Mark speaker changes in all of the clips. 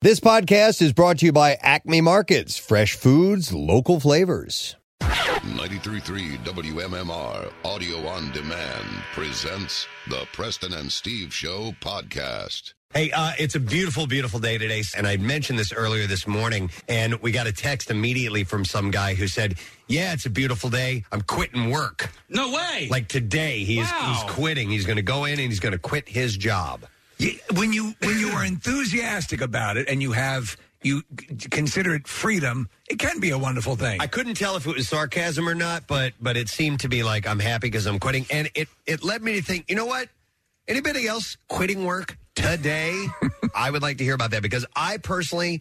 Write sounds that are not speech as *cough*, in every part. Speaker 1: This podcast is brought to you by Acme Markets, fresh foods, local flavors.
Speaker 2: 933 WMMR Audio on Demand presents the Preston and Steve Show podcast.
Speaker 3: Hey, uh, it's a beautiful, beautiful day today. And I mentioned this earlier this morning, and we got a text immediately from some guy who said, Yeah, it's a beautiful day. I'm quitting work.
Speaker 4: No way.
Speaker 3: Like today, he is,
Speaker 4: Wow.
Speaker 3: he's quitting. He's going to go in and he's going to quit his job.
Speaker 5: You- when you when you are enthusiastic about it and you have you c- consider it freedom, it can be a wonderful thing.
Speaker 3: I couldn't tell if it was sarcasm or not, but but it seemed to be like I'm happy because I'm quitting, and it it led me to think, you know what? Anybody else quitting work
Speaker 5: *laughs*
Speaker 3: today? I would like to hear about that because I personally.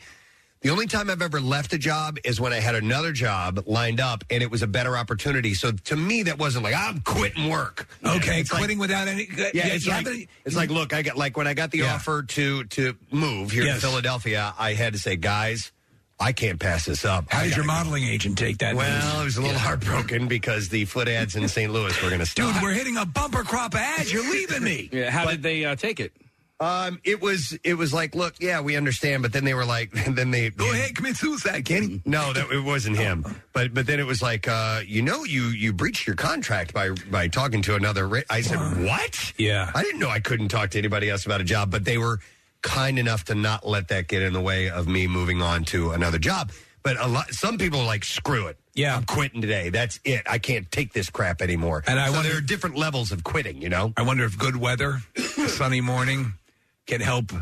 Speaker 3: The only time I've ever left a job is when I had another job lined up and it was a better opportunity. So to me, that wasn't like I'm quitting work.
Speaker 5: Okay,
Speaker 3: It's like-
Speaker 5: quitting without any.
Speaker 3: yeah, it's
Speaker 5: you
Speaker 3: like
Speaker 5: haven't-
Speaker 3: it's like look, I got like when I got the
Speaker 5: Yeah.
Speaker 3: offer to to move here to
Speaker 5: Yes.
Speaker 3: Philadelphia, I had to say, guys, I can't pass this up.
Speaker 5: how
Speaker 3: I
Speaker 5: did your
Speaker 3: gotta go."
Speaker 5: modeling agent take that?
Speaker 3: Well,
Speaker 5: news?
Speaker 3: I was a little heartbroken because the foot ads in St. Louis were going to stop.
Speaker 5: dude, we're hitting a bumper crop of ads. You're leaving
Speaker 3: *laughs*
Speaker 5: me.
Speaker 4: Yeah, how did they uh, take it?
Speaker 3: um, it was it was like, look, yeah, we understand, but then they were like, *laughs* then they
Speaker 5: Go ahead, commit suicide, Oh. Kenny.
Speaker 3: No, that it wasn't him. But but then it was like, uh, you know, you you breached your contract by by talking to another. Ra- I said, what?
Speaker 5: Yeah.
Speaker 3: I didn't know I couldn't talk to anybody else about a job, but they were kind enough to not let that get in the way of me moving on to another job. But a lot, some people are like, screw it.
Speaker 5: Yeah.
Speaker 3: I'm quitting today. That's it. I can't take this crap anymore.
Speaker 5: And I
Speaker 3: so
Speaker 5: wonder-
Speaker 3: there are different levels of quitting, you know?
Speaker 5: I wonder if good weather, a sunny morning, can help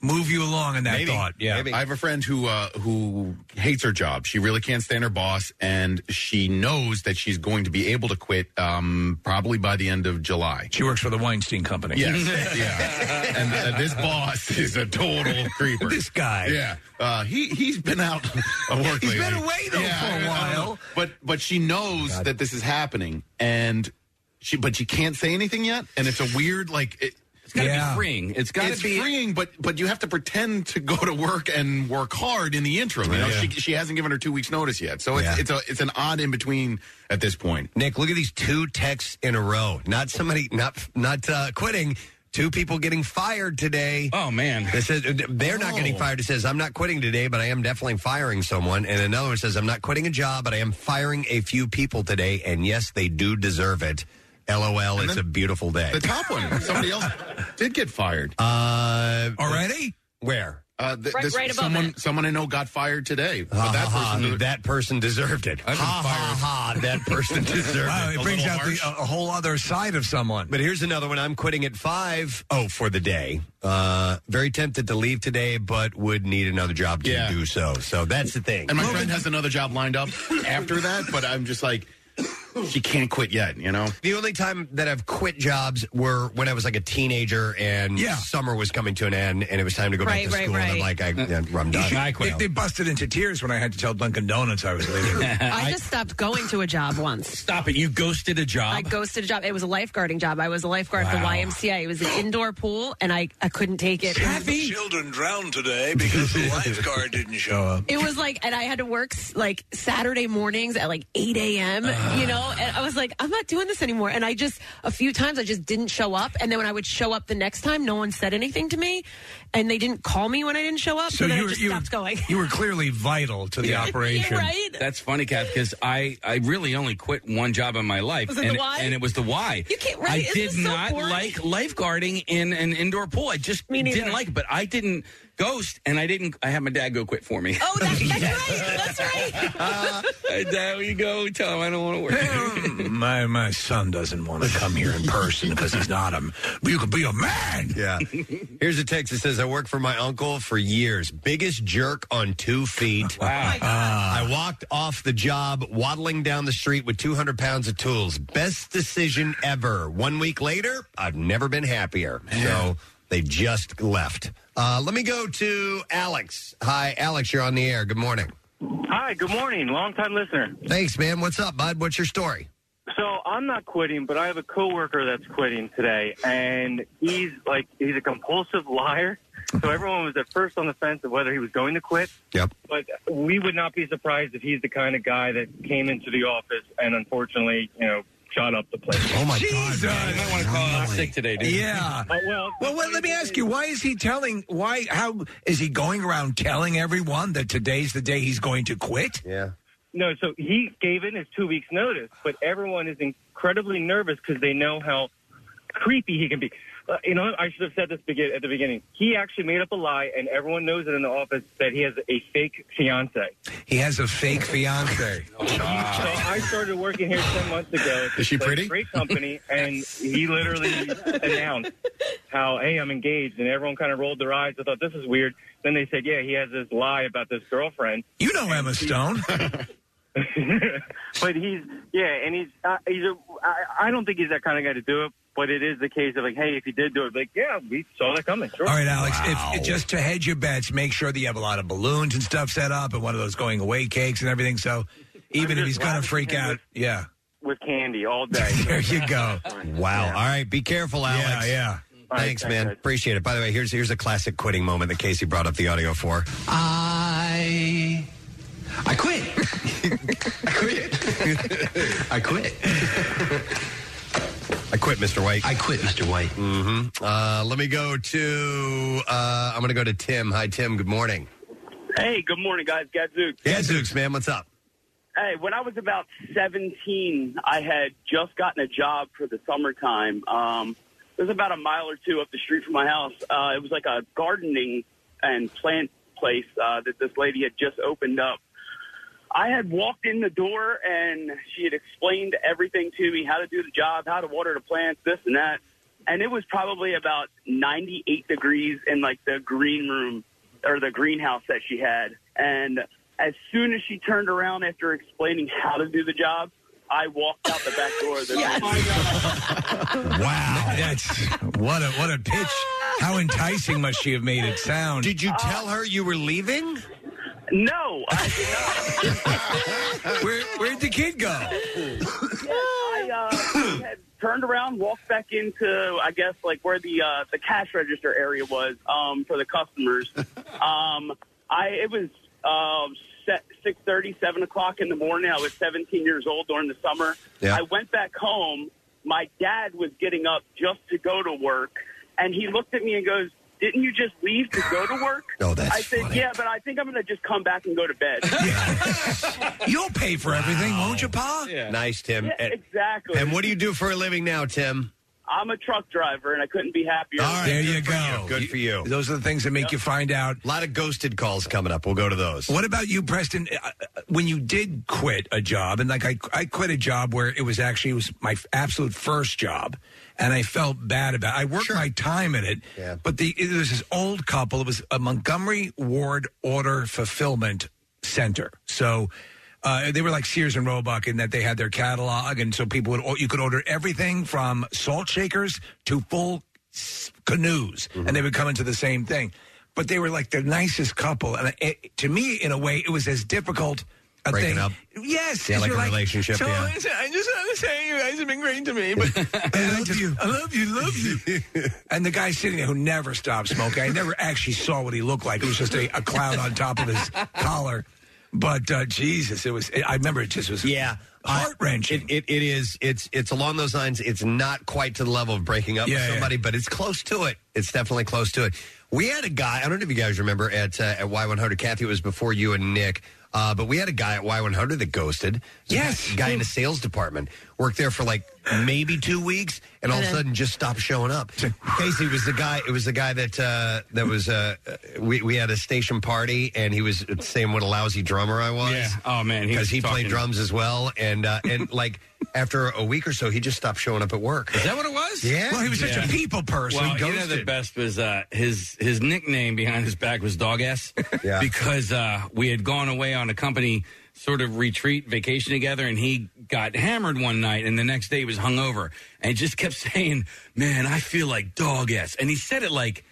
Speaker 5: move you along in that thought. Yeah,
Speaker 3: Maybe.
Speaker 6: I have a friend who uh, who hates her job. She really can't stand her boss, and she knows that she's going to be able to quit um, probably by the end of July.
Speaker 5: she works for the Weinstein Company.
Speaker 6: Yes,
Speaker 5: *laughs*
Speaker 6: yeah. And uh, this boss is a total creeper.
Speaker 5: this guy.
Speaker 6: Yeah, uh, he he's been out *laughs* of work.
Speaker 5: He's been
Speaker 6: lately.
Speaker 5: away, though, for a
Speaker 6: I- I don't
Speaker 5: while.
Speaker 6: know. But but she knows that this is happening, and she but she can't say anything yet. And it's a weird like. It,
Speaker 4: It's got to
Speaker 5: Yeah.
Speaker 4: be freeing. It's got
Speaker 6: it's
Speaker 4: to be.
Speaker 6: freeing, but but you have to pretend to go to work and work hard in the interim. You know, she, she hasn't given her two weeks notice yet, so it's
Speaker 3: Yeah.
Speaker 6: it's a it's an odd in between at this point.
Speaker 3: Nick, look at these two texts in a row. Not somebody, not not uh, quitting. Two people getting fired today.
Speaker 4: Oh man. Oh.
Speaker 3: It says uh, they're not getting fired. It says I'm not quitting today, but I am definitely firing someone. And another one says I'm not quitting a job, but I am firing a few people today. And yes, they do deserve it. LOL. it's a beautiful day.
Speaker 6: The top one, somebody else did get fired. Uh,
Speaker 3: Uh,
Speaker 5: Already?
Speaker 3: where?
Speaker 6: th-
Speaker 7: Right- right above
Speaker 6: someone
Speaker 7: it.
Speaker 6: someone I know got fired today, but
Speaker 3: Ha,
Speaker 6: that
Speaker 5: Ah,
Speaker 3: ha, ha,
Speaker 6: person
Speaker 3: that person deserved it.
Speaker 6: I've been
Speaker 3: ha, ha, ha, that
Speaker 5: *laughs*
Speaker 3: person deserved
Speaker 5: Wow, it
Speaker 3: A
Speaker 5: brings
Speaker 3: little
Speaker 5: out the, a,
Speaker 3: harsh.
Speaker 5: a whole other side of someone.
Speaker 3: But here's another one. I'm quitting at five. Oh, for the day. Uh, very tempted to leave today, but would need another job to
Speaker 6: Yeah.
Speaker 3: do so. So that's the thing.
Speaker 6: and my friend has another job lined up after that, but I'm just like, she can't quit yet. You know,
Speaker 3: the only time that I've quit jobs were when I was like a teenager and
Speaker 5: Yeah. Uh,
Speaker 3: summer was coming to an end and it was time to go
Speaker 7: Right,
Speaker 3: back to
Speaker 7: right,
Speaker 3: school. And I'm
Speaker 7: right.
Speaker 3: like, I, yeah, I'm done.
Speaker 4: I
Speaker 5: They, they busted into tears when I had to tell Dunkin' Donuts I was *laughs*
Speaker 3: *laughs*
Speaker 5: leaving.
Speaker 7: I just stopped going to a job once.
Speaker 4: Stop it. You ghosted a job.
Speaker 7: I ghosted a job. It was a lifeguarding job. I was a lifeguard at the YMCA. It was an indoor pool, and I, I couldn't take it.
Speaker 5: Children drowned today because *laughs* the lifeguard didn't show up.
Speaker 7: It was like, and I had to work s- like Saturday mornings at like 8 a.m., you know? And I was like, I'm not doing this anymore. And I just, a few times I just didn't show up. And then when I would show up the next time, no one said anything to me. And they didn't call me when I didn't show up. So, Oh, then I just
Speaker 5: you,
Speaker 7: stopped going.
Speaker 5: you were clearly vital to the operation.
Speaker 7: *laughs* Yeah, right?
Speaker 4: That's funny, Kath, because I, I really only quit one job in my life.
Speaker 7: Was it
Speaker 4: and,
Speaker 7: the Y?
Speaker 4: and it was the Y.
Speaker 7: You can't- right?
Speaker 4: I
Speaker 7: Isn't
Speaker 4: did
Speaker 7: this so
Speaker 4: not
Speaker 7: boring?
Speaker 4: like lifeguarding in an indoor pool. I just
Speaker 7: Me neither.
Speaker 4: didn't like it, but I didn't ghost, and I didn't. I had my dad go quit for me.
Speaker 7: Oh,
Speaker 4: *laughs*
Speaker 7: that, that's right. That's right.
Speaker 4: Hey, dad, will you go tell him I don't want to work.
Speaker 5: Mm, *laughs* my my son doesn't want to come here in person because he's not a. You could be a man. *laughs*
Speaker 3: Yeah. Here's a text that says I worked for my uncle for years. Biggest jerk on two feet.
Speaker 4: Wow.
Speaker 5: Ah.
Speaker 3: I walked off the job waddling down the street with 200 pounds of tools. Best decision ever. One week later, I've never been happier. So they just left. *laughs* Uh, let me go to Alex. Hi, Alex. You're on the air. Good morning.
Speaker 8: Hi, good morning, longtime listener.
Speaker 3: Thanks, man. What's up, bud? What's your story?
Speaker 8: So I'm not quitting, but I have a coworker that's quitting today, and he's like he's a compulsive liar. So everyone was at first on the fence of whether he was going to quit,
Speaker 3: Yep.
Speaker 8: but we would not be surprised if he's the kind of guy that came into the office and unfortunately, you know, shot up the place.
Speaker 5: Oh my
Speaker 8: Jesus.
Speaker 5: God!
Speaker 8: You might wanna call out sick today, dude.
Speaker 5: Yeah.
Speaker 8: Oh, well,
Speaker 5: well, wait, let me ask you: Why is he telling? Why? How is he going around telling everyone that today's the day he's going to quit?
Speaker 3: Yeah.
Speaker 8: No, so he gave in his two weeks' notice, but everyone is incredibly nervous because they know how creepy he can be. Uh, you know, I should have said this begin- at the beginning. He actually made up a lie, and everyone knows it in the office that he has a fake fiance.
Speaker 5: He has a fake fiance.
Speaker 8: So I started working here ten months ago.
Speaker 5: Ah. *laughs* Is she
Speaker 8: It's a
Speaker 5: pretty?
Speaker 8: Great company, and
Speaker 5: *laughs*
Speaker 8: he literally announced how, "Hey, I'm engaged," and everyone kind of rolled their eyes. I thought this is weird. Then they said, "Yeah, he has this lie about this girlfriend."
Speaker 5: You know Oh, Emma Stone.
Speaker 8: but he's yeah, and he's uh, he's a. I, I don't think he's that kind of guy to do it. But it is the case of like, hey, if he did do it, like, yeah, we saw that coming. Sure.
Speaker 5: All right, Alex. If, just to hedge your bets, make sure that you have a lot of balloons and stuff set up, and one of those going away cakes and everything. So, even if
Speaker 8: just
Speaker 5: he's gonna
Speaker 8: laughing
Speaker 5: freak
Speaker 8: at him
Speaker 5: out, yeah.
Speaker 8: with candy all day.
Speaker 5: *laughs* there you go.
Speaker 3: Wow. All right. Be careful, Alex.
Speaker 5: Oh. Yeah, yeah.
Speaker 3: Thanks, man. Appreciate it. By the way, here's here's a classic quitting moment that Casey brought up the audio for.
Speaker 9: I I quit.
Speaker 3: *laughs*
Speaker 9: I quit.
Speaker 3: I quit. *laughs* I quit, Mr. White. I
Speaker 9: quit, Mr. White.
Speaker 3: Mm-hmm. Uh, let me go to. Uh, I'm going to go to Tim. Hi, Tim. Good morning.
Speaker 10: Hey, good morning, guys. Gadzook.
Speaker 3: Yeah, Zooks, man. What's up?
Speaker 10: Hey, when I was about 17, I had just gotten a job for the summertime. Um, it was about a mile or two up the street from my house. Uh, it was like a gardening and plant place uh, that this lady had just opened up. I had walked in the door and she had explained everything to me how to do the job, how to water the plants, this and that. And it was probably about 98 degrees in like the green room or the greenhouse that she had. And as soon as she turned around after explaining how to do the job, I walked out the back door. of the
Speaker 5: Wow, that's what a what a pitch. How enticing must she have made it sound? Did
Speaker 3: you tell her you were leaving?
Speaker 10: No,
Speaker 3: *laughs*
Speaker 5: Where where'd the kid go?
Speaker 10: I uh, had turned around, walked back into, I guess, like where the uh, the cash register area was um, for
Speaker 3: *laughs*
Speaker 10: the customers. Um, I it was um, set six thirty, seven o'clock in the morning. I was seventeen years old during the summer.
Speaker 11: Yeah.
Speaker 10: I went back home. My dad was getting up just to go to work, and he looked at me and goes. Didn't you just leave to go to work?
Speaker 3: *sighs* No, that's
Speaker 10: I said, yeah, but I think I'm going to just come back and go to
Speaker 3: *laughs*
Speaker 10: bed.
Speaker 5: You'll pay for everything, won't you, Pa?
Speaker 3: Nice, Tim.
Speaker 10: Yeah,
Speaker 3: and,
Speaker 10: exactly.
Speaker 3: and what do you do for a living now, Tim?
Speaker 10: I'm a truck driver, and I couldn't be happier.
Speaker 5: there you go.
Speaker 3: Good for you.
Speaker 5: Those are the things that make you find out.
Speaker 3: A lot of ghosted calls coming up. We'll go to those.
Speaker 5: What about you, Preston? Uh, uh, When you did quit a job, and like I, I quit a job where it was actually it was my f- absolute first job, and I felt bad about. It. I worked my time in it, but the it was this old couple. It was a Montgomery Ward Order Fulfillment Center, so. Uh, they were like Sears and Roebuck in that they had their catalog, and so people would or- you could order everything from salt shakers to full s- canoes, and
Speaker 3: Mm-hmm.
Speaker 5: they would come into the same thing. But they were like the nicest couple, and it, to me, in a way, it was as difficult a
Speaker 3: Breaking
Speaker 5: thing.
Speaker 3: up?
Speaker 5: Yes,
Speaker 3: Yeah,
Speaker 5: is
Speaker 3: like
Speaker 5: you're
Speaker 3: a relationship,
Speaker 5: So
Speaker 3: yeah.
Speaker 5: listen, I just want to say you guys have been great to me, but
Speaker 3: *laughs*
Speaker 5: I love you. I love you, love you. *laughs* and the guy sitting there who never stopped smoking, I never actually saw what he looked like. It was just a, a cloud on top of
Speaker 4: *laughs*
Speaker 5: his collar. But uh, Jesus, it was. I remember it just was.
Speaker 3: Yeah,
Speaker 5: heart wrenching.
Speaker 3: It, it, it is. It's it's along those lines. It's not quite to the level of breaking up
Speaker 5: Yeah,
Speaker 3: with
Speaker 5: yeah.
Speaker 3: somebody, but it's close to it. It's definitely close to it. We had a guy. I don't know if you guys remember at uh, at Y100. Kathy it was before you and Nick. Uh, but we had a guy at Y100 that ghosted. Yes, guy in the sales department worked there for like maybe two weeks, and all of a
Speaker 12: And then-
Speaker 3: sudden just stopped showing up. Casey was the guy. It was the guy that uh, that was. Uh, we we had a station party, and he was saying what a lousy drummer I was.
Speaker 4: Yeah. Oh, man, he
Speaker 3: because
Speaker 4: was
Speaker 3: he played
Speaker 4: talking-
Speaker 3: drums as well, and uh, and *laughs* like after a week or so, he just stopped showing up at work.
Speaker 4: Is that what it was?
Speaker 3: Yeah. Well, he was such a people person,
Speaker 4: Well, you know
Speaker 3: ghosted.
Speaker 4: the best was uh, his his nickname behind his back was Dog Ass
Speaker 3: *laughs* Yeah.
Speaker 4: because uh, we had gone away on a company sort of retreat vacation together, and he got hammered one night, and the next day he was hungover, and just kept *laughs* saying, "Man, I feel like Dog Ass," and he said it like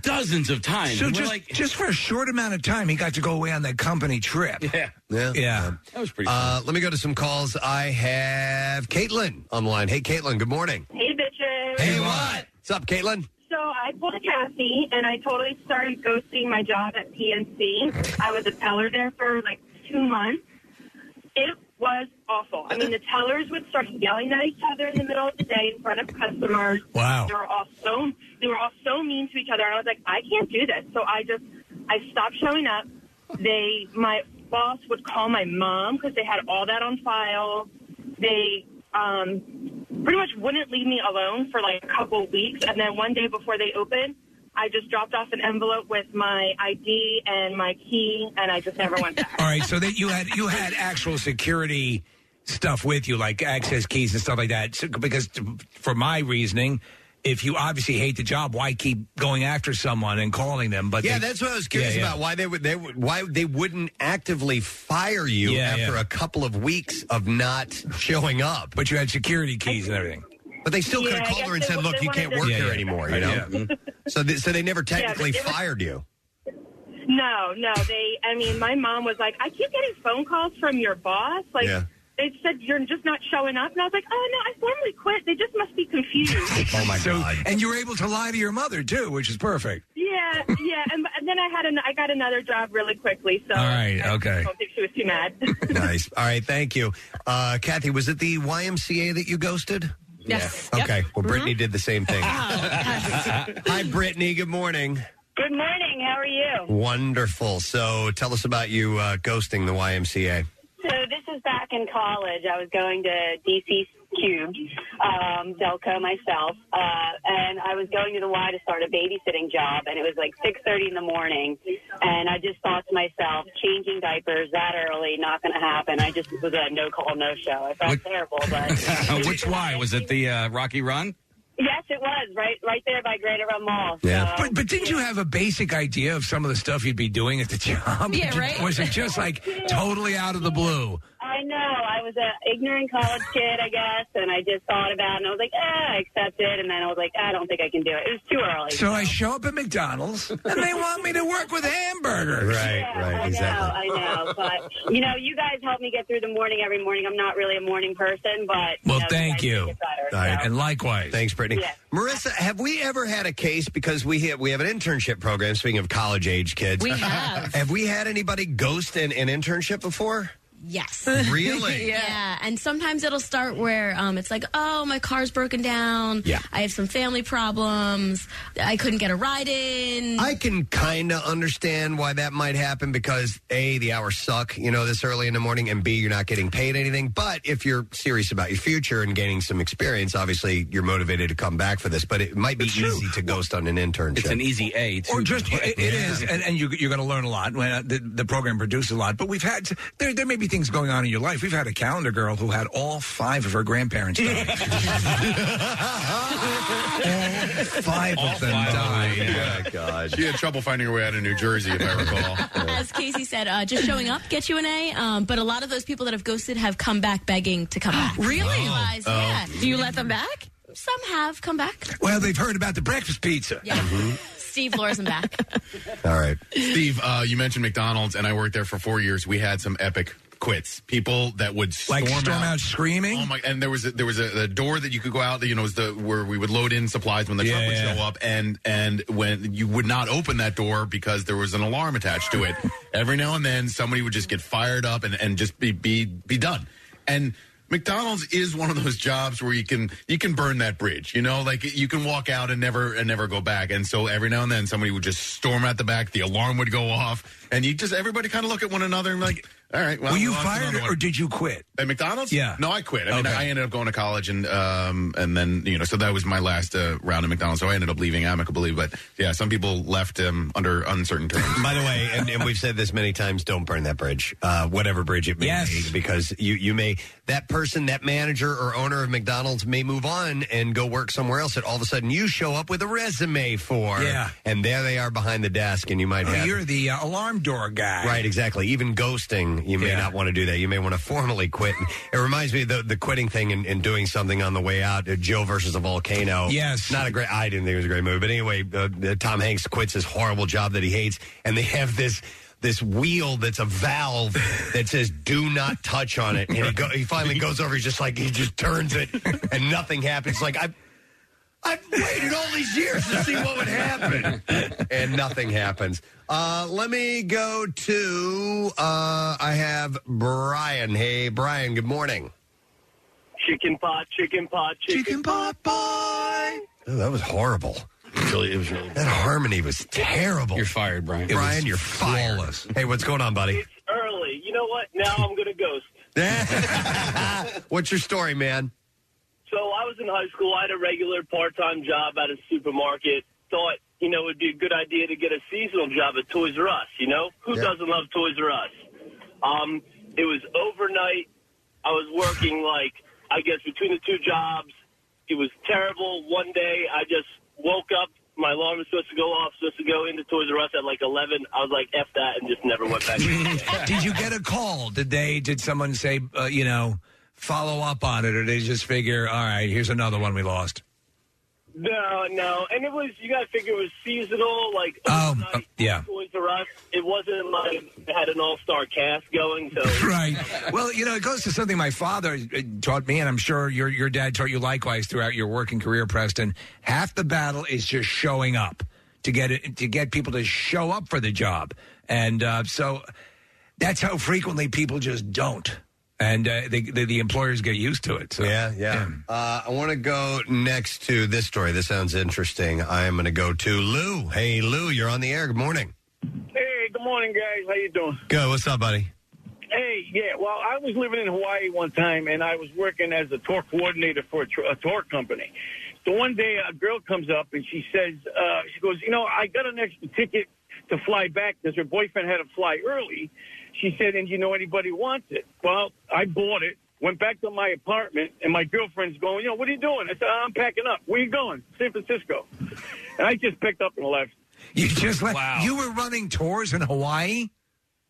Speaker 4: dozens of times.
Speaker 5: So
Speaker 4: And we're
Speaker 5: just
Speaker 4: like,
Speaker 5: just for a short amount of time, he got to go away on that company trip.
Speaker 4: Yeah,
Speaker 3: yeah,
Speaker 5: yeah.
Speaker 4: That was pretty.
Speaker 3: Uh, let me go to some calls. I have Caitlin on the line. Hey, Caitlin. Good morning.
Speaker 13: Hey, bitches.
Speaker 3: Hey, what? What's up, Caitlin?
Speaker 13: So I pulled a Kathy, and I totally started ghosting my job at PNC. I was a teller there for like two months. It
Speaker 14: was awful. I mean, the tellers would start yelling at each other in the middle of the day in front of customers.
Speaker 5: Wow.
Speaker 14: They were all so they were all so mean to each other, and I was like, I can't do this. So I just I stopped showing up. They my boss would call my mom because they had all that on file. They um, pretty much wouldn't leave me alone for like a couple weeks, and then one day before they opened. I just dropped off an envelope with my ID and my key, and I just never went back.
Speaker 5: All right, so that you had you had actual security stuff with you, like access keys and stuff like that. So, because t- for my reasoning, if you obviously hate the job, why keep going after someone and calling them? But
Speaker 3: yeah,
Speaker 5: they-
Speaker 3: that's what I was curious
Speaker 5: Yeah, yeah.
Speaker 3: about. Why they would they would- why they wouldn't actively fire you
Speaker 5: Yeah,
Speaker 3: after
Speaker 5: yeah.
Speaker 3: a couple of weeks of not showing up.
Speaker 5: But you had security keys and everything.
Speaker 3: But they still
Speaker 14: Yeah,
Speaker 3: could
Speaker 14: I
Speaker 3: have called
Speaker 14: guess
Speaker 3: her and
Speaker 14: they
Speaker 3: said,
Speaker 14: wa-
Speaker 3: "Look,
Speaker 14: they
Speaker 3: you can't
Speaker 14: wanted
Speaker 3: work
Speaker 14: to-
Speaker 3: here
Speaker 14: Yeah, yeah.
Speaker 3: anymore." You know. So they, so they never
Speaker 14: Yeah, but
Speaker 3: technically
Speaker 14: it was-
Speaker 3: fired you.
Speaker 14: No, no. They, I mean, my mom was like, I keep getting phone calls from your boss. Like,
Speaker 3: Yeah.
Speaker 14: they said you're just not showing up. And I was like, oh, no, I formally quit. They just must be
Speaker 5: *laughs*
Speaker 14: confused.
Speaker 3: Oh my
Speaker 5: god! And you were able to lie to your mother too, which is perfect.
Speaker 14: yeah, yeah. And, and then I had an, I got another job really quickly. So
Speaker 5: All right,
Speaker 14: I
Speaker 5: okay.
Speaker 14: don't think she was too mad. *laughs*
Speaker 3: nice. All right, thank you, uh, Kathy. Was it the YMCA that you ghosted?
Speaker 14: Yes.
Speaker 3: Yeah. Okay. Well, Brittany did the same thing. Hi, Brittany. Good morning.
Speaker 15: Good morning. How are you?
Speaker 3: Wonderful. So, tell us about you uh, ghosting the YMCA.
Speaker 15: So this is back in college. I was going to DCQ, um, Delco myself, uh, and I was going to the Y to start a babysitting job, and it was like 6.30 in the morning, and I just thought to myself, changing diapers that early, not going to happen. I just it was a no-call, no-show. I felt terrible, but...
Speaker 4: *laughs* Which why was it the uh, Rocky Run?
Speaker 15: Yes, it was right, right there by Greater Run Mall. So-
Speaker 5: But but didn't you have a basic idea of some of the stuff you'd be doing at the *laughs* job?
Speaker 15: Yeah, right.
Speaker 5: Was it just like totally out of the blue?
Speaker 15: I know. I was an ignorant college kid, I guess, and I just thought about it, and I was like, ah, I accept it. And then I was like, I don't think I can do it. It was too early.
Speaker 5: So I show up at McDonald's and *laughs* they want me to work with hamburgers.
Speaker 3: Right,
Speaker 15: I
Speaker 3: right,
Speaker 15: know, I know. But, you know, you guys help me get through the morning every morning. I'm not really a morning person, but.
Speaker 5: Well,
Speaker 15: know,
Speaker 5: thank
Speaker 15: guys
Speaker 5: you.
Speaker 15: make it better,
Speaker 3: All right.
Speaker 15: so.
Speaker 5: And likewise.
Speaker 3: Thanks, Brittany. Marissa, have we ever had a case because we have, we have an internship program? Speaking of college age kids, *laughs*
Speaker 7: We have.
Speaker 3: have we had anybody ghost an, an internship before?
Speaker 16: Yes. *laughs*
Speaker 3: Really?
Speaker 16: yeah. And sometimes it'll start where um, it's like, oh, my car's broken down.
Speaker 3: Yeah.
Speaker 16: I have some family problems. I couldn't get a ride in.
Speaker 3: I can kind of understand why that might *laughs* happen because a the hours suck, you know, this early in the morning, and b you're not getting paid anything. But if you're serious about your future and gaining some experience, obviously you're motivated to come back for this. But it might be easy to ghost on an internship.
Speaker 4: It's an easy A. Too,
Speaker 5: Or just it, it is, and, and you, you're going to learn a lot. When uh, the, the program produces a lot, but we've had there, there may be things going on in your life. We've had a calendar girl who had all five of her grandparents
Speaker 3: *laughs*
Speaker 5: die. all five
Speaker 6: All
Speaker 5: of them
Speaker 6: five of
Speaker 5: died.
Speaker 6: them, yeah.
Speaker 3: God.
Speaker 6: She had trouble finding her way out of New Jersey, if I recall.
Speaker 16: As Casey said, uh, just showing up gets you an A. Um, but a lot of those people that have ghosted have come back begging to come back.
Speaker 7: Really?
Speaker 16: Guys,
Speaker 7: Oh.
Speaker 16: yeah.
Speaker 7: Do you let them back?
Speaker 16: Some have come back.
Speaker 5: Well, they've heard
Speaker 3: *laughs*
Speaker 5: about the breakfast pizza.
Speaker 7: Mm-hmm.
Speaker 16: Steve Laura's back.
Speaker 3: All right.
Speaker 6: Steve, uh, you mentioned McDonald's, and I worked there for four years. We had some epic quits. People that would storm
Speaker 5: Like storm out screaming?
Speaker 6: Oh my! And there was a, there was a, a door that you could go out. You know, was the where we would load in supplies when the truck
Speaker 5: Yeah,
Speaker 6: would
Speaker 5: yeah.
Speaker 6: show up, and and when you would not open that door because there was an alarm attached to it. Every now and then, somebody would just get fired up and and just be be be done. And McDonald's is one of those jobs where you can you can burn that bridge. You know, like you can walk out and never and never go back. And so every now and then, somebody would just storm out the back. The alarm would go off, and you just everybody kind of look at one another and like, all right, well,
Speaker 5: Were you
Speaker 6: well, that's
Speaker 5: fired
Speaker 6: another one.
Speaker 5: or did you quit?
Speaker 6: At McDonald's?
Speaker 5: Yeah.
Speaker 6: No, I quit. I mean,
Speaker 5: Okay.
Speaker 6: I ended up going to college, and um, and then you know, so that was my last uh, round at McDonald's. So I ended up leaving amicably, but yeah, some people left um, under uncertain terms.
Speaker 3: *laughs* By the way, and, and we've said this many times: don't burn that bridge, uh, whatever bridge it may be, because you you may that person, that manager or owner of McDonald's may move on and go work somewhere else. And all of a sudden, you show up with a resume for,
Speaker 5: Yeah.
Speaker 3: and there they are behind the desk, and you might have.
Speaker 5: You're the uh, alarm door guy.
Speaker 3: Right, exactly. Even ghosting, you may
Speaker 5: Yeah.
Speaker 3: not want to do that. You may want to formally quit. it reminds me of the, the quitting thing and, and doing something on the way out. uh, Joe versus a volcano.
Speaker 5: Yes.
Speaker 3: Not a great, I didn't think it was a great movie. But anyway, uh, uh, Tom Hanks quits his horrible job that he hates, and they have this. This wheel that's a valve that says "Do not touch" on it, and he, go, he finally goes over. He's just like he just turns it, and nothing happens. Like I, I've waited all these years to see what would happen. and nothing happens. *laughs* Uh, let me go to. Uh, I have Brian. Hey, Brian. Good morning.
Speaker 17: Chicken pot, chicken pot, chicken, pot, boy.
Speaker 3: Oh, that was horrible. Really, it was really that harmony was terrible. You're fired, Brian. Brian, you're flawless. Hey, what's going on, buddy?
Speaker 17: Early. You know what? Now I'm going to ghost.
Speaker 3: what's your story, man?
Speaker 17: So I was in high school. I had a regular part-time job at a supermarket. Thought, you know, it would be a good idea to get a seasonal job at Toys R Us, you know? Who doesn't love Toys R Us? Um, it was overnight. I was working, like, I guess between the two jobs. It was terrible. One day I just woke up. My alarm was supposed to go off, supposed to go into Toys R Us at like 11. I was like, F that, and just never went back.
Speaker 5: *laughs* did you get a call? Did they? Did someone say, uh, you know, follow up on it, or they just figure, all right, here's another one we lost?
Speaker 17: No, no. And it was, you got to figure it was seasonal, like
Speaker 5: Um, uh, yeah.
Speaker 17: Toys R Us. It wasn't like it had an all star cast going, so.
Speaker 5: Right. Well, you know, it goes to something my father uh, taught me, and I'm sure your your dad taught you likewise throughout your working career, Preston. Half the battle is just showing up to get it, to get people to show up for the job, and uh, so that's how frequently people just don't, and uh, they, the the employers get used to it. So.
Speaker 3: Yeah, yeah. Uh, I want to go next to this story. This sounds interesting. I am going to go to Lou. Hey, Lou, you're on the air. Good morning.
Speaker 10: Hey, good morning, guys. How you doing?
Speaker 3: Good. What's up, buddy?
Speaker 10: Hey, yeah. Well, I was living in Hawaii one time, and I was working as a tour coordinator for a, tr- a tour company. So one day, a girl comes up and she says, uh, she goes, you know, I got an extra ticket to fly back because her boyfriend had to fly early. She said, and you know anybody wants it? Well, I bought it. Went back to my apartment, and my girlfriend's going, you know, what are you doing? I said, I'm packing up. Where you going? San Francisco. And I just picked up and left.
Speaker 5: You just left. You were running tours in Hawaii.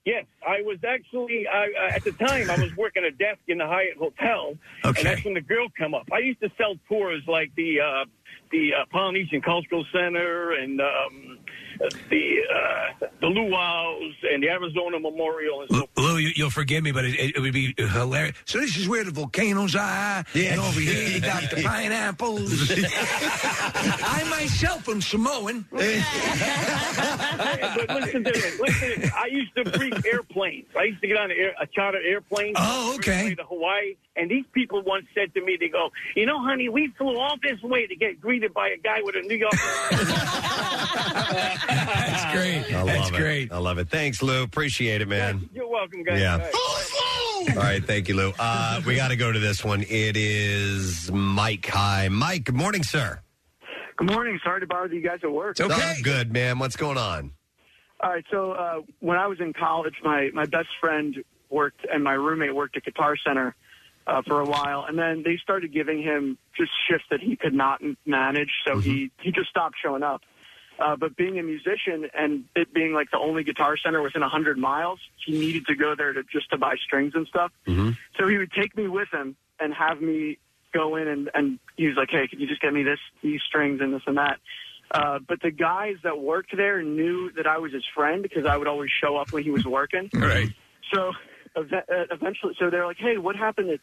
Speaker 10: Yes, I was actually I, I- at the time I was working a desk in the Hyatt Hotel, and that's when the girl come up. I used to sell tours like the uh, the uh, Polynesian Cultural Center and um, the uh, the Luau's and the Arizona Memorial and
Speaker 5: L- Lou, you, you'll forgive me, but it, it, it would be hilarious. So this is where the volcanoes are, and over here you got *laughs*
Speaker 3: *laughs*
Speaker 5: the pineapples. I myself am
Speaker 17: *laughs*
Speaker 5: Samoan.
Speaker 10: but listen to this. Listen, to this. I used to brief airplanes. I used to get on an air, a charter airplane.
Speaker 5: Oh, okay.
Speaker 10: To Hawaii, and these people once said to me, "They go, you know, honey, we flew all this way to get greeted by a guy with a New York."
Speaker 5: That's great.
Speaker 3: I love
Speaker 5: That's
Speaker 3: it.
Speaker 5: great.
Speaker 3: I love it. Thanks, Lou. Appreciate it, man.
Speaker 10: You're welcome, guys.
Speaker 3: Yeah.
Speaker 10: All right.
Speaker 3: All right, thank you, Lou. Uh, we got to go to this one. It is Mike. Hi, Mike. Good morning, sir.
Speaker 18: Good morning. Sorry to bother you guys at work.
Speaker 3: Oh, good, man. What's going on?
Speaker 18: All right. So uh, when I was in college, my my best friend worked and my roommate worked at Guitar Center uh, for a while, and then they started giving him just shifts that he could not m- manage, so he he just stopped showing up. Uh, but being a musician and it being like the only guitar center within a 100 miles, he needed to go there to just to buy strings and stuff. So he would take me with him and have me go in and, and he was like, hey, can you just get me this, these strings and this and that? Uh, but the guys that worked there knew that I was his friend because I would always show up when he was working.
Speaker 5: Right.
Speaker 18: So ev- uh, eventually, so they're like, hey, what happened to,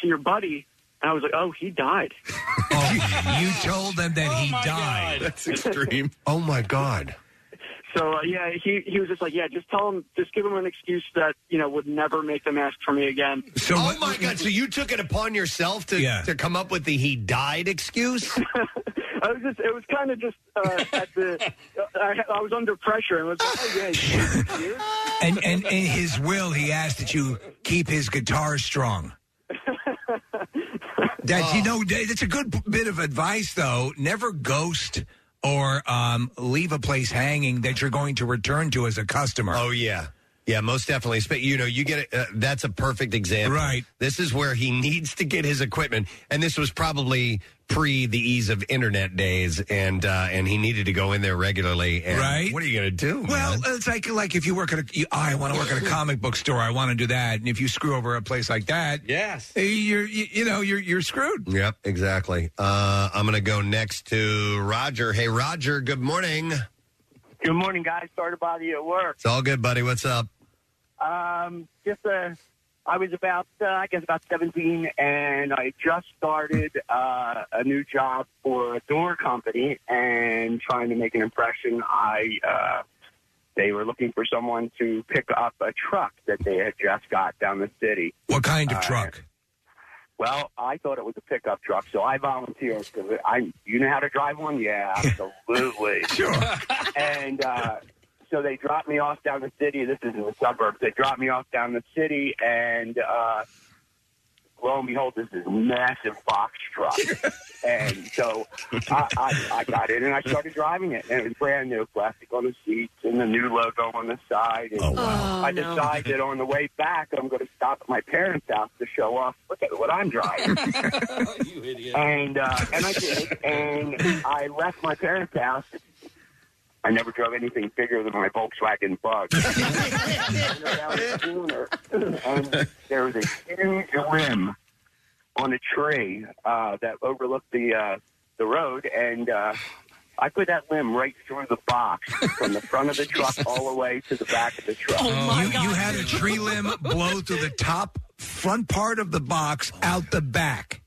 Speaker 18: to your buddy? And I was like, oh, he
Speaker 5: *laughs*
Speaker 18: died.
Speaker 5: Oh, You told them that he died. That's
Speaker 19: extreme.
Speaker 3: oh my god.
Speaker 18: *laughs* So uh, yeah, he he was just like, yeah, just tell him, just give him an excuse that you know would never make them ask for me again.
Speaker 3: oh my god! So you took it upon yourself to to come up with the he died excuse?
Speaker 18: *laughs* I was just, it was kind of just uh, at
Speaker 5: *laughs*
Speaker 18: the, I, I was under pressure and was like, oh yeah, you- you-
Speaker 5: And and in his will, he asked that you keep his guitar strong. That you know, that- that's a good p- bit of advice, though. Never ghost or um, leave a place hanging that you're going to return to as a customer.
Speaker 3: Oh yeah, yeah, most definitely. Spe- You know, you get it. Uh, that's a perfect example.
Speaker 5: Right.
Speaker 3: This is where he *laughs* needs to get his equipment, and this was probably pre the ease of internet days, and uh, and he needed to go in there regularly. And
Speaker 5: Right.
Speaker 3: What are you gonna do?
Speaker 5: Well, it's like like if you work at a, you, I want to work at a comic book store. I want to do that. And if you screw over a place like that,
Speaker 20: yes,
Speaker 5: you're you, you know you're you're screwed.
Speaker 3: *laughs* Yep, exactly. Uh, I'm gonna go next to Roger. Hey, Roger. Good morning.
Speaker 21: Good
Speaker 5: *laughs*
Speaker 21: morning, guys. Sorry to bother you at work.
Speaker 3: It's all good, buddy. What's up?
Speaker 21: Um, just a
Speaker 10: uh, I was about, uh, I guess, about 17, and I just started uh, a new job for a door company and trying to make an impression. I uh, they were looking for someone to pick up a truck that they had just got down the city.
Speaker 5: What kind of
Speaker 10: Uh,
Speaker 5: truck?
Speaker 10: Well, I thought it was a pickup truck, so I volunteered because I, you know how to drive one,
Speaker 9: *laughs*
Speaker 10: yeah, absolutely,
Speaker 5: sure.
Speaker 10: And uh, so they dropped me off down the city. This is in the suburbs. They dropped me off down the city, and uh, lo and behold, this is massive box
Speaker 9: *laughs*
Speaker 10: truck. and so I, I, I got in and I started driving it, and it was brand new, plastic on the seats and the new logo on the side. And
Speaker 9: wow.
Speaker 10: I
Speaker 9: Oh, no.
Speaker 10: decided on the way back, I'm going to stop at my parents' house to show off. Look at what I'm
Speaker 9: *laughs*
Speaker 10: driving. And uh, and I did, and I left my parents' house. I never drove anything bigger than my Volkswagen *laughs* Bug. and there was a huge limb on a tree uh, that overlooked the uh, the road, and uh, I put that limb right through the box from the front of the truck *laughs* all the way to the back of the truck.
Speaker 4: Oh
Speaker 5: you, you had a tree limb blow through the top front part of the box out the back.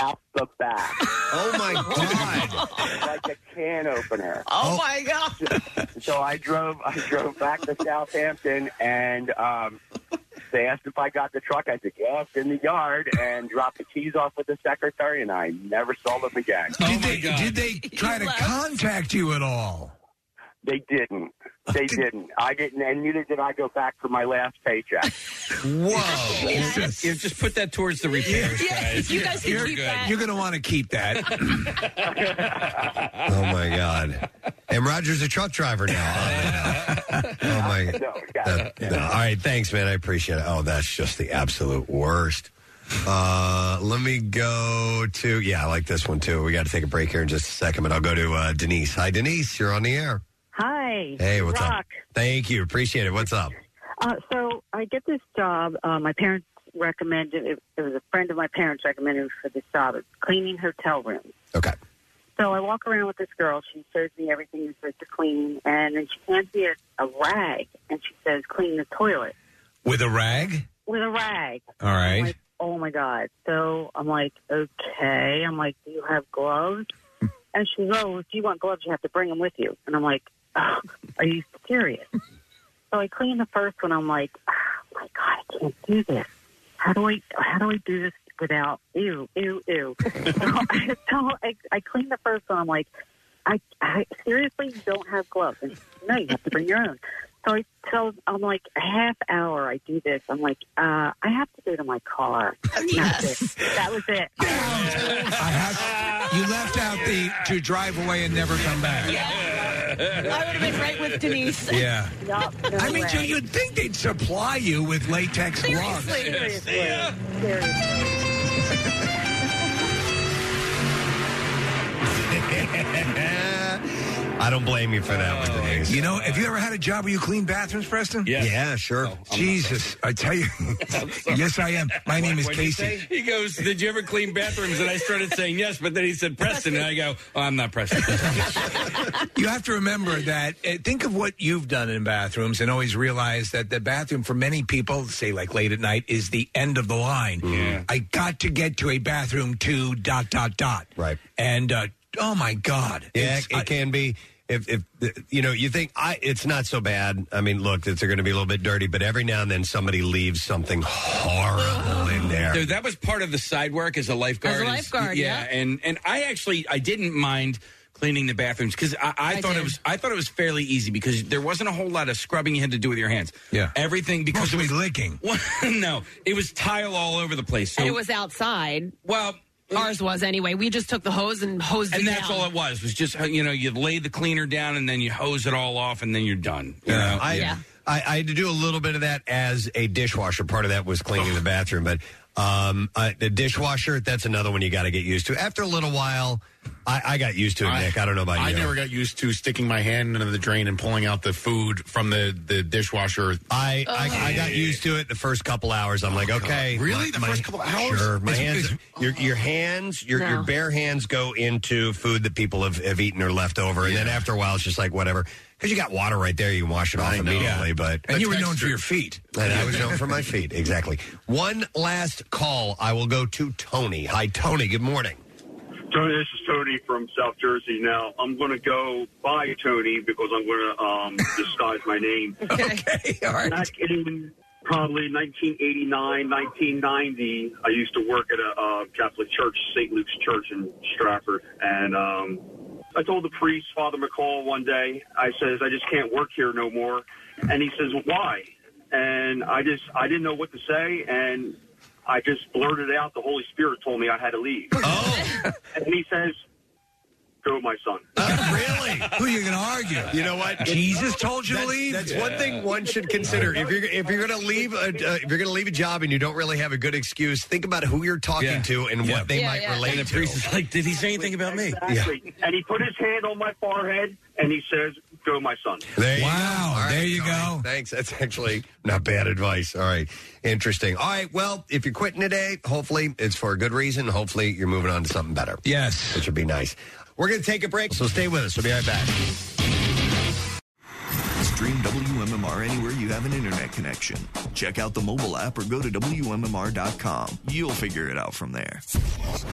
Speaker 10: Out the back.
Speaker 3: Oh my
Speaker 10: god! like a can opener.
Speaker 9: Oh,
Speaker 10: my god! *laughs* So, I drove. I drove back to Southampton, and um, they asked if I got the truck. I said yes, in the yard, and dropped the keys off with the secretary, and I never saw them again.
Speaker 4: Oh
Speaker 5: Did they did they try to contact you at all?
Speaker 10: They didn't. They didn't. I didn't, and neither did I go back for my last paycheck.
Speaker 4: Whoa! You just, you just put that towards the repairs, guys.
Speaker 5: you're,
Speaker 4: You're good.
Speaker 5: you're going to want to keep that.
Speaker 3: Oh my God! And Roger's a truck driver now. oh my! That- no. All right, thanks, man. I appreciate it. Oh, that's just the absolute worst. Uh, let me go to yeah, I like this one too. We got to take a break here in just a second, but I'll go to uh, Denise. Hi, Denise. You're on the air.
Speaker 22: Hi.
Speaker 3: Hey, what's
Speaker 22: Rock.
Speaker 3: up? Thank you. Appreciate it. What's up?
Speaker 22: Uh, so I get this job. Uh, my parents recommended it. It was a friend of my parents recommended me for this job. It's cleaning hotel rooms.
Speaker 3: Okay.
Speaker 22: So I walk around with this girl. She shows me everything that's supposed to clean, and then she hands me a, a rag, and she says, "Clean the toilet
Speaker 5: With a rag?
Speaker 22: with a rag."
Speaker 5: All
Speaker 22: I'm
Speaker 5: right.
Speaker 22: like, oh my god. So I'm like, okay. I'm like, do you have gloves? and she's, oh, if you want gloves, you have to bring them with you. And I'm like, oh, are you serious? so I clean the first one. I'm like, oh my god, I can't do this. How do I? How do I do this without ew, ew, ew? *laughs* so I, so I, I clean the first one. I'm like, I, I seriously you don't have gloves. And she's, no, you have to bring your own. So I so I'm like a half hour. I do this. I'm like, uh, I have to go to my car. Yes. That was
Speaker 9: *laughs*
Speaker 22: it.
Speaker 5: You left out the to drive away and never come back.
Speaker 9: I would have been right
Speaker 3: *laughs*
Speaker 9: with Denise.
Speaker 5: Yeah.
Speaker 9: no
Speaker 5: I mean,
Speaker 9: way.
Speaker 5: so you'd think they'd supply you with latex gloves.
Speaker 9: Seriously.
Speaker 3: I don't blame you for that
Speaker 4: Oh,
Speaker 3: one, Denise.
Speaker 5: You know, have you ever had a job where you clean bathrooms, Preston?
Speaker 3: Yes. Yeah,
Speaker 4: Oh,
Speaker 3: sure.
Speaker 5: Jesus, I
Speaker 4: *laughs*
Speaker 5: tell you. *laughs* yes, I am. My name is
Speaker 4: What'd you say?
Speaker 5: Casey.
Speaker 4: He goes, Did you ever clean bathrooms? And I started saying yes, but then he said Preston. And I go, oh, I'm not *laughs* Preston.
Speaker 5: You have to remember that. uh, Think of what you've done in bathrooms, and always realize that the bathroom for many people, say like late at night, is the end of the line.
Speaker 4: Mm.
Speaker 9: Yeah.
Speaker 5: I got to get to a bathroom to dot dot dot.
Speaker 3: Right.
Speaker 5: And uh, oh my God.
Speaker 3: Yeah,
Speaker 5: It's-
Speaker 3: it can be. If, if you know, you think I, it's not so bad. I mean, look, it's going to be a little bit dirty, but every now and then somebody leaves something horrible in there.
Speaker 4: Dude, that was part of the side work as a lifeguard.
Speaker 3: As a
Speaker 4: It's-
Speaker 3: lifeguard, yeah.
Speaker 4: and and I actually I didn't mind cleaning the bathrooms because I, I, thought it was I thought it was fairly easy because there wasn't a whole lot of scrubbing you had to do with your hands.
Speaker 5: Yeah.
Speaker 4: everything because it was *laughs*
Speaker 5: licking.
Speaker 4: no, it was tile all over the place. *laughs* So
Speaker 7: and it was outside.
Speaker 4: Well,
Speaker 7: ours was anyway. We just took the hose and hosed
Speaker 4: and
Speaker 7: it
Speaker 4: that's
Speaker 7: down.
Speaker 4: all it was was just you know you lay the cleaner down and then you hose it all off and then you're done. You know?
Speaker 3: I, I, I had to do a little bit of that as a dishwasher. Part of that was cleaning the bathroom, but um, uh, the dishwasher, that's another one you got to get used to. After a little while, I, I got used to it, Nick. I don't know about
Speaker 6: I
Speaker 3: you.
Speaker 6: never got used to sticking my hand into the drain and pulling out the food from the, the dishwasher. Oh.
Speaker 3: I, I, I got used to it the first couple hours. I'm like, okay,
Speaker 6: Really?
Speaker 3: my-
Speaker 6: The
Speaker 3: my-
Speaker 6: first couple hours?
Speaker 3: Sure, my
Speaker 6: It's-
Speaker 3: hands,
Speaker 6: it's-
Speaker 3: your your hands, your your
Speaker 6: No.
Speaker 3: bare hands go into food that people have, have eaten or left over, and then after a while, it's just like whatever. Because you got water right there, you can wash it off immediately. But
Speaker 5: And you were known for your feet.
Speaker 3: And I was known for my feet, exactly. One last call. I will go to Tony. Hi, Tony. Good morning.
Speaker 10: *laughs* Tony, this is Tony from South Jersey. Now I'm going to go by Tony because I'm going to um, disguise my name.
Speaker 5: Okay, all right.
Speaker 10: Back in probably 1989, 1990, I used to work at a uh, Catholic church, St. Luke's Church in Stratford, and um, I told the priest, Father McCall, one day. I says, I just can't work here no more, and he says, Why? And I just I didn't know what to say, and I just blurted out. The Holy Spirit told me I had to leave. Oh. *laughs* and he says, Go, my son.
Speaker 5: Who are you going to argue?
Speaker 3: You know what?
Speaker 5: Jesus told you to
Speaker 3: That's-
Speaker 5: leave?
Speaker 3: That's one thing one should consider. If you're if you're going to leave a uh, if you're going to leave a job and you don't really have a good excuse, think about who you're talking
Speaker 4: Yeah.
Speaker 3: to and
Speaker 4: Yeah.
Speaker 3: what they
Speaker 4: Yeah,
Speaker 3: might
Speaker 4: yeah.
Speaker 3: relate
Speaker 4: And the
Speaker 3: to.
Speaker 4: priest is like, did he say anything about me?
Speaker 10: Exactly. And he put his hand on my forehead and he says, Go, my son.
Speaker 3: wow. there you go. Thanks. That's actually not bad advice. All right. Interesting. All right. Well, if you're quitting today, hopefully it's for a good reason. Hopefully you're moving on to something better.
Speaker 5: Yes.
Speaker 3: Which would be nice. We're going to take a break, so stay with us. We'll be right back.
Speaker 23: Stream WMMR anywhere you have an internet connection. Check out the mobile app or go to WMMR.com. You'll figure it out from there.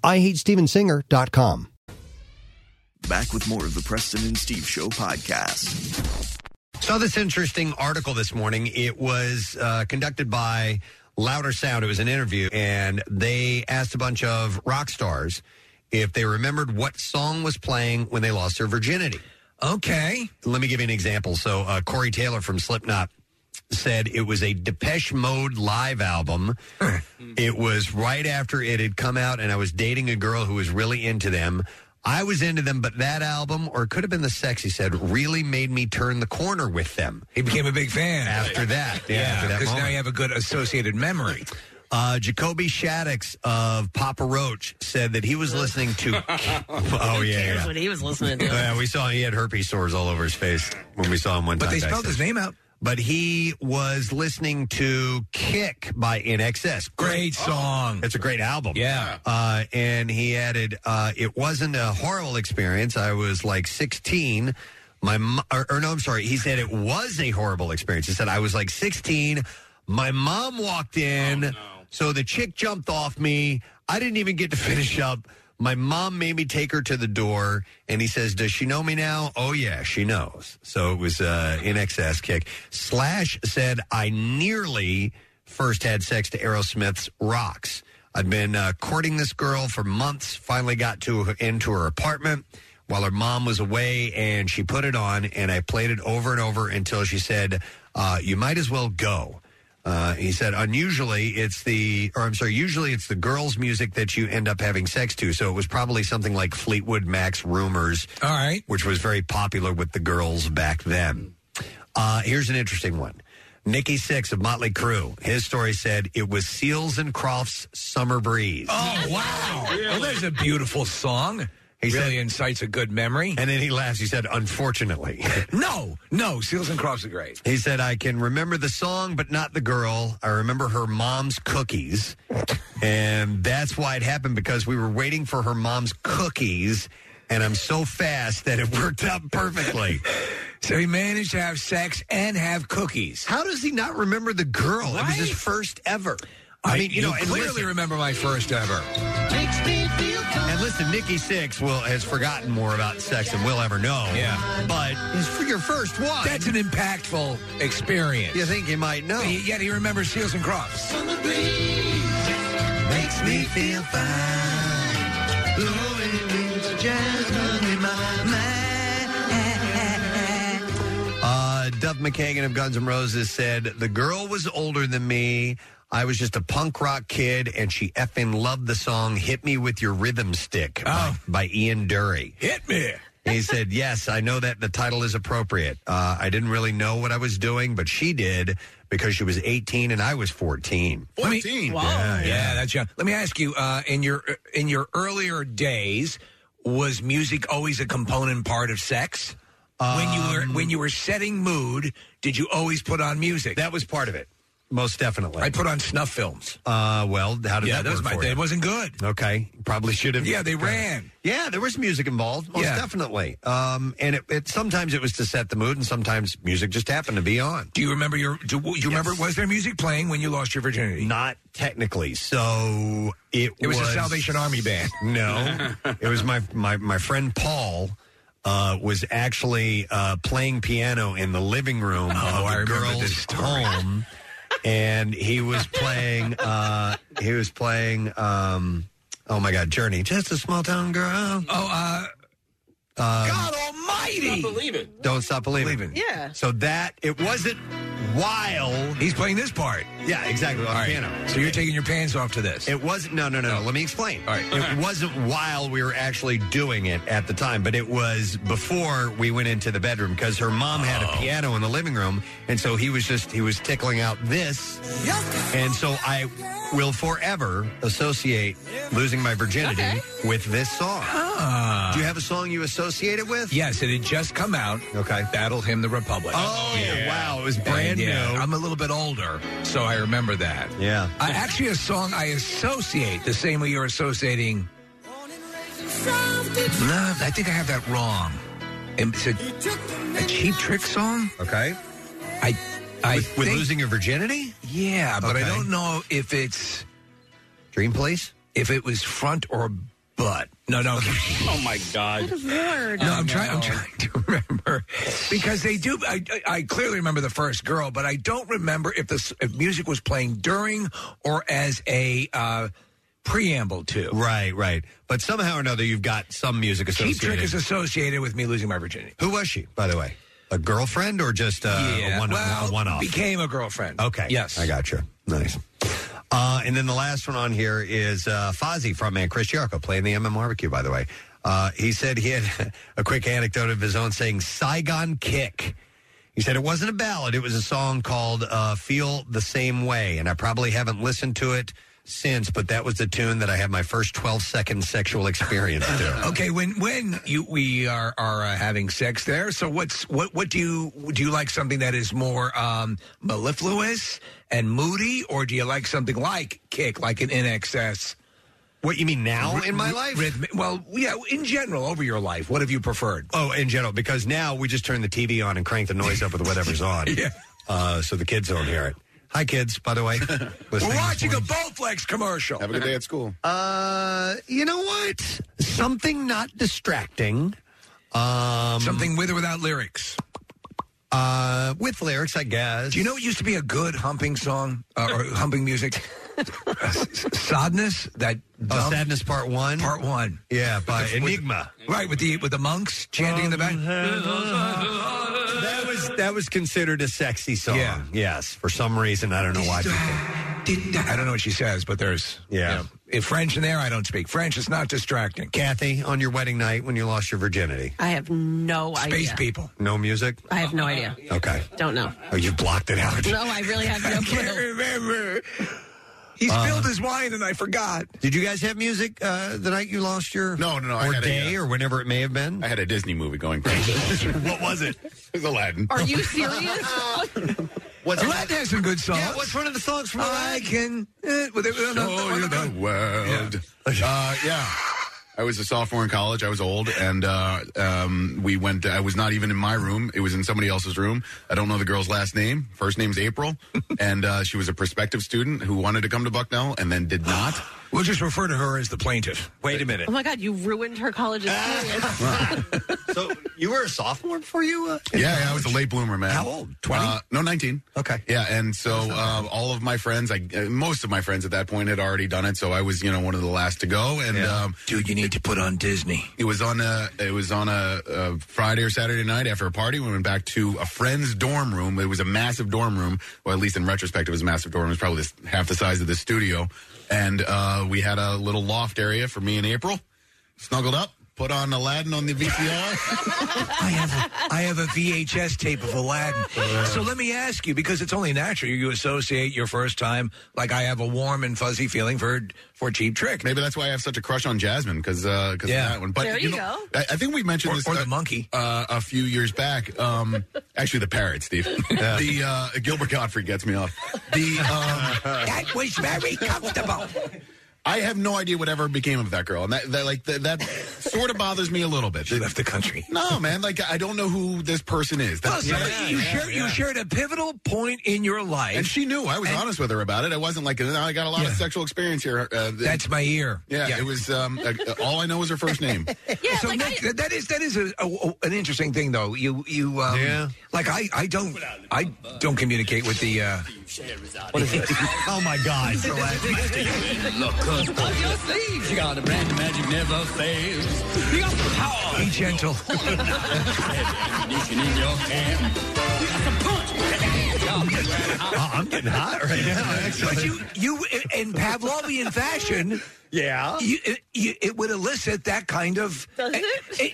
Speaker 24: IHateStevensinger.com.
Speaker 23: Back with more of the Preston and Steve Show podcast.
Speaker 3: Saw this interesting article this morning. It was uh, conducted by Louder Sound. It was an interview, and they asked a bunch of rock stars if they remembered what song was playing when they lost their virginity.
Speaker 5: Okay.
Speaker 3: Let me give you an example. So, uh, Corey Taylor from Slipknot said it was a Depeche Mode live album.
Speaker 5: Hmm.
Speaker 3: it was right after it had come out, and I was dating a girl who was really into them. I was into them, but that album, or it could have been the sex, he said, really made me turn the corner with them.
Speaker 5: He became a big fan.
Speaker 3: After that. Yeah, after that
Speaker 5: because now
Speaker 3: moment.
Speaker 5: you have a good associated memory.
Speaker 3: Uh, Jacoby Shaddix of Papa Roach said that he was listening
Speaker 25: *laughs*
Speaker 5: *laughs*
Speaker 3: to. oh yeah, yeah.
Speaker 25: what he was listening to.
Speaker 3: Yeah, we saw he had herpes sores all over his face when we saw him one
Speaker 5: But
Speaker 3: time.
Speaker 5: they spelled his name out.
Speaker 3: But he was listening to "Kick" by NXS.
Speaker 5: Great song.
Speaker 3: It's a great album.
Speaker 5: Yeah.
Speaker 3: Uh, and he added, uh, "It wasn't a horrible experience. I was like 16." My mo- or, or no, I'm sorry. He said it was a horrible experience. He said I was like 16. My mom walked in, so the chick jumped off me. I didn't even get to *laughs* finish up. My mom made me take her to the door, and he says, "Does she know me now?" Oh yeah, she knows. So it was uh, in excess kick. Slash said, "I nearly first had sex to Aerosmith's Rocks. I'd been uh, courting this girl for months. Finally got to her, into her apartment while her mom was away, and she put it on, and I played it over and over until she said, uh, "You might as well go." Uh, he said, unusually it's the, or I'm sorry, usually it's the girls' music that you end up having sex to. So it was probably something like Fleetwood Mac's Rumors.
Speaker 5: All right.
Speaker 3: Which was very popular with the girls back then. Uh, here's an interesting one. Nikki Six of Motley Crue, his story said it was Seals and Crofts' Summer Breeze.
Speaker 5: Oh, wow. Well, there's a beautiful song. He really incites a good memory.
Speaker 3: And then he laughs. He said,
Speaker 5: *laughs*
Speaker 3: unfortunately.
Speaker 5: no, no. Seals and Crofts are great.
Speaker 3: He said, I can remember the song, but not the girl. I remember her mom's cookies. and that's why it happened because we were waiting for her mom's cookies. And I'm so fast that it *laughs* worked out perfectly.
Speaker 5: So he managed to have sex and have cookies.
Speaker 3: How does he not remember the girl? It was his first ever. I, mean, you, know, and
Speaker 5: clearly
Speaker 3: listen-
Speaker 5: remember my first ever.
Speaker 3: And listen, Nikki Six will has forgotten more about sex than we'll ever know. Yeah, but his, for your first one,
Speaker 5: that's an impactful experience.
Speaker 3: You think he might know?
Speaker 5: He- yet he remembers Seals and Crofts.
Speaker 3: makes me feel fine. Blowing winds of jasmine in my mind. Uh, Duff McKagan of Guns N' Roses said, The girl was older than me. I was just a punk rock kid, and she effing loved the song Hit Me With Your Rhythm Stick by, by Ian Dury.
Speaker 5: Hit me.
Speaker 3: He said, Yes, I know that the title is appropriate. Uh, I didn't really know what I was doing, but she did because she was 18 and I was 14.
Speaker 5: 14. Wow. Yeah, that's young. Let me ask you, uh, in your in your earlier days, was music always a component part of sex? when you were when you were setting mood, did you always put on music? That
Speaker 3: was part of it. Most definitely.
Speaker 5: I put on snuff films.
Speaker 3: Uh, well, how did
Speaker 5: yeah,
Speaker 3: that,
Speaker 5: was
Speaker 3: work
Speaker 5: my
Speaker 3: for
Speaker 5: thing.
Speaker 3: you?
Speaker 5: It wasn't good.
Speaker 3: Okay, probably should have.
Speaker 5: Yeah, they ran.
Speaker 3: Yeah, there was music involved, most
Speaker 5: Yeah.
Speaker 3: definitely. Um, and it, it sometimes it was to set the mood, and sometimes music just happened to be on.
Speaker 5: Do you remember your? Do you remember? Was there music playing when you lost your virginity?
Speaker 3: Not technically. So it
Speaker 5: It was a Salvation Army band.
Speaker 3: *laughs* No, it was my my my friend Paul. Uh, was actually uh, playing piano in the living room
Speaker 5: Oh,
Speaker 3: of a girl's home, and he was playing. Uh, he was playing. Um, oh my God, Journey, just a small town girl.
Speaker 5: Oh,
Speaker 3: uh, um,
Speaker 5: God Almighty! I believe it.
Speaker 3: don't stop believing. Yeah. So that it wasn't while
Speaker 5: he's playing this part.
Speaker 3: Yeah, exactly. On
Speaker 5: All right.
Speaker 3: piano.
Speaker 5: So you're taking your pants off to this.
Speaker 3: It wasn't. No, no, no. no. Let me explain.
Speaker 5: All right.
Speaker 3: It wasn't while we were actually doing it at the time, but it was before we went into the bedroom because her mom had
Speaker 5: Oh.
Speaker 3: a piano in the living room, and so he was just he was tickling out this, and so I will forever associate losing my virginity with this song.
Speaker 5: Ah.
Speaker 3: Do you have a song you associate it with?
Speaker 5: Yes, it had just come out.
Speaker 3: Okay.
Speaker 5: Battle Hymn the Republic.
Speaker 3: Oh, yeah. Wow, it was
Speaker 5: And,
Speaker 3: brand new.
Speaker 5: I'm a little bit older, so I remember that.
Speaker 3: Yeah.
Speaker 5: I, Uh, actually, a song I associate the same way you're associating. No, I think I have that wrong. It's a, a Cheap Trick song?
Speaker 3: Okay.
Speaker 5: I, I
Speaker 3: With- with losing your virginity?
Speaker 5: Yeah, but I
Speaker 3: Okay.
Speaker 5: don't know if it's
Speaker 3: Dream Place.
Speaker 5: If it was front or butt. No, no.
Speaker 4: oh my God.
Speaker 5: No, I'm trying. I'm trying to *laughs* remember because they do. I, I- I clearly remember the first girl, but I don't remember if the if music was playing during or as a uh, preamble to.
Speaker 3: Right, right. But somehow or another, you've got some music associated.
Speaker 5: Cheap Trick is associated with me losing my virginity.
Speaker 3: Who was she, by the way? A girlfriend or just uh,
Speaker 5: Yeah,
Speaker 3: a one
Speaker 5: well,
Speaker 3: a one-off?
Speaker 5: Became a girlfriend.
Speaker 3: Okay.
Speaker 5: Yes.
Speaker 3: I gotcha. Nice. Uh, and then the last one on here is uh, Fozzy from Man Chris Jericho playing the MM Barbecue, by the way. Uh, he said he had *laughs* a quick anecdote of his own saying Saigon Kick. He said it wasn't a ballad, it was a song called uh, Feel the Same Way. And I probably haven't listened to it since, but that was the tune that I had my first 12 second sexual experience to.
Speaker 5: Okay, when when you we are are uh, having sex there, so what's what what do you do you like something that is more um mellifluous and moody, or do you like something like kick, like an NXS?
Speaker 3: What you mean now in my life?
Speaker 5: well, yeah, in general over *laughs* your life, what have you preferred?
Speaker 3: Oh, in general, because now we just turn the TV on and crank the noise up with
Speaker 5: *laughs*
Speaker 3: whatever's on. yeah. Uh, so the kids don't hear it. Hi, kids,
Speaker 5: *laughs*
Speaker 3: by the way.
Speaker 5: We're
Speaker 3: Listening
Speaker 5: watching a Bowflex commercial. Have
Speaker 3: a good day at
Speaker 6: school.
Speaker 3: Uh, you know what? Something not distracting.
Speaker 5: Uh,
Speaker 3: Um,
Speaker 5: Something with or without lyrics.
Speaker 3: Uh, with lyrics, I guess.
Speaker 5: Do you know what used to be a good humping song uh,
Speaker 3: *laughs*
Speaker 5: or humping music? Uh, s- sadness that
Speaker 3: Oh,
Speaker 5: dumb-
Speaker 3: Sadness Part One.
Speaker 5: Part One.
Speaker 3: Yeah, by
Speaker 5: With-
Speaker 3: Enigma.
Speaker 5: right, with the with the monks chanting in the back.
Speaker 7: Uh,
Speaker 3: That was that was considered a sexy song. Yeah. Yes, for some reason I don't know why.
Speaker 5: I don't know what she says, but there's
Speaker 3: Yeah.
Speaker 5: If French in there, I don't speak French. It's not distracting.
Speaker 3: Kathy, on your wedding night when you lost your virginity,
Speaker 7: I have no idea.
Speaker 5: Space people.
Speaker 3: no music.
Speaker 7: I have no idea.
Speaker 3: Okay.
Speaker 7: Uh, Don't know.
Speaker 3: Oh, you blocked it out.
Speaker 7: No, I really have no clue.
Speaker 5: remember. He spilled his wine and I forgot.
Speaker 3: Uh, Did you guys have music uh, the night you lost your
Speaker 6: No, no, no. I
Speaker 3: or
Speaker 6: had a,
Speaker 3: day
Speaker 6: uh,
Speaker 3: or whenever it may have been?
Speaker 6: I had a Disney movie going. *laughs* what
Speaker 3: was it?
Speaker 6: It was Aladdin.
Speaker 7: Are you serious?
Speaker 6: What's
Speaker 5: Aladdin has some good songs. Yeah, what's
Speaker 3: one of the songs from
Speaker 5: I can. Uh, with it, *laughs*
Speaker 6: Show you the world. Yeah. Uh, yeah. I was a sophomore in college. I was old, and uh, um, we went. I was not even in my room. It was in somebody else's room. I don't know the girl's last name. First name's April, and uh, she was a prospective student who wanted to come to Bucknell and then did not.
Speaker 5: We'll just refer to her as the plaintiff.
Speaker 3: Wait a minute.
Speaker 7: Oh my God, you ruined her college experience.
Speaker 3: so you were a sophomore before you? Uh,
Speaker 6: Yeah, yeah, I was a late bloomer, man.
Speaker 3: How old? 20?
Speaker 6: Uh, no, 19.
Speaker 3: Okay.
Speaker 6: Yeah, and so uh, all of my friends, I, uh, most of my friends at that point had already done it, so I was, you know, one of the last to go. And um,
Speaker 5: Dude, you need to put on Disney.
Speaker 6: it was on a it was on a, a Friday or Saturday night after a party. We went back to a friend's dorm room. It was a massive dorm room. Well, at least in retrospect, it was a massive dorm. room. It was probably this, half the size of the studio, and uh, we had a little loft area for me and April. Snuggled up, Put on Aladdin on the VCR.
Speaker 5: *laughs* I have a, I have a VHS tape of Aladdin. So let me ask you, because it's only natural you associate your first time. Like I have a warm and fuzzy feeling for for Cheap Trick.
Speaker 6: Maybe that's why I have such a crush on Jasmine because uh, 'cause of that one. But
Speaker 5: There you
Speaker 6: know, I, I think we mentioned
Speaker 5: Or-
Speaker 6: this
Speaker 5: or the
Speaker 6: uh,
Speaker 5: monkey
Speaker 6: uh, a few years back. Um, *laughs* actually, the parrot, Steve. *laughs* The uh, Gilbert Godfrey gets me off. The um,
Speaker 5: *laughs* that was very comfortable.
Speaker 6: I have no idea whatever became of that girl, and that, that like that, that sort of bothers me a little bit. She
Speaker 5: left the country.
Speaker 6: No, man. Like I don't know who this person is.
Speaker 5: Well, somebody- you shared- you shared a pivotal point in your life,
Speaker 6: and she knew. I was honest with her about it. I wasn't like, "No, I got a lot of sexual experience here. Uh,
Speaker 5: That's my ear.
Speaker 6: Yeah,
Speaker 5: Yeah.
Speaker 6: it was. Um, uh, all I know is her first name.
Speaker 5: *laughs* Yeah, so Nick, that- that is that is a, a- an interesting thing, though. You you um, yeah. Like I I don't I don't communicate with the. Uh, what is this? *laughs* oh my
Speaker 6: *laughs*
Speaker 5: God!
Speaker 9: Look, cause of your sleeves, you got a brand of magic never fails. You got the power.
Speaker 5: Be gentle.
Speaker 9: Ignition in your
Speaker 5: *laughs*
Speaker 9: hand. You got some punch.
Speaker 5: Uh, I'm getting hot right now. But you you in Pavlovian fashion.
Speaker 1: Yeah,
Speaker 5: you, it, you, it would elicit that kind of. it?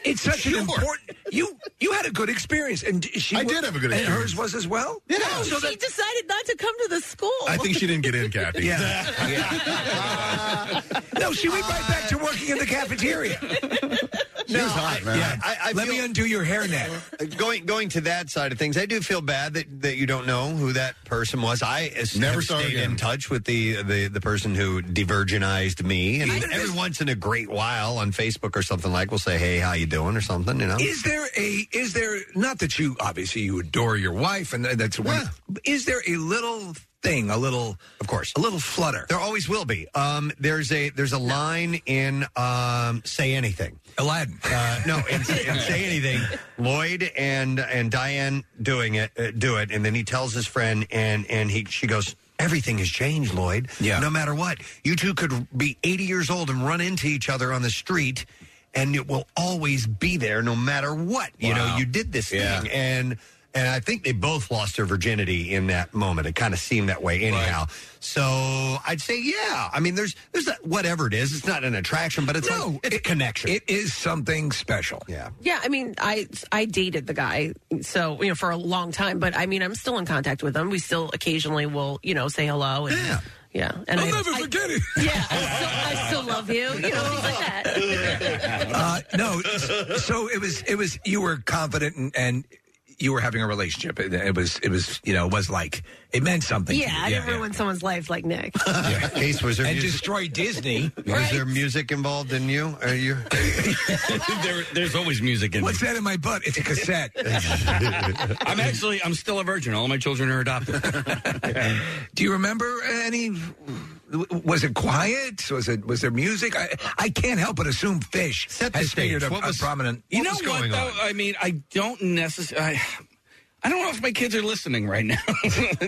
Speaker 5: it's such an important. You you had a good experience, and she
Speaker 6: I did have a good
Speaker 5: And
Speaker 6: experience.
Speaker 5: hers was as well. Oh,
Speaker 16: No,
Speaker 5: So
Speaker 16: she decided not to come to the school.
Speaker 6: I think she didn't get in, Kathy.
Speaker 5: Yeah. *laughs* No, she went right back to working in
Speaker 6: *laughs*
Speaker 5: the cafeteria.
Speaker 6: She was hot, man.
Speaker 5: Yeah, let me undo your hairnet.
Speaker 3: Uh, Going going to that side of things, I do feel bad that, that you don't know who that person was. I as-
Speaker 6: Never
Speaker 3: have
Speaker 6: saw her
Speaker 3: stayed
Speaker 6: again.
Speaker 3: in touch with the, the the person who divergenized me, and every once in a great while on Facebook or something like, we'll say, "Hey, how you doing?" or something. You know,
Speaker 5: Is there a is there not that you obviously you adore your wife and that- that's one is there a little thing a little
Speaker 3: of course
Speaker 5: a little flutter
Speaker 3: There always will be. Um, there's a there's a line in um, "Say Anything."
Speaker 5: Aladdin.
Speaker 3: Uh,
Speaker 5: *laughs*
Speaker 3: no, in, in "Say Anything," Lloyd and and Diane doing it uh, do it, and then he tells his friend, and and he she goes. Everything has changed, Lloyd. Yeah. No matter what, you two could be 80 years old and run into each other on the street, and it will always be there, no matter what. You know,
Speaker 6: Wow.
Speaker 3: you did this
Speaker 6: Yeah.
Speaker 3: thing, and and I think they both lost their virginity in that moment. It kind of seemed that way, anyhow. So I'd say, yeah. I mean, there's there's that, whatever it is. It's not an attraction, but it's like, it's a connection. It
Speaker 5: is something special.
Speaker 3: Yeah.
Speaker 7: Yeah, I mean, I I dated the guy, so you know, for a long time. But I mean, I'm still in contact with him. We still occasionally will, you know, say hello. And, yeah, yeah. And I, *laughs*
Speaker 5: never forget it.
Speaker 7: Yeah, I still, I still love you. You know, things like that.
Speaker 5: uh, no s- so it was it was you were confident and, and you were having a relationship it, it was it was you know it was like it meant something to
Speaker 7: yeah,
Speaker 5: you.
Speaker 7: I didn't ruin someone's life like Nick.
Speaker 3: *laughs* Yeah. Case was there
Speaker 5: and
Speaker 3: music-
Speaker 5: destroy
Speaker 3: *laughs*
Speaker 5: Disney
Speaker 3: Was there music involved in you? Are you?
Speaker 4: there, there's always music in
Speaker 5: what's
Speaker 4: it.
Speaker 5: that in my
Speaker 4: *laughs*
Speaker 5: butt it's a cassette
Speaker 4: I'm actually, I'm still a virgin. All my children are
Speaker 5: *laughs*
Speaker 4: adopted.
Speaker 5: Do you remember any? Was it quiet? Was it? Was there music? I I can't help but assume Fish has figured a, a prominent.
Speaker 4: You know what? though? I mean, I don't necessarily. I don't know if my kids are listening right now, *laughs*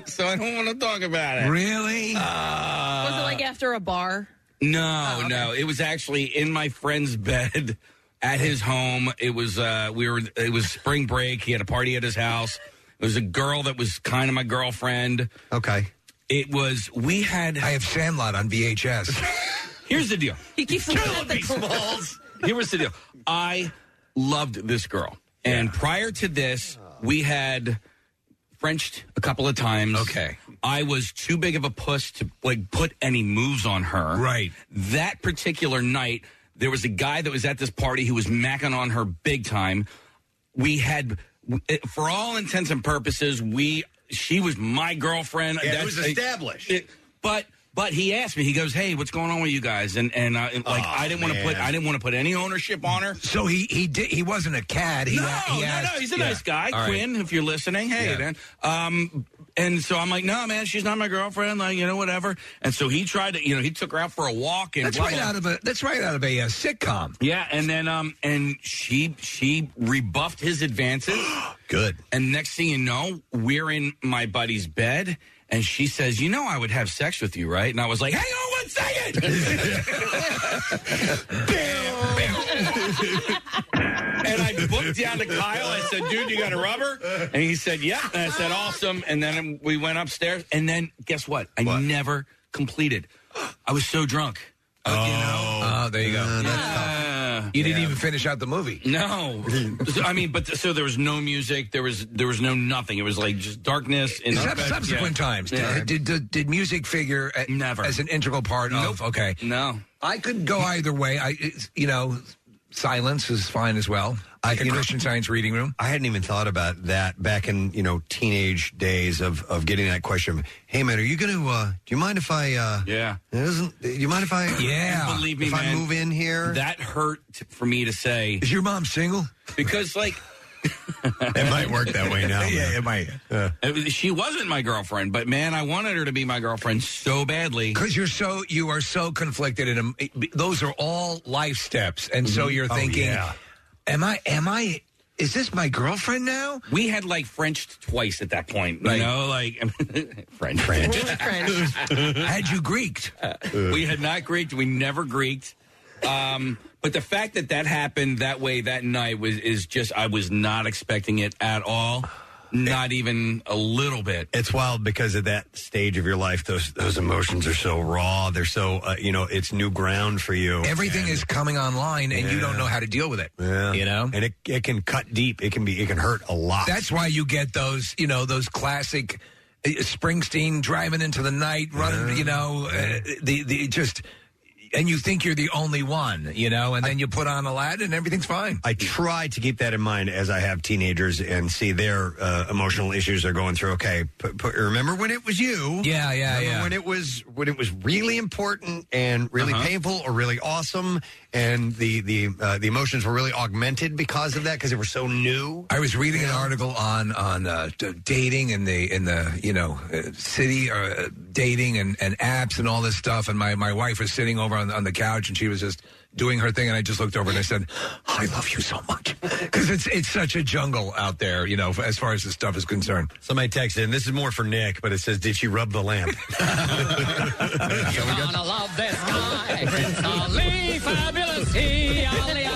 Speaker 4: so I don't want to talk about it. Uh,
Speaker 5: Really?
Speaker 7: was it like after a Oh, bar?
Speaker 4: No, no. It was actually in my friend's bed *laughs* at his home. It was uh we were it was spring break. He had a party at his house. It was a girl that was kind of my girlfriend.
Speaker 3: Okay.
Speaker 4: It was we had I
Speaker 5: have Sandlot on VHS.
Speaker 4: *laughs* Here's the deal.
Speaker 7: He keeps looking at the *laughs*
Speaker 4: Here was the deal. I loved this girl. And prior to this, we had Frenched a couple of times. Okay. I was too big of a puss to like put any moves on her. Right. That particular night, there was a guy that was at this party who was macking on her big time. We had for all intents and purposes, we she was my girlfriend.
Speaker 3: Yeah, it
Speaker 4: That's-
Speaker 3: was established.
Speaker 4: it- but but he asked me. He goes, "Hey, what's going on with you guys?" And and, I, and like
Speaker 5: Oh,
Speaker 4: I didn't want to
Speaker 5: man.
Speaker 4: put I didn't want to put any ownership on her.
Speaker 5: So he he did he wasn't a cad. He,
Speaker 4: no,
Speaker 5: he
Speaker 4: no,
Speaker 5: asked-
Speaker 4: no. He's a
Speaker 5: yeah.
Speaker 4: nice guy,
Speaker 5: All right.
Speaker 4: Quinn. If you're listening, hey,
Speaker 5: Yeah.
Speaker 4: man. Um, and so I'm like, no, man, she's not my girlfriend. Like, you know, whatever. And so he tried to, you know, he took her out for a walk. And
Speaker 5: That's
Speaker 4: blah,
Speaker 5: right
Speaker 4: blah.
Speaker 5: out of a that's right out of a uh, sitcom.
Speaker 4: Yeah, and then um, and she she rebuffed his advances.
Speaker 5: *gasps* Good.
Speaker 4: And next thing you know, we're in my buddy's bed, and she says, "You know, I would have sex with you, right?" And I was
Speaker 5: *laughs*
Speaker 4: like, *laughs* "Hang on one second.
Speaker 3: *laughs*
Speaker 4: and I booked down to Kyle. I said, "Dude, you got a rubber?" And he said, "Yeah." And I said, "Awesome." And then we went upstairs, and then guess what? I never completed. I was so drunk.
Speaker 5: Oh, there you go.
Speaker 4: Yeah.
Speaker 5: You didn't even finish out the movie.
Speaker 4: No, So, I mean, but th- so there was no music. There was there was no nothing. It was like just darkness. And
Speaker 5: Sub- subsequent
Speaker 4: Yeah.
Speaker 5: times, Uh,
Speaker 4: Yeah.
Speaker 5: did, did, did, did music figure a- as an integral part of? Okay,
Speaker 4: no,
Speaker 5: I could go either way. I, it's, you know, silence is fine as well. Like a Christian Science reading room.
Speaker 3: I hadn't even thought about that back in you know teenage days of of getting that question. Hey man, are you gonna? Uh, do you mind if I? Uh,
Speaker 4: yeah.
Speaker 3: it Doesn't do you mind if I?
Speaker 4: You believe me,
Speaker 3: if
Speaker 4: man,
Speaker 3: I move in here,
Speaker 4: that hurt t- for me to say.
Speaker 5: Is your mom single?
Speaker 4: Because
Speaker 5: *laughs*
Speaker 4: like,
Speaker 3: it might work that way
Speaker 4: *laughs*
Speaker 3: now.
Speaker 5: yeah, it might.
Speaker 4: Uh, she wasn't my girlfriend, but man, I wanted her to be my girlfriend so badly.
Speaker 5: Because you're so you are so conflicted, and those are all life steps, and so
Speaker 4: Mhm.
Speaker 5: you're
Speaker 4: Oh,
Speaker 5: thinking,
Speaker 4: yeah.
Speaker 5: "Am I? Am I? Is this my girlfriend now?"
Speaker 4: We had like Frenched twice at that point. You know, like *laughs* French, French. *laughs* Uh,
Speaker 5: had you Greeked?
Speaker 4: we had not Greeked. We never Greeked. Um, but the fact that that happened that way that night was is just I was not expecting it at all. Not even a little bit.
Speaker 3: It's wild because at that stage of your life, those those emotions are so raw. They're so uh, you know, it's new ground for you.
Speaker 5: Everything is coming online, and you don't know how to deal with it.
Speaker 3: Yeah.
Speaker 5: You know,
Speaker 3: and it it can cut deep. It can be it can hurt a lot.
Speaker 5: That's why you get those, you know, those classic uh, Springsteen driving into the night, running, you know, uh, the the just, and you think you're the only one, you know, and then you put on a lad, and everything's fine.
Speaker 3: I try to keep that in mind as I have teenagers and see their uh, emotional issues they're going through. Okay, p- p- remember when it was you?
Speaker 5: Yeah, yeah,
Speaker 3: remember
Speaker 5: yeah.
Speaker 3: When it was when it was really important and really
Speaker 5: Uh-huh.
Speaker 3: painful or really awesome, and the the uh, the emotions were really augmented because of that because they were so new.
Speaker 5: I was reading
Speaker 3: *laughs*
Speaker 5: an article on on uh, d- dating and the in the you know uh, city or uh, dating and, and apps and all this stuff. And my, my wife was sitting over on, on the couch and she was just doing her thing. And I just looked over and I said, "I love you so much," *laughs* because it's it's such a jungle out there, you know, as far as this stuff is concerned.
Speaker 3: Somebody texted, and this is more for Nick, but it says, "Did she rub the lamp?"
Speaker 9: You're gonna love this guy. Prince Ali, fabulous he, Ali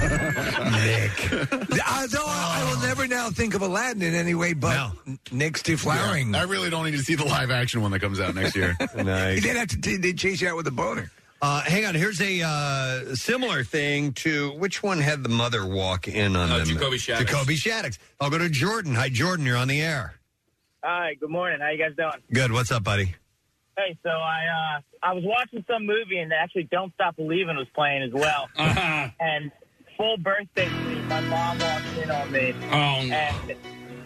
Speaker 5: *laughs* Nick. Although I, I will never now think of Aladdin in any way but Nick's deflowering.
Speaker 6: I really don't need to see the *laughs* live action one that comes out next year.
Speaker 5: *laughs* They did have to they they chase you out with a boner.
Speaker 3: Uh, hang on, here's a uh, similar thing to which one had the mother walk in on
Speaker 5: Oh,
Speaker 4: Uh,
Speaker 3: them?
Speaker 4: Jacoby Shaddix.
Speaker 3: Jacoby Shaddix. I'll go to Jordan. Hi, Jordan. You're on the air.
Speaker 26: Hi, good morning. How you guys doing?
Speaker 3: Good. What's up, buddy?
Speaker 26: Hey, so I uh, I was watching some movie and actually Don't Stop Believing was playing as well. and full birthday suite, my mom walked in on me and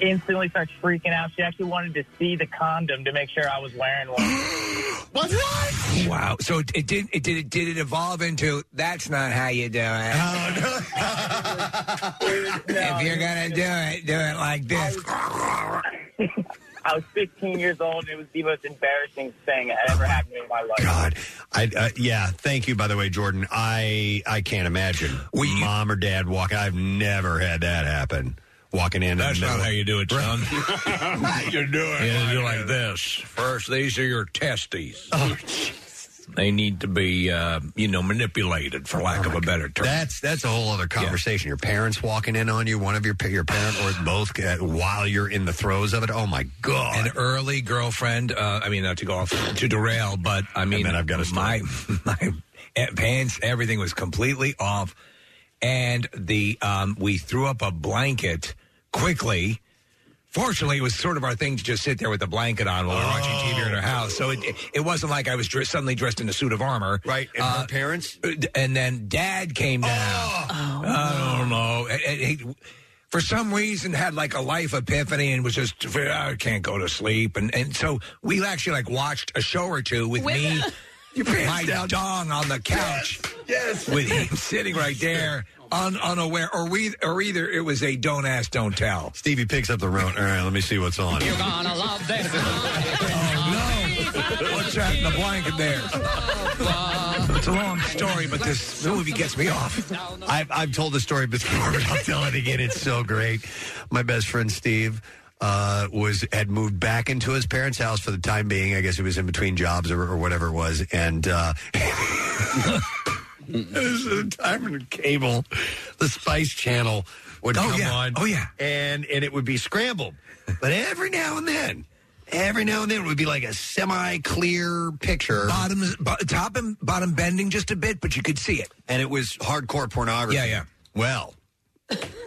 Speaker 26: instantly starts freaking out. She actually wanted to see the condom to make sure I was wearing one.
Speaker 9: what?
Speaker 5: Wow. So it, it did it did it did it evolve into that's not how you do it. *laughs* if you're gonna do it, do it like this.
Speaker 26: I was 15 years old and it was the most embarrassing thing that ever happened in my life.
Speaker 3: God, I uh, yeah. Thank you, by the way, Jordan. I I can't imagine mom or dad walking. I've never had that happen. Walking in. That's not how
Speaker 5: you do it, son.
Speaker 3: *laughs* you do it.
Speaker 5: Yeah, you're like this. First, these are your testes. They need to be, uh, you know, manipulated, for lack of a better term.
Speaker 3: That's that's a whole other conversation. Your parents walking in on you, one of your pa- your parent or both, uh, while you're in the throes of it. Oh my god!
Speaker 5: An early girlfriend. Uh, I mean, not to go off to derail, but I mean, I've got my *laughs* my eh, pants. Everything was completely off, and the um, we threw up a blanket quickly. Fortunately, it was sort of our thing to just sit there with a blanket on while we were watching TV in our house. So it it, it wasn't like I was dre- suddenly dressed in a suit of armor. Right.
Speaker 3: And her parents.
Speaker 5: And then dad came down.
Speaker 9: Oh.
Speaker 5: I don't know. And- and he- for some reason, had like a life epiphany and was just I can't go to sleep. And and so we actually like watched a show or two with,
Speaker 9: With-
Speaker 5: me,
Speaker 9: *laughs* Your pants
Speaker 5: my
Speaker 9: down.
Speaker 5: dong on the couch.
Speaker 9: Yes.
Speaker 5: with him sitting right there, un, unaware, or we, or either it was a don't ask, don't tell.
Speaker 3: Stevie picks up the remote. All right, let me see what's on.
Speaker 9: You're gonna love this guy.
Speaker 5: What's that in the blanket there? It's a long story, but this movie gets me off.
Speaker 3: I've, I've told the story before, but I'll tell it again. It's so great. My best friend Steve uh, was had moved back into his parents' house for the time being. I guess he was in between jobs or, or whatever it was, and uh, *laughs* this is the time when cable, the Spice Channel would
Speaker 5: Oh,
Speaker 3: come
Speaker 5: yeah.
Speaker 3: on.
Speaker 5: Oh, yeah.
Speaker 3: and and it would be scrambled, but every now and then. Every now and then it would be like a semi-clear picture,
Speaker 5: bottom, bo- top and bottom bending just a bit, but you could see it.
Speaker 3: and it was hardcore pornography.
Speaker 5: Yeah, yeah.
Speaker 3: Well,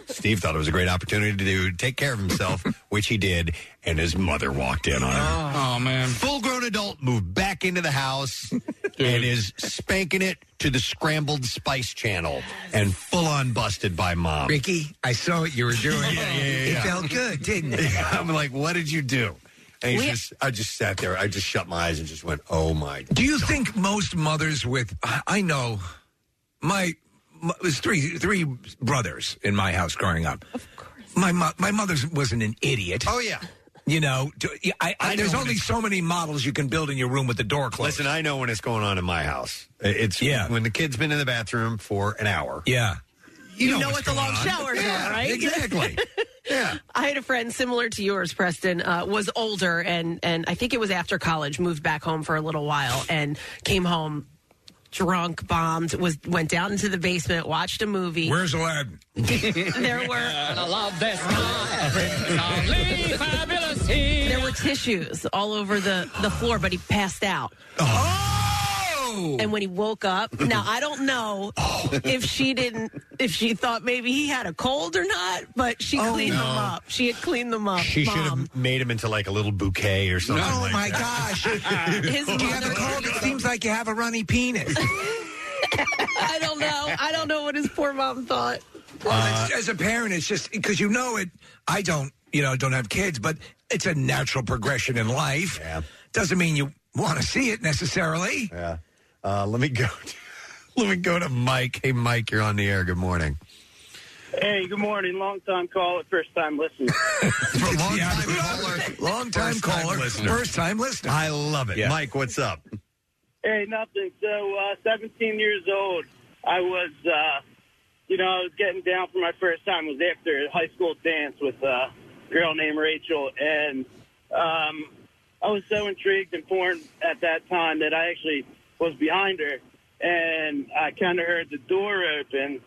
Speaker 3: Steve thought it was a great opportunity to do- take care of himself, which he did, and his mother walked in on him.
Speaker 4: Oh man,
Speaker 3: full-grown adult moved back into the house and is spanking it to the scrambled spice channel and full-on busted by mom.
Speaker 5: Ricky, I saw what you were doing.
Speaker 3: yeah, yeah, yeah,
Speaker 5: It felt good, didn't
Speaker 3: *laughs*
Speaker 5: it?
Speaker 3: I'm like, what did you do? And he's
Speaker 5: We-
Speaker 3: just, I just sat there. I just shut my eyes and just went, oh my.
Speaker 5: Do you think most mothers with I- I know my, my it was three three brothers in my house growing up. Of course, my mo- my mother wasn't an idiot. Oh
Speaker 3: yeah.
Speaker 5: You know, do- yeah, I, I,
Speaker 3: I
Speaker 5: there's
Speaker 3: know when
Speaker 5: only so many models you can build in your room with the door closed.
Speaker 3: Listen, I know when it's going on in
Speaker 5: *laughs*
Speaker 3: my house. It's yeah. when the kid's been in the bathroom for an hour.
Speaker 5: Yeah.
Speaker 3: You,
Speaker 7: You
Speaker 3: know,
Speaker 7: know
Speaker 3: what's
Speaker 7: what the
Speaker 3: going
Speaker 7: long
Speaker 3: on.
Speaker 7: showers
Speaker 3: Yeah,
Speaker 7: are, right?
Speaker 3: Exactly.
Speaker 7: *laughs* I had a friend similar to yours, Preston, uh, was older and and I think it was after college, moved back home for a little while and came home drunk, bombed, was went down into the basement, watched a movie.
Speaker 5: Where's Aladdin?
Speaker 7: *laughs* there were
Speaker 9: I love this smile. Fabulous
Speaker 7: there were tissues all over the, the floor, but he passed out.
Speaker 5: Oh!
Speaker 7: And when he woke up, now I don't know if she didn't, if she thought maybe he had a cold or not, but she
Speaker 3: Oh,
Speaker 7: cleaned
Speaker 3: no.
Speaker 7: them up. She had cleaned them up.
Speaker 3: She
Speaker 5: *laughs*
Speaker 3: should
Speaker 7: Mom.
Speaker 3: have made him into like a little bouquet or something.
Speaker 5: oh
Speaker 3: like
Speaker 5: my
Speaker 3: that.
Speaker 5: gosh!
Speaker 7: His
Speaker 5: Do you have a
Speaker 7: mother-
Speaker 5: cold? It seems like you have a runny penis.
Speaker 7: I don't know. I don't know what his poor mom thought.
Speaker 5: Well, it's- as a parent, it's just because you know it. I don't, you know, don't have kids, but it's a natural progression in life. Doesn't mean you want to see it necessarily.
Speaker 3: Yeah. Uh, let me go. To, *laughs* let me go to Mike. Hey, Mike, you're on the air. Good morning.
Speaker 2: Hey, good morning. Long time caller, first
Speaker 5: *laughs*
Speaker 2: time listener.
Speaker 3: long time caller,
Speaker 5: long time caller, first time listener.
Speaker 3: I love it,
Speaker 5: Yeah.
Speaker 3: Mike. What's up?
Speaker 2: hey, nothing. So, uh, 17 years old, I was, uh, you know, I was getting down for my first time. It was after a high school dance with a girl named Rachel, and um, I was so intrigued and porn at that time that I actually was behind her, and I kind of heard the door open.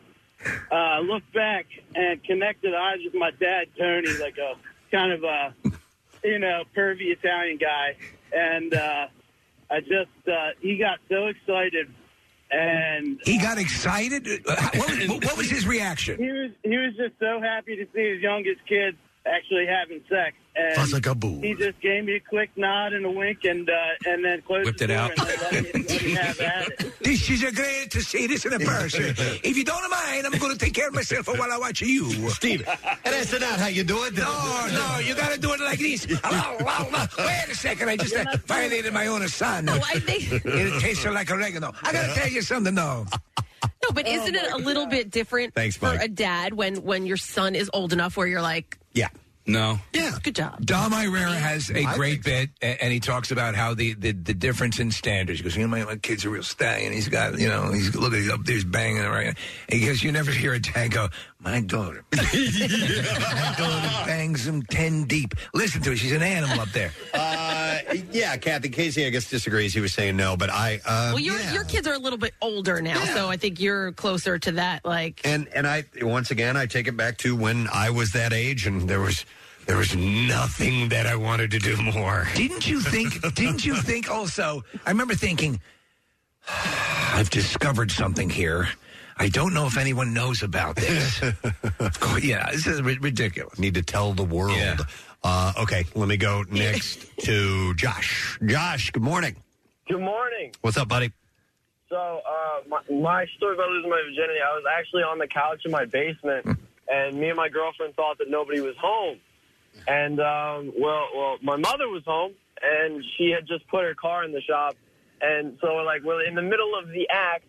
Speaker 2: Uh, looked back and connected eyes with my dad, Tony, like a kind of a you know, pervy Italian guy. And uh, I just, uh, he got so excited. And
Speaker 5: He got excited. Uh, how- What was, what was his reaction?
Speaker 2: he was, he was just so happy to see his youngest kid actually having sex. And
Speaker 5: Fuzzagaboo.
Speaker 2: he just gave me a quick nod and a wink and uh, and then closed
Speaker 5: Whipped
Speaker 2: the
Speaker 5: it
Speaker 2: door
Speaker 5: out.
Speaker 2: and let me, let me have at it.
Speaker 5: This is a great to see this in a
Speaker 3: *laughs*
Speaker 5: person. if you don't mind, I'm going to take care of myself while I watch you,
Speaker 3: Steve. And that's not how you do it.
Speaker 5: No, no, you got to do it like
Speaker 3: *laughs*
Speaker 5: this. Wait a second, I just uh, violated my own son.
Speaker 7: No, Oh, I
Speaker 5: *laughs*
Speaker 7: think-
Speaker 5: it tastes like oregano. I got to tell you something though.
Speaker 7: No, but isn't it a little bit different
Speaker 5: Thanks,
Speaker 7: for
Speaker 5: Mike.
Speaker 7: a dad when when your son is old enough where you're like,
Speaker 5: Yeah.
Speaker 4: No.
Speaker 5: Yeah.
Speaker 7: good job.
Speaker 5: Dom uh, Irera has a
Speaker 7: I
Speaker 5: great bit, a- and he talks about how the, the, the difference in standards. He goes, you know, my, my kid's a real stallion. He's got, you know, he's look at he's up there, he's banging it right. And he goes, you never hear a dad go, my daughter. *laughs* my daughter bangs him ten deep. Listen to her, she's an animal up there.
Speaker 3: *laughs* Uh, yeah, Kathy Casey, I guess disagrees. He was saying no, but I. Uh,
Speaker 7: well, your your kids are a little bit older now, so I think you're closer to that. Like,
Speaker 3: and and I once again I take it back to when I was that age and there was there was nothing that I wanted to do more.
Speaker 5: Didn't you think? didn't you think also? I remember thinking, I've discovered something here. I don't know if anyone knows about
Speaker 3: *laughs*
Speaker 5: this. Of course- yeah, this is ri- ridiculous.
Speaker 3: Need to tell the world. Uh, okay, let me go
Speaker 5: *laughs*
Speaker 3: next to Josh. Josh, good morning.
Speaker 17: *laughs* Good morning.
Speaker 3: What's up, buddy?
Speaker 17: So, uh, my, my story about losing my virginity, I was actually on the couch in my basement, and me and my girlfriend thought that nobody was home. And, um, well, well, my mother was home, and she had just put her car in the shop. And so, like, we're in the middle of the act,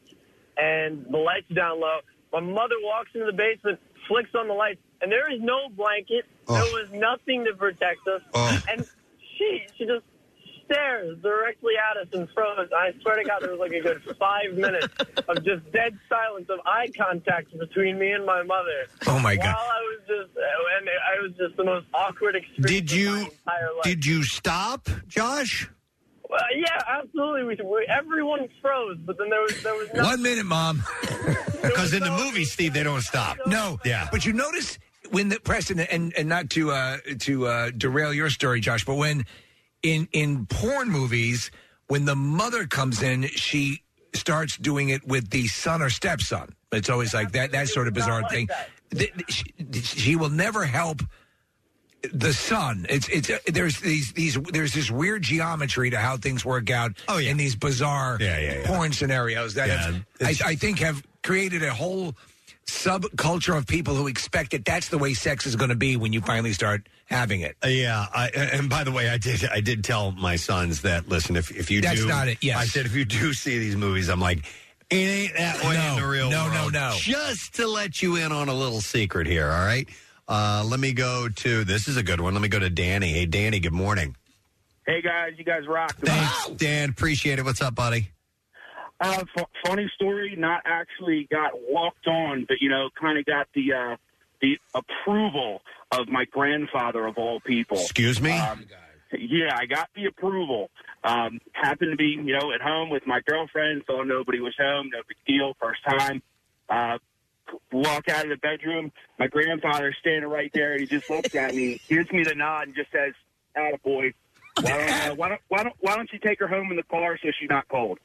Speaker 17: and the lights are down low. My mother walks into the basement, flicks on the lights, and there is no blanket. There was nothing to protect us. And she, she just stares directly at us and froze. I swear to God, there was like a good five minutes of just dead silence of eye contact between me and my mother.
Speaker 5: Oh, my God.
Speaker 17: While I was just, and I was just the most awkward experience.
Speaker 3: Did you
Speaker 17: of my entire life.
Speaker 3: did you stop, Josh?
Speaker 17: Well, yeah, absolutely. We, we, everyone froze, but then there was there was nothing.
Speaker 5: One minute,
Speaker 3: *laughs*
Speaker 5: mom.
Speaker 3: Because in the movie, Steve, they don't stop.
Speaker 5: No, yeah. But you notice when the Preston and and not to uh, to uh, derail your story, Josh, but when in in porn movies when the mother comes in, she starts doing it with the son or stepson. It's always like that that sort of bizarre thing. Th- th- She, she will never help the son. It's it's uh, there's these these there's this weird geometry to how things work out. Oh, yeah. in these bizarre porn scenarios that have, I, I think have created a whole subculture of people who expect that that's the way sex is going to be when you finally start having it.
Speaker 3: Uh, Yeah, I, and by the way, I did. I did tell my sons that. Listen, if if you
Speaker 5: That's
Speaker 3: do,
Speaker 5: not it, yes.
Speaker 3: I said if you do see these movies, I'm like, it ain't that way in the real
Speaker 5: no, no,
Speaker 3: world.
Speaker 5: no.
Speaker 3: Just to let you in on a little secret here. All right, uh, let me go to this is a good one. Let me go to Danny. Hey, Danny. Good morning.
Speaker 10: Hey guys, you guys rock.
Speaker 3: Thanks, Dan. Appreciate it. What's up, buddy?
Speaker 10: Uh, f- funny story. Not actually got walked on, but you know, kind of got the uh, the approval of my grandfather of all people.
Speaker 3: Excuse me?
Speaker 10: Um, yeah, I got the approval. Um, happened to be you know at home with my girlfriend, so nobody was home. No big deal. First time. Uh, walk out of the bedroom. My grandfather's standing right there, and he just looks at me, gives me the nod, and just says, "Attaboy." Why don't, uh, why don't why don't why don't you take her home in the car so she's not cold?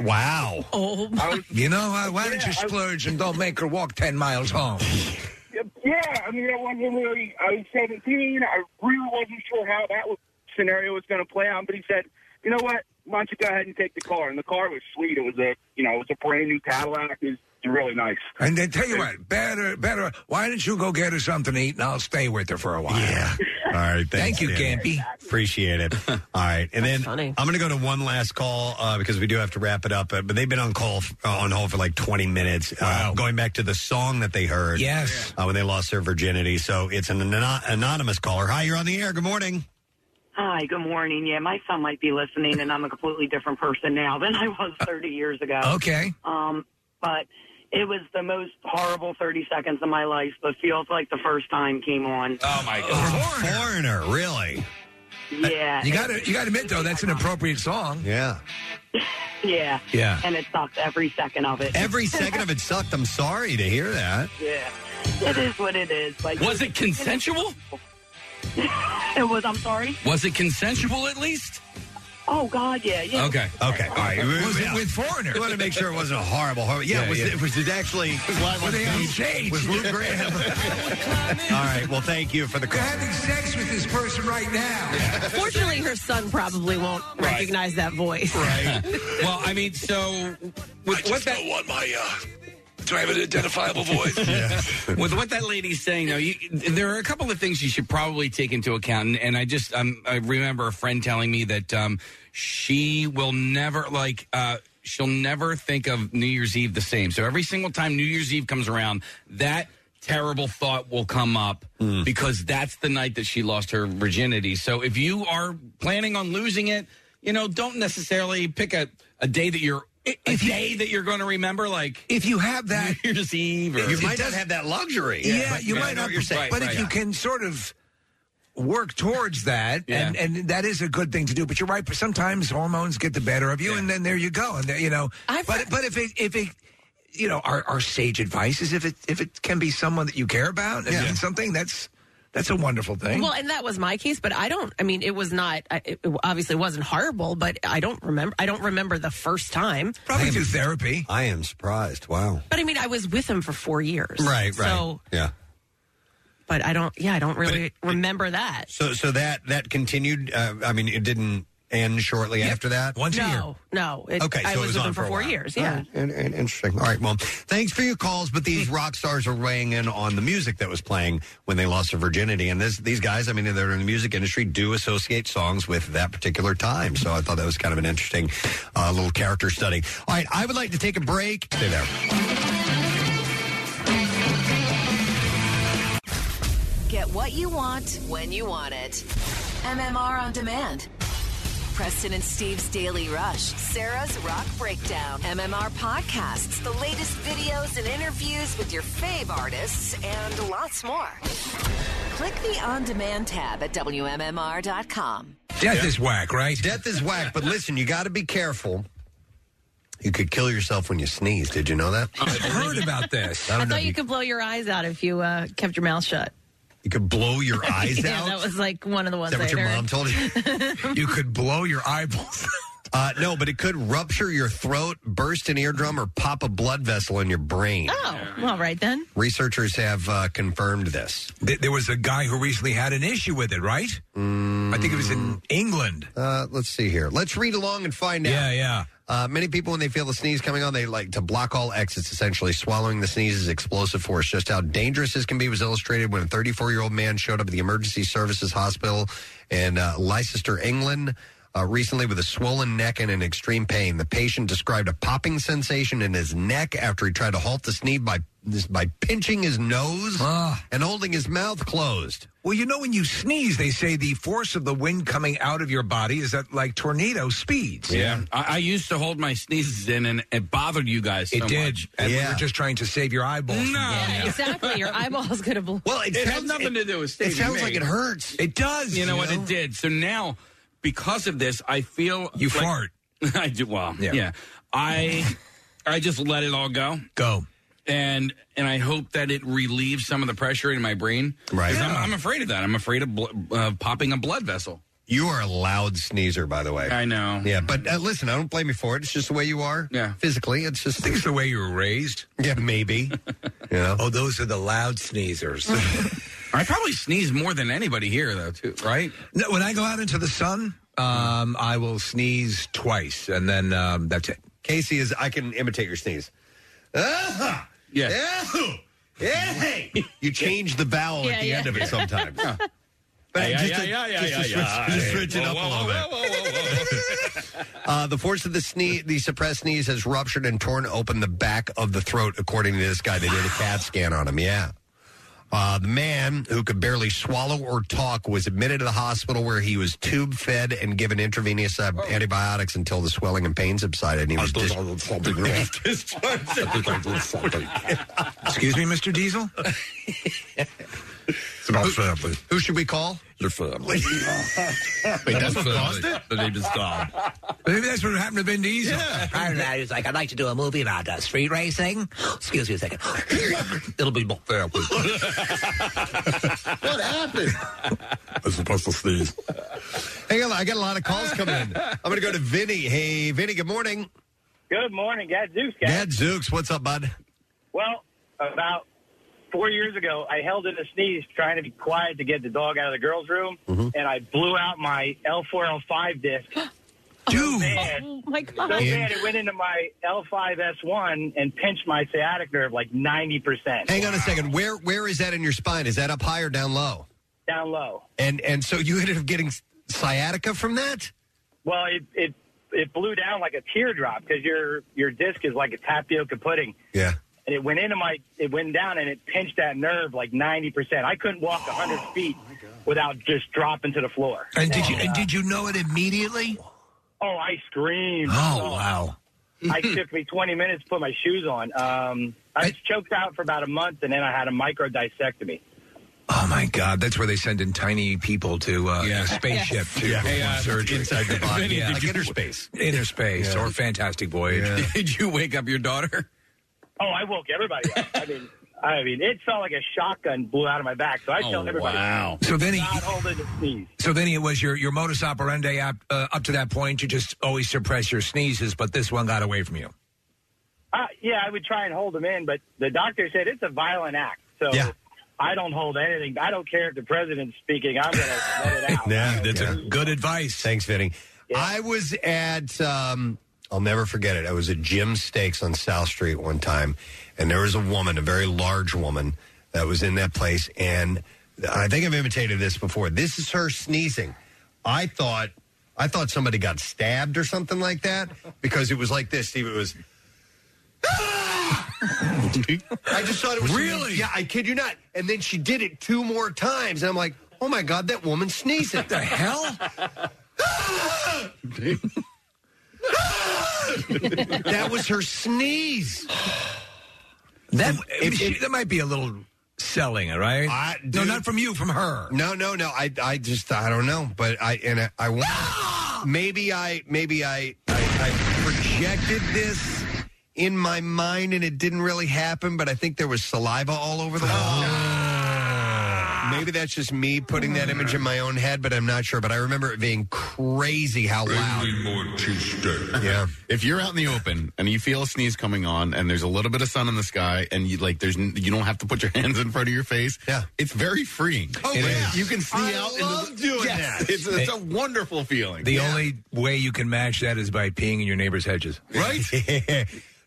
Speaker 3: Wow.
Speaker 10: Oh,
Speaker 5: You know, why, why don't you splurge and don't make her walk 10 miles home?
Speaker 10: yeah, I mean, I wasn't really, I was 17. I really wasn't sure how that was, scenario was going to play out. But he said, you know what? Why don't you go ahead and take the car? And the car was sweet. It was a, you know, it was a brand new Cadillac. It was really nice.
Speaker 5: And then tell you what, better, better, why don't you go get her something to eat and I'll stay with her for a while? Yeah.
Speaker 3: *laughs* All right.
Speaker 5: Thank
Speaker 3: Thanks,
Speaker 5: you,
Speaker 3: Dan.
Speaker 5: Gampy. *laughs*
Speaker 3: Appreciate it. All right, and then I'm going to go to one last call uh, because we do have to wrap it up. uh, But they've been on call f- uh, on hold for like 20 minutes. Uh, going back to the song that they heard,
Speaker 5: Yes.
Speaker 3: uh, when they lost their virginity. So it's an ano- anonymous caller. Hi, you're on the air. Good morning.
Speaker 9: Hi, good morning. Yeah, my son might be listening, and I'm a completely different person now than I was 30 years ago.
Speaker 5: okay.
Speaker 9: Um, but it was the most horrible 30 seconds of my life, but feels like the first time came on.
Speaker 4: Oh my god,
Speaker 3: foreigner, really?
Speaker 9: Yeah.
Speaker 5: You got to you got to admit though that's an appropriate song.
Speaker 3: Yeah.
Speaker 9: Yeah.
Speaker 3: Yeah.
Speaker 9: And it sucked every second of it.
Speaker 3: Every second of it sucked. I'm sorry to hear that.
Speaker 9: Yeah. *laughs* It is what it is. Like
Speaker 4: Was it consensual?
Speaker 9: *laughs* It was. I'm sorry.
Speaker 4: Was it consensual at least?
Speaker 9: Oh God, yeah, yeah.
Speaker 4: Okay.
Speaker 3: Okay. All right.
Speaker 5: Was it
Speaker 3: Yeah.
Speaker 5: with *laughs* Foreigner?
Speaker 3: We want to make sure it wasn't a horrible, horrible. Yeah.
Speaker 5: Yeah,
Speaker 3: was,
Speaker 5: yeah.
Speaker 3: It, was it actually?
Speaker 5: Were they on stage?
Speaker 3: Was Lou *laughs* Graham? All right. Well, thank you for the
Speaker 5: You're
Speaker 3: call.
Speaker 5: having sex with this person right now.
Speaker 7: Fortunately, her son probably won't recognize that voice.
Speaker 5: Right.
Speaker 4: well, I mean, so with what that
Speaker 5: one my uh, do I have an identifiable *laughs* voice?
Speaker 4: with what that lady's saying, though, you, there are a couple of things you should probably take into account. And, and I just um, I remember a friend telling me that um, she will never like. Uh, She'll never think of New Year's Eve the same. So every single time New Year's Eve comes around, that terrible thought will come up
Speaker 5: Hmm.
Speaker 4: because that's the night that she lost her virginity. So if you are planning on losing it, you know, don't necessarily pick a, a day that you're a day that you're going to remember. Like
Speaker 5: if you have that
Speaker 4: *laughs* New Year's Eve, or
Speaker 3: You might not have that luxury.
Speaker 5: Yeah,
Speaker 3: Yeah, but-
Speaker 5: you
Speaker 3: yeah, I
Speaker 5: might
Speaker 3: know
Speaker 5: not.
Speaker 3: what you're saying.
Speaker 5: But
Speaker 3: Right,
Speaker 5: if
Speaker 3: right.
Speaker 5: you can sort of work towards that,
Speaker 3: Yeah.
Speaker 5: and, and that is a good thing to do. But you're right. But sometimes hormones get the better of you, and then there you go. And there, you know, but but if it if it you know our, our sage advice is if it if it can be someone that you care about and means something that's that's a wonderful thing.
Speaker 7: Well, and that was my case, but I don't. I mean, it was not. I- It obviously wasn't horrible, but I don't remember. I don't remember the first time.
Speaker 5: Probably through therapy.
Speaker 3: I am surprised. Wow.
Speaker 7: But I mean, I was with him for four years.
Speaker 3: Right. Right.
Speaker 7: So,
Speaker 3: yeah.
Speaker 7: but I don't. Yeah, I don't really remember that.
Speaker 3: So so that that continued. Uh, I mean, it didn't end shortly after that.
Speaker 7: no, No, It,
Speaker 3: okay, so
Speaker 7: I
Speaker 3: it
Speaker 7: was,
Speaker 3: was
Speaker 7: with
Speaker 3: on
Speaker 7: him for
Speaker 3: a
Speaker 7: four
Speaker 3: while.
Speaker 7: years.
Speaker 3: All
Speaker 7: Yeah. Mm-hmm.
Speaker 3: right, in- in- interesting. All right, well, thanks for your calls, but these rock stars are weighing in on the music that was playing when they lost their virginity, and this, these guys, I mean, they're in the music industry, do associate songs with that particular time. So I thought that was kind of an interesting uh, little character study. All right, I would like to take a break. Stay there.
Speaker 27: Get what you want when you want it. MMR on demand. Preston and Steve's Daily Rush, Sarah's Rock Breakdown, MMR podcasts, the latest videos and interviews with your fave artists, and lots more. Click the on demand tab at WMMR.com.
Speaker 5: Death is whack, right?
Speaker 3: Death is whack, but listen, you got to be careful. You could kill yourself when you sneeze. Did you know that? I've
Speaker 5: heard about this.
Speaker 7: I, thought you could blow your eyes out if you uh, kept your mouth shut.
Speaker 3: You could blow your eyes
Speaker 7: *laughs* yeah,
Speaker 3: out.
Speaker 7: that was like one of the
Speaker 3: Is
Speaker 7: ones
Speaker 3: that what
Speaker 7: I
Speaker 3: your
Speaker 7: heard.
Speaker 3: mom told you? you could blow your eyeballs. *laughs* Uh, no, but it could rupture your throat, burst an eardrum, or pop a blood vessel in your brain.
Speaker 7: Oh, well, right then.
Speaker 3: Researchers have uh, confirmed this.
Speaker 5: Th- There was a guy who recently had an issue with it, right? I think it was in England.
Speaker 3: Uh, let's see here. Let's read along and find
Speaker 5: Yeah,
Speaker 3: out.
Speaker 5: yeah.
Speaker 3: Uh, many people, when they feel the sneeze coming on, they like to block all exits, essentially. Swallowing the sneeze is explosive force. Just how dangerous this can be was illustrated when a 34 year old man showed up at the emergency services hospital in uh, Leicester, England. Uh, recently, with a swollen neck and an extreme pain, the patient described a popping sensation in his neck after he tried to halt the sneeze by by pinching his nose
Speaker 5: Ah.
Speaker 3: and holding his mouth closed.
Speaker 5: Well, you know, when you sneeze, they say the force of the wind coming out of your body is at like tornado speeds.
Speaker 4: Yeah. I, I used to hold my sneezes in, and it bothered you guys. So
Speaker 5: It did.
Speaker 4: Much.
Speaker 5: And we were just trying to save your eyeballs. from
Speaker 4: No.
Speaker 5: blowing out.
Speaker 7: Exactly. Your eyeball's going to blow.
Speaker 3: Well,
Speaker 4: it, has nothing to do with Stevie May.
Speaker 5: It does.
Speaker 4: You know what? It did. So now, because of this, I feel
Speaker 5: You
Speaker 4: like-
Speaker 5: fart.
Speaker 4: *laughs* I do. Well,
Speaker 5: Yeah.
Speaker 4: yeah. I I just let it all go.
Speaker 5: Go.
Speaker 4: And and I hope that it relieves some of the pressure in my brain. Right. I'm, I'm afraid of that. I'm afraid of bl- uh, popping a blood vessel.
Speaker 3: You are a loud sneezer, by the way.
Speaker 4: I know.
Speaker 3: Yeah, but uh, listen, I don't blame you for it. It's just the way you are. Yeah. Physically, it's just. I think
Speaker 5: it's the way you were raised.
Speaker 3: Yeah, maybe. yeah.
Speaker 5: Oh, those are the loud sneezers.
Speaker 4: I probably sneeze more than anybody here, though, too. Right?
Speaker 5: No, when I go out into the sun, um, I will sneeze twice, and then um, that's it.
Speaker 3: Casey is. I can imitate your sneeze. Uh-huh. Yeah. Yeah. Hey. You change the vowel
Speaker 9: Yeah,
Speaker 3: at the
Speaker 9: yeah.
Speaker 3: end of it sometimes.
Speaker 9: Yeah.
Speaker 3: But
Speaker 9: Yeah,
Speaker 3: just
Speaker 9: yeah,
Speaker 3: to- *laughs*
Speaker 9: yeah, yeah,
Speaker 3: just to
Speaker 9: yeah,
Speaker 3: switch-
Speaker 9: yeah.
Speaker 3: just switch it
Speaker 9: Whoa,
Speaker 3: up a
Speaker 9: whoa,
Speaker 3: little
Speaker 9: whoa,
Speaker 3: bit. Uh, the force of the sneeze, the suppressed sneeze, has ruptured and torn open the back of the throat, according to this guy. They did a CAT scan on him. Yeah. Uh, the man who could barely swallow or talk was admitted to the hospital where he was tube fed and given intravenous uh, antibiotics until the swelling and pain subsided. And he was *laughs* dis- *laughs*
Speaker 5: Excuse me, Mr. Diesel?
Speaker 3: it's about family. Who should we call? Your family.
Speaker 5: Wait,
Speaker 9: that's what caused it?
Speaker 5: The name is Tom. Maybe that's what happened to Vin Diesel.
Speaker 28: I don't know. He's like, I'd like to do a movie about uh, street racing. Excuse me a second. It'll be more fair. *laughs*
Speaker 9: What happened?
Speaker 3: I'm supposed to sneeze. Hang on, I got a lot of calls coming in. I'm going to go to Vinny. Hey, Vinny, good morning.
Speaker 26: Good morning, Gadzooks, guys.
Speaker 3: Gadzooks, what's up, bud?
Speaker 26: Well, about four years ago, I held in a sneeze trying to be quiet to get the dog out of the girls' room,
Speaker 5: Mm-hmm.
Speaker 26: and I blew out my L4 L5
Speaker 7: *gasps*
Speaker 26: disc. Dude,
Speaker 7: Oh, my
Speaker 26: so
Speaker 7: God.
Speaker 26: bad it went into my L5S1 and pinched my sciatic nerve like ninety percent.
Speaker 3: Hang on a second. Where where is that in your spine? Is that up high or down low?
Speaker 26: Down low.
Speaker 3: And and so you ended up getting sciatica from that?
Speaker 26: Well, it it it blew down like a teardrop because your your disc is like a tapioca pudding.
Speaker 3: Yeah.
Speaker 26: And it went into my, it went down and it pinched that nerve like ninety percent. I couldn't walk hundred feet
Speaker 7: Oh
Speaker 26: without just dropping to the floor.
Speaker 5: And did you and did you know it immediately?
Speaker 26: Oh, I screamed.
Speaker 5: Oh, wow.
Speaker 26: I took me 20 minutes to put my shoes on. Um, I was choked out for about a month, and then I had a micro dissectomy.
Speaker 5: Oh my God, that's where they send in tiny people to uh, a spaceship to
Speaker 4: Yeah. Hey,
Speaker 5: perform
Speaker 4: uh,
Speaker 5: surgery
Speaker 4: inside the
Speaker 5: *laughs*
Speaker 4: body. Vinny, did you-
Speaker 5: inner space,
Speaker 4: Yeah.
Speaker 5: or Fantastic Voyage.
Speaker 4: *laughs* Did you wake up your daughter?
Speaker 26: Oh, I woke everybody up. I mean, I mean, it felt like a shotgun blew out of my back. So I tell everybody,
Speaker 4: wow.
Speaker 5: Oh, So Vinny-
Speaker 26: not holding the sneeze.
Speaker 5: So Vinny, it was your your modus operandi up, uh, up to that point. You just always suppress your sneezes, but this one got away from you.
Speaker 26: Uh, yeah, I would try and hold them in, but the doctor said it's a violent act. So I don't hold anything. I don't care if the president's speaking. I'm going to let it out.
Speaker 3: Yeah,
Speaker 5: that's good advice.
Speaker 3: Thanks, Vinny. I was at, um, I'll never forget it. I was at Jim Steaks on South Street one time, and there was a woman, a very large woman, that was in that place. And I think I've imitated this before. This is her sneezing. I thought, I thought somebody got stabbed or something like that because it was like this, Steve. It was. I just thought it was really. Yeah, I kid you not. And then she did it two more times, and I'm like, oh my god, that woman's sneezing. What
Speaker 5: the
Speaker 3: *laughs*
Speaker 5: hell?
Speaker 3: *laughs* that was *laughs* her sneeze.
Speaker 5: That she- that might be a little selling, all right?
Speaker 3: I,
Speaker 5: no, not from you, from her.
Speaker 3: No, no, no. I, I just, I don't know. But I, and I, I
Speaker 5: *gasps*
Speaker 3: want. maybe I, maybe I, I, I projected this in
Speaker 5: *gasps*
Speaker 3: my mind, and it didn't really happen. But I think there was saliva all over the wall. Maybe that's just me putting that image in my own head, but I'm not sure. But I remember it being crazy how loud. Yeah.
Speaker 6: If you're out in the open and you feel a sneeze coming on, and there's a little bit of sun in the sky, and you like, there's n- you don't have to put your *laughs* hands in front of your face. Yeah, it's very freeing.
Speaker 3: Oh,
Speaker 6: It
Speaker 3: yeah.
Speaker 6: is. You can see
Speaker 3: I
Speaker 6: out.
Speaker 3: love
Speaker 6: in the,
Speaker 3: doing
Speaker 6: Yes.
Speaker 3: that.
Speaker 6: It's, it's a wonderful feeling.
Speaker 5: The only way you can match that is by peeing in your neighbor's hedges.
Speaker 3: Right?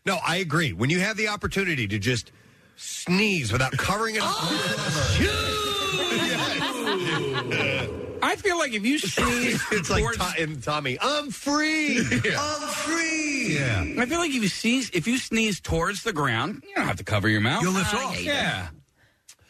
Speaker 3: no, I agree. When you have the opportunity to just sneeze without covering it up
Speaker 4: I feel like if
Speaker 3: *laughs*
Speaker 4: you sneeze,
Speaker 3: it's like to- and Tommy,
Speaker 5: *laughs*
Speaker 3: I'm free. I'm free. Yeah.
Speaker 4: I feel like if you sneeze, if you sneeze towards the ground, you don't have to cover your mouth.
Speaker 5: You'll lift Uh, off. yeah, you
Speaker 4: Yeah,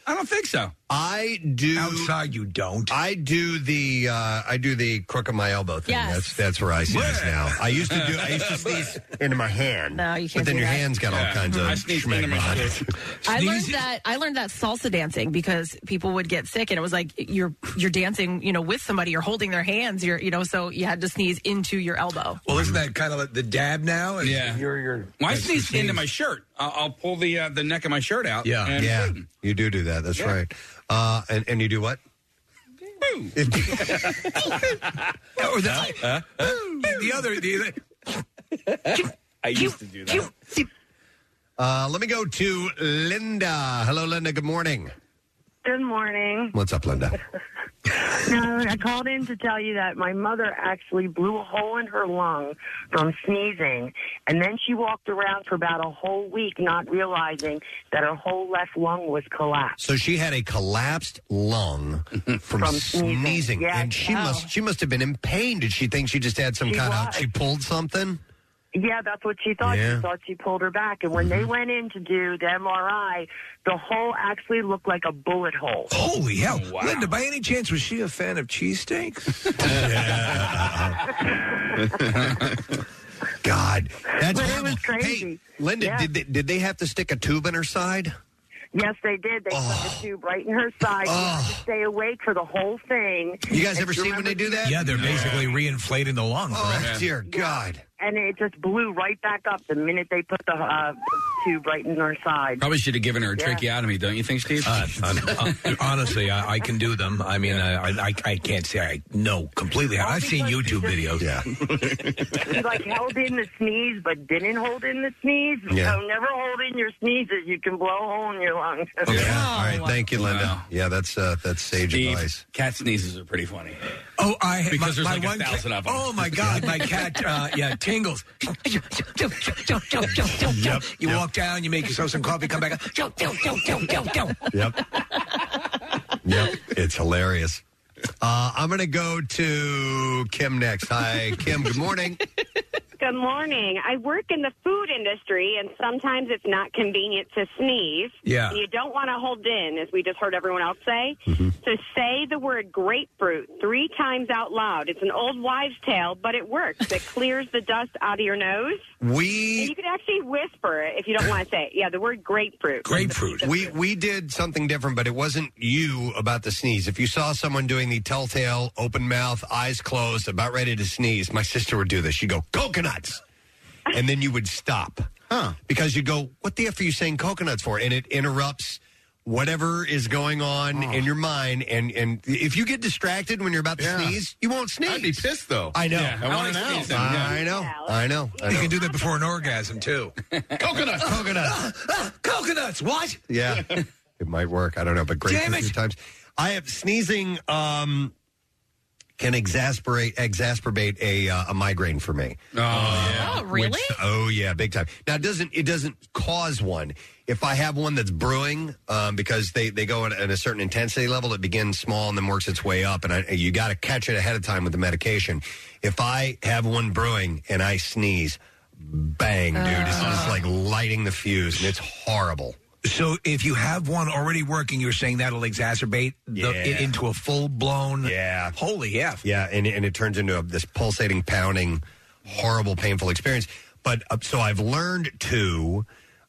Speaker 4: I don't think so.
Speaker 3: I do outside.
Speaker 5: You don't.
Speaker 3: I do the uh, I do the crook of my elbow thing.
Speaker 7: Yes.
Speaker 3: That's that's where I sneeze
Speaker 9: Yeah.
Speaker 3: now. I used to do. I
Speaker 4: *laughs*
Speaker 3: used to sneeze into my hand.
Speaker 7: No, you
Speaker 3: But
Speaker 7: can't
Speaker 3: then
Speaker 7: do
Speaker 3: your
Speaker 7: that.
Speaker 3: hands got all
Speaker 9: Yeah.
Speaker 3: kinds of
Speaker 9: I sneeze into
Speaker 3: schmegma
Speaker 9: my
Speaker 3: on it. *laughs*
Speaker 7: I learned
Speaker 3: Sneeze-
Speaker 7: that I learned that salsa dancing because people would get sick, and it was like you're you're dancing, you know, with somebody, you're holding their hands, you're you know, so you had to sneeze into your elbow.
Speaker 5: *laughs* Well, isn't that kind of like the dab now? Is
Speaker 4: Yeah.
Speaker 5: Your, your,
Speaker 4: When I
Speaker 5: that's
Speaker 4: sneeze
Speaker 5: the
Speaker 4: into my shirt, I'll, I'll pull the uh, the neck of my shirt out.
Speaker 3: Yeah,
Speaker 4: and-
Speaker 3: yeah. You do do that. That's
Speaker 4: Yeah.
Speaker 3: right. Uh, and and you do what? *laughs*
Speaker 5: or the, the other, the other.
Speaker 4: I used to do that.
Speaker 3: Uh, let me go to Linda. Hello, Linda. Good morning.
Speaker 29: Good morning.
Speaker 3: What's up, Linda?
Speaker 29: No, I called in to tell you that my mother actually blew a hole in her lung from sneezing, and then she walked around for about a whole week not realizing that her whole left lung was collapsed.
Speaker 3: So she had a collapsed
Speaker 29: *laughs*
Speaker 3: lung from, sneezing, and she must she must have been in pain. Did she think she just had some
Speaker 29: oh. She
Speaker 3: kind of
Speaker 29: was.
Speaker 3: she pulled something?
Speaker 29: Yeah, that's what she thought.
Speaker 3: Yeah.
Speaker 29: She thought she pulled her back, and when they
Speaker 3: Mm-hmm.
Speaker 29: went in to do the MRI, the hole actually looked like a bullet hole.
Speaker 3: *laughs*
Speaker 5: Holy hell. Linda, by any chance, was she a fan of cheesesteaks?
Speaker 3: *laughs* God, that's
Speaker 29: But it
Speaker 3: horrible.
Speaker 29: was crazy.
Speaker 3: Hey, Linda,
Speaker 29: Yeah.
Speaker 3: did they, did they have to stick a tube in her side? Oh,
Speaker 29: Yes, they did. They put the tube right in her side. She had to stay awake for the whole thing.
Speaker 3: Ah. You guys
Speaker 29: And
Speaker 3: ever
Speaker 29: she
Speaker 3: seen when they do that?
Speaker 5: yeah, they're basically reinflating the lung.
Speaker 3: Oh
Speaker 5: correct?
Speaker 3: dear God!
Speaker 29: and it just blew right back up the minute they put the uh, tube right in her side.
Speaker 4: Probably should have given her a
Speaker 29: Yeah.
Speaker 4: tracheotomy, don't you think, Steve?
Speaker 5: Uh, honestly, I, I can do them. I mean, I, I, I can't say I know completely. how. I've seen YouTube videos.
Speaker 29: She like held in the sneeze, but didn't hold in the sneeze.
Speaker 5: Yeah.
Speaker 29: So never hold in your sneezes. You can blow a hole in your lungs.
Speaker 3: All right, thank you, Linda. Yeah, that's uh, that's sage advice.
Speaker 4: Cat sneezes are pretty funny.
Speaker 5: Oh, I my-
Speaker 4: Because there's
Speaker 5: my
Speaker 4: like a
Speaker 5: one cat-
Speaker 4: thousand of 'em.
Speaker 5: *laughs* Oh my God, my cat, uh, yeah, tingles. Yep. You walk down, you make yourself some coffee, come back. up.
Speaker 3: Yep. yep. It's hilarious. Uh, I'm going to go to Kim next. Hi, Kim. Good morning.
Speaker 30: Good morning. I work in the food industry, and sometimes it's not convenient to sneeze.
Speaker 9: Yeah.
Speaker 30: And you don't want to hold in, as we just heard everyone else say. So say the word grapefruit three times out loud. It's an old wives' tale, but it works. It clears the dust out of your nose.
Speaker 3: We-
Speaker 30: And you could actually whisper it if you don't want to say it. Yeah, the word grapefruit.
Speaker 5: Grapefruit.
Speaker 3: We we did something different, but it wasn't you about the sneeze. If you saw someone doing the telltale open mouth, eyes closed, about ready to sneeze, my sister would do this. She'd go, coconuts. And then you would stop. Huh. Because you go, what the F are you saying coconuts for? And it interrupts whatever is going on in your mind. And, and if you get distracted when you're about to sneeze, you won't sneeze. I'd be
Speaker 6: pissed, though.
Speaker 3: I know.
Speaker 5: Yeah, I want an out.
Speaker 3: I know. I know. I know.
Speaker 5: You can do that before an orgasm too.
Speaker 3: *laughs* Coconuts. Coconuts.
Speaker 5: coconuts. What?
Speaker 3: *laughs* Yeah. it might work. I don't know, but great
Speaker 5: Damn
Speaker 3: a few times. I have sneezing um can exasperate exasperate a uh, a migraine for me. Um,
Speaker 4: Oh, yeah.
Speaker 7: Oh, really?
Speaker 3: Which- oh yeah, big time. Now it doesn't it doesn't cause one. If I have one that's brewing, um, because they they go at, at a certain intensity level, it begins small and then works its way up, and I, you got to catch it ahead of time with the medication. If I have one brewing and I sneeze, bang, dude, it's just like lighting the fuse, and it's horrible.
Speaker 5: So if you have one already working, you're saying that'll exacerbate the, it into a full blown.
Speaker 3: Yeah.
Speaker 5: Holy F.
Speaker 3: Yeah, and, and it turns into a, this pulsating, pounding, horrible, painful experience. But uh, so I've learned to,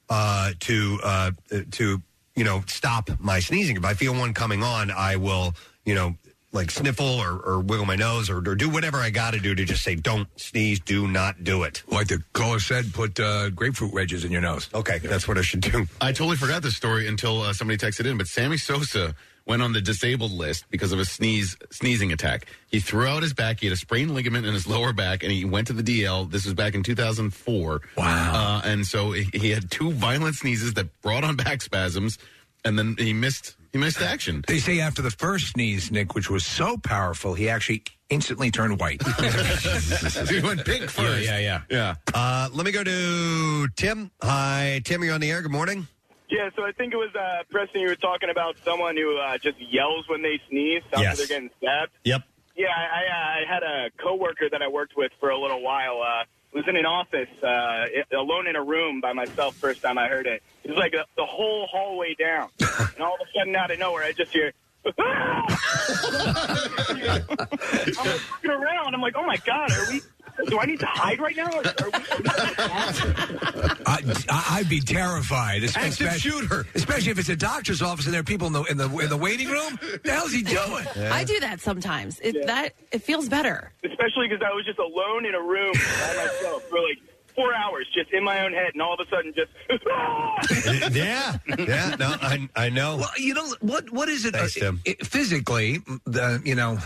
Speaker 3: uh, to, uh, to, you know, stop my sneezing. If I feel one coming on, I will, you know, like sniffle or, or wiggle my nose or, or do whatever I got to do to just say, don't sneeze, do not do it.
Speaker 5: Like the caller said, put uh, grapefruit wedges in your nose. *laughs*
Speaker 3: Okay, that's what I should do.
Speaker 6: I totally forgot this story until uh, somebody texted in. But Sammy Sosa went on the disabled list because of a sneeze sneezing attack. He threw out his back. He had a sprained ligament in his lower back, and he went to the DL. This was back in 2004. Wow. Uh, and so he he had two violent sneezes that brought on back spasms, and then he missed he missed action.
Speaker 5: They say after the first sneeze, Nick, which was so powerful, he actually instantly turned
Speaker 3: *laughs*
Speaker 5: white.
Speaker 6: he went pink
Speaker 5: first. Yeah, yeah,
Speaker 6: yeah.
Speaker 3: Uh, let me go to Tim. Hi, Tim. You're on the air. Good morning.
Speaker 17: Yeah, so I think it was uh, Preston. You were talking about someone who uh, just yells when they sneeze after
Speaker 3: Yes.
Speaker 17: they're getting stabbed.
Speaker 3: Yep.
Speaker 17: Yeah, I, I, uh, I had a coworker that I worked with for a little while. Uh, was in an office, uh, i- alone in a room by myself. First time I heard it, it was like the the whole hallway
Speaker 3: *laughs*
Speaker 17: down, and all of a sudden, out of nowhere, I just hear. *laughs* I'm like looking around. I'm like, oh my god, are we? Do I need to hide right now? Are we, *laughs*
Speaker 5: I, I'd be terrified.
Speaker 17: Active
Speaker 5: shooter. Especially if it's a doctor's office and there are people in the in the, in the waiting room. The hell's he doing?
Speaker 7: *laughs* I do that sometimes. It that it feels better.
Speaker 17: especially because I was just alone in a room by myself for like four hours, just in my own head, and all of a sudden, just *laughs*
Speaker 3: yeah, yeah. No, I I know.
Speaker 5: Well, you know what? What is it? uh, it- physically, the you know,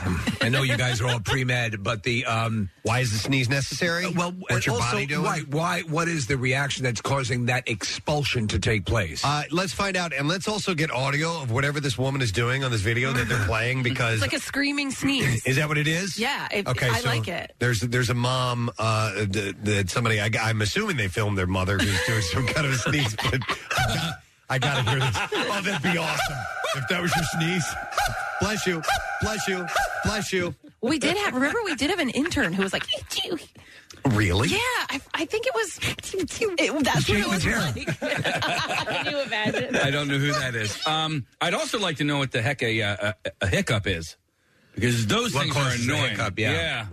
Speaker 5: I know you guys are all pre med, but the um,
Speaker 3: why is the sneeze necessary?
Speaker 5: Well,
Speaker 3: What's
Speaker 5: and
Speaker 3: your
Speaker 5: also,
Speaker 3: body doing?
Speaker 5: Right? Why? What is the reaction that's causing that expulsion to take place?
Speaker 3: Uh, let's find out, and let's also get audio of whatever this woman is doing on this video that they're playing because
Speaker 7: *laughs* It's like a screaming sneeze.
Speaker 3: Is that what *laughs* it is?
Speaker 7: Yeah, if-
Speaker 3: okay.
Speaker 7: I
Speaker 3: so
Speaker 7: like it.
Speaker 3: There's there's a mom uh, th- that somebody I, am assuming they filmed their mother who's doing some kind of a sneeze. But I got to hear this. Oh, that'd be awesome if that was your sneeze. Bless you, bless you, bless you.
Speaker 7: We did have. Remember, we did have an intern who was like,
Speaker 3: Really?
Speaker 7: "Yeah, I, I think it was." It, that's what it was like. *laughs* Can you imagine?
Speaker 4: I don't know who that is. Um, I'd also like to know what the heck a, uh, a, a hiccup is, because those things are annoying. yeah.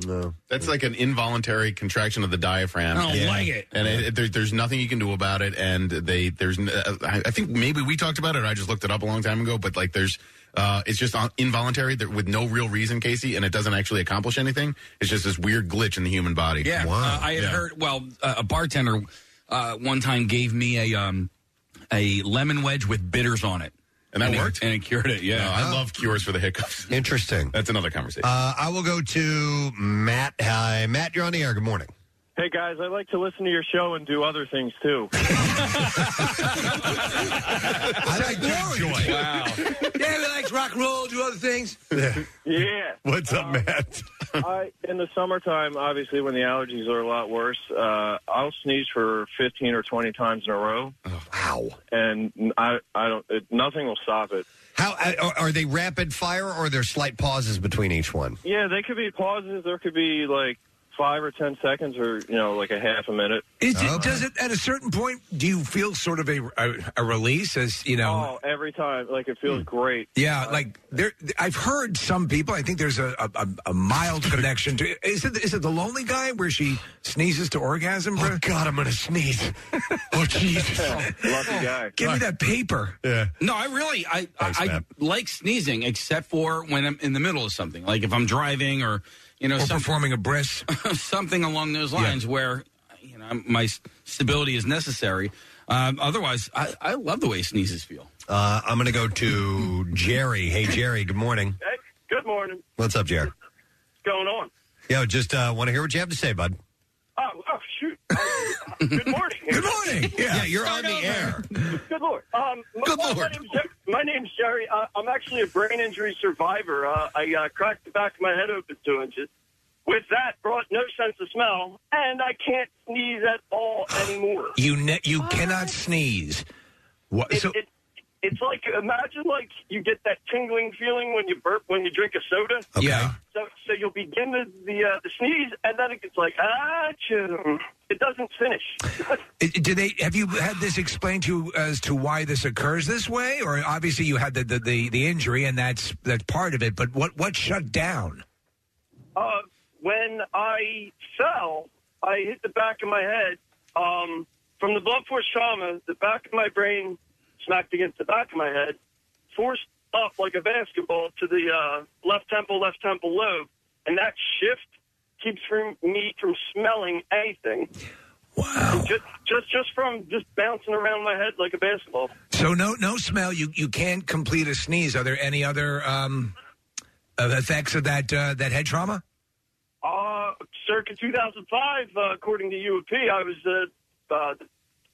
Speaker 6: That's like an involuntary contraction of the diaphragm.
Speaker 4: I don't Yeah. like it.
Speaker 6: And it, it- there, there's nothing you can do about it. And they there's n- uh, I I think maybe we talked about it. Or I just looked it up a long time ago. But like there's uh, it's just on- involuntary there, with no real reason, Casey, and it doesn't actually accomplish anything. It's just this weird glitch in the human body.
Speaker 4: Yeah, uh, I had
Speaker 6: Yeah.
Speaker 4: heard. Well, uh, a bartender uh, one time gave me a um, a lemon wedge with bitters on it,
Speaker 6: And that
Speaker 4: it-
Speaker 6: worked?
Speaker 4: and it cured it. Yeah,
Speaker 6: No, I love cures for the hiccups. *laughs*
Speaker 3: Interesting.
Speaker 6: That's another conversation.
Speaker 3: Uh, I will go to Matt. Hi, Matt. You're on the air. Good morning.
Speaker 31: Hey guys, I like to listen to your show and do other things
Speaker 5: *laughs*
Speaker 31: too.
Speaker 5: I like that joy.
Speaker 3: Oh.
Speaker 5: Wow. yeah, we like rock and roll, do other things.
Speaker 31: yeah.
Speaker 3: What's up, Matt?
Speaker 31: I in the summertime, obviously when the allergies are a lot worse, uh, I'll sneeze for fifteen or twenty times in a row.
Speaker 5: Oh,
Speaker 3: wow!
Speaker 31: And I, I don't. It, nothing will stop it.
Speaker 3: How uh, are, are they rapid fire or are there slight pauses between each one?
Speaker 31: Yeah, they could be pauses. There could be like five or ten seconds, or you know, like a half a minute.
Speaker 5: Is it, does it at a certain point? Do you feel sort of a a, a release as you know?
Speaker 31: Oh, every time, like it
Speaker 5: Hmm.
Speaker 31: feels great.
Speaker 5: Yeah, like there. I've heard some people. I think there's a a, a- a
Speaker 3: *laughs*
Speaker 5: mild connection to. Is it is it the lonely guy where she sneezes to orgasm? Oh
Speaker 3: God, I'm gonna sneeze. Oh Jesus,
Speaker 31: lucky guy.
Speaker 5: Give me that paper.
Speaker 3: Yeah.
Speaker 4: No, I really I I, I like sneezing, except for when I'm in the middle of something, like if I'm driving or you know
Speaker 5: Or
Speaker 4: some-
Speaker 5: performing a brisk.
Speaker 4: *laughs* something along those lines, where you know my s- stability is necessary. Um, otherwise, I, I love the way sneezes feel.
Speaker 3: Uh, I'm going to go to Jerry. Hey, Jerry. Good morning.
Speaker 17: Hey, good morning.
Speaker 3: What's up, Jerry?
Speaker 17: What's going on?
Speaker 3: Yo, just uh, want to hear what you have to say, bud.
Speaker 17: Oh, oh shoot.
Speaker 3: *laughs*
Speaker 17: good morning.
Speaker 5: Good
Speaker 17: *laughs*
Speaker 5: morning.
Speaker 3: Yeah. Yeah, you're on the air.
Speaker 17: Good lord. Um, my, good lord. My name's, Jer- my name's Jerry. Uh, I'm actually a brain injury survivor. Uh, I uh, cracked the back of my head open two inches. With that, brought no sense of smell, and I can't sneeze at all anymore.
Speaker 5: You ne- you cannot sneeze. What?
Speaker 17: It,
Speaker 5: so
Speaker 17: it, it's like imagine like you get that tingling feeling when you burp when you drink a soda.
Speaker 5: yeah.
Speaker 17: So, so you'll begin the the, uh, the sneeze, and then it gets like ah, it doesn't finish.
Speaker 5: It- Uh, Do they have you had this explained to you as to why this occurs this way, or obviously you had the the, the, the injury and that's that's part of it. But what what shut down?
Speaker 17: Uh, when I fell, I hit the back of my head. Um, from the blunt force trauma, the back of my brain smacked against the back of my head, forced up like a basketball to the uh, left temple, left temple lobe, and that shift keeps from me from smelling anything.
Speaker 5: Wow.
Speaker 17: Just, just, just from just bouncing around my head like a basketball.
Speaker 5: So no, no smell. You you can't complete a sneeze. Are there any other um, uh, effects of that uh, that head trauma?
Speaker 17: Uh, circa 2005, uh, according to UAP, I was uh, uh, the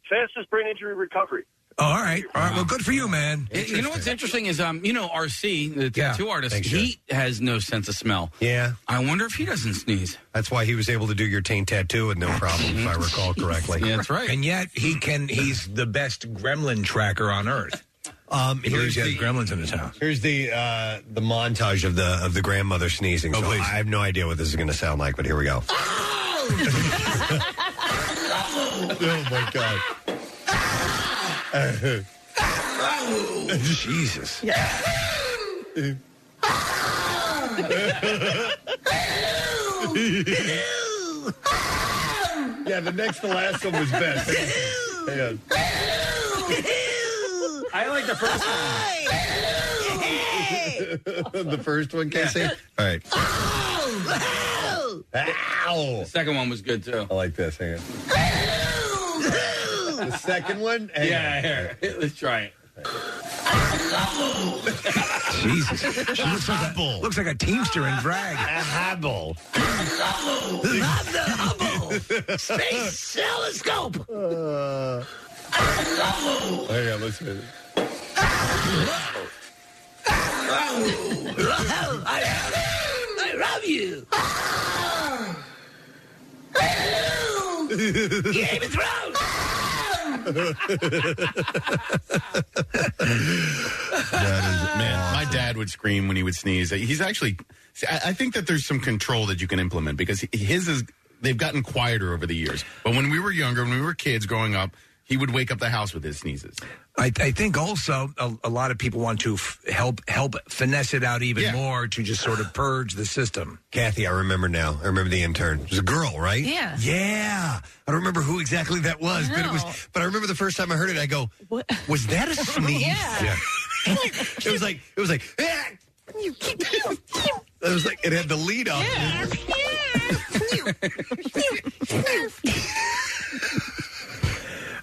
Speaker 17: fastest brain injury recovery.
Speaker 5: Oh, all right, all right. Well, good for you, man.
Speaker 4: You know what's interesting is, um, you know, RC, the tattoo artist,
Speaker 3: thanks,
Speaker 4: he has no sense of smell.
Speaker 3: Yeah.
Speaker 4: I wonder if he doesn't sneeze.
Speaker 3: That's why he was able to do your taint
Speaker 4: *laughs*
Speaker 3: tattoo with no problem, if I recall correctly.
Speaker 5: right. Mm-hmm. And yet he can. He's the best gremlin tracker on earth.
Speaker 3: Um,
Speaker 5: he believes he has gremlins in his house.
Speaker 3: Here's the uh, the montage of the of the grandmother sneezing.
Speaker 5: Oh,
Speaker 3: so I have no idea what this is going to sound like, but here we go. oh my god.
Speaker 5: *laughs* Jesus.
Speaker 3: yeah, the next to last one was best. Hang on.
Speaker 4: I like the first
Speaker 3: *laughs* the first one, Casey? All right. Ow!
Speaker 4: The second one was good too.
Speaker 3: I like this. Hang on. The second one? Hang
Speaker 4: yeah, *laughs*
Speaker 3: on.
Speaker 4: here. Let's try it.
Speaker 3: *laughs*
Speaker 5: Jesus. She looks, like a, looks like a teamster in drag. A
Speaker 3: hobble.
Speaker 9: Space telescope.
Speaker 3: Uh, Hang on, let's hit it.
Speaker 9: I
Speaker 3: *laughs*
Speaker 9: love you. Game of Thrones.
Speaker 6: man, my dad would scream when he would sneeze. He's actually, see, I I think that there's some control that you can implement because his is, they've gotten quieter over the years. But when we were younger, when we were kids growing up, he would wake up the house with his sneezes.
Speaker 5: I, I think also a, a lot of people want to f- help help finesse it out even more to just sort of purge the system.
Speaker 3: Kathy, I remember now. I remember the intern. It was a girl, right?
Speaker 5: Yeah.
Speaker 3: Yeah. I don't remember who exactly that was, but it was. But I remember the first time I heard it, I go, "Was that a sneeze?" *laughs*
Speaker 9: Yeah.
Speaker 3: it was like it was like. "Ah!" It was like it had the lead up.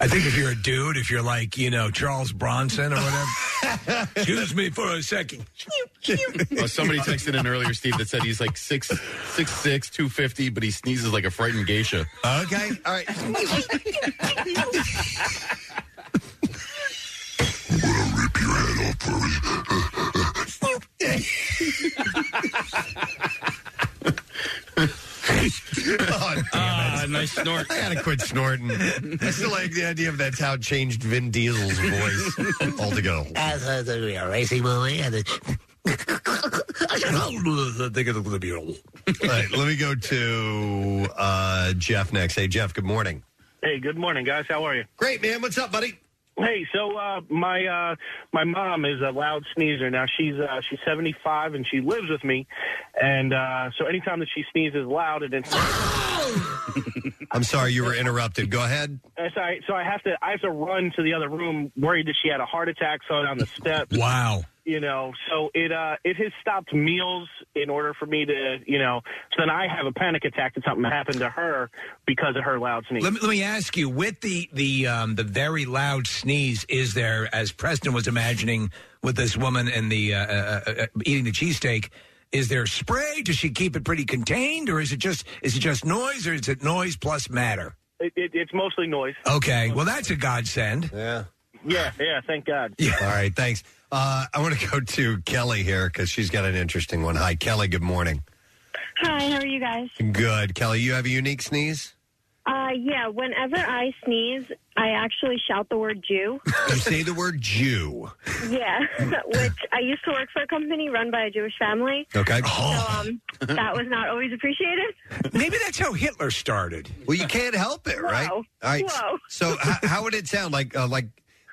Speaker 5: I think if you're a dude, if you're like you know Charles Bronson or
Speaker 3: *laughs*
Speaker 5: whatever, excuse me for a second.
Speaker 3: Oh,
Speaker 6: Uh, somebody texted in earlier, Steve, that said he's like six, six, six, two fifty, but he sneezes like a frightened geisha.
Speaker 3: Okay.
Speaker 5: *laughs*
Speaker 3: All right. oh,
Speaker 4: Ah, nice snort.
Speaker 3: *laughs* I gotta quit snorting. I still like the idea of that's how it changed Vin Diesel's voice *laughs* altogether.
Speaker 32: As uh, a, a racing movie, and it-
Speaker 5: *laughs* I think it's gonna be old.
Speaker 3: All right, let me go to uh, Jeff next. Hey, Jeff. Good morning.
Speaker 10: Hey, good morning, guys. How are you?
Speaker 3: Great, man. What's up, buddy?
Speaker 10: Hey, so uh, my uh, my mom is a loud sneezer. Now she's uh, she's seventy five and she lives with me, and uh, so anytime that she sneezes loud
Speaker 3: *laughs*
Speaker 10: and it's
Speaker 3: I'm sorry you were interrupted. Go ahead.
Speaker 10: That's all right. Uh, So I have to I have to run to the other room, worried that she had a heart attack, fell down the steps.
Speaker 5: Wow.
Speaker 10: You know, so it uh it has stopped meals in order for me to you know. So then I have a panic attack that something happened to her because of her loud sneeze.
Speaker 5: Let me, let me ask you: with the the um, the very loud sneeze, is there, as Preston was imagining with this woman and the uh, uh, uh, eating the cheesesteak, is there spray? Does she keep it pretty contained, or is it just is it just noise, or is it noise plus matter?
Speaker 10: It, it, it's mostly noise.
Speaker 5: Okay, well that's a godsend.
Speaker 3: Yeah.
Speaker 10: Yeah, yeah. Thank God.
Speaker 3: All right, thanks. Uh, I want to go to Kelly here because she's got an interesting one. Hi, Kelly. Good morning.
Speaker 29: Hi, how are you guys?
Speaker 3: Good, Kelly. You have a unique sneeze.
Speaker 29: Uh, yeah, whenever I sneeze, I actually shout the word
Speaker 3: *laughs*
Speaker 29: Jew.
Speaker 3: You say the word Jew.
Speaker 29: yeah, *laughs* which I used to work for a company run by a Jewish family.
Speaker 3: Okay.
Speaker 29: So, um, that was not always appreciated.
Speaker 5: Maybe that's how Hitler started.
Speaker 3: Well, you can't help it, right?
Speaker 29: Whoa.
Speaker 3: All right.
Speaker 29: Whoa.
Speaker 3: So, how, how would it sound like? Uh, like,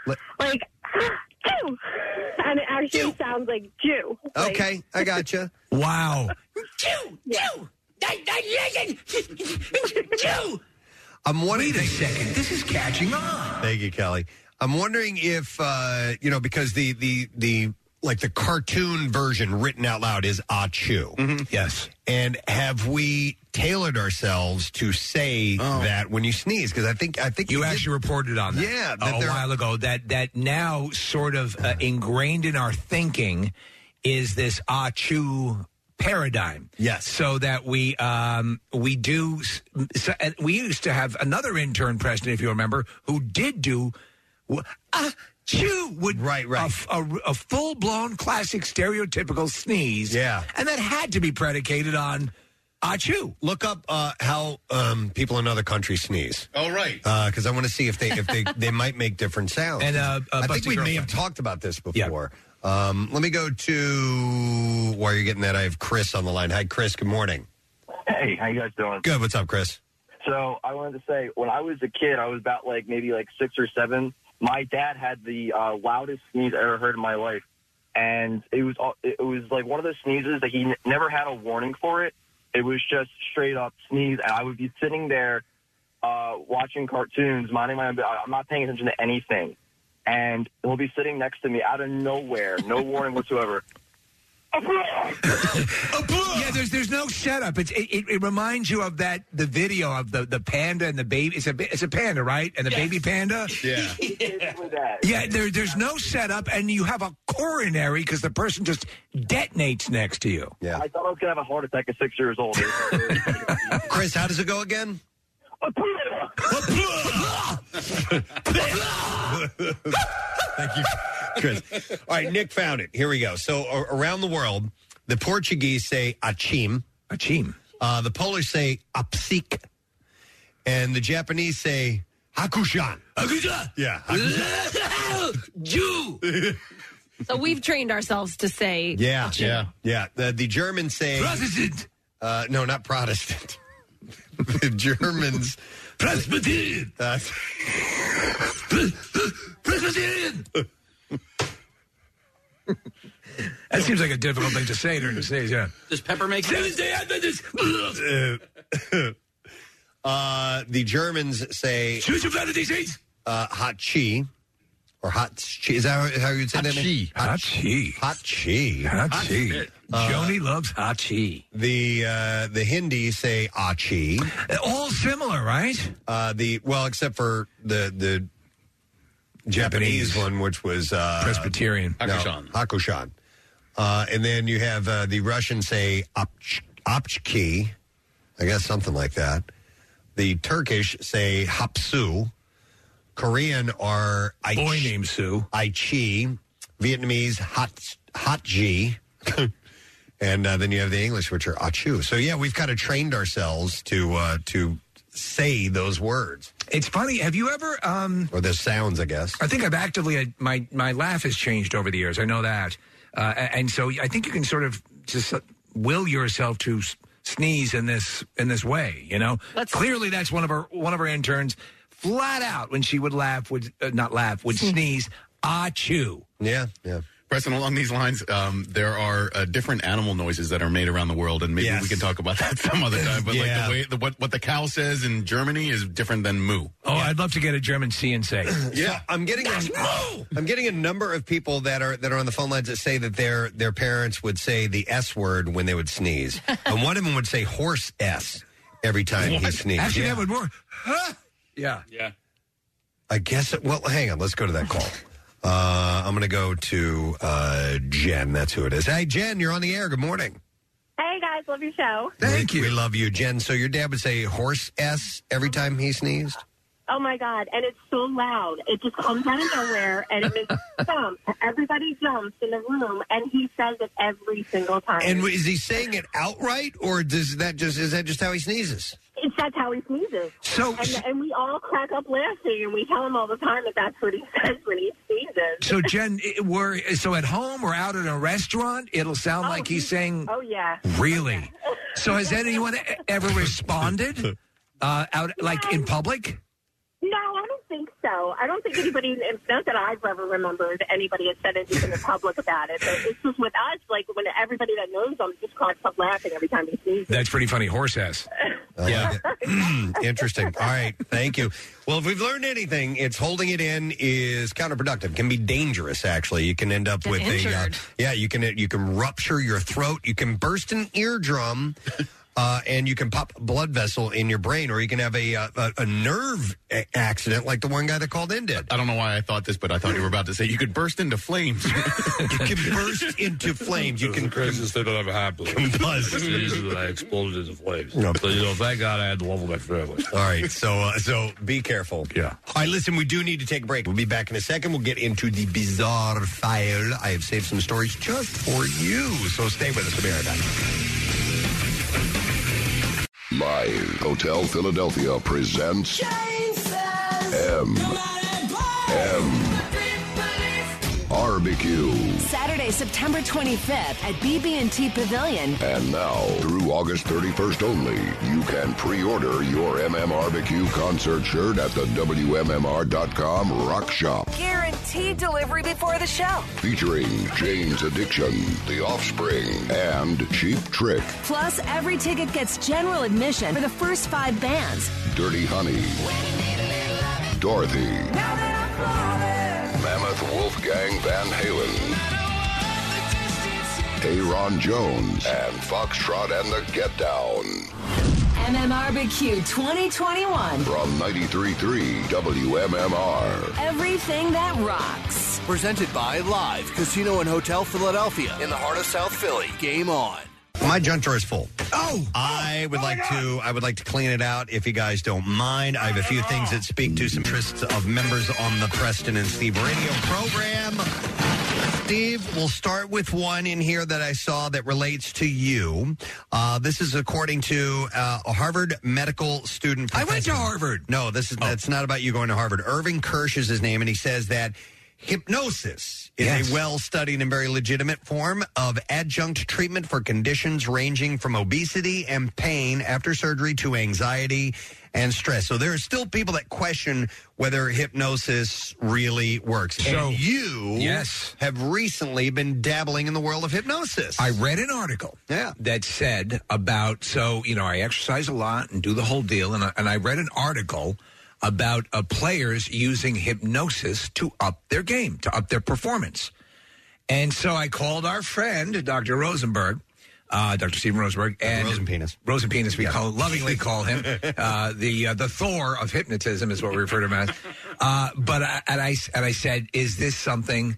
Speaker 3: like,
Speaker 29: Like, *gasps* Jew! And it actually sounds like Jew. Like,
Speaker 3: okay, I
Speaker 29: *laughs*
Speaker 3: gotcha.
Speaker 5: Wow.
Speaker 29: Jew! Jew! I,
Speaker 5: *laughs*
Speaker 29: I,
Speaker 3: Jew. I'm wondering. Wait a
Speaker 5: second. This is catching on.
Speaker 3: Thank you, Kelly. I'm wondering if uh, you know because the the the like the cartoon version written out loud is Achu.
Speaker 5: Mm-hmm. Yes.
Speaker 3: And have we tailored ourselves to say that when you sneeze? Because I think I think
Speaker 5: Oh. you
Speaker 3: we did-
Speaker 5: actually reported on that.
Speaker 3: Yeah, that
Speaker 5: a
Speaker 3: there-
Speaker 5: while ago. That that now sort of uh, ingrained in our thinking is this achu paradigm. Yes, so that we um, we do. s- So, and we used to have another intern, Preston, if you remember, who did do. wh- Achu would right, right. A, full blown classic stereotypical sneeze. Yeah, and that had to be predicated on achu.
Speaker 3: Ah Look up uh, how um, people in other countries sneeze.
Speaker 6: All right.
Speaker 3: Because Uh, I want to see if they
Speaker 5: *laughs*
Speaker 3: if they they might make different sounds.
Speaker 5: And, uh, uh,
Speaker 3: I think
Speaker 5: Busted
Speaker 3: we may
Speaker 5: Girlfriend.
Speaker 3: have talked about this before. Um, let me go to while you're getting that. I have Chris on the line. Hi, Chris. Good morning.
Speaker 10: Hey, how you guys doing?
Speaker 3: Good. What's up, Chris?
Speaker 10: So I wanted to say, when I was a kid, I was about like maybe like six or seven. My dad had the uh, loudest sneeze I ever heard in my life, and it was all- it was like one of those sneezes that he n- never had a warning for it. It was just straight up sneeze, and I would be sitting there uh, watching cartoons, minding my own. bu- I'm not paying attention to anything, and he'll be sitting next to me out of nowhere, no warning whatsoever.
Speaker 5: yeah, there's there's no setup. It's, it, it it reminds you of that the video of the the panda and the baby. It's a it's a panda, right? And the baby panda.
Speaker 6: Yeah.
Speaker 5: Yeah, there, there's no setup, and you have a coronary because the person just detonates next to you.
Speaker 3: Yeah.
Speaker 10: I thought I was gonna have a heart attack at six years
Speaker 5: *laughs*
Speaker 10: old.
Speaker 3: Chris, how does it go again? Thank you, Chris. All right, Nick found it. Here we go. So a- around the world, the Portuguese say achim.
Speaker 5: Achim.
Speaker 3: Uh, the Polish say apsik. And the Japanese say hakushan. Hakushan. Yeah.
Speaker 7: Jew. so we've trained ourselves to say.
Speaker 3: Yeah. Yeah. Yeah. The, the Germans say Protestant. Uh, no, not Protestant. *laughs* the Germans. Uh, Presbyterian.
Speaker 5: Presbyterian. That seems like a difficult thing to say during the stage. Yeah.
Speaker 4: Does pepper make
Speaker 5: Seventh Day Adventist.
Speaker 3: *coughs* uh, the Germans say
Speaker 5: Choose your vanity seats.
Speaker 3: Uh, hot chi. Or hot chi. Is that how you would say that? name?
Speaker 5: Hot chi.
Speaker 3: Hot chi.
Speaker 5: Hot chi.
Speaker 3: Uh,
Speaker 5: Joni loves hot chi.
Speaker 3: The uh, the Hindi say achi.
Speaker 5: All similar, right?
Speaker 3: Uh, the well, except for the the Japanese,
Speaker 5: Japanese.
Speaker 3: one, which was uh,
Speaker 5: Presbyterian.
Speaker 3: no,
Speaker 5: Hakushan.
Speaker 3: Hakushan. Uh, and then you have uh, the Russians say opch- opchki, I guess something like that. The Turkish say hapsu. Korean are I- boy
Speaker 5: named Sue.
Speaker 3: Aichi. Vietnamese hot hotji. *laughs* and uh, then you have the English, which are achu. So yeah, we've kind of trained ourselves to uh, to say those words
Speaker 5: It's funny. Have you ever? Um,
Speaker 3: or those sounds, I guess.
Speaker 5: I think I've actively uh, my my laugh has changed over the years. I know that, uh, a- and so I think you can sort of just uh, will yourself to s- sneeze in this in this way. You know, clearly that's one of our one of our interns flat out when she would laugh would uh, not laugh
Speaker 29: Hmm.
Speaker 5: would sneeze. Ah, chew.
Speaker 3: Yeah, yeah.
Speaker 6: Preston, along these lines, um, there are uh, different animal noises that are made around the world, and maybe we can talk about *laughs* that some other time. But like
Speaker 5: Yeah.
Speaker 6: the way the, what what the cow says in Germany is different than moo.
Speaker 5: Oh, I'd love to get a German C and
Speaker 6: *clears throat*
Speaker 5: say.
Speaker 3: Yeah, I'm getting a, I'm getting a number of people that are that are on the phone lines that say that their their parents would say the S word when they would sneeze, and one of them would say horse S every time he sneezed.
Speaker 5: Actually,
Speaker 3: Yeah.
Speaker 5: that would work. Huh? Yeah.
Speaker 4: Yeah.
Speaker 3: I guess. It, well, hang on. Let's go to that call. Uh, I'm going to go to uh, Jen. That's who it is. Hey, Jen, you're on the air. Good morning.
Speaker 29: Hey guys, love your show.
Speaker 3: Thank you. We love you, Jen. So your dad would say horse S every time he sneezed.
Speaker 29: Oh my god, and it's so loud. It just comes out of nowhere and it makes *laughs* me jump. Everybody jumps in the room and he says it every single time.
Speaker 3: And is he saying it outright, or does that just is that just how he sneezes?
Speaker 29: it's that's how he sneezes.
Speaker 5: So
Speaker 29: and, and we all crack up laughing and we tell him all the time that that's what he *laughs* says when he sneezes. *laughs*
Speaker 5: So Jen, it- we're so at home or out at a restaurant, it'll sound like he's saying
Speaker 29: Oh yeah.
Speaker 5: Really? So
Speaker 29: *laughs*
Speaker 5: has anyone e- ever responded uh, out like in public?
Speaker 29: No, I don't think so.
Speaker 33: so. I don't think anybody, not that I've ever remembered anybody has said anything in public about it. But it's just with us, like when everybody that knows them just can't stop laughing every time he sees
Speaker 5: That's pretty funny. Horse ass.
Speaker 3: *laughs* yeah. Hmm, Interesting. All right. Thank you. Well, if we've learned anything, it's holding it in is counterproductive. Can be dangerous. Actually, you can end up
Speaker 9: Get
Speaker 3: with a uh,
Speaker 9: injured.
Speaker 3: yeah. You can you can rupture your throat. You can burst an
Speaker 9: *laughs*
Speaker 3: eardrum. Uh, and you can pop a blood vessel in your brain, or you can have a uh, a, a nerve a- accident like the one guy that called in did.
Speaker 6: I don't know why I thought this, but I thought you were about to say you could burst into
Speaker 3: *laughs*
Speaker 6: flames. you
Speaker 3: can burst into flames. You can
Speaker 16: craziest thing that ever happened.
Speaker 6: *laughs*
Speaker 3: Combust.
Speaker 16: That's the reason that I exploded into flames.
Speaker 3: No.
Speaker 16: So you know, thank God I had the love of my family.
Speaker 3: All right, so uh, so be careful. Yeah. All right, listen, we do need to take a break. We'll be back in a second. We'll get into the bizarre file. I have saved some stories just for you, so stay with us. We'll be right back.
Speaker 34: Live Hotel Philadelphia presents M. M. Barbecue.
Speaker 27: Saturday, September 25th at BB&T Pavilion.
Speaker 34: And now, through August 31st only, you can pre-order your MMRBQ concert shirt at the WMMR.com rock shop.
Speaker 27: Guaranteed delivery before the show.
Speaker 34: Featuring Jane's Addiction, The Offspring, and Cheap Trick,
Speaker 27: Plus, every ticket gets general admission for the first five bands.
Speaker 34: Dirty Honey, Dorothy, Mammoth Wolfgang Van Halen, Aaron Jones, and Foxtrot and the Get Down.
Speaker 27: MMRBQ 2021.
Speaker 34: From 93.3 WMMR.
Speaker 27: Everything that rocks.
Speaker 26: Presented by Live Casino and Hotel Philadelphia in the heart of South Philly. Game on.
Speaker 3: My junk drawer is full. Oh, I would like to. I would like to clean it out if you guys don't mind. I have a few things that speak to some interests of members on the Preston and Steve radio program. Steve, we'll start with one in here that I saw that relates to you. Uh, this is according to uh, a Harvard medical student. I went to Harvard. Oh. No, this is that's not about you going to Harvard. Irving Kirsch is his name, and he says that hypnosis is a well studied and very legitimate form of adjunct treatment for conditions ranging from obesity and pain after surgery to anxiety and stress. So there are still people that question whether hypnosis really works.
Speaker 5: So-
Speaker 3: and you
Speaker 5: Yes.
Speaker 3: have recently been dabbling in the world of hypnosis.
Speaker 5: I read an article
Speaker 3: yeah.
Speaker 5: that said about so you know I exercise a lot and do the whole deal, and I, and I read an article about uh, players using hypnosis to up their game, to up their performance. And so I called our friend Dr. Rosenberg, uh, Dr. Stephen Rosenberg, and Rosenpenis. Rosenpenis, we call lovingly call him uh, the uh, the Thor of hypnotism is what we refer to him as. Uh, but I, and I and I said, is this something?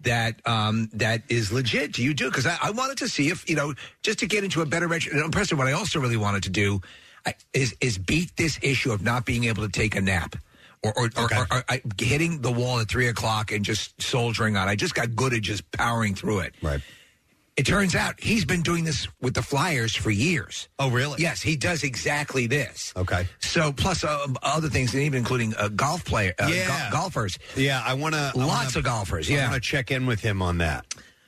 Speaker 5: that um, that is legit. Do you do? Because I, I wanted to see if you know, just to get into a better direction. And Preston, what I also really wanted to do I, is is beat this issue of not being able to take a nap. Or, or, or, or, or I, hitting the wall at three o'clock and just soldiering on. I just got good at just powering through it.
Speaker 3: Right.
Speaker 5: It turns out he's been doing this with the Flyers for years.
Speaker 3: Oh, really?
Speaker 5: Yes, he does exactly this.
Speaker 3: Okay.
Speaker 5: So, plus uh, other things, and even including uh, golf player, uh,
Speaker 3: Yeah.
Speaker 5: go- golfers.
Speaker 3: Yeah, I want to.
Speaker 5: Lots of golfers. Yeah,
Speaker 3: I want to check in with him on that.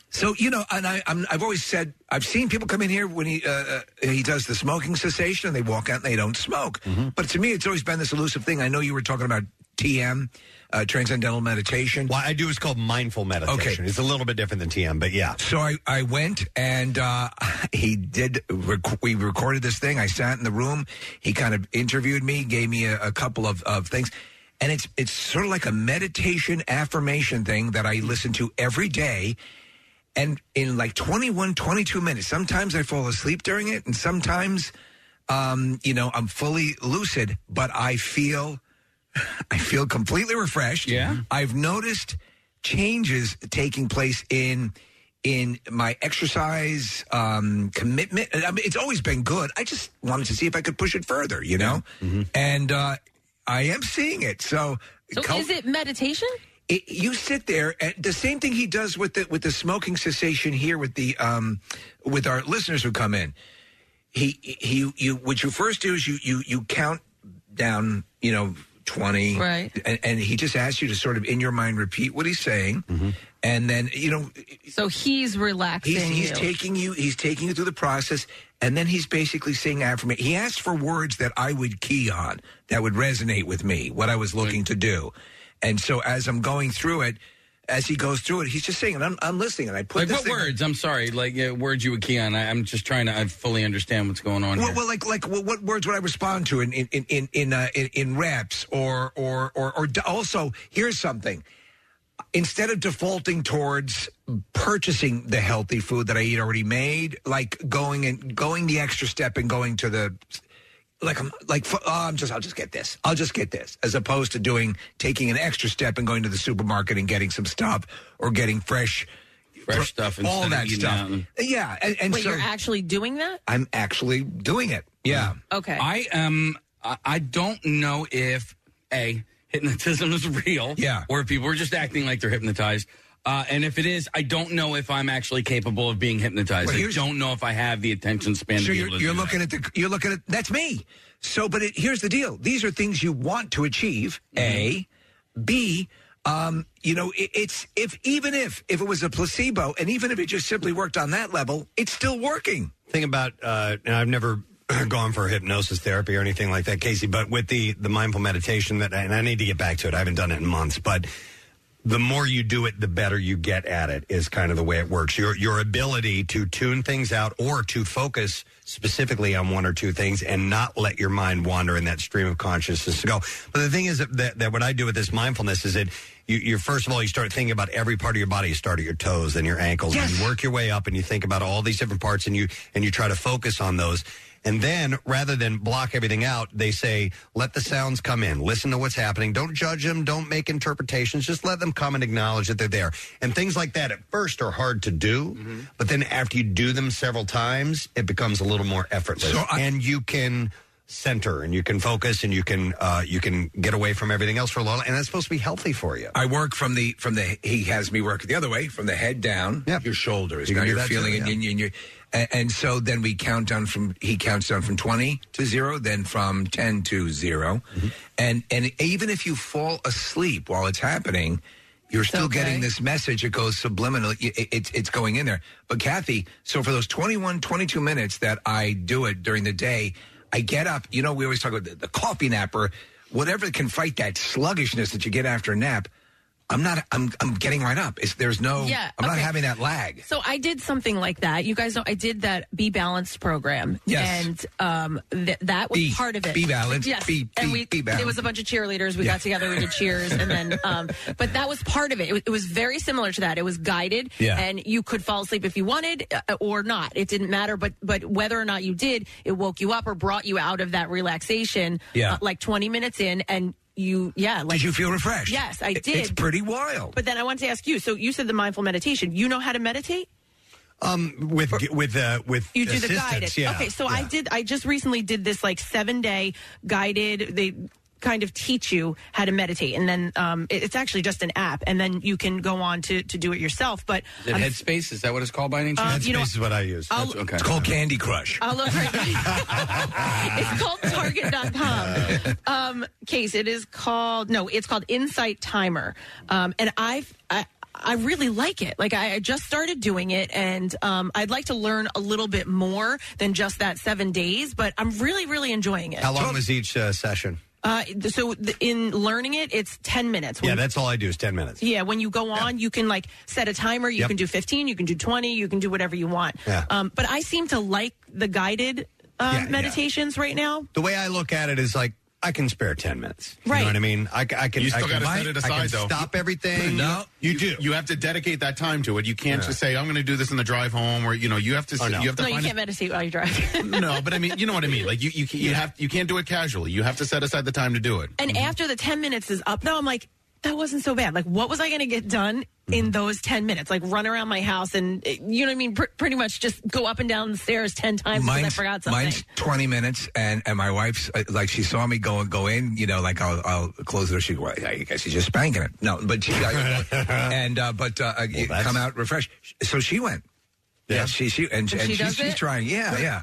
Speaker 5: so you know, and I, I'm, I've always said I've seen people come in here when he uh, uh, he does the smoking cessation, and they walk out and they don't smoke.
Speaker 3: Mm-hmm.
Speaker 5: But to me, it's always been this elusive thing. I know you were talking about TM, uh, transcendental meditation.
Speaker 3: What I do is called mindful meditation.
Speaker 5: Okay,
Speaker 3: It's a little bit different than TM, but yeah.
Speaker 5: so I, I went and uh, *laughs* he did. Rec- we recorded this thing. I sat in the room. He kind of interviewed me, gave me a, a couple of, of things, and it's it's sort of like a meditation affirmation thing that I listen to every day. And in like 21, 22 minutes, sometimes I fall asleep during it, and sometimes, um, you know, I'm fully lucid, but I feel *laughs* I feel completely refreshed. Yeah. I've noticed changes taking place in in my exercise um, commitment. I mean, it's always been good. I just wanted to see if I could push it further, you know? And uh, I am seeing it. So,
Speaker 7: So
Speaker 5: co-
Speaker 7: is it meditation?
Speaker 5: it, you sit there and the same thing he does with the with the smoking cessation here with the um with our listeners who come in he he you what you first do is you you you count down you know 20.
Speaker 7: Right.
Speaker 5: And, and he just asks you to sort of in your mind repeat what he's saying. And then, you know,
Speaker 7: So he's relaxing.
Speaker 5: he's, he's
Speaker 7: you.
Speaker 5: taking you he's taking you through the process and then he's basically saying affirmation he asked for words that i would key on that would resonate with me what i was looking to do and so as i'm going through it as he goes through it he's just saying and i'm, I'm listening and i put
Speaker 4: Like
Speaker 5: this
Speaker 4: what
Speaker 5: thing-
Speaker 4: words? I'm sorry. Like uh, words you would key on. I, I'm just trying to I fully understand what's going on.
Speaker 5: well,
Speaker 4: here.
Speaker 5: well, like, like, what, what words would I respond to in in in in in, uh, in, in reps or or or or d- also here's something. Instead of defaulting towards purchasing the healthy food that I eat already made, like going and going the extra step and going to the like I'm like f- oh, I'm just I'll just get this. I'll just get this as opposed to doing taking an extra step and going to the supermarket and getting some stuff or getting fresh
Speaker 4: Fresh stuff
Speaker 5: all
Speaker 4: instead of
Speaker 5: that
Speaker 4: eating
Speaker 5: stuff.
Speaker 4: out.
Speaker 5: Yeah, and, and
Speaker 7: Wait,
Speaker 5: so
Speaker 7: you're actually doing that?
Speaker 5: I'm actually doing it. Yeah.
Speaker 7: Okay.
Speaker 4: I um I- I don't know if a hypnotism is real. Yeah. Or if people are just acting like they're hypnotized. Uh, and if it is, I don't know if I'm actually capable of being hypnotized.
Speaker 5: Well,
Speaker 4: I
Speaker 5: here's-
Speaker 4: don't know if I have the attention span.
Speaker 5: So
Speaker 4: to be
Speaker 5: you're,
Speaker 4: able to
Speaker 5: you're
Speaker 4: do that.
Speaker 5: looking at the you're looking at that's me. So, but it, here's the deal: these are things you want to achieve. A, B. Um, you know, it, it's if even if if it was a placebo, and even if it just simply worked on that level, it's still working.
Speaker 3: thing about uh, and I've never *clears throat* gone for hypnosis therapy or anything like that, Casey. But with the the mindful meditation that, and I need to get back to it. I haven't done it in months, but the more you do it, the better you get at it. Is kind of the way it works. Your your ability to tune things out or to focus specifically on one or two things and not let your mind wander in that stream of consciousness to go. But the thing is that, that, that what I do with this mindfulness is it. You, you first of all, you start thinking about every part of your body. You start at your toes, then your ankles, and you work your way up, and you think about all these different parts, and you and you try to focus on those. And then, rather than block everything out, they say, let the sounds come in. Listen to what's happening. Don't judge them. Don't make interpretations. Just let them come and acknowledge that they're there. And things like that at first are hard to do.
Speaker 5: Mm-hmm.
Speaker 3: But then after you do them several times, it becomes a little more effortless. and you can center and you can focus and you can uh, you can get away from everything else for a while. And that's supposed to be healthy for you.
Speaker 5: I work from the from the he has me work the other way from the head down your shoulders
Speaker 3: You
Speaker 5: now
Speaker 3: can do
Speaker 5: you're
Speaker 3: that
Speaker 5: feeling
Speaker 3: too,
Speaker 5: it
Speaker 3: yeah.
Speaker 5: and, you- and, you- and, and so then we count down from he counts down from 20 to 0 then from 10 to 0
Speaker 3: Mm-hmm.
Speaker 5: and and even if you fall asleep while it's happening you're still getting this message it goes subliminal it, it- it's it's going in there but Kathy so for those 21 22 minutes that I do it during the day I get up you know we always talk about the, the coffee nap or whatever can fight that sluggishness that you get after a nap I'm not. I'm. I'm getting right up. It's, there's no.
Speaker 7: Yeah,
Speaker 5: I'm not
Speaker 7: okay.
Speaker 5: having that lag.
Speaker 7: So I did something like that. You guys know I did that Be Balanced program.
Speaker 5: Yes.
Speaker 7: And um, th- that was
Speaker 5: Be-
Speaker 7: part of it.
Speaker 5: Be Balanced,
Speaker 7: Yes.
Speaker 5: Be-
Speaker 7: and
Speaker 5: Be-
Speaker 7: we,
Speaker 5: Be Balanced.
Speaker 7: There was a bunch of cheerleaders. We
Speaker 5: Yeah.
Speaker 7: got together. We did cheers.
Speaker 5: *laughs*
Speaker 7: and then, um, but that was part of it. It was, it was very similar to that. It was guided.
Speaker 2: Yeah.
Speaker 7: And you could fall asleep if you wanted uh, or not. It didn't matter. But, but whether or not you did, it woke you up or brought you out of that relaxation
Speaker 5: Yeah.
Speaker 7: uh, like 20 minutes in. And you, yeah. Like,
Speaker 5: Did you feel refreshed?
Speaker 7: Yes, I
Speaker 5: It-
Speaker 7: did.
Speaker 5: It's pretty wild.
Speaker 7: But then I want to ask you. So you said the mindful meditation. You know how to meditate?
Speaker 3: Um, with with uh, with
Speaker 7: You do the
Speaker 3: assistance,
Speaker 7: guided.
Speaker 3: Yeah.
Speaker 7: Okay, so I did. I just recently did this like seven day guided. They kind of teach you how to meditate, and then um, it- it's actually just an app, and then you can go on to to do it yourself. But
Speaker 4: Is it
Speaker 7: I'm-
Speaker 4: Headspace? Is that what it's called by any
Speaker 7: Uh,
Speaker 4: chance?
Speaker 7: you know- Headspace is what I
Speaker 3: use.
Speaker 7: I'll-
Speaker 4: That's- okay.
Speaker 5: It's called Candy Crush.
Speaker 7: I'll look right. *laughs* it's called Target.com. Um, case. It is called no. It's called Insight Timer. Um, and I've I, I really like it. Like I, I just started doing it, and um, I'd like to learn a little bit more than just that seven days. But I'm really really enjoying it.
Speaker 3: How long was each uh, session?
Speaker 7: Uh, so the, in learning it, it's ten minutes.
Speaker 3: Yeah, that's all I do is ten minutes.
Speaker 7: Yeah, when you go on, you can like set a timer. You
Speaker 3: Yep.
Speaker 7: can do 15, you can do 20, you can do whatever you want.
Speaker 3: Yeah.
Speaker 7: Um, but I seem to like the guided um, meditations right now.
Speaker 3: The way I look at it is like I can spare ten minutes. You
Speaker 7: Right.
Speaker 3: know what I mean? I, c- I can.
Speaker 6: you still
Speaker 3: I
Speaker 6: got
Speaker 3: can
Speaker 6: to set it aside,
Speaker 3: I can
Speaker 6: though.
Speaker 3: Stop everything.
Speaker 6: you, do. You have to dedicate that time to it. You can't
Speaker 3: Yeah. Oh,
Speaker 6: just say, "I'm going to do this in the drive home," or you know, you have to. You have to
Speaker 7: no, you
Speaker 6: find a-
Speaker 7: can't meditate while you drive. *laughs*
Speaker 6: no, but I mean, you know what I mean. Like you, you, can- you have, you can't do it casually. You have to set aside the time to do it.
Speaker 7: and after the 10 minutes is up, though, I'm like, that wasn't so bad. Like, what was I going to get done in those 10 minutes? Like, run around my house and, uh, you know what I mean? Pr- pretty much just go up and down the stairs 10 times because I forgot something.
Speaker 5: mine's 20 minutes, and, and my wife's uh, like, she saw me go go in, you know, like I'll, I'll close the door. She go, well, I guess she's just spanking it. No, but she, *laughs* I, and, uh, but, uh, I- come out refreshed. So she went. Yeah. She, she, and,
Speaker 7: So
Speaker 5: and
Speaker 7: she
Speaker 5: she's,
Speaker 7: does
Speaker 5: she's
Speaker 7: it?
Speaker 5: trying. Yeah, yeah.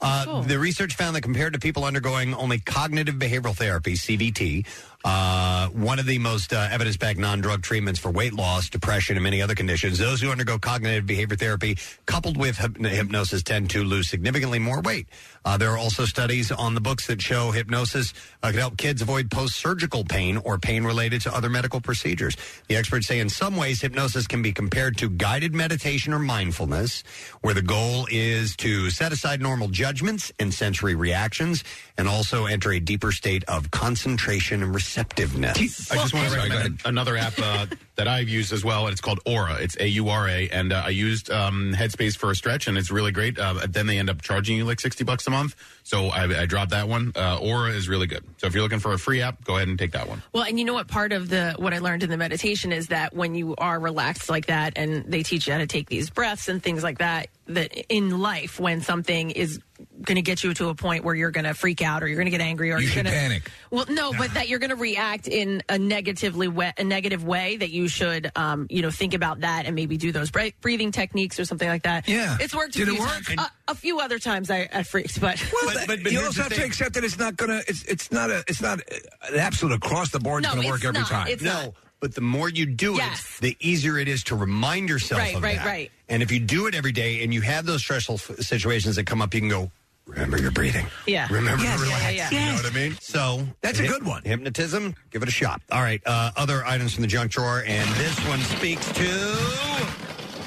Speaker 3: Uh, The research found that compared to people undergoing only cognitive behavioral therapy, CBT, uh, one of the most uh, evidence backed non drug treatments for weight loss, depression, and many other conditions, those who undergo cognitive behavior therapy coupled with hyp- hypnosis tend to lose significantly more weight. Uh, there are also studies on the books that show hypnosis uh, can help kids avoid post surgical pain or pain related to other medical procedures. The experts say in some ways, hypnosis can be compared to guided meditation or mindfulness, where the goal is to set aside normal judgments and sensory reactions and also enter a deeper state of concentration and receptiveness.
Speaker 6: I just want to recommend another app uh, that I've used as well, and it's called Aura. It's A U R A, and uh, I used um, Headspace for a stretch, and it's really great. Uh, then they end up charging you like sixty bucks a month, so I, I dropped that one. Uh, Aura is really good. So if you're looking for a free app, go ahead and take that one.
Speaker 7: Well, and you know what part of the what I learned in the meditation is that when you are relaxed like that and they teach you how to take these breaths and things like that that in life when something is going to get you to a point where you're going to freak out or you're going to get angry or
Speaker 5: You
Speaker 7: you are
Speaker 5: should
Speaker 7: going to
Speaker 5: panic.
Speaker 7: Well, no, but that you're going to react in a negatively we- a negative way that you should um, you know think about that and maybe do those bre- breathing techniques or something like that.
Speaker 5: Yeah.
Speaker 7: It's worked
Speaker 5: Did
Speaker 7: a
Speaker 5: it
Speaker 7: few
Speaker 5: work?
Speaker 7: times. A, a few other times I, I freaked, but *laughs*
Speaker 5: Well, but, you also have to accept that it's not gonna. It's it's not a. It's not uh, an absolute across the board.
Speaker 7: No,
Speaker 5: it's gonna work
Speaker 7: it's
Speaker 5: every
Speaker 7: not.
Speaker 5: time.
Speaker 7: It's No, not.
Speaker 3: but the more you do
Speaker 7: Yes.
Speaker 3: it, the easier it is to remind yourself
Speaker 7: Right,
Speaker 3: of
Speaker 7: right,
Speaker 3: that.
Speaker 7: right.
Speaker 3: And if you do it every day and you have those stressful f- situations that come up, you can go, remember your breathing.
Speaker 7: Yeah.
Speaker 3: Remember
Speaker 7: Yes,
Speaker 3: to
Speaker 7: yeah, yeah,
Speaker 3: relax.
Speaker 7: yeah.
Speaker 3: You know
Speaker 7: Yes.
Speaker 3: what I mean? So
Speaker 5: That's a good one.
Speaker 3: Hypnotism, give it a shot. All right. Uh, other items from the junk drawer, and this one speaks to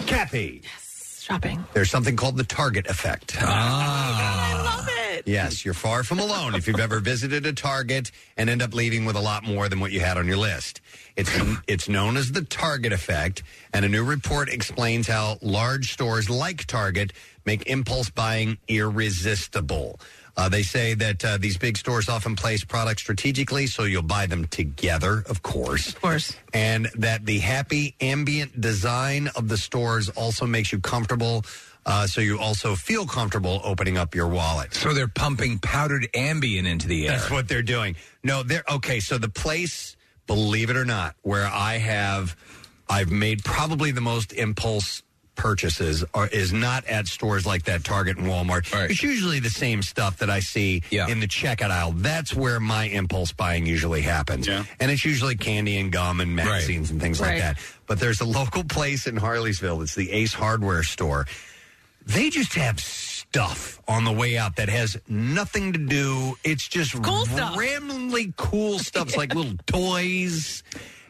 Speaker 3: Kathy.
Speaker 7: shopping.
Speaker 3: There's something called the Target effect. Ah.
Speaker 7: Oh, I love it.
Speaker 3: Yes, you're far from alone if you've ever visited a Target and end up leaving with a lot more than what you had on your list. It's it's known as the Target effect, and a new report explains how large stores like Target make impulse buying irresistible. Uh, they say that uh, these big stores often place products strategically, so you'll buy them together, of course. Of
Speaker 7: course.
Speaker 3: And that the happy ambient design of the stores also makes you comfortable, uh, so you also feel comfortable opening up your wallet.
Speaker 5: So they're pumping powdered Ambien into the air.
Speaker 3: That's what they're doing. No, they're okay. So the place, believe it or not, where I have, I've made probably the most impulse purchases are, is not at stores like that Target and Walmart. It's usually the same stuff that I see in the checkout aisle. That's where my impulse buying usually happens. And it's usually candy and gum and magazines and things like
Speaker 9: Right.
Speaker 3: that. But there's a local place in Harleysville. It's the Ace Hardware store they just have stuff on the way out that has nothing to do. It's just
Speaker 9: stuff.
Speaker 3: randomly *laughs* cool stuff. It's like little toys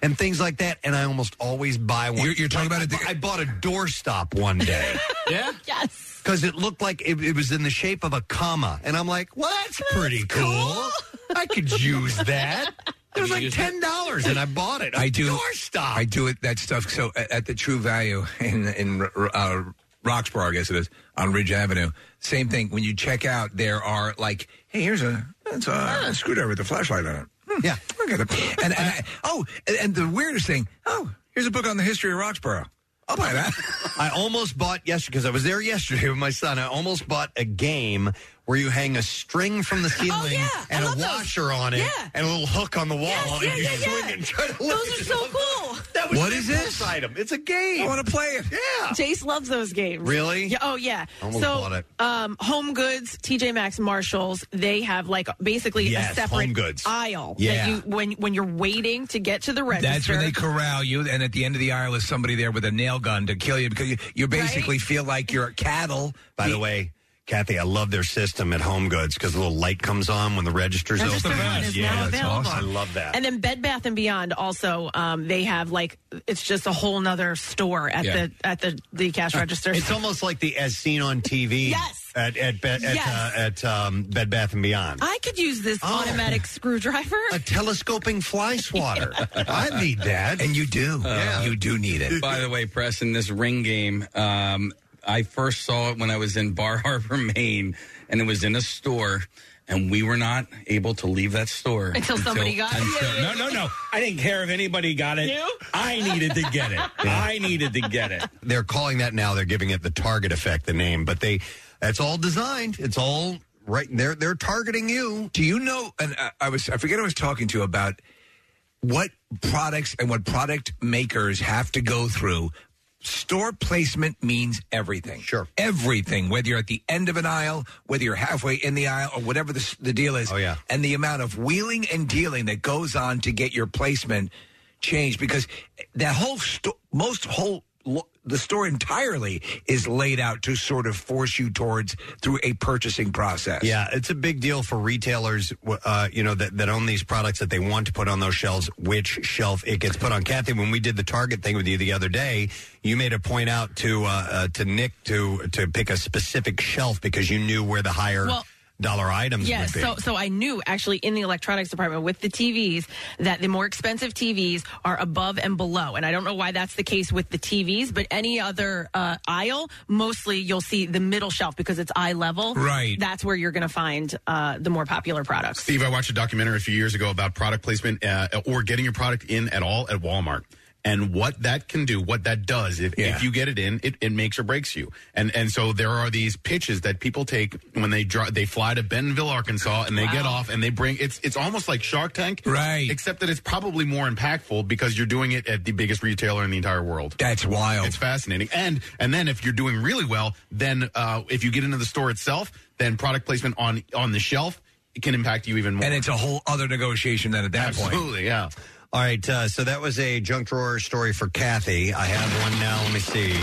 Speaker 3: and things like that. And I almost always buy one. You're, talking about it. I bought a doorstop one day. *laughs* yeah.
Speaker 7: Yes.
Speaker 3: Because it looked like it, it was in the shape of a comma, and I'm like, "Well, that's pretty cool. I could use *laughs* that." It was like ten dollars, and I bought it.
Speaker 5: I do
Speaker 3: Doorstop.
Speaker 5: I do it that stuff. So at, at the True Value in in uh, Roxborough, I guess it is on Ridge Avenue. Same thing. When you check out, there are like, hey, here's a that's a screwdriver with a flashlight on it.
Speaker 3: Yeah,
Speaker 5: I got it. And, and I, oh, and, and the weirdest thing. Oh, here's a book on the history of Roxborough. I'll buy that.
Speaker 3: *laughs* I almost bought yesterday because I was there yesterday with my son. I almost bought a game where you hang a string from
Speaker 5: Oh,
Speaker 3: the ceiling and a washer on it
Speaker 9: Yeah.
Speaker 3: and a little hook on the wall and
Speaker 9: yeah,
Speaker 3: you
Speaker 9: yeah,
Speaker 3: swing
Speaker 9: yeah.
Speaker 3: and try to
Speaker 9: Those
Speaker 3: lift
Speaker 9: are
Speaker 3: it
Speaker 9: so
Speaker 3: up.
Speaker 9: cool.
Speaker 3: That was an impulse Item. It's a game.
Speaker 5: I want to play it.
Speaker 3: Yeah.
Speaker 7: Jace loves those games.
Speaker 3: Really?
Speaker 7: Yeah, oh yeah.
Speaker 3: Almost
Speaker 7: so,
Speaker 3: bought it.
Speaker 7: um Home Goods, TJ Maxx, Marshalls, they have like basically
Speaker 5: Yes,
Speaker 7: a separate
Speaker 5: Home Goods.
Speaker 7: aisle
Speaker 5: Yeah.
Speaker 7: that you when when you're waiting to get to the register.
Speaker 5: That's where they corral you, and at the end of the aisle is somebody there with a nail gun to kill you because you, you basically feel like you're cattle.
Speaker 3: By the way, Kathy, I love their system at Home Goods because the little light comes on when the register's
Speaker 7: Register
Speaker 3: open.
Speaker 7: line is
Speaker 3: yeah,
Speaker 7: now
Speaker 3: that's
Speaker 7: available.
Speaker 3: awesome. I love that.
Speaker 7: And then Bed Bath and Beyond also um, they have like it's just a whole nother store at
Speaker 3: Yeah. Uh,
Speaker 7: the at the
Speaker 3: *laughs*
Speaker 7: the cash register.
Speaker 3: It's almost like the as seen on TV
Speaker 7: Yes.
Speaker 3: at at, Be- at,
Speaker 7: Yes.
Speaker 3: uh, at um, Bed Bath and
Speaker 7: *laughs*
Speaker 3: Beyond.
Speaker 7: I could use this
Speaker 3: Oh.
Speaker 7: automatic screwdriver.
Speaker 3: A telescoping
Speaker 7: *laughs*
Speaker 3: fly swatter. I need that. And you do.
Speaker 4: Yeah.
Speaker 5: You do need it.
Speaker 4: By the way, Preston, this ring game, um, I first saw it when I was in *laughs* Bar Harbor, Maine, and it was in a store, and we were not able to leave that store
Speaker 7: Until somebody got it.
Speaker 4: until- no, no, no. I didn't care if anybody got it.
Speaker 7: You?
Speaker 4: I needed to get it. I needed *laughs* to get it.
Speaker 3: They're calling that now. They're giving it the target effect, the name, but they that's all designed. It's all right. They're they're targeting you.
Speaker 5: Do you know? And I, I was I forget who I was talking to about what products and what product makers have to go through Store placement means everything. Sure. Everything, whether you're at the end of an aisle, whether you're halfway in the aisle, or whatever the, s- the deal is. Oh, yeah. And the amount of wheeling and dealing that goes on to get your placement changed because that whole, sto- most whole, lo- the store entirely is laid out to sort of force you towards through a purchasing process.
Speaker 3: Yeah, it's a big deal for retailers, uh, you know, that, that own these products that they want to put on those shelves, which shelf it gets put on. Kathy, when we did the Target thing with you the other day, you made a point out to uh, uh, to Nick to to pick a specific shelf because you knew where the higher
Speaker 7: Well-
Speaker 3: dollar items
Speaker 7: Yes,
Speaker 3: would be.
Speaker 7: so so I knew actually in the electronics department with the TVs that the more expensive TVs are above and below, and I don't know why that's the case with the TVs, but any other uh, aisle, mostly you'll see the middle shelf because it's eye level.
Speaker 6: Right.
Speaker 7: that's where you're going to find uh, the more popular products.
Speaker 6: Steve, I watched a documentary a few years ago about product placement uh, or getting your product in at all at Walmart. And what that can do, what that does, if, if you get it in, it, it makes or breaks you. And and so there are these pitches that people take when they drive, they fly to Bentonville, Arkansas, and they get off and they bring it's it's almost like Shark Tank, right? Except that it's probably more impactful because you're doing it at the biggest retailer in the entire world.
Speaker 5: That's wild.
Speaker 6: It's fascinating. And and then if you're doing really well, then uh, if you get into the store itself, then product placement on on the shelf it can impact you even more.
Speaker 5: And it's a whole other negotiation than at that point.
Speaker 6: Absolutely, yeah.
Speaker 3: All right, uh, so that was a junk drawer story for Kathy. I have one now. Let me see.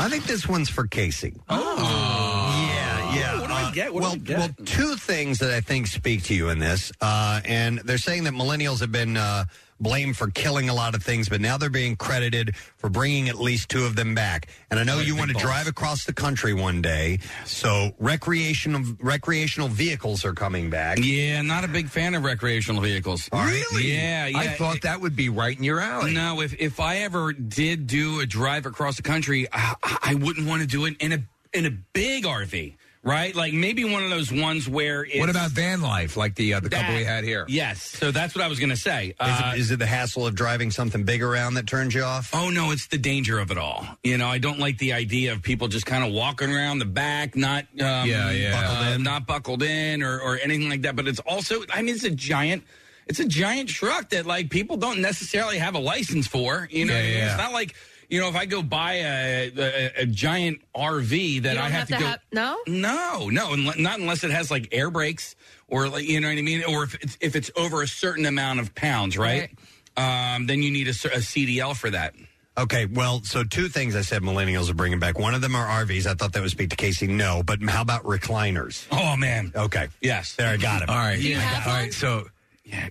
Speaker 3: I think this one's for Casey. Oh, yeah, yeah. What do I get? well, well, two things that I think speak to you in this, uh, and they're saying that millennials have been uh, blamed for killing a lot of things, but now they're being credited for bringing at least two of them back. And I know you want to drive across the country one day, so recreational recreational vehicles are coming back.
Speaker 4: Yeah, not a big fan of recreational vehicles.
Speaker 5: Really?
Speaker 4: Yeah, yeah.
Speaker 5: I thought that would be right in your alley.
Speaker 4: No, if if I ever did do a drive across the country, I, I wouldn't want to do it in a in a big RV, right? Like maybe one of those ones where it's
Speaker 5: What about van life, like the uh, the couple
Speaker 4: That-
Speaker 5: we had here?
Speaker 4: Yes, so that's what I was going to say. Uh,
Speaker 3: Is it, is it the hassle of driving something big around that turns you off?
Speaker 4: Oh no, it's the danger of it all. You know, I don't like the idea of people just kind of walking around the back, not um,
Speaker 5: Yeah, yeah.
Speaker 4: buckled in. not buckled in or or anything like that. But it's also, I mean, it's a giant. It's a giant truck that like people don't necessarily have a license for. You know,
Speaker 5: Yeah, yeah.
Speaker 4: it's not like you know if I go buy a a, a giant RV that
Speaker 7: You don't
Speaker 4: I have,
Speaker 7: have
Speaker 4: to,
Speaker 7: to
Speaker 4: go.
Speaker 7: have- no?
Speaker 4: no, no, unle- not unless it has like air brakes or like you know what I mean, or if it's, if it's over a certain amount of pounds, right? Um, then you need a, cer- a CDL for that.
Speaker 3: Okay, well, so two things I said millennials are bringing back. One of them are RVs. I thought that would speak to Casey. No, but how about recliners?
Speaker 4: Oh man.
Speaker 3: Okay.
Speaker 4: Yes.
Speaker 3: There, I got it.
Speaker 5: All right.
Speaker 3: Yeah.
Speaker 5: I got- all right. So,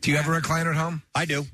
Speaker 5: do you have a recliner at home?
Speaker 3: I do.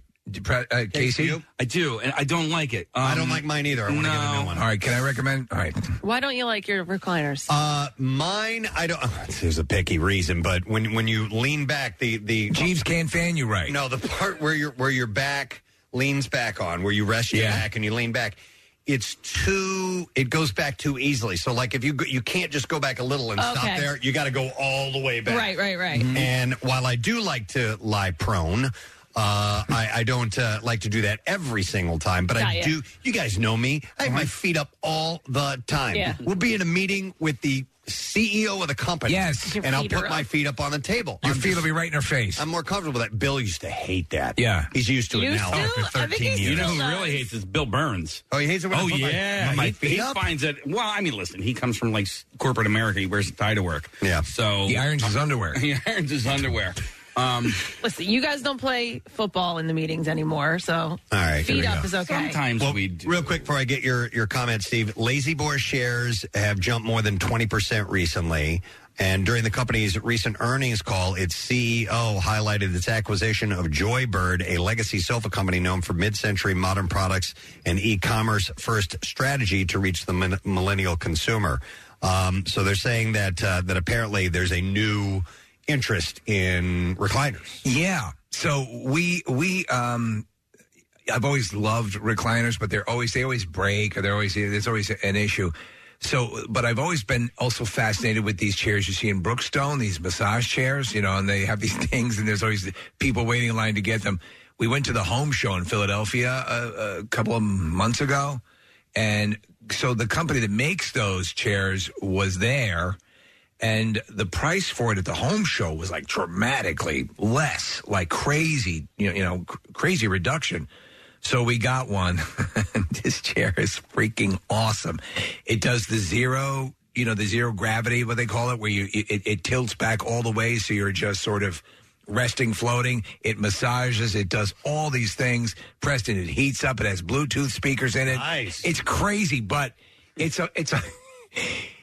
Speaker 5: Uh, Casey,
Speaker 4: I do, and I don't like it. Um,
Speaker 5: I
Speaker 3: don't like mine either. I want to get a new one.
Speaker 5: All right. Can I recommend? All right.
Speaker 7: Why don't you like your recliners?
Speaker 3: Uh, mine, I don't. *laughs* There's a picky reason, but when when you lean back, the the
Speaker 5: Jeeves can't fan you right.
Speaker 3: No, the part where your where your back leans back on, where you rest your back and you lean back, it's too. It goes back too easily. So like if you go, you can't just go back a little and
Speaker 7: Okay.
Speaker 3: stop there. You got to go all the way back.
Speaker 7: Right, right, right.
Speaker 5: Mm-hmm.
Speaker 3: And while I do like to lie prone, uh, I, I don't uh, like to do that every single time. But I
Speaker 9: Yeah, yeah.
Speaker 3: do. You guys know me. I
Speaker 5: Uh-huh.
Speaker 3: have my feet up all the time.
Speaker 9: Yeah.
Speaker 3: We'll be in a meeting with the CEO of the company.
Speaker 5: Yes. Your
Speaker 3: and I'll
Speaker 5: feet are
Speaker 3: put my
Speaker 5: up.
Speaker 3: feet up on the table.
Speaker 5: Your
Speaker 3: I'm
Speaker 5: feet
Speaker 3: just-
Speaker 5: will be right in her face.
Speaker 3: I'm more comfortable with that. Bill used to hate that.
Speaker 5: Yeah.
Speaker 3: He's used to it
Speaker 4: You
Speaker 3: now
Speaker 4: still-
Speaker 3: after
Speaker 4: I think
Speaker 3: 13
Speaker 4: he
Speaker 3: years.
Speaker 4: still You know who does. really hates is Bill Burns.
Speaker 3: Oh, he hates it when I
Speaker 4: oh
Speaker 3: put my-
Speaker 4: yeah,
Speaker 3: my- my
Speaker 4: he,
Speaker 3: feet
Speaker 4: he
Speaker 3: up?
Speaker 4: finds it. Well, I mean, listen, he comes from like s- corporate America. He wears a tie to work. Yeah, so
Speaker 5: He irons his underwear.
Speaker 4: *laughs* he irons his underwear. Um,
Speaker 7: Listen, you guys don't play football in the meetings anymore, so
Speaker 3: All right.
Speaker 7: feet up is okay.
Speaker 3: well, we Real quick before I get your, your comment, Steve. Lazy Boy shares have jumped more than 20% recently. And during the company's recent earnings call, its CEO highlighted its acquisition of Joybird, a legacy sofa company known for mid century modern products and e commerce first strategy to reach the min- millennial consumer. Um, so they're saying that, uh, that apparently there's a new interest in recliners.
Speaker 5: Yeah. So we we um I've always loved recliners, but they're always they always break or they're always there's always an issue. So, but I've always been also fascinated with these chairs you see in Brookstone, these massage chairs, you know, and they have these *laughs* things, and there's always people waiting in line to get them. We went to the home show in Philadelphia uh, a, a couple of months ago, and so the company that makes those chairs was there, and the price for it at the home show was like dramatically less, like crazy, you know, you know, cr- crazy reduction. So we got one. *laughs* this chair is freaking awesome. It does the zero, you know, the zero gravity, what they call it, where you it, it tilts back all the way, so you're just sort of resting, floating. It massages. It does all these things. Preston, it heats up. It has Bluetooth speakers in it. Nice. It's crazy, but it's a it's a. *laughs*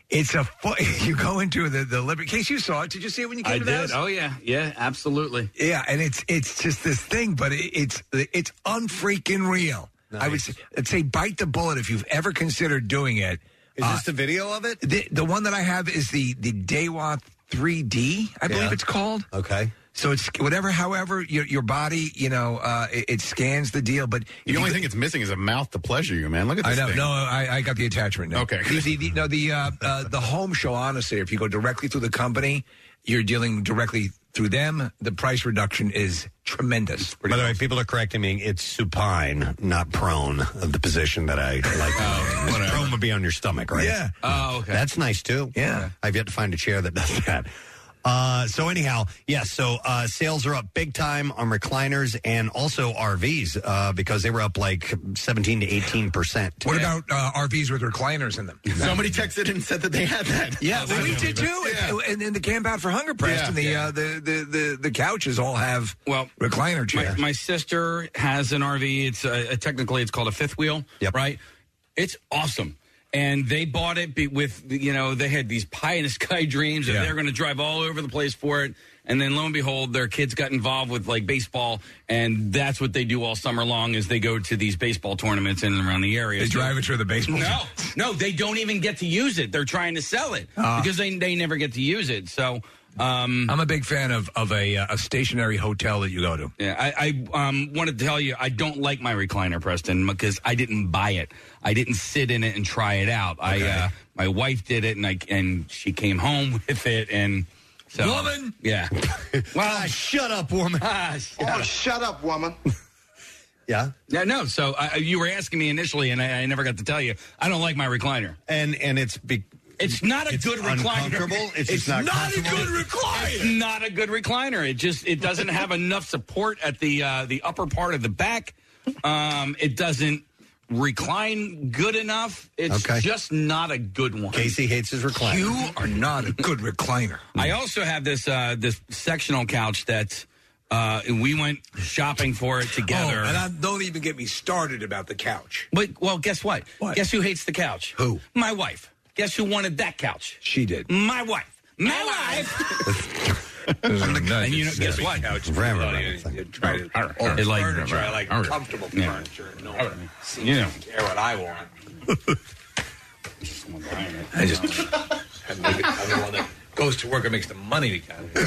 Speaker 5: It's a fu- *laughs* you go into the the Liberty case. You saw it. Did you see it when you came
Speaker 4: I
Speaker 5: to the
Speaker 4: did.
Speaker 5: house?
Speaker 4: Oh yeah, yeah, absolutely.
Speaker 5: Yeah, and it's it's just this thing, but it, it's it's unfreaking real. I would say, I'd say bite the bullet if you've ever considered doing it. Is this the
Speaker 3: video of it?
Speaker 5: The, the one that I have is the the Daywa 3D, I believe it's called.
Speaker 3: Okay.
Speaker 5: So it's whatever, however your your body, you know, uh, it, it scans the deal. But
Speaker 6: The only thing it's missing is a mouth to pleasure you, man. Look at
Speaker 5: I
Speaker 6: this
Speaker 5: know.
Speaker 6: thing.
Speaker 5: No, Oh, I, I got the attachment. Now.
Speaker 6: Okay.
Speaker 5: The, the, the, no, the uh, uh, the home show. Honestly, if you go directly through the company, you're dealing directly through them. The price reduction is tremendous.
Speaker 3: By the way, people are correcting me. It's supine, not prone, of the position that I like. oh, prone would be on your stomach, right?
Speaker 4: Yeah. Oh, okay.
Speaker 3: That's nice too. Yeah. I've yet to find a chair that does that. Uh, so anyhow, yes. So uh, sales are up big time on recliners and also RVs uh, because they were up like seventeen to eighteen percent.
Speaker 5: What about uh, RVs with recliners in them?
Speaker 6: Somebody texted and said that they had that.
Speaker 5: Yeah, well, we did too. And then the Camp Out for Hunger press and the, uh, the, the the the couches all have
Speaker 4: well
Speaker 5: recliner
Speaker 4: My,
Speaker 6: *laughs*
Speaker 5: chairs.
Speaker 4: my sister has an RV. It's uh technically it's called a fifth wheel, right? It's awesome. And they bought it be, with you know they had these pie in the *laughs* sky dreams that
Speaker 5: Yeah.
Speaker 4: they're going to drive all over the place for it. And then lo and behold, their kids got involved with like baseball, and that's what they do all summer long is they go to these baseball tournaments in and around the area.
Speaker 5: They
Speaker 4: So-
Speaker 5: drive it through the baseball.
Speaker 4: No, no, they don't even get to use it. They're trying to sell it
Speaker 5: Ah.
Speaker 4: because they they never get to use it. So um,
Speaker 5: I'm a big fan of of a uh, a stationary hotel that you go to.
Speaker 4: Yeah, I, I um, wanted to tell you I don't like my recliner, Preston, because I didn't buy it. I didn't sit in it and try it out. I uh, my wife did it, and I and she came home *laughs* with it, and so
Speaker 5: Woman!
Speaker 4: yeah,
Speaker 3: Wow, shut up, woman.
Speaker 4: oh,
Speaker 2: shut up, woman.
Speaker 3: yeah,
Speaker 4: yeah, no. So I, you were asking me initially, and I, I never got to tell you I don't like my recliner,
Speaker 3: and and it's be-
Speaker 4: it's not a
Speaker 3: it's
Speaker 4: good recliner.
Speaker 3: uncomfortable. It's just not comfortable.
Speaker 4: recliner. It's not a good recliner. It just it doesn't have enough support at the uh, the upper part of the back. Um, it doesn't recline good enough. It's just not a good one.
Speaker 3: Casey hates his recliner.
Speaker 5: You are not a good recliner.
Speaker 4: I also have this uh, this sectional couch that uh, we went shopping for it together.
Speaker 5: Oh, and I, don't even get me started about the couch.
Speaker 4: But well, guess what? Guess who hates the couch? Who? My wife. Guess who wanted that couch?
Speaker 5: She did.
Speaker 4: My wife. My
Speaker 5: *laughs*
Speaker 4: wife.
Speaker 5: and
Speaker 4: you know, guess what?
Speaker 5: try to,
Speaker 4: Oh, all this furniture, I
Speaker 5: like comfortable furniture. No one seems
Speaker 4: Yeah.
Speaker 5: to care what I want. *laughs* I just I'm the, I'm the one that goes to work and makes the money to kind
Speaker 4: *laughs*
Speaker 5: of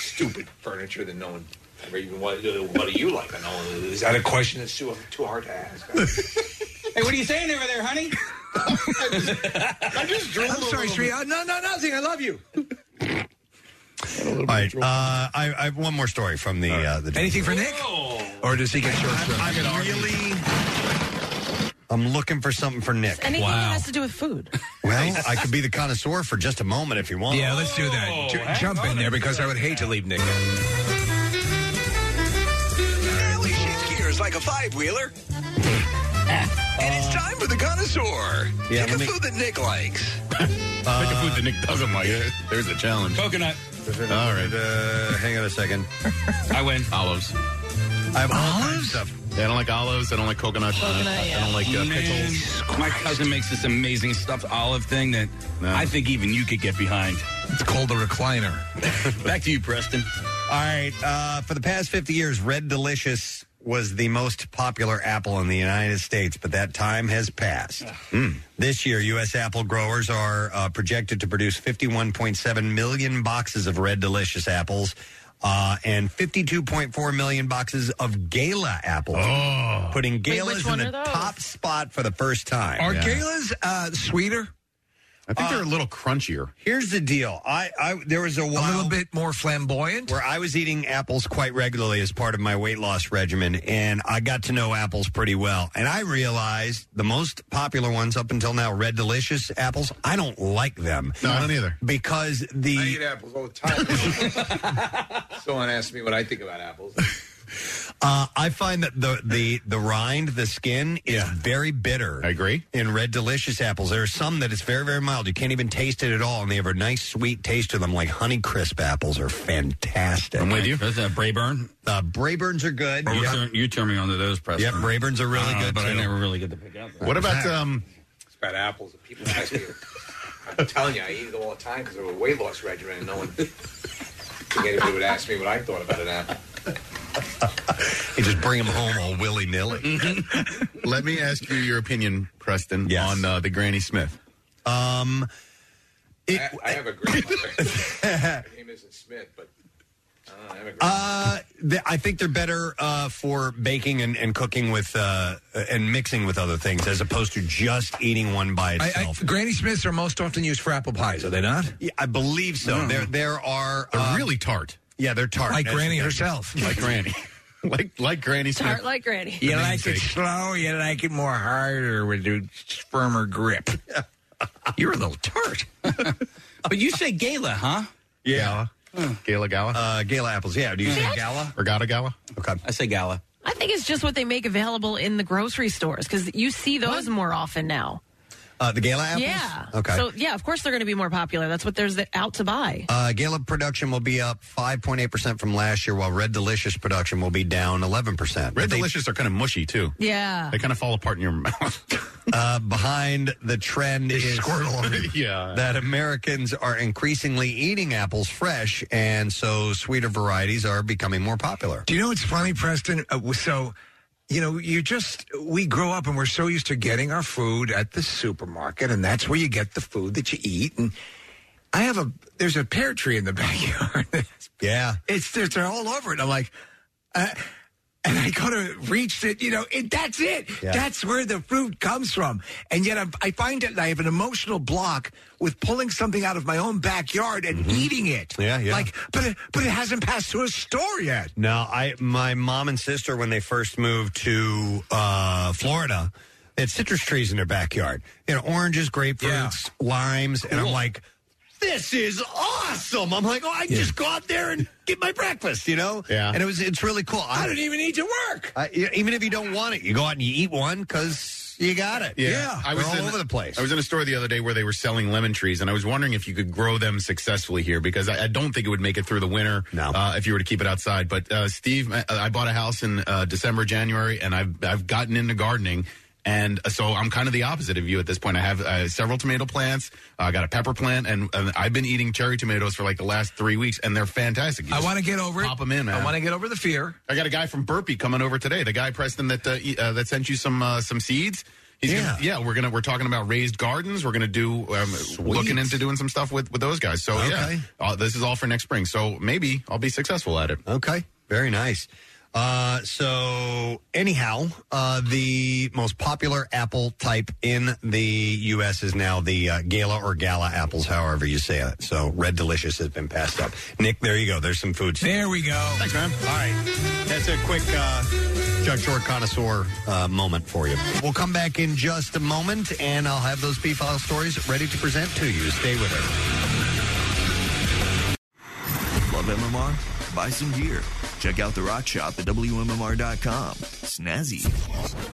Speaker 5: stupid furniture that no one ever even what, what do you like? I know is that a question that's too too hard to ask?
Speaker 4: Hey, what are you saying over there, honey?
Speaker 5: *laughs* I
Speaker 6: just
Speaker 5: drooled. I'm sorry, Shreya. No, no, nothing. I love you.
Speaker 3: All right, uh, I, I have one more story from the uh, the.
Speaker 5: Anything for Nick? Or does he get short?
Speaker 3: I'm really. I'm looking for something for Nick.
Speaker 7: Anything that has to do with food.
Speaker 3: *laughs* Well, I could be the connoisseur for just a moment if you want.
Speaker 5: Yeah, let's do that. Ju- jump in there because I would hate to leave Nick. Natalie shifts gears like a five *laughs* wheeler. and it's time for the connoisseur.
Speaker 6: Yeah, let
Speaker 5: Pick a
Speaker 6: me-
Speaker 5: food that Nick likes.
Speaker 6: Pick a
Speaker 5: uh,
Speaker 6: food that Nick doesn't like. There's a challenge.
Speaker 4: Coconut.
Speaker 6: All right.
Speaker 3: Uh, hang on a second.
Speaker 4: I win.
Speaker 6: Olives.
Speaker 3: I have olives. Stuff.
Speaker 6: I don't like olives. I don't like coconut. I, don't like uh,
Speaker 4: Man,
Speaker 6: pickles.
Speaker 4: my cousin makes this amazing stuffed olive thing that I think even you could get behind.
Speaker 5: It's called a recliner.
Speaker 4: *laughs* Back to you, Preston.
Speaker 3: All right. Uh, for the past 50 years, Red Delicious was the most popular apple in the United States, but that time has passed.
Speaker 9: Hmm.
Speaker 3: This year, U.S. apple growers are uh, projected to produce 51.7 million boxes of Red Delicious apples. Uh, and 52.4 million boxes of Gala apples,
Speaker 5: Oh.
Speaker 3: putting
Speaker 5: Wait, which
Speaker 3: Galas
Speaker 5: one
Speaker 3: in
Speaker 5: are
Speaker 3: the
Speaker 5: those?
Speaker 3: top spot for the first time.
Speaker 5: Are
Speaker 3: Yeah.
Speaker 5: galas uh, sweeter?
Speaker 6: I think they're a little crunchier.
Speaker 3: Uh, Here's the deal. I, I there was a while,
Speaker 5: little bit more flamboyant
Speaker 3: where I was eating apples quite regularly as part of my weight loss regimen, and I got to know apples pretty well. And I realized the most popular ones up until now, Red Delicious apples, I don't like them.
Speaker 6: No, I don't either.
Speaker 3: Because the
Speaker 5: *laughs* I eat apples all the time. Someone asked me what I think about apples.
Speaker 3: Uh, I find that the the the rind, the skin, is very bitter. I agree. In red delicious apples, there are some that it's very very mild. You can't even taste it at all, and they have a nice sweet taste to them. Like Honey Crisp apples are fantastic.
Speaker 4: I'm with you. That's a Brayburn.
Speaker 3: Uh, Brayburns are good.
Speaker 4: You,
Speaker 3: Yep.
Speaker 4: turn, you turn me on to those, Preston.
Speaker 3: Yep, Brayburns are really
Speaker 4: I don't know,
Speaker 3: good,
Speaker 4: but I
Speaker 3: too.
Speaker 4: never really get to pick out.
Speaker 6: What about um?
Speaker 2: It's about apples. that People ask me. I'm telling you, I eat it all the time because of a weight loss regimen, and no one. Forget if you would ask me what I thought about an apple.
Speaker 3: You just bring them home all willy nilly.
Speaker 6: *laughs* Let me ask you your opinion, Preston, on uh, the Granny Smith.
Speaker 3: Um,
Speaker 2: I, I have a grandmother.
Speaker 6: *laughs*
Speaker 2: Her name isn't Smith, but uh, I have a
Speaker 3: Uh, th- I think they're better uh, for baking and, and cooking with uh, and mixing with other things as opposed to just eating one by
Speaker 5: I- I-
Speaker 3: itself.
Speaker 5: Granny Smiths are most often used for apple pies, are they not?
Speaker 3: Yeah, I believe so.
Speaker 5: Mm.
Speaker 3: There, there are. They're
Speaker 6: really tart.
Speaker 3: Yeah, they're tart.
Speaker 5: Like
Speaker 3: That's-
Speaker 5: Granny
Speaker 3: that's-
Speaker 5: herself.
Speaker 6: Like Granny. like like Granny Smith.
Speaker 7: Tart like Granny.
Speaker 5: You like it slow, you like it more harder with a firmer grip. You're a little tart.
Speaker 4: Uh, but you say gala, huh?
Speaker 3: Yeah.
Speaker 6: Gala Gala?
Speaker 3: Uh, gala apples, yeah. Do you say
Speaker 7: Yeah.
Speaker 3: gala?
Speaker 6: Regatta Gala?
Speaker 3: Okay.
Speaker 4: I say gala.
Speaker 7: I think it's just what they make available in the grocery stores because you see those more often now.
Speaker 3: Uh, the gala apples?
Speaker 7: Yeah.
Speaker 3: Okay.
Speaker 7: So yeah, of course they're going to be more popular. That's what there's out to buy.
Speaker 3: Uh, Gallup production will be up 5.8% from last year, while Red Delicious production will be down 11%.
Speaker 6: Red Delicious are kind of mushy, too.
Speaker 7: Yeah.
Speaker 6: They kind of fall apart in your *laughs* mouth.
Speaker 3: Uh, behind the trend is *laughs*
Speaker 6: yeah.
Speaker 3: that Americans are increasingly eating apples fresh, and so sweeter varieties are becoming more popular.
Speaker 5: Do you know what's funny, Preston? Uh, w- so, you know, you just, we grow up and we're so used to getting our food at the supermarket, and that's where you get the food that you eat. And I have a, there's a pear tree in the *laughs* backyard.
Speaker 3: yeah.
Speaker 5: It's, it's all over it. I'm like, uh, and I go to reach it, you know, it, that's it.
Speaker 9: Yeah.
Speaker 5: That's where the fruit comes from. And yet I'm, I find it, I have an emotional block with pulling something out of my own backyard and eating it.
Speaker 3: Mm-hmm. Yeah, yeah.
Speaker 5: Like, but it, but it hasn't passed through a store yet.
Speaker 3: No, I my mom and sister when they first moved to uh, Florida, they had citrus trees in their backyard. They had oranges, grapefruits, limes, and I'm like, this is awesome. I'm like, oh, I just go out there and get my breakfast, you know?
Speaker 9: Yeah.
Speaker 3: And it was it's really cool.
Speaker 9: I don't even
Speaker 5: need to work.
Speaker 3: I, yeah, even if you don't want it, you go out and you eat one because you got it.
Speaker 6: I was
Speaker 3: We're all
Speaker 6: in-
Speaker 3: over the place.
Speaker 6: I was in a store the other day where they were selling lemon trees, and I was wondering if you could grow them successfully here because I, I don't think it would make it through the winter uh, if you were to keep it outside. But uh, Steve, I, I bought a house in uh, December, January, and I've I've gotten into gardening. And uh, so I'm kind of the opposite of you at this point. I have uh, several tomato plants. uh, I got a pepper plant, and, and I've been eating cherry tomatoes for like the last three weeks, and they're fantastic. You
Speaker 5: I
Speaker 6: just
Speaker 5: want to get over
Speaker 6: pop
Speaker 5: it.
Speaker 6: them in. Man.
Speaker 5: I want to get over the fear.
Speaker 6: I got a guy from Burpee coming over today. The guy Preston that uh, e- uh, that sent you some uh, some seeds. He's yeah, gonna, yeah. We're gonna we're talking about raised gardens. We're gonna do um, looking into doing some stuff with with those guys. So yeah, uh, this is all for next spring. So maybe I'll be successful at it.
Speaker 3: Okay, very nice. Uh, so, anyhow, uh, the most popular apple type in the U.S. is now the uh, Gala or Gala apples, however you say it. So, Red Delicious has been passed up. Nick, there you go. There's some food.
Speaker 5: There we go.
Speaker 3: Thanks, man. All right, that's a quick uh, junk short connoisseur uh, moment for you. We'll come back in just a moment, and I'll have those beef-file stories ready to present to you. Stay with us.
Speaker 8: Love MMR? Buy some gear. Check out the rock shop at WMMR.com. Snazzy.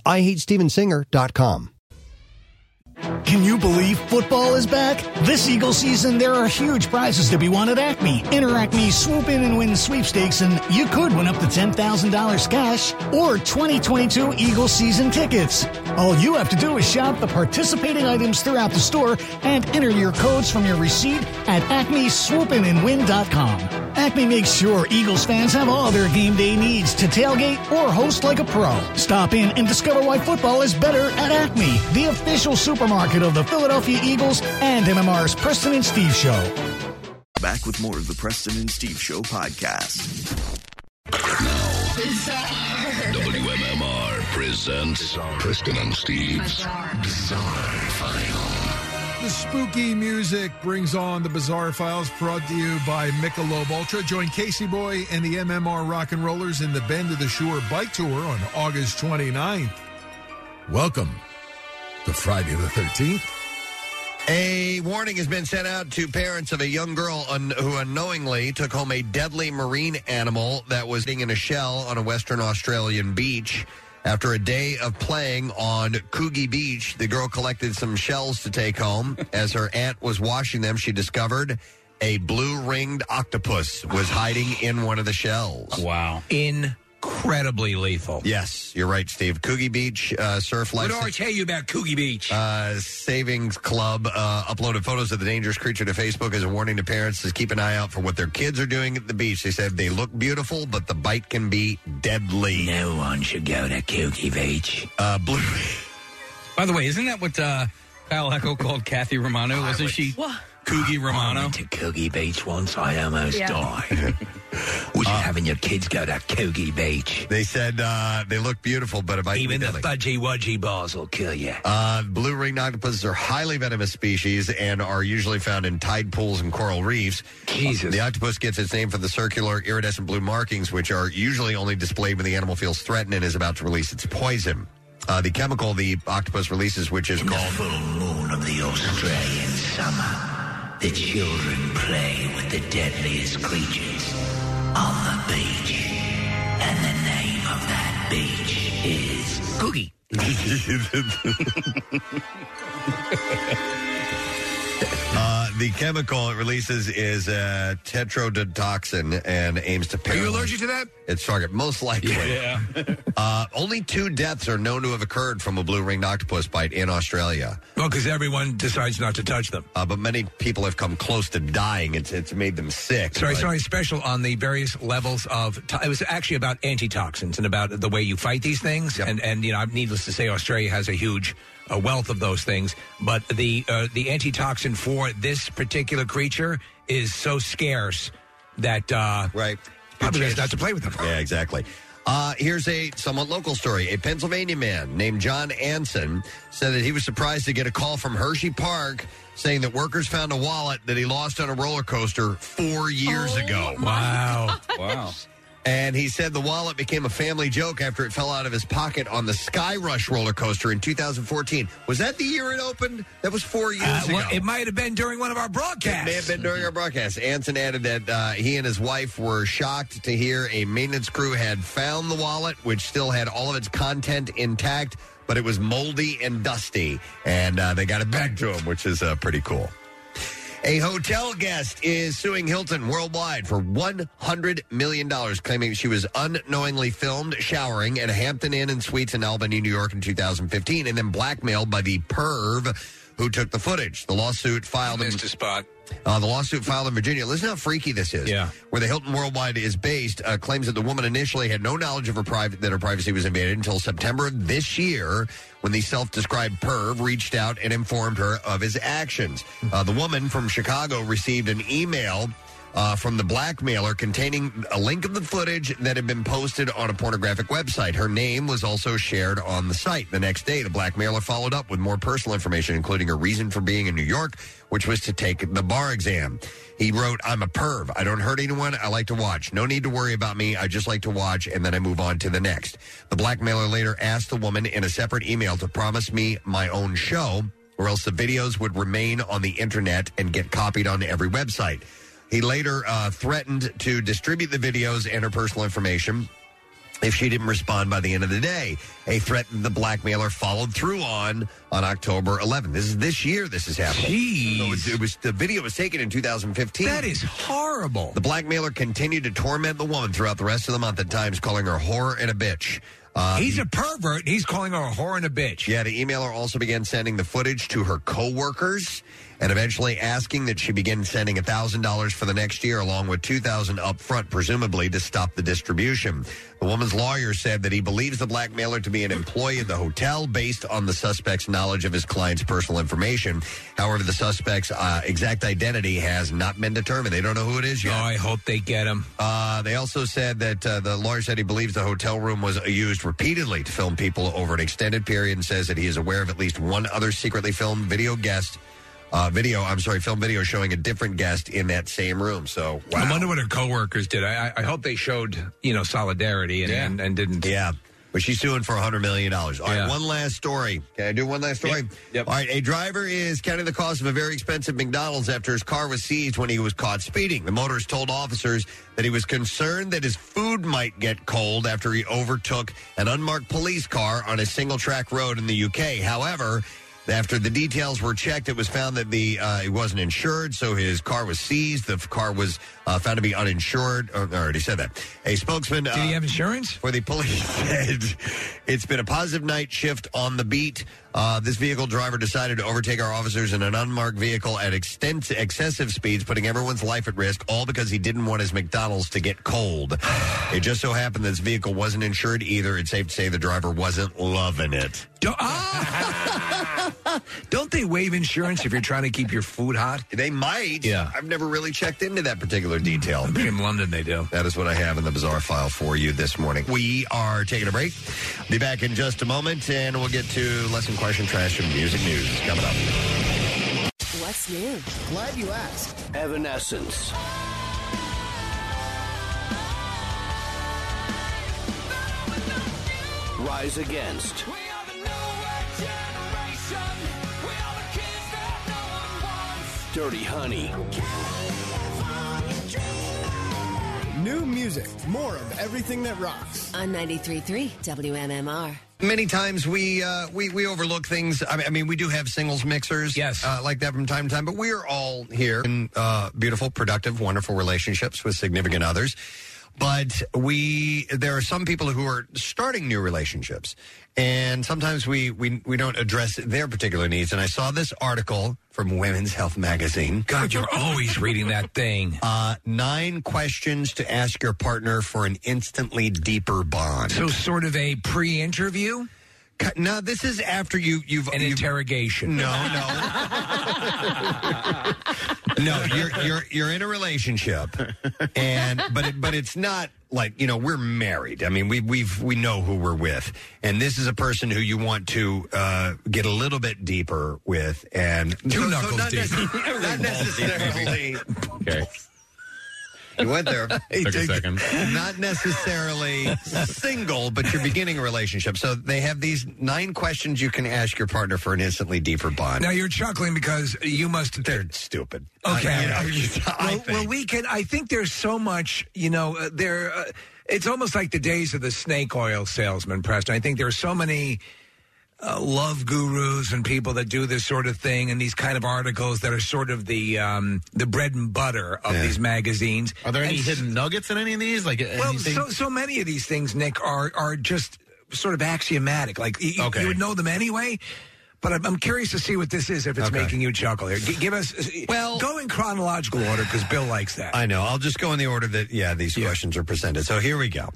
Speaker 17: IHateStevensinger.com.
Speaker 35: Can you believe football is back? This Eagle season, there are huge prizes to be won at Acme. Enter Acme Swoop In and Win sweepstakes, and you could win up to $10,000 cash or 2022 Eagle season tickets. All you have to do is shop the participating items throughout the store and enter your codes from your receipt at acmeswoopinandwin.com. Acme makes sure Eagles fans have all their game day needs to tailgate or host like a pro. Stop in and discover why football is better at Acme, the official supermarket of the Philadelphia Eagles and MMR's Preston and Steve Show.
Speaker 8: Back with more of the Preston and Steve Show podcast.
Speaker 34: presents Kristen and Steve's Bizarre File.
Speaker 36: The spooky music brings on the Bizarre Files, brought to you by Michelob Ultra. Join Casey Boy and the MMR Rock and Rollers in the Bend of the Shore Bike Tour on August 29th. Welcome to Friday the 13th.
Speaker 3: A warning has been sent out to parents of a young girl un- who unknowingly took home a deadly marine animal that was sitting in a shell on a Western Australian beach. After a day of playing on Coogee Beach, the girl collected some shells to take
Speaker 36: *laughs*
Speaker 3: home. As her aunt was washing them, she discovered a blue ringed octopus was hiding in one of the shells. Wow.
Speaker 5: Incredibly lethal.
Speaker 3: Yes, you're right, Steve. Coogee Beach uh, surf
Speaker 5: What do
Speaker 3: license.
Speaker 5: I tell you about Coogie Beach?
Speaker 3: Uh, Savings Club uh, uploaded photos of the dangerous creature to Facebook as a warning to parents to keep an eye out for what their kids are doing at the beach. They said they look beautiful, but the bite can be deadly. No one should go to Kooky Beach. Uh, blue.
Speaker 4: By the way, isn't that what uh, Kyle Echo called Kathy Romano? Wasn't she Coogie Romano?
Speaker 15: to Coogie Beach once. I almost
Speaker 4: Yeah.
Speaker 15: died. Was you having your kids go to Coogie Beach?
Speaker 3: They said uh, they look beautiful, but about
Speaker 15: even the
Speaker 3: deadly.
Speaker 15: fudgy wudgy bars will kill you.
Speaker 3: Uh, blue ringed octopuses are highly venomous species and are usually found in tide pools and coral reefs. Jesus. The octopus gets its name from the circular iridescent blue markings, which are usually only displayed when the animal feels threatened and is about to release its poison. Uh, the chemical the octopus releases, which is called
Speaker 15: Moon of the Australian summer. The children play with the deadliest creatures on the beach, and the name of that beach is Coogie.
Speaker 3: *laughs* uh, the chemical it releases is uh, tetrodotoxin and aims to
Speaker 5: Are
Speaker 3: paralyze.
Speaker 5: you allergic to that?
Speaker 3: Its target, most likely.
Speaker 5: Yeah.
Speaker 3: *laughs* uh, only two deaths are known to have occurred from a blue ringed octopus bite in Australia.
Speaker 5: Well, because everyone decides not to touch them.
Speaker 3: Uh, but many people have come close to dying. It's it's made them sick.
Speaker 5: So I
Speaker 3: but-
Speaker 5: saw a special on the various levels of. To- it was actually about antitoxins and about the way you fight these things. And and you know, needless to say, Australia has a huge uh, wealth of those things. But the uh, the antitoxin for this particular creature is so scarce that uh,
Speaker 3: right
Speaker 5: probably best not to play with them.
Speaker 3: Yeah, exactly. Uh, here's a somewhat local story. A Pennsylvania man named John Anson said that he was surprised to get a call from Hershey Park saying that workers found a wallet that he lost on a roller coaster four years ago.
Speaker 5: Wow.
Speaker 4: Wow.
Speaker 3: And he said the wallet became a family joke after it fell out of his pocket on the Sky Rush roller coaster in 2014. Was that the year it opened? That was four years
Speaker 5: Uh,
Speaker 3: ago.
Speaker 5: well, it might have been during one of our broadcasts.
Speaker 3: It may have been during our broadcast. Anson added that uh, he and his wife were shocked to hear a maintenance crew had found the wallet, which still had all of its content intact, but it was moldy and dusty. And uh, they got it back to him, which is uh, pretty cool. A hotel guest is suing Hilton worldwide for $100 million, claiming she was unknowingly filmed showering at a Hampton Inn and Suites in Albany, New York in 2015, and then blackmailed by the perv who took the footage. The lawsuit filed in,
Speaker 5: spot.
Speaker 3: Uh, the lawsuit filed in Virginia. Listen how freaky this is.
Speaker 5: Yeah.
Speaker 3: Where the Hilton Worldwide is based uh, claims that the woman initially had no knowledge of her private that her privacy was invaded until September of this year when the self-described perv reached out and informed her of his actions. Uh, the woman from Chicago received an email. Uh, from the blackmailer containing a link of the footage that had been posted on a pornographic website. Her name was also shared on the site. The next day, the blackmailer followed up with more personal information, including her reason for being in New York, which was to take the bar exam. He wrote, I'm a perv. I don't hurt anyone. I like to watch. No need to worry about me. I just like to watch, and then I move on to the next. The blackmailer later asked the woman in a separate email to promise me my own show, or else the videos would remain on the internet and get copied on every website. He later uh, threatened to distribute the videos and her personal information if she didn't respond by the end of the day. A threat that the blackmailer followed through on on October 11th. This is this year. This is happening. So it, it was the video was taken in 2015. That
Speaker 5: is horrible.
Speaker 3: The blackmailer continued to torment the woman throughout the rest of the month. At times, calling her whore and a bitch. Uh,
Speaker 5: he's a pervert. He's calling her a whore and a bitch.
Speaker 3: Yeah, the emailer also began sending the footage to her coworkers and eventually asking that she begin sending $1,000 for the next year, along with $2,000 up front, presumably to stop the distribution. The woman's lawyer said that he believes the blackmailer to be an employee of the hotel based on the suspect's knowledge of his client's personal information. However, the suspect's uh, exact identity has not been determined. They don't know who it is yet.
Speaker 5: Oh, I hope they get him.
Speaker 3: Uh, they also said that uh, the lawyer said he believes the hotel room was used repeatedly to film people over an extended period, and says that he is aware of at least one other secretly filmed video guest, uh, video. I'm sorry, film video showing a different guest in that same room. So wow.
Speaker 5: I wonder what her coworkers did. I, I- I hope they showed you know solidarity and, and, and didn't.
Speaker 3: Yeah, but she's suing for hundred million dollars. All right, one last story. Can I do one last story? Yep. All right, a driver is counting the cost of a very expensive McDonald's after his car was seized when he was caught speeding. The motorist told officers that he was concerned that his food might get cold after he overtook an unmarked police car on a single track road in the UK. However, after the details were checked, it was found that the uh, it wasn't insured, so his car was seized. The f- car was uh, found to be uninsured. Oh, I already said that. A spokesman. Did he have
Speaker 5: insurance?
Speaker 3: For the police *laughs* said, "It's been a positive night shift on the beat. Uh, this vehicle driver decided to overtake our officers in an unmarked vehicle at extent- excessive speeds, putting everyone's life at risk, all because he didn't want his McDonald's to get cold. it just so happened this vehicle wasn't insured either. It's safe to say the driver wasn't loving it."
Speaker 5: Don't,
Speaker 3: *laughs*
Speaker 5: ah! Don't they waive insurance if you're trying to keep your food hot?
Speaker 3: They might. Yeah. I've never really checked into that particular detail.
Speaker 5: in London they do.
Speaker 3: That is what I have in the bizarre file for you this morning. We are taking a break. Be back in just a moment, and we'll get to lesson question, trash, and music news coming up.
Speaker 27: What's new?
Speaker 26: Glad you asked. Evanescence. Rise Against. Dirty Honey.
Speaker 14: New music, more of everything that rocks.
Speaker 27: On 93.3 WMMR.
Speaker 3: Many times we uh, we we overlook things. I mean, I mean, we do have singles mixers, yes, uh, like that from time to time. But we are all here in uh, beautiful, productive, wonderful relationships with significant others. But we there are some people who are starting new relationships, and sometimes we we we don't address their particular needs. And I saw this article from Women's Health Magazine.
Speaker 5: God, you're always reading that thing.
Speaker 3: Uh, nine questions to ask your partner for an instantly deeper bond.
Speaker 5: So sort of a pre-interview.
Speaker 3: No, this is after you you've
Speaker 5: an interrogation.
Speaker 3: No, no. no, you're you're you're in a relationship, and but it, but it's not like you know we're married. I mean we we've we know who we're with, and this is a person who you want to uh, get a little bit deeper with, and
Speaker 5: Two knuckles
Speaker 3: not
Speaker 5: deep.
Speaker 3: necess- *laughs* not necessarily. okay. You went there.
Speaker 6: *laughs* Took a second.
Speaker 3: *laughs* Not necessarily single, but you're beginning a relationship. So they have these nine questions you can ask your partner for an instantly deeper bond.
Speaker 5: Now you're chuckling because you must. They're
Speaker 3: stupid.
Speaker 5: Okay.
Speaker 3: I- you know, *laughs* I
Speaker 5: well,
Speaker 3: think.
Speaker 5: well, we can. I think there's so much. You know, uh, there. Uh, it's almost like the days of the snake oil salesman, Preston. I think there are so many. Uh, love gurus and people that do this sort of thing and these kind of articles that are sort of the um, the bread and butter of these magazines.
Speaker 6: Are there any
Speaker 5: And-
Speaker 6: hidden nuggets in any of these? Like
Speaker 5: well,
Speaker 6: anything?
Speaker 5: so so many of these things, Nick, are are just sort of axiomatic. Like you, you would know them anyway. But I'm, I'm curious to see what this is if it's making you chuckle. Here, G- give us well. Go in chronological *laughs* uh, order because Bill likes that.
Speaker 3: I know. I'll just go in the order that yeah these questions are presented. So here we go,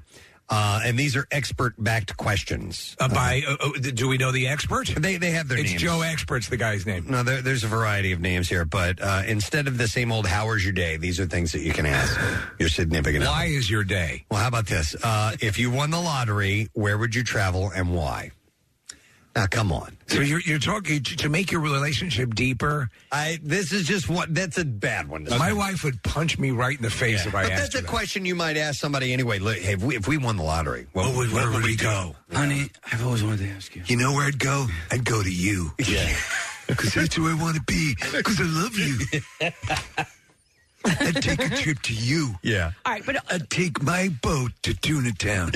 Speaker 3: uh, and these are expert backed questions.
Speaker 5: Uh, by uh, uh, do we know the expert?
Speaker 3: Uh-huh. They they have their
Speaker 5: It's
Speaker 3: names.
Speaker 5: Joe Expert's the guy's name.
Speaker 3: No, there, there's a variety of names here, but uh, instead of the same old "How was your day?" these are things that you can ask your significant.
Speaker 5: Why
Speaker 3: other.
Speaker 5: is your day?
Speaker 3: Well, how about this? Uh, if you won the lottery, where would you travel and why? Now, come on.
Speaker 5: So you're you're talking to, to make your relationship deeper.
Speaker 3: I this is just what that's a bad one.
Speaker 5: My wife would punch me right in the face
Speaker 3: *laughs*
Speaker 5: if I
Speaker 3: But
Speaker 5: asked
Speaker 3: that's
Speaker 5: her
Speaker 3: a question you might ask somebody anyway. Look, hey, if, we, if we won the lottery, well,
Speaker 5: Where would- where would we go?
Speaker 3: Honey, I've always wanted to ask you.
Speaker 5: You know where I'd go? I'd go to you.
Speaker 3: Yeah.
Speaker 5: Because that's where I want to be. Because I love you.
Speaker 3: *laughs*
Speaker 5: I'd take a trip to you.
Speaker 3: Yeah.
Speaker 7: All right, but uh,
Speaker 5: I'd take my boat to Tuna Town.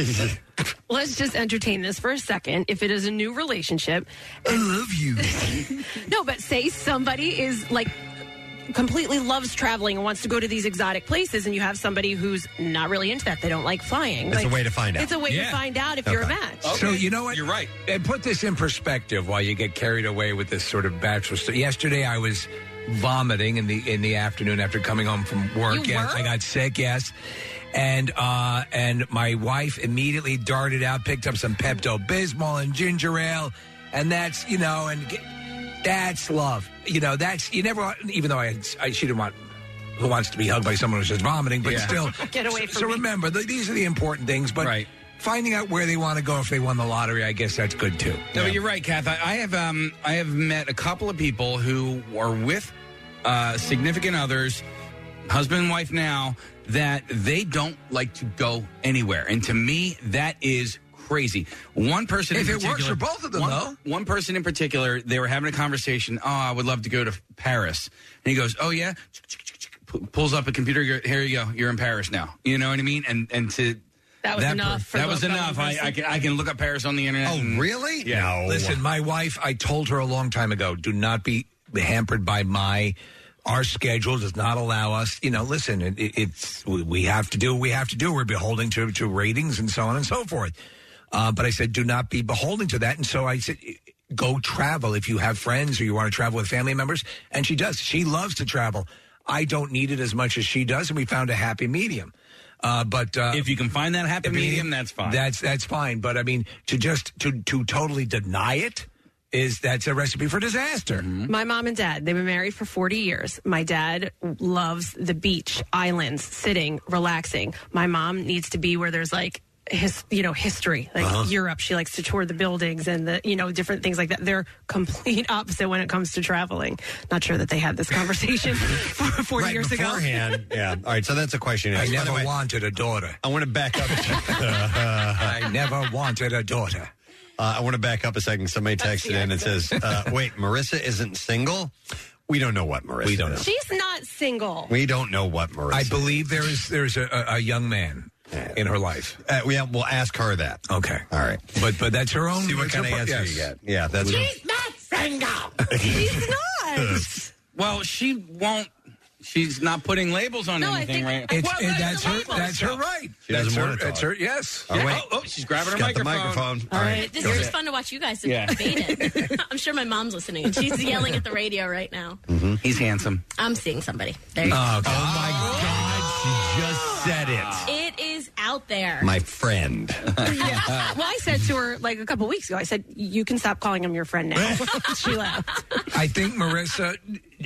Speaker 3: *laughs*
Speaker 7: let's just entertain this for a second. If it is a new relationship,
Speaker 5: I love you.
Speaker 7: *laughs* no, but say somebody is like completely loves traveling and wants to go to these exotic places, and you have somebody who's not really into that. They don't like flying.
Speaker 5: It's a
Speaker 7: Like,
Speaker 5: way to find out.
Speaker 7: It's a way
Speaker 5: Yeah.
Speaker 7: to find out if you're a match.
Speaker 5: So you know what? You're right. And put this in perspective while you get carried away with this sort of bachelor stuff. Yesterday I was vomiting in the in the afternoon after coming home from work.
Speaker 29: You
Speaker 5: yes,
Speaker 29: were?
Speaker 5: I got sick. Yes, and uh, and my wife immediately darted out, picked up some Pepto Bismol and ginger ale, and that's you know, and get, that's love. You know, that's you never. Even though I, had, I she didn't want. Who wants to be hugged by someone who's just vomiting? But
Speaker 29: Yeah.
Speaker 5: still,
Speaker 29: *laughs* Get away
Speaker 5: So,
Speaker 29: from
Speaker 5: so
Speaker 29: me.
Speaker 5: remember, th- these are the important things. But finding out where they want to go if they won the lottery, I guess that's good too.
Speaker 4: No, but you're right, Kath. I, I have um, I have met a couple of people who are with uh, significant others, husband and wife now, that they don't like to go anywhere, and to me, that is crazy. One person,
Speaker 5: If
Speaker 4: in
Speaker 5: it works
Speaker 4: particular-
Speaker 5: for both of them,
Speaker 4: one-
Speaker 5: though.
Speaker 4: one person in particular, they were having a conversation. Oh, I would love to go to Paris. And he goes, Oh, yeah. P- pulls up a computer. go, Here you go. You're in Paris now. You know what I mean? And and to
Speaker 7: That was enough for
Speaker 4: that
Speaker 7: the-
Speaker 4: was
Speaker 7: that
Speaker 4: enough.
Speaker 7: one
Speaker 4: I, I
Speaker 7: person.
Speaker 4: can I can look up Paris on the internet. Oh,
Speaker 3: really?
Speaker 4: Yeah.
Speaker 5: Listen, my wife, I told her a long time ago, do not be hampered by my. Our schedule does not allow us. You know, listen, it, it, it's we- we have to do what we have to do. We're beholden to to ratings and so on and so forth. Uh, but I said, do not be beholden to that. And so I said, go travel if you have friends or you want to travel with family members. And she does. She loves to travel. I don't need it as much as she does, and we found a happy medium. Uh, but uh,
Speaker 4: if you can find that happy
Speaker 5: if you-
Speaker 4: medium, that's fine.
Speaker 5: That's that's fine. But I mean, to just to to totally deny it is that's a recipe for disaster.
Speaker 7: My mom and dad, they've been married for 40 years. My dad loves the beach, islands, sitting, relaxing. My mom needs to be where there's like his, you know, history, like
Speaker 30: Uh-huh.
Speaker 7: Europe. She likes to tour the buildings and the, you know, different things like that. They're complete opposite when it comes to traveling. Not sure that they had this conversation *laughs* 40
Speaker 3: right,
Speaker 7: years
Speaker 3: beforehand.
Speaker 7: ago.
Speaker 3: yeah. All right. So that's a question.
Speaker 5: I
Speaker 3: asked. By
Speaker 5: never
Speaker 3: the way,
Speaker 5: wanted a daughter.
Speaker 3: I want to back up.
Speaker 5: I never wanted a daughter.
Speaker 3: Uh, I want to back up a second. Somebody texted in and says, uh, "Wait, Marissa isn't single." We don't know what Marissa. We don't
Speaker 7: She's not single.
Speaker 3: We don't know what Marissa.
Speaker 5: I believe there is there's a, a, a young man in her life.
Speaker 3: Uh, yeah, we'll ask her that.
Speaker 5: Okay,
Speaker 3: all right.
Speaker 5: But but that's her own.
Speaker 3: See what
Speaker 5: it's
Speaker 3: kind
Speaker 5: her
Speaker 3: of
Speaker 5: pro-
Speaker 3: answer
Speaker 5: yes.
Speaker 3: you get. Yeah, that's.
Speaker 4: She's
Speaker 7: not
Speaker 3: *laughs*
Speaker 7: single. She's not.
Speaker 4: well, she won't. She's not putting labels on anything, right?
Speaker 5: It's, it- that's her. That's her right.
Speaker 4: She
Speaker 5: that's
Speaker 4: doesn't
Speaker 5: her.
Speaker 4: wanna talk.
Speaker 5: That's her. Yes.
Speaker 4: Oh, wait. Oh, oh, she's grabbing her She's got the microphone. microphone.
Speaker 30: All
Speaker 4: All
Speaker 30: right.
Speaker 4: right,
Speaker 30: This
Speaker 4: go
Speaker 30: is
Speaker 4: ahead.
Speaker 30: just fun to watch you guys
Speaker 4: Yeah.
Speaker 30: debate
Speaker 16: *laughs*
Speaker 30: it. I'm sure my mom's listening. and She's yelling at the radio right now.
Speaker 4: Mm-hmm. He's handsome. Oh,
Speaker 30: I'm seeing somebody. There you go.
Speaker 3: my God! She just said
Speaker 4: Uh.
Speaker 3: it.
Speaker 30: It is out there.
Speaker 7: *laughs*
Speaker 3: My friend.
Speaker 7: well, I said to her like a couple weeks ago, I said, you can stop calling him your friend now. *laughs* she laughed.
Speaker 5: I think Marissa,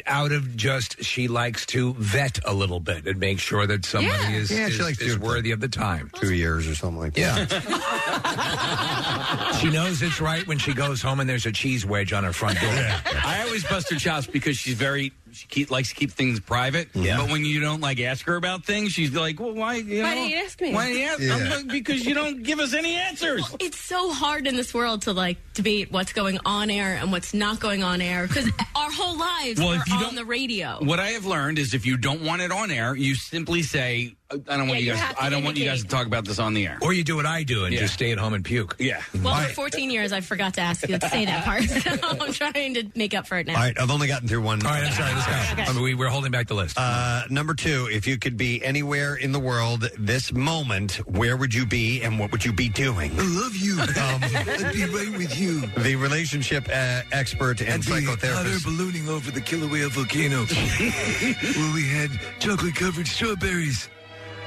Speaker 5: out of just she likes to vet a little bit and make sure that somebody
Speaker 3: Yeah.
Speaker 5: is
Speaker 3: Yeah, she
Speaker 5: is,
Speaker 3: likes to
Speaker 5: is
Speaker 3: do-
Speaker 5: worthy of the time.
Speaker 3: Two years or something like
Speaker 5: that. Yeah. she knows it's right when she goes home and there's a cheese wedge on her front door.
Speaker 4: I always bust her chops because she's very she keep, likes to keep things private.
Speaker 5: Yeah.
Speaker 4: But when you don't like ask her about things, she's like, "Well, why? *laughs* You
Speaker 30: Why
Speaker 4: know,
Speaker 30: didn't you ask me?"
Speaker 4: Why didn't you ask?
Speaker 30: Yeah.
Speaker 4: I'm like, because you don't give us any answers.
Speaker 30: Well, *laughs* it's so hard in this world to like debate what's going on air and what's not going on air because *laughs* our whole lives
Speaker 4: Well,
Speaker 30: are
Speaker 4: if you
Speaker 30: on
Speaker 4: don't-
Speaker 30: the radio.
Speaker 4: *laughs* What I have learned is if you don't want it on air, you simply say, "I don't
Speaker 30: Yeah,
Speaker 4: want
Speaker 30: you
Speaker 4: you guys.
Speaker 30: have to
Speaker 4: I don't want you guys to
Speaker 30: indicate.
Speaker 4: talk about this on the air."
Speaker 5: Or you do what I do and just stay at home and puke.
Speaker 4: Yeah.
Speaker 30: Well,
Speaker 4: *laughs*
Speaker 30: for 14 years, I forgot to ask you to say that part. *laughs* So I'm trying to make up for it now.
Speaker 3: All right, I've only gotten through one. All
Speaker 5: right, I'm sorry. Let's go. I mean, we, we're holding back the list.
Speaker 3: Uh, number two, if you could be anywhere in the world this moment, where would you be and what would you be doing?
Speaker 5: Mm.
Speaker 3: I love you. Um, I'd be right with you. The relationship uh, expert and
Speaker 29: Otter
Speaker 3: psychotherapist.
Speaker 29: ballooning over the Kilauea volcano,
Speaker 5: *laughs*
Speaker 29: where we had chocolate-covered strawberries.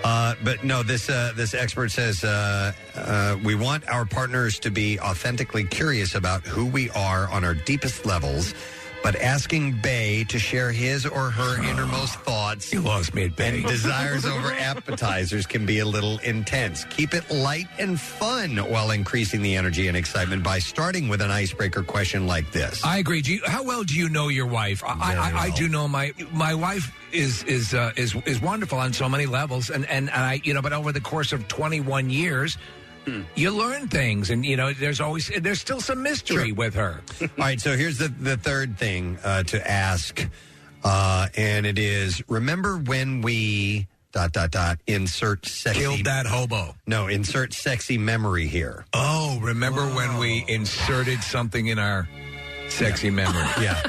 Speaker 3: Uh, but no, this uh, this expert says uh, uh, we want our partners to be authentically curious about who we are on our deepest levels. But asking Bay to share his
Speaker 5: *sighs*
Speaker 3: or her innermost thoughts
Speaker 5: you lost me at Bay.
Speaker 3: and
Speaker 5: *laughs*
Speaker 3: desires over appetizers can be a little intense. Keep it light and fun while increasing the energy and excitement by starting with an icebreaker question like this.
Speaker 5: I agree. Do you, how well do you know your wife? I, I, I, I do know my my wife is is uh, is is wonderful on so many levels, and, and and I you know, but over the course of twenty one years,
Speaker 3: Hmm.
Speaker 5: you learn things, and you know, there's always there's still some mystery with her.
Speaker 3: All right, so here's the, the third thing uh, to ask, uh, and it is remember when we dot dot dot insert sexy
Speaker 5: Killed that hobo.
Speaker 3: No, insert sexy memory here.
Speaker 5: Oh, remember when we inserted something in our sexy memory?
Speaker 3: *laughs* Yeah.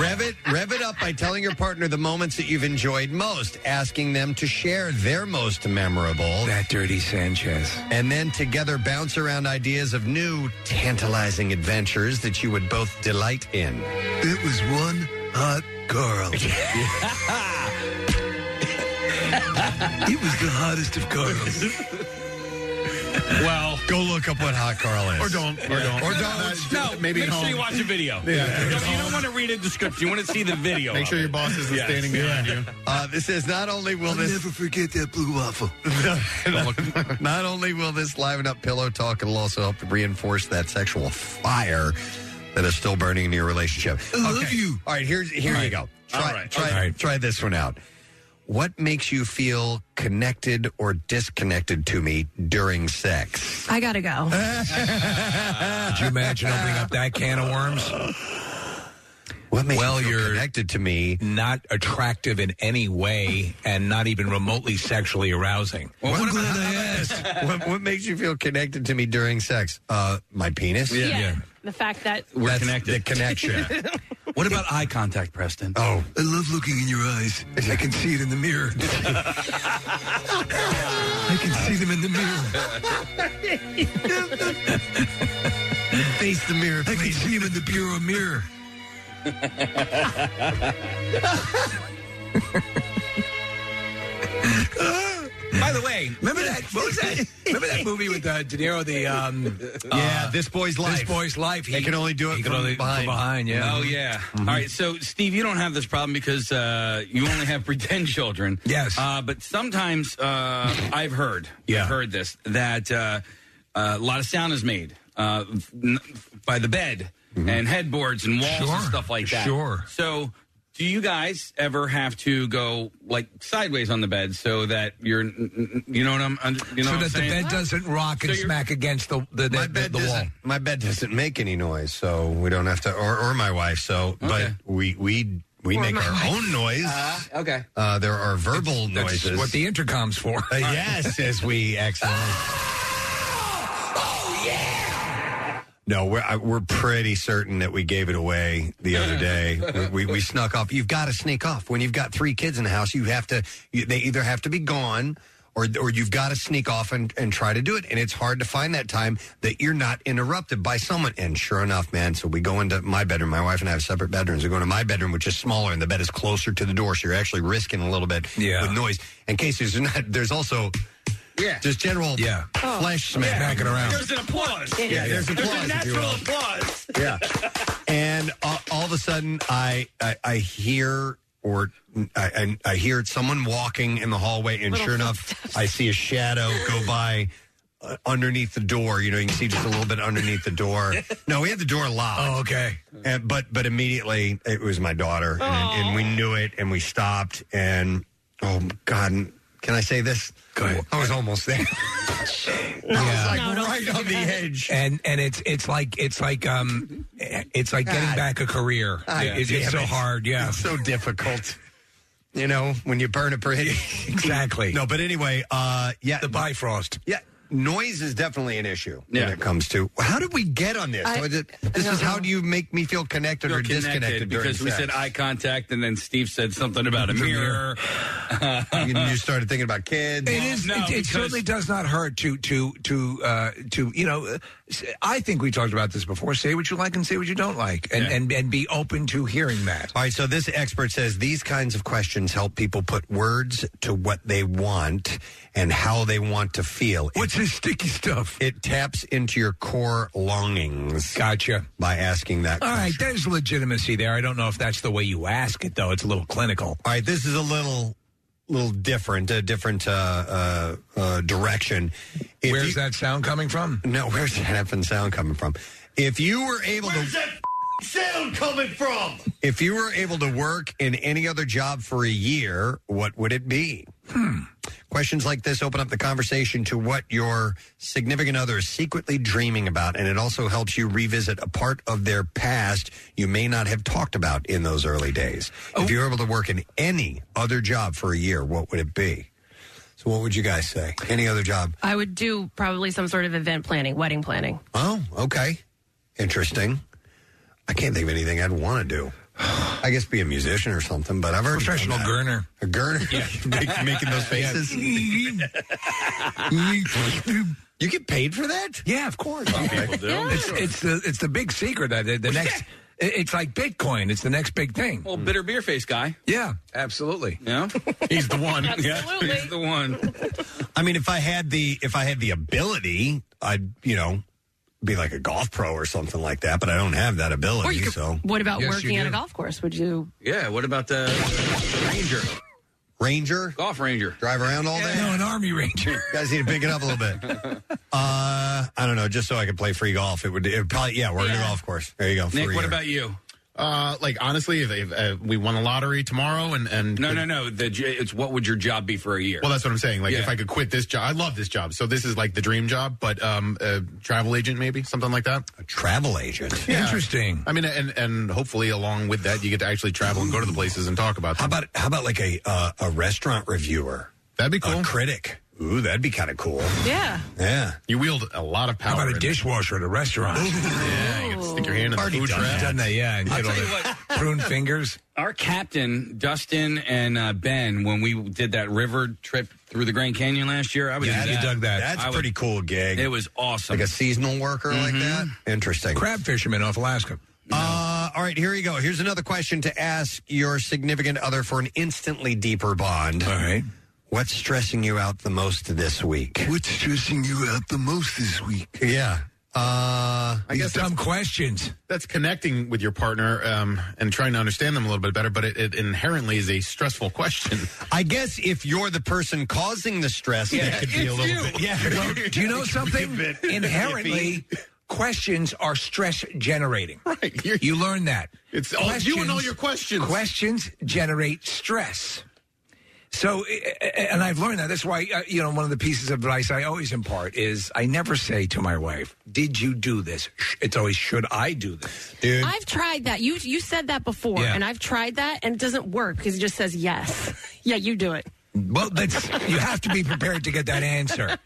Speaker 3: rev it rev it up by telling your partner the moments that you've enjoyed most, asking them to share their most memorable.
Speaker 5: That dirty Sanchez.
Speaker 3: And then together bounce around ideas of new tantalizing adventures that you would both delight in.
Speaker 29: It was one hot
Speaker 5: *laughs*
Speaker 29: Carl. he was the hottest of Carls.
Speaker 3: Well, go look up what hot Carl is,
Speaker 6: Or don't. Or don't.
Speaker 3: or
Speaker 6: Uh,
Speaker 3: don't.
Speaker 6: No, maybe
Speaker 4: Make
Speaker 6: at
Speaker 4: sure
Speaker 6: home.
Speaker 4: you watch a
Speaker 3: *laughs*
Speaker 4: video.
Speaker 6: Yeah.
Speaker 4: You don't, you don't want to read a description. You want to see the video.
Speaker 6: Make
Speaker 4: of
Speaker 6: sure
Speaker 4: it.
Speaker 6: your boss isn't
Speaker 4: Yes.
Speaker 6: standing behind you.
Speaker 3: Uh, this says not only will
Speaker 29: I'll
Speaker 3: this
Speaker 29: never forget that blue waffle.
Speaker 3: not, *laughs* not only will this liven up pillow talk, it'll also help to reinforce that sexual fire that is still burning in your relationship.
Speaker 29: I love you.
Speaker 3: All right, here's here you go. Try, try, try this one out. What makes you feel connected or disconnected to me during sex?
Speaker 7: I
Speaker 3: *laughs*
Speaker 7: gotta go.
Speaker 5: Could you imagine opening up that can of worms?
Speaker 3: What makes
Speaker 5: well, you are
Speaker 3: connected to me,
Speaker 5: not attractive in any way, and not even remotely sexually arousing.
Speaker 3: Well, what, about- how about this? What, what makes you feel connected to me during sex? Uh, my penis.
Speaker 7: The fact that
Speaker 3: We're connected. The connection.
Speaker 5: what about eye contact, Preston?
Speaker 3: Oh,
Speaker 29: I love looking in your eyes. I can see it in the mirror. I can see them in the mirror.
Speaker 3: Face the mirror.
Speaker 29: I can see them in the bureau mirror.
Speaker 5: *laughs* By the way, remember that? What was that? Remember that movie with uh, De Niro? The um,
Speaker 3: yeah, this boy's
Speaker 5: This boy's life.
Speaker 4: They can only do it
Speaker 5: he can
Speaker 4: from
Speaker 5: only-
Speaker 4: behind.
Speaker 5: yeah. Mm-hmm.
Speaker 4: Oh yeah. All right. So Steve, you don't have this problem because uh, you only have *laughs* pretend children. Yes. Uh, but sometimes uh, I've heard.
Speaker 5: Yeah.
Speaker 4: I've heard this that uh, uh, a lot of sound is made uh, n- by the bed and headboards and walls
Speaker 5: Mm-hmm. Sure.
Speaker 4: and stuff like that.
Speaker 5: Sure.
Speaker 4: So. Do you guys ever have to go like sideways on the bed so that you're, n- n- you know what I'm, under- you know
Speaker 5: so
Speaker 4: what I'm
Speaker 5: that the
Speaker 4: saying?
Speaker 5: bed doesn't rock and
Speaker 4: So you're-
Speaker 5: smack against the the, the,
Speaker 3: my bed
Speaker 5: the wall.
Speaker 3: doesn't- My bed doesn't make any noise, so we don't have to. Or, or my wife. So, but we we we
Speaker 5: Or
Speaker 3: make
Speaker 5: my
Speaker 3: our
Speaker 5: wife. Ah.
Speaker 3: own noise. Uh,
Speaker 4: okay.
Speaker 3: there are verbal
Speaker 5: That's-
Speaker 3: noises.
Speaker 5: that's what the intercom's for. *laughs*
Speaker 3: Uh, yes, as we accidentally. No, we're I, we're pretty certain that we gave it away the other day. we, we, we snuck off. You've got to sneak off when you've got three kids in the house. You have to. You, they either have to be gone. Or, or you've got to sneak off and, and try to do it. And it's hard to find that time that you're not interrupted by someone. And sure enough, man, so we go into my bedroom. My wife and I have separate bedrooms. We go into my bedroom, which is smaller, and the bed is closer to the door. So you're actually risking a little bit
Speaker 5: Yeah.
Speaker 3: with noise. In case there's not, there's also
Speaker 4: yeah.
Speaker 3: just general yeah. flesh
Speaker 9: Oh.
Speaker 3: smacking around.
Speaker 4: There's an applause.
Speaker 3: Yeah, yeah. there's applause,
Speaker 4: a
Speaker 3: if you will.
Speaker 4: natural applause.
Speaker 3: Yeah. and all, all of a sudden, I I, I hear or I, I, I hear someone walking in the hallway, and sure enough, I see a shadow go by. Uh, underneath the door, you know, you can see just a little bit underneath the door. No, we had the door locked. Oh,
Speaker 5: okay.
Speaker 3: And, but but immediately it was my daughter, and, and we knew it, and we stopped. And oh God, can I say this? Go ahead. I was almost
Speaker 5: *laughs*
Speaker 3: there. I was like right on the edge.
Speaker 5: and and it's it's like it's like um it's like getting
Speaker 3: God.
Speaker 5: back a career.
Speaker 3: Ah,
Speaker 5: It- it's,
Speaker 3: damn
Speaker 5: so
Speaker 3: it.
Speaker 5: hard. Yeah,
Speaker 3: It's so difficult. You know, when you burn a
Speaker 5: *laughs*
Speaker 3: bridge.
Speaker 5: exactly.
Speaker 3: No, but anyway, uh yeah. The
Speaker 5: Bifrost.
Speaker 3: Yeah. Noise is definitely an issue
Speaker 5: Yeah.
Speaker 3: when it comes to how did we get on this?
Speaker 4: I-
Speaker 3: So is it- this is how do you make me feel connected or
Speaker 4: You're connected
Speaker 3: disconnected during
Speaker 4: because we
Speaker 3: sex?
Speaker 4: said eye contact, and then Steve said something
Speaker 3: *laughs*
Speaker 4: about a
Speaker 3: The
Speaker 4: mirror.
Speaker 3: *laughs* you, you started thinking about kids.
Speaker 5: It is. it, it certainly does not hurt to to to uh, to you know. uh, s- I think we talked about this before. Say what you like and say what you don't like, and and, and be open to hearing that.
Speaker 3: All right, so this expert says these kinds of questions help people put words to what they want and how they want to feel. What's
Speaker 5: this sticky stuff?
Speaker 3: It taps into your core longings.
Speaker 5: Gotcha.
Speaker 3: By asking that
Speaker 5: All
Speaker 3: question.
Speaker 5: right, there's legitimacy there. I don't know if that's the way you ask it though. It's a little clinical.
Speaker 3: All right, this is a little little different, a different uh, uh, uh, direction.
Speaker 5: Where's that sound coming from?
Speaker 3: No, where's that effing sound coming from? If you were able to.
Speaker 15: sound coming from?
Speaker 3: If you were able to work in any other job for a year, what would it be? Questions like this open up the conversation to what your significant other is secretly dreaming about, and it also helps you revisit a part of their past you may not have talked about in those early days. If you were able to work in any other job for a year, what would it be? So, what would you guys say? Any other job?
Speaker 7: *laughs* I would do probably some sort of event planning, wedding planning.
Speaker 3: Oh, okay. Interesting. I can't think of anything I'd want to do. I guess be a musician or something, but I've already
Speaker 5: Professional gurner.
Speaker 3: A
Speaker 5: *laughs*
Speaker 3: gurner? Make- making those faces? you get paid for that?
Speaker 5: Yeah, of course.
Speaker 3: People do.
Speaker 5: It's, it's the it's the big secret that the, the next It- It's like Bitcoin. It's the next big thing.
Speaker 4: Old bitter beer face guy.
Speaker 5: Yeah, absolutely. *laughs*
Speaker 4: Yeah,
Speaker 6: he's the one.
Speaker 4: Absolutely.
Speaker 3: *laughs*
Speaker 4: he's the one.
Speaker 3: I mean, if I had the if I had the ability, I'd you know be like a golf pro or something like that. But I don't have that ability.
Speaker 7: Or you could-
Speaker 3: so
Speaker 7: What about working at a golf course? Would you?
Speaker 4: Yeah. What about the ranger?
Speaker 3: Ranger,
Speaker 4: golf ranger,
Speaker 3: drive around all day.
Speaker 5: No, an army ranger. You
Speaker 3: guys need to pick it up a little bit.
Speaker 5: *laughs*
Speaker 3: Uh, I don't know, just so I could play free golf. It would, it would probably yeah, we're at a golf course. There you go. free year.
Speaker 4: you?
Speaker 6: Uh, like honestly, if, if uh, we won a lottery tomorrow and and
Speaker 4: No, no, no. The j- it's what would your job be for a year?
Speaker 6: Well, that's what I'm saying. Like,
Speaker 4: Yeah.
Speaker 6: if I could quit this job, I love this job. So this is like the dream job, but um, a travel agent maybe something like that. A
Speaker 3: travel agent,
Speaker 5: interesting.
Speaker 6: I mean, and and hopefully along with that, you get to actually travel and go to the places and talk about. Them.
Speaker 3: How about how about like a uh, a restaurant reviewer?
Speaker 6: That'd be
Speaker 3: cool. A critic. Ooh, that'd be kind of cool.
Speaker 7: Yeah.
Speaker 3: Yeah,
Speaker 6: you wield a lot of power.
Speaker 5: How about a dishwasher at a restaurant?
Speaker 6: yeah, you can stick your hand in the
Speaker 5: Already
Speaker 6: food
Speaker 5: done
Speaker 6: trap.
Speaker 5: that. Done that, yeah, and
Speaker 4: I'll
Speaker 5: get all
Speaker 4: tell you
Speaker 5: the
Speaker 4: what.
Speaker 5: prune fingers.
Speaker 4: Our captain, Dustin and uh, Ben, when we did that river trip through the Grand Canyon last year, I would
Speaker 5: Yeah,
Speaker 4: do
Speaker 5: you
Speaker 4: that.
Speaker 5: dug that. That's
Speaker 4: I
Speaker 5: a pretty
Speaker 3: cool gig.
Speaker 4: It was awesome.
Speaker 3: Like a seasonal worker like that? Interesting.
Speaker 5: Crab fisherman off Alaska.
Speaker 3: Uh, all right, here we go. Here's another question to ask your significant other for an instantly deeper bond. All
Speaker 5: right.
Speaker 3: What's stressing you out the most this week?
Speaker 29: What's stressing you out the most this week?
Speaker 3: Yeah. Uh,
Speaker 6: I guess
Speaker 5: dumb questions.
Speaker 6: That's connecting with your partner um, and trying to understand them a little bit better, but it, it inherently is a stressful question.
Speaker 3: I guess if you're the person causing the stress,
Speaker 6: Yeah,
Speaker 3: that could be a
Speaker 6: it's
Speaker 3: little
Speaker 6: you. *laughs*
Speaker 3: bit.
Speaker 6: Yeah.
Speaker 5: Well, do you know something? Inherently, questions are stress generating.
Speaker 6: *laughs* Right.
Speaker 5: you learn that.
Speaker 6: It's all- you and all your questions.
Speaker 5: Questions generate stress. So, eh, eh, and I've learned that. That's why, uh, you know, one of the pieces of advice I always impart is I never say to my wife, Did you do this? Sh- It's always, Should I do this? Dude.
Speaker 7: I've tried that. You you said that before,
Speaker 5: Yeah.
Speaker 7: and I've tried that, and it doesn't work because it just
Speaker 3: *laughs*
Speaker 7: says yes. yeah, you do it.
Speaker 5: Well, that's, you have to be prepared to get
Speaker 6: *laughs*
Speaker 5: that answer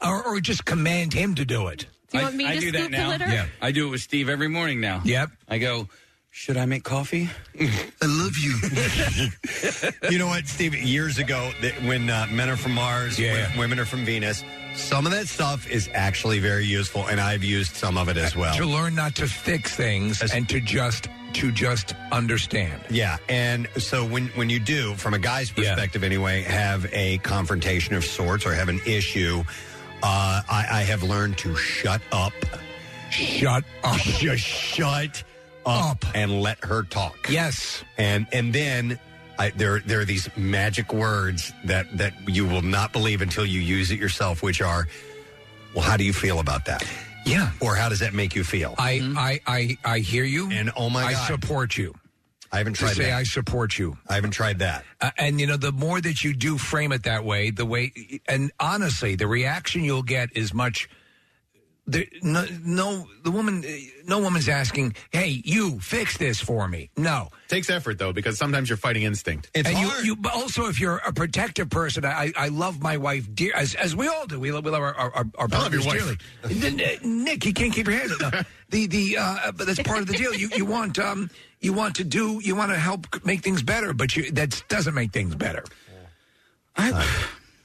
Speaker 5: or, or just command him to do it.
Speaker 7: Do you want me to
Speaker 4: do
Speaker 7: scoop
Speaker 4: that
Speaker 7: the
Speaker 4: now.
Speaker 7: litter?
Speaker 4: I do it with Steve every morning now.
Speaker 5: Yep.
Speaker 4: I go, should I make coffee?
Speaker 29: I love you.
Speaker 3: *laughs* you know what, Steve? Years ago, that when uh, men are from Mars, wo- women are from Venus, some of that stuff is actually very useful, and I've used some of it as well.
Speaker 5: to learn not to fix things and to just to just understand.
Speaker 3: Yeah, and so when when you do, from a guy's perspective anyway, have a confrontation of sorts or have an issue, uh, I, I have learned to shut up,
Speaker 5: shut up,
Speaker 3: *laughs* just shut up, and let her talk.
Speaker 5: Yes,
Speaker 3: and and then. I, there, there are these magic words that, that you will not believe until you use it yourself, which are, well, how do you feel about that?
Speaker 5: Yeah.
Speaker 3: Or how does that make you feel?
Speaker 5: I I I I hear you.
Speaker 3: Mm-hmm. And oh my
Speaker 5: I
Speaker 3: God.
Speaker 5: support you.
Speaker 3: I haven't
Speaker 5: To
Speaker 3: tried
Speaker 5: say
Speaker 3: that.
Speaker 5: I support you.
Speaker 3: I haven't tried that.
Speaker 5: Uh, and you know, the more that you do frame it that way, the way, and honestly, the reaction you'll get is much. The, no, no, the woman, no woman's asking, "Hey, you fix this for me." No,
Speaker 6: takes effort though because sometimes you're fighting instinct.
Speaker 5: and You, you, but also, if you're a protective person, I, I love my wife dear, as, as we all do. We love, we love our our, our our
Speaker 6: I love your
Speaker 5: partners dearly.
Speaker 6: wife.
Speaker 5: N- n- Nick, you can't keep your hands up. No. The the uh, but that's part of the deal. You you want um you want to do you want to help make things better, but you that doesn't make things better.
Speaker 4: I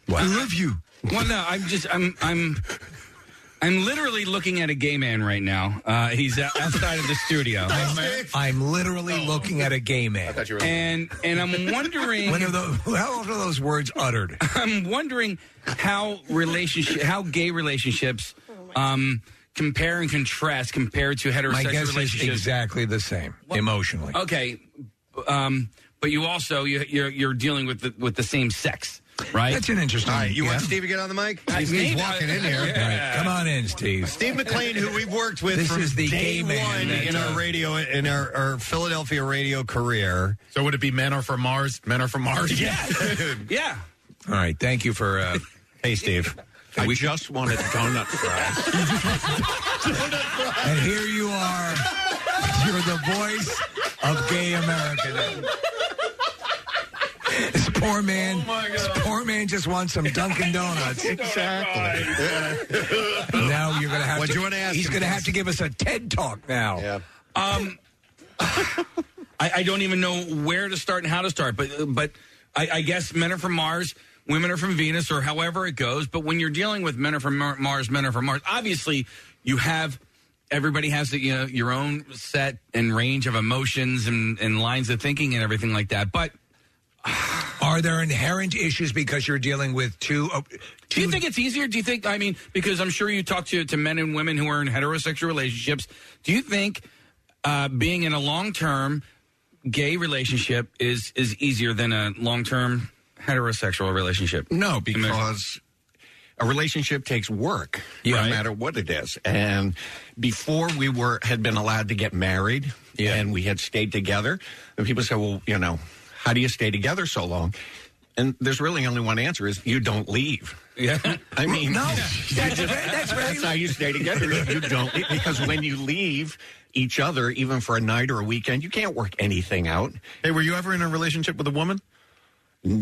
Speaker 29: love you.
Speaker 4: Well, no, I'm just, I'm, I'm, I'm literally looking at a gay man right now. Uh, he's o- outside of the studio.
Speaker 5: *laughs*
Speaker 4: Oh.
Speaker 5: I'm literally looking at a gay man. I thought
Speaker 6: you
Speaker 4: And and I'm wondering
Speaker 5: *laughs* when are those, how often are those words
Speaker 4: *laughs*
Speaker 5: uttered?
Speaker 4: I'm wondering how relationship, how gay relationships, um, compare and contrast compared to heterosexual
Speaker 5: My guess is
Speaker 4: relationships.
Speaker 5: exactly the same emotionally.
Speaker 4: Okay, um, but you also you, you're you're dealing with the, with the same sex, right?
Speaker 5: That's an interesting.
Speaker 3: All right, you want Steve to get on the mic?
Speaker 4: I
Speaker 3: He's,
Speaker 4: mean,
Speaker 3: he's walking in here.
Speaker 5: All right, come on in, Steve.
Speaker 3: Steve McLean, who we've worked with
Speaker 5: This
Speaker 3: from
Speaker 5: is the
Speaker 3: day
Speaker 5: gay man
Speaker 3: one
Speaker 5: that,
Speaker 3: in our
Speaker 5: uh,
Speaker 3: radio in our, our Philadelphia radio career.
Speaker 6: So would it be men are from Mars? Men are from Mars. *laughs*
Speaker 4: Yes. yeah.
Speaker 5: All right, thank you for. Uh,
Speaker 3: hey, Steve.
Speaker 5: we
Speaker 6: just wanted donut fries.
Speaker 5: And here you are. You're the voice of gay America. This poor man, this poor man just wants some Dunkin' Donuts.
Speaker 6: exactly.
Speaker 5: now you're gonna have
Speaker 3: What
Speaker 5: to.
Speaker 3: you wanna ask
Speaker 5: he's
Speaker 3: him,
Speaker 5: gonna
Speaker 3: Vince?
Speaker 5: have to give us a TED talk now. Yeah.
Speaker 4: Um, *laughs* I, I don't even know where to start and how to start, but uh, but I, I guess men are from Mars, women are from Venus, or however it goes. But when you're dealing with men are from Mar- Mars, men are from Mars, obviously you have everybody has the, you know, your own set and range of emotions and, and lines of thinking and everything like that. But
Speaker 5: Are there inherent issues because you're dealing with two? oh,
Speaker 4: do you think it's easier? Do you think? I mean, because I'm sure you talk to to men and women who are in heterosexual relationships. Do you think uh, being in a long term gay relationship is is easier than a long term heterosexual relationship?
Speaker 1: No, because a relationship takes work, no matter what it is. And before we were had been allowed to get married, and we had stayed together, and people say, "Well, you know, how do you stay together so long?" And there's really only one answer: is you don't leave.
Speaker 4: Yeah,
Speaker 1: *laughs* I mean,
Speaker 9: No,
Speaker 1: you
Speaker 9: that's
Speaker 1: just-
Speaker 9: ve- that's very-
Speaker 1: that's how you stay together. You don't leave because when you leave each other, even for a night or a weekend, you can't work anything out. Hey, were you ever in a relationship with a woman?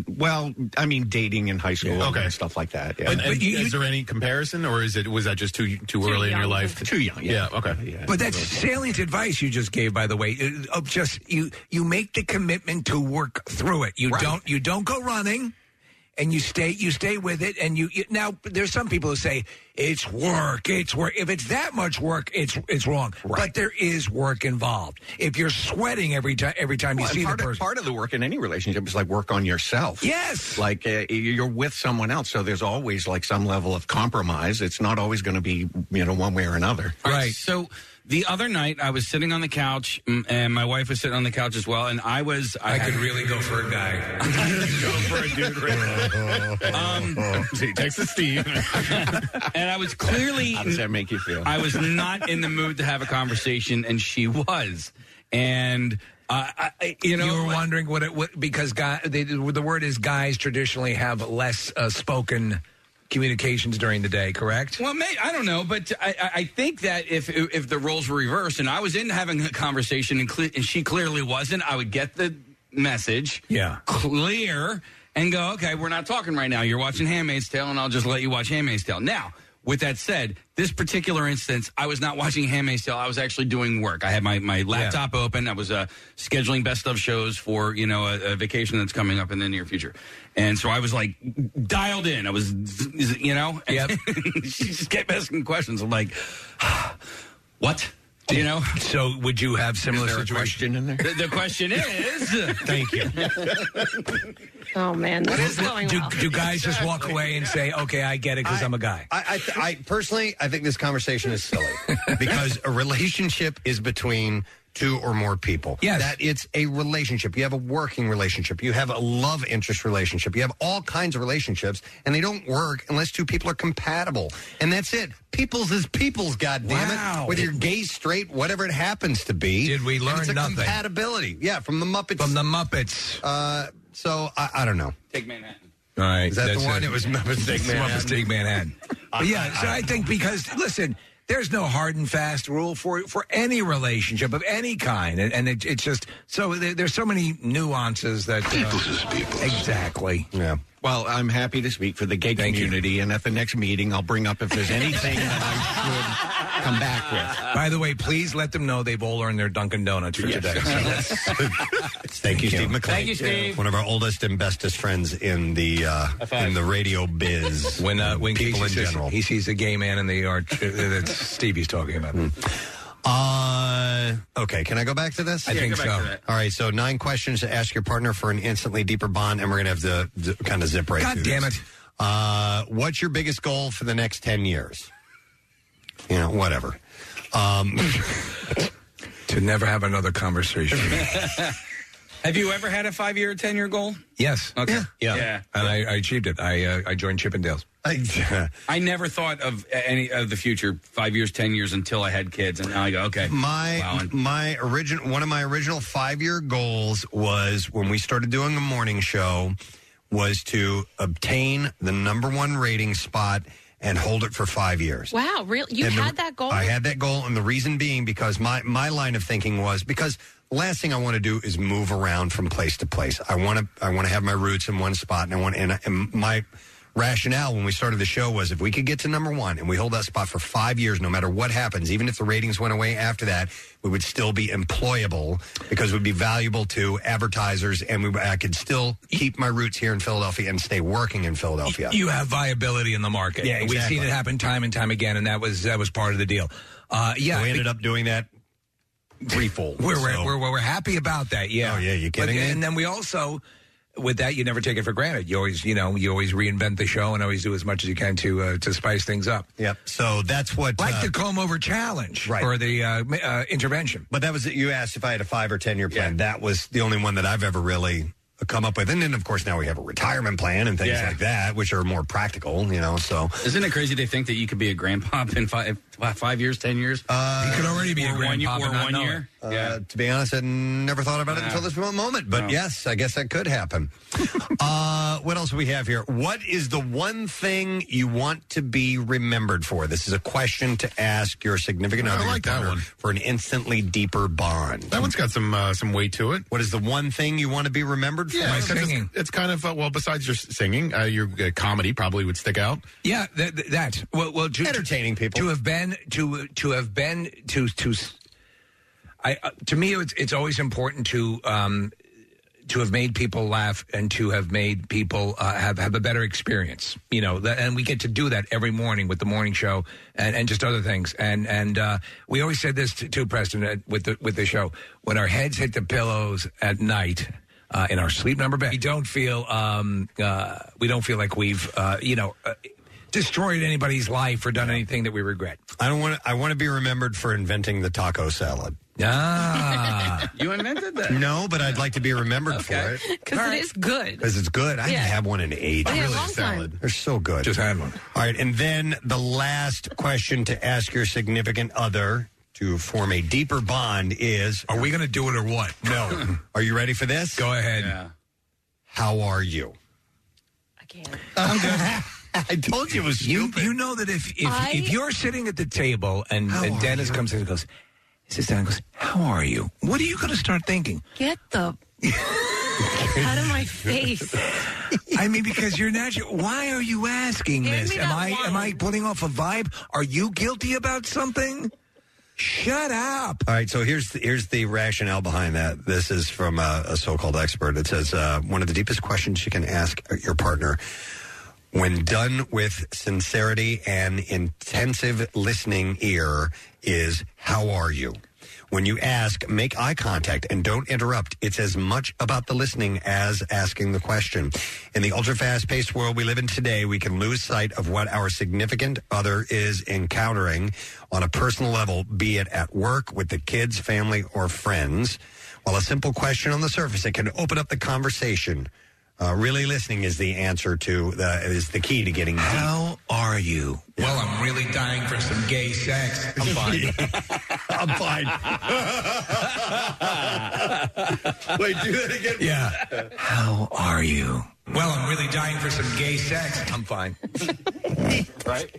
Speaker 1: Well, I mean, dating in high school,
Speaker 6: Okay.
Speaker 1: and stuff like that. Yeah.
Speaker 6: And, and is there any comparison, or is it was that just too too, early in your life?
Speaker 1: Too young.
Speaker 6: Yeah. okay. Yeah.
Speaker 5: But that's salient advice you just gave, by the way. Uh, Of just you, you make the commitment to work through it. You don't, you don't go running, and you stay, you stay with it. And you, you now there's some people who say it's work, it's work. If it's that much work, it's it's wrong. But there is work involved. If you're sweating every time, every time
Speaker 1: Well,
Speaker 5: you
Speaker 1: and
Speaker 5: see the
Speaker 1: part,
Speaker 5: person,
Speaker 1: of, part of the work in any relationship is like work on yourself.
Speaker 5: Yes.
Speaker 1: Like uh, you're with someone else, so there's always like some level of compromise. It's not always going to be you know one way or another.
Speaker 4: All Right. So the other night, I was sitting on the couch, mm, and my wife was sitting on the couch as well, and I was. I, could
Speaker 5: really go for a guy.
Speaker 4: for a dude um,
Speaker 6: Texas Steve.
Speaker 4: *laughs* and I was clearly. How
Speaker 1: does that make you feel?
Speaker 4: I was not in the mood to have a conversation, and she was. And uh, I, I- you know,
Speaker 5: were wondering what it what, because guy they, the word is guys traditionally have less uh, spoken communications during the day, correct?
Speaker 4: Well, may, I don't know, but I, I- I think that if if the roles were reversed and I was in having a conversation and, cle- and she clearly wasn't, I would get the message.
Speaker 5: *laughs* Yeah.
Speaker 4: Clear and go, okay, we're not talking right now. You're watching Handmaid's Tale, and I'll just let you watch Handmaid's Tale. Now, with that said, this particular instance, I was not watching Handmaid's Tale. I was actually doing work. I had my, my laptop open. I was uh, scheduling best of shows for, you know, a, a vacation that's coming up in the near future. And so I was like dialed in. I was, you know, *laughs* and she just kept asking questions. I'm like, what? You know?
Speaker 5: So would you have similar
Speaker 4: there a
Speaker 5: situation
Speaker 1: in there?
Speaker 4: The, the question is.
Speaker 1: Thank you.
Speaker 5: *laughs*
Speaker 7: Oh man, this is going
Speaker 5: do,
Speaker 7: well.
Speaker 5: do guys just walk away and say, "Okay, I get it because I'm a guy"?
Speaker 3: I, I, th- I personally, I think this conversation is silly because a relationship is between two or more people. Yes. That it's a relationship. You have a working relationship. You have a love interest relationship. You have all kinds of relationships, and they don't work unless two people are compatible. And that's it. People's is people's, goddamn
Speaker 5: Wow.
Speaker 3: it. Whether you're gay, straight, whatever it happens to be.
Speaker 5: Did we
Speaker 3: And
Speaker 5: learn
Speaker 3: it's a
Speaker 5: nothing?
Speaker 3: Compatibility. Yeah, from the Muppets. From
Speaker 5: the Muppets.
Speaker 3: Uh, so I, I don't know.
Speaker 4: Take Manhattan.
Speaker 5: All right,
Speaker 3: Is that the
Speaker 5: that's
Speaker 3: one? It was Muppets Take Manhattan.
Speaker 5: Muppets Take Manhattan. But yeah, so I think because listen, there's no hard and fast rule for for any relationship of any kind, and, and it, it's just so there, there's so many nuances that people's
Speaker 1: is people's.
Speaker 5: Exactly.
Speaker 3: Yeah.
Speaker 1: Well, I'm happy to speak for the gay community, and at the next meeting, I'll bring up if there's anything that I should come back with.
Speaker 5: By the way, please let them know they've all earned their Dunkin' Donuts for today.
Speaker 3: *laughs*
Speaker 5: *laughs*
Speaker 3: Thank you, Steve McLean.
Speaker 5: Thank you, Steve.
Speaker 3: One of our oldest and bestest friends in the uh, in the radio
Speaker 5: *laughs*
Speaker 3: biz.
Speaker 5: when uh, when
Speaker 3: people
Speaker 5: Casey
Speaker 3: in
Speaker 5: says
Speaker 3: general.
Speaker 5: he sees a gay man in the yard, uh, that's Stevie's talking about.
Speaker 3: Hmm. Uh, okay, can I go back to this?
Speaker 5: I Yeah, think go back so. to that.
Speaker 3: All right, so nine questions to ask your partner for an instantly deeper bond, and we're gonna have to z- kind of zip right.
Speaker 5: God
Speaker 3: through
Speaker 5: damn
Speaker 3: this.
Speaker 5: it.
Speaker 3: Uh, what's your biggest goal for the next ten years? You know, whatever. Um, *laughs*
Speaker 5: to never have another conversation.
Speaker 4: *laughs* Have you ever had a five year or 10 year goal?
Speaker 5: Yes.
Speaker 4: Okay.
Speaker 5: Yeah.
Speaker 4: Yeah.
Speaker 5: And I, I achieved it. I uh, I joined
Speaker 3: *laughs*
Speaker 5: Chippendales.
Speaker 4: I never thought of any of the future five years, 10 years until I had kids. And now I go, okay.
Speaker 3: My
Speaker 4: wow, and
Speaker 3: my original one of my original five year goals was when we started doing a morning show was to obtain the number one rating spot and hold it for five years.
Speaker 7: Wow, really? You
Speaker 3: And the-
Speaker 7: had that goal?
Speaker 3: I had that goal, and the reason being because my my line of thinking was because the last thing I want to do is move around from place to place. I want to I want to have my roots in one spot, and I want and, I, and my rationale when we started the show was if we could get to number one and we hold that spot for five years, no matter what happens, even if the ratings went away after that, we would still be employable because we'd be valuable to advertisers, and we I could still keep my roots here in Philadelphia and stay working in Philadelphia.
Speaker 5: You have viability in the market.
Speaker 3: Yeah,
Speaker 5: we've
Speaker 3: exactly.
Speaker 5: seen it happen time and time again, and that was that was part of the deal. Uh, yeah,
Speaker 3: we
Speaker 5: I
Speaker 3: ended
Speaker 5: think-
Speaker 3: up doing that
Speaker 5: *laughs*
Speaker 3: threefold.
Speaker 5: We're,
Speaker 3: so-
Speaker 5: we're, we're, we're happy about that. Yeah.
Speaker 3: Oh, yeah, you kidding
Speaker 5: But-
Speaker 3: me?
Speaker 5: And then we also, with that, you never take it for granted. You always, you know, you always reinvent the show and always do as much as you can to uh, to spice things up.
Speaker 3: Yep. So that's what
Speaker 5: like
Speaker 3: uh,
Speaker 5: the comb over challenge,
Speaker 3: Right.
Speaker 5: Or the uh, ma- uh, intervention.
Speaker 3: But that was you asked if I had a five or ten year plan. That was the only one that I've ever really come up with. And then of course now we have a retirement plan and things
Speaker 4: Yeah.
Speaker 3: like that, which are more practical. You know, so
Speaker 4: Isn't it crazy they think that you could be a grandpa *laughs* in five, what, five years, ten years?
Speaker 3: Uh,
Speaker 4: you could already be a
Speaker 3: grandpa
Speaker 4: One,
Speaker 3: and
Speaker 4: year-
Speaker 3: not
Speaker 4: or one
Speaker 3: know
Speaker 4: year?
Speaker 3: it. Uh, To be honest, I never thought about it
Speaker 4: Yeah.
Speaker 3: until this mo- moment. But
Speaker 4: No.
Speaker 3: yes, I guess that
Speaker 6: *laughs*
Speaker 3: could happen. uh, what else do we have here? What is the one thing you want to be remembered for? This is a question to ask your significant
Speaker 6: I
Speaker 3: other
Speaker 6: like
Speaker 3: your
Speaker 6: that
Speaker 3: partner,
Speaker 6: one.
Speaker 3: for an instantly deeper bond. That
Speaker 6: one's got some uh, some weight to it.
Speaker 3: What is the one thing you want to be remembered for?
Speaker 6: Yeah, it's, It's, it's kind of uh, well. Besides your s- singing, uh, your uh, comedy probably would stick out.
Speaker 5: Yeah, that, that. well, well to,
Speaker 3: entertaining people
Speaker 5: to have been to to have been to to. I uh, to me, it's it's always important to um, to have made people laugh and to have made people uh, have have a better experience. You know, that, and we get to do that every morning with the morning show and, and just other things. And and uh, we always said this to, to Preston uh, with the with the show when our heads hit the pillows at night. Uh, in our sleep number bed, we don't feel um, uh, we don't feel like we've uh, you know uh, destroyed anybody's life or done anything that we regret.
Speaker 3: I don't want. To, I want to be remembered for inventing
Speaker 5: *laughs*
Speaker 3: the taco salad.
Speaker 5: Ah,
Speaker 4: *laughs* you invented that?
Speaker 3: No, but I'd like to be remembered for it
Speaker 7: Because it is good.
Speaker 3: because it's good. I
Speaker 7: Yeah.
Speaker 3: haven't had one in eight.
Speaker 7: Oh, yeah, Really? long Salad.
Speaker 3: They're so good. Just
Speaker 5: had one.
Speaker 3: All right, and then the last question to ask your significant other to form a deeper bond is:
Speaker 5: Are we going to do it or what? *laughs*
Speaker 3: No. Are you ready for this?
Speaker 5: Go ahead.
Speaker 3: How are you? I can't. I told you it was
Speaker 5: You, you know that if if,
Speaker 3: I-
Speaker 5: if you're sitting at the table and,
Speaker 3: How
Speaker 5: and
Speaker 3: are
Speaker 5: Dennis comes in and goes, sits down and goes, "How are you?" What are you going to start
Speaker 3: *laughs*
Speaker 5: thinking?
Speaker 7: Get the *laughs* out of my
Speaker 3: *laughs*
Speaker 7: face.
Speaker 5: I mean, because you're natural. Why are you asking
Speaker 7: Hand
Speaker 5: this?
Speaker 7: me
Speaker 5: Am
Speaker 7: that
Speaker 5: I am I putting off a vibe? Are you guilty about something? Shut up.
Speaker 3: All right, so here's the, here's the rationale behind that. This is from a, a so-called expert. It says uh, one of the deepest questions you can ask your partner, when done with sincerity and intensive listening ear, is how are you. When you ask, make eye contact and don't interrupt. It's as much about the listening as asking the question. In the ultra fast paced world we live in today, we can lose sight of what our significant other is encountering on a personal level, be it at work, with the kids, family, or friends. While a simple question on the surface, it can open up the conversation. Uh, really listening is the answer to the is the key to getting
Speaker 5: How are you? Well, I'm really dying for some gay sex. *laughs* I'm fine.
Speaker 3: I'm
Speaker 5: *laughs*
Speaker 3: fine.
Speaker 5: Wait, do that again. Yeah. How are you? Well, I'm really dying for some gay sex. I'm fine.
Speaker 9: Right?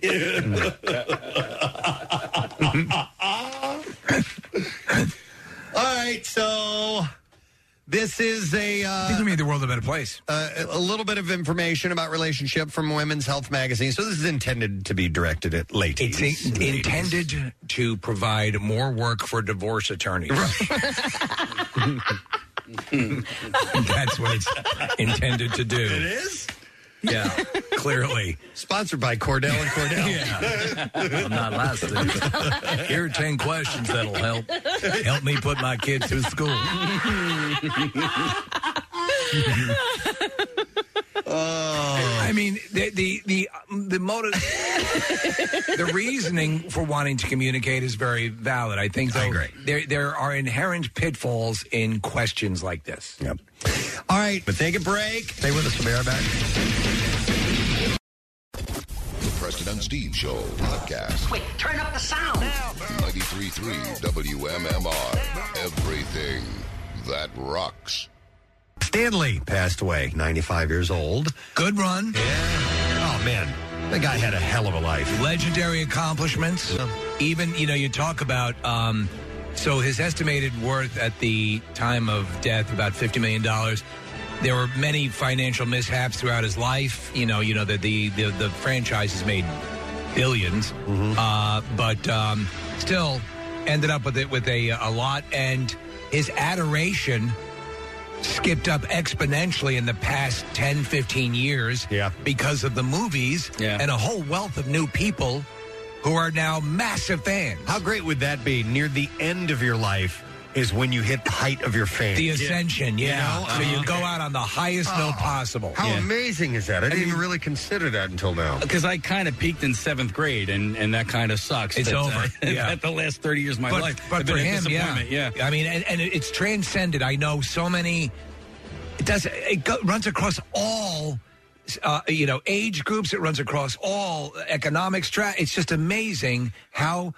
Speaker 3: All right, so this is a. Uh, I think
Speaker 5: we made the world a better place.
Speaker 3: Uh, a little bit of information about relationship from Women's Health Magazine. So this is intended to be directed at ladies.
Speaker 5: It's in-
Speaker 3: *laughs*
Speaker 5: intended to provide more work for divorce attorneys. That's what it's intended to do. It
Speaker 3: is?
Speaker 5: Yeah, clearly.
Speaker 3: Sponsored by Cordell and
Speaker 5: *laughs*
Speaker 3: Cordell.
Speaker 5: I'm not lasting. Here are 10 questions that'll help help me put my kid through school.
Speaker 3: Oh.
Speaker 5: I mean, the the the, um, the motive, the reasoning for wanting to communicate is very valid. I think. Though, There there are inherent pitfalls in questions like this.
Speaker 3: Yep. All right, but take a break. Stay with us. We'll be right back.
Speaker 34: The Preston and Steve Show podcast.
Speaker 9: Wait, turn up the sound.
Speaker 34: 93.3 WMMR. Everything that rocks.
Speaker 3: Stanley passed away, 95 years old.
Speaker 5: Good run.
Speaker 3: Yeah. Oh, man. The guy had a hell of a life.
Speaker 5: Legendary accomplishments. Even you know you talk about. Um, so his estimated worth at the time of death about fifty million dollars. there were many financial mishaps throughout his life. You know, you know that the, the the franchise has made 1000000000s uh, but um, still ended up with it with a a lot, and his adoration skipped up exponentially in the past 10 15 years yeah. because of the movies
Speaker 3: Yeah.
Speaker 5: and a whole wealth of new people who are now massive fans
Speaker 3: How great would that be? Near the end of your life is when you hit the height of your fame.
Speaker 5: the ascension yeah
Speaker 3: You know?
Speaker 5: so you
Speaker 3: Uh-huh.
Speaker 5: go out on the highest note possible
Speaker 3: How
Speaker 5: Yeah.
Speaker 3: amazing is that? I,
Speaker 5: I
Speaker 3: didn't
Speaker 5: mean-
Speaker 3: really consider that until now.
Speaker 4: Because I kind of peaked in seventh grade, and, and that kind of sucks.
Speaker 5: It's
Speaker 4: that, uh,
Speaker 5: over.
Speaker 4: *laughs*
Speaker 5: Yeah.
Speaker 4: that the last thirty years of my
Speaker 5: but,
Speaker 4: life,
Speaker 5: But
Speaker 4: have
Speaker 5: for
Speaker 4: been a
Speaker 5: him, yeah.
Speaker 4: disappointment. yeah.
Speaker 5: I mean, and, and it's transcended. I know so many. It does. It go, runs across all. Uh, you know, age groups. It runs across all economic stra. It's just amazing how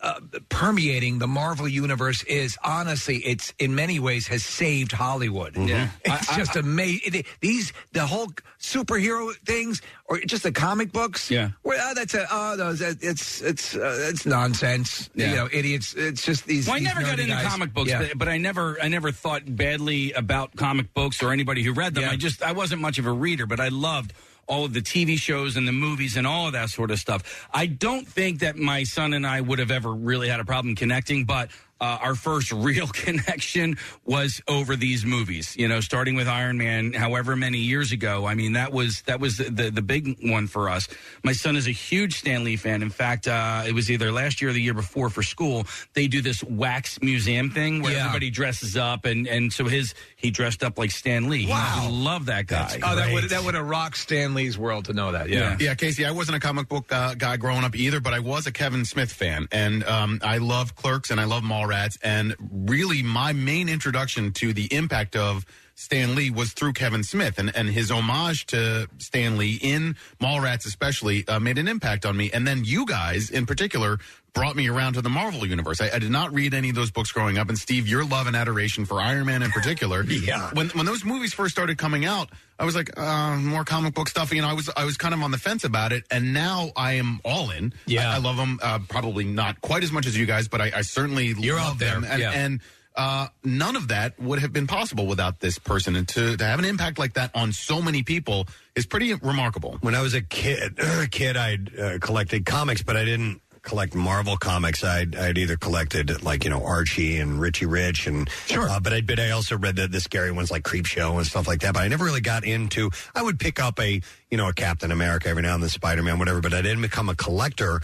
Speaker 5: uh, permeating the Marvel universe is. Honestly, it's in many ways has saved Hollywood.
Speaker 4: Yeah.
Speaker 5: it's
Speaker 4: I- I-
Speaker 5: just amazing. These the whole superhero things, or just the comic books.
Speaker 4: Yeah.
Speaker 5: well, uh, that's a oh, no, that- it's it's uh, it's nonsense.
Speaker 4: Yeah.
Speaker 5: You know, idiots. It's just these.
Speaker 4: Well, I
Speaker 5: these
Speaker 4: never got
Speaker 5: nerdy
Speaker 4: into
Speaker 5: guys.
Speaker 4: comic books,
Speaker 5: Yeah.
Speaker 4: but- but I never, I never thought badly about comic books or anybody who read them. I just, I wasn't much of a reader, but I loved all of the TV shows and the movies and all of that sort of stuff. I don't think that my son and I would have ever really had a problem connecting, but. Uh, our first *laughs* real connection was over these movies, you know, starting with Iron Man, however many years ago. I mean, that was that was the the, the big one for us. My son is a huge Stan Lee fan. In fact, uh, it was either last year or the year before for school. They do this wax museum thing where
Speaker 5: Yeah.
Speaker 4: everybody dresses up, and and so his he dressed up like Stan Lee.
Speaker 5: Wow.
Speaker 4: he love that guy.
Speaker 5: Oh, that would that would have rocked Stan Lee's world to know that. Yeah.
Speaker 6: yeah, Casey. I wasn't a comic book uh, guy growing up either, but I was a Kevin Smith fan, and um, I love Clerks and I love Mallrats. And really, my main introduction to the impact of Stan Lee was through Kevin Smith, and and his homage to Stan Lee in Mallrats, especially, uh, made an impact on me. And then you guys, in particular. Brought me around to the Marvel universe. I, I did not read any of those books growing up. And Steve, your love and adoration for Iron Man in
Speaker 5: *laughs*
Speaker 6: particular, yeah. When when those movies first started coming out, I was like, uh, more comic book stuff. You know, I was I was kind of on the fence about it, and now I am all in. Yeah, I, I love them. Uh, probably not quite as much as you guys, but I, I certainly love them. And,
Speaker 5: yeah.
Speaker 6: and uh, none of that would have been possible without this person, and to to have an impact like that on so many people is pretty remarkable.
Speaker 3: When I was a kid, *clears throat* a kid, I uh, collected comics, but I didn't collect Marvel comics. I'd, I'd either collected like you know Archie and Richie Rich, and sure. Uh, but I but I also read the, the scary ones like Creep Show and stuff like that. But I never really got into. I would pick up a you know a Captain America every now and then, Spider Man, whatever. But I didn't become a collector.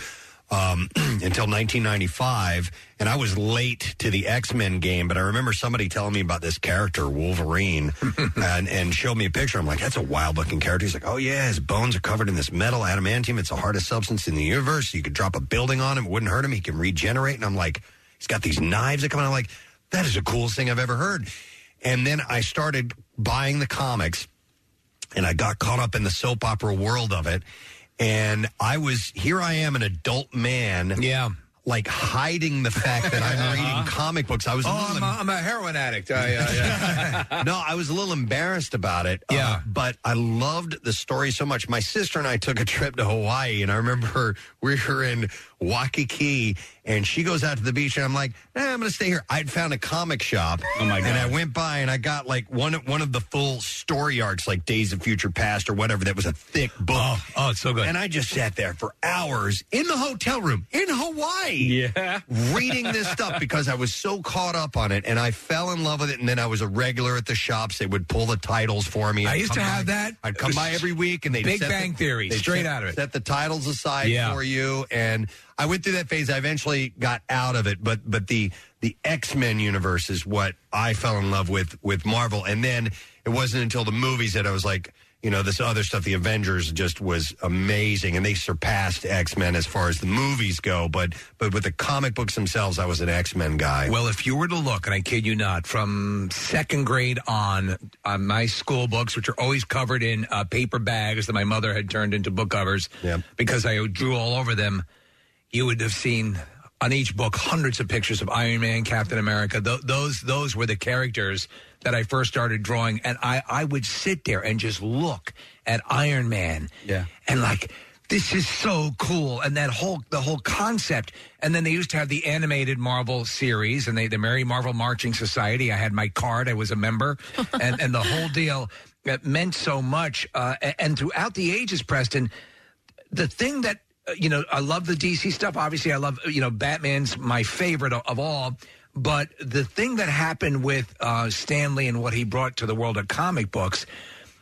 Speaker 3: Um, *clears throat* until 1995, and I was late to the X Men game, but I remember somebody telling me about this character, Wolverine, and, and showed me a picture. I'm like, that's a wild looking character. He's like, oh yeah, his bones are covered in this metal adamantium. It's the hardest substance in the universe. You could drop a building on him, it wouldn't hurt him. He can regenerate. And I'm like, he's got these knives that come out. I'm like, that is the coolest thing I've ever heard. And then I started buying the comics and I got caught up in the soap opera world of it. And I was here. I am an adult man. Yeah. Like hiding the fact that I'm reading comic books. I was. a
Speaker 5: Oh,
Speaker 3: little
Speaker 5: I'm a, I'm a heroin addict. I, uh,
Speaker 3: *laughs* no, I was a little embarrassed about it. Yeah. but I loved the story so much. My sister and I took a trip to Hawaii, and I remember *laughs* we were in Waikiki, and she goes out to the beach, and I'm like, eh, I'm going to stay here. I'd found a comic shop. Oh, my God. And I went by, and I got like one, one of the full story arcs, like Days of Future Past or whatever, that was a thick book. Oh,
Speaker 5: it's so good.
Speaker 3: And I just sat there for hours in the hotel room in Hawaii.
Speaker 4: Yeah.
Speaker 3: Reading this stuff because I was so caught up on it and I fell in love with it. And then I was a regular at the shops. They would pull the titles for me.
Speaker 5: I
Speaker 3: I'd
Speaker 5: used to
Speaker 3: come
Speaker 5: have
Speaker 3: by-
Speaker 5: that.
Speaker 3: I'd come by every week and they'd
Speaker 5: Big
Speaker 3: set the-
Speaker 5: Bang Theory,
Speaker 3: they'd
Speaker 5: straight
Speaker 3: set-
Speaker 5: out of it.
Speaker 3: Set the titles aside
Speaker 5: Yeah.
Speaker 3: for you. And I went through that phase. I eventually got out of it, but but the the X Men universe is what I fell in love with with Marvel. And then it wasn't until the movies that I was like, you know, this other stuff, the Avengers just was amazing, and they surpassed X Men as far as the movies go. But but with the comic books themselves, I was an X Men guy.
Speaker 5: Well, if you were to look, and I kid you not, from second grade on, on my school books, which are always covered in uh, paper bags that my mother had turned into book covers because I drew all over them, you would have seen on each book hundreds of pictures of Iron Man, Captain America. Th- those those were the characters that I first started drawing, and I I would sit there and just look at Iron Man, yeah, and like this is so cool and that whole the whole concept and then they used to have the animated marvel series and they the mary marvel marching society i had my card i was a member and and the whole deal that meant so much uh, a- and throughout the ages preston the thing that uh, you know i love the dc stuff obviously i love you know batman's my favorite of, of all but the thing that happened with uh, stanley and what he brought to the world of comic books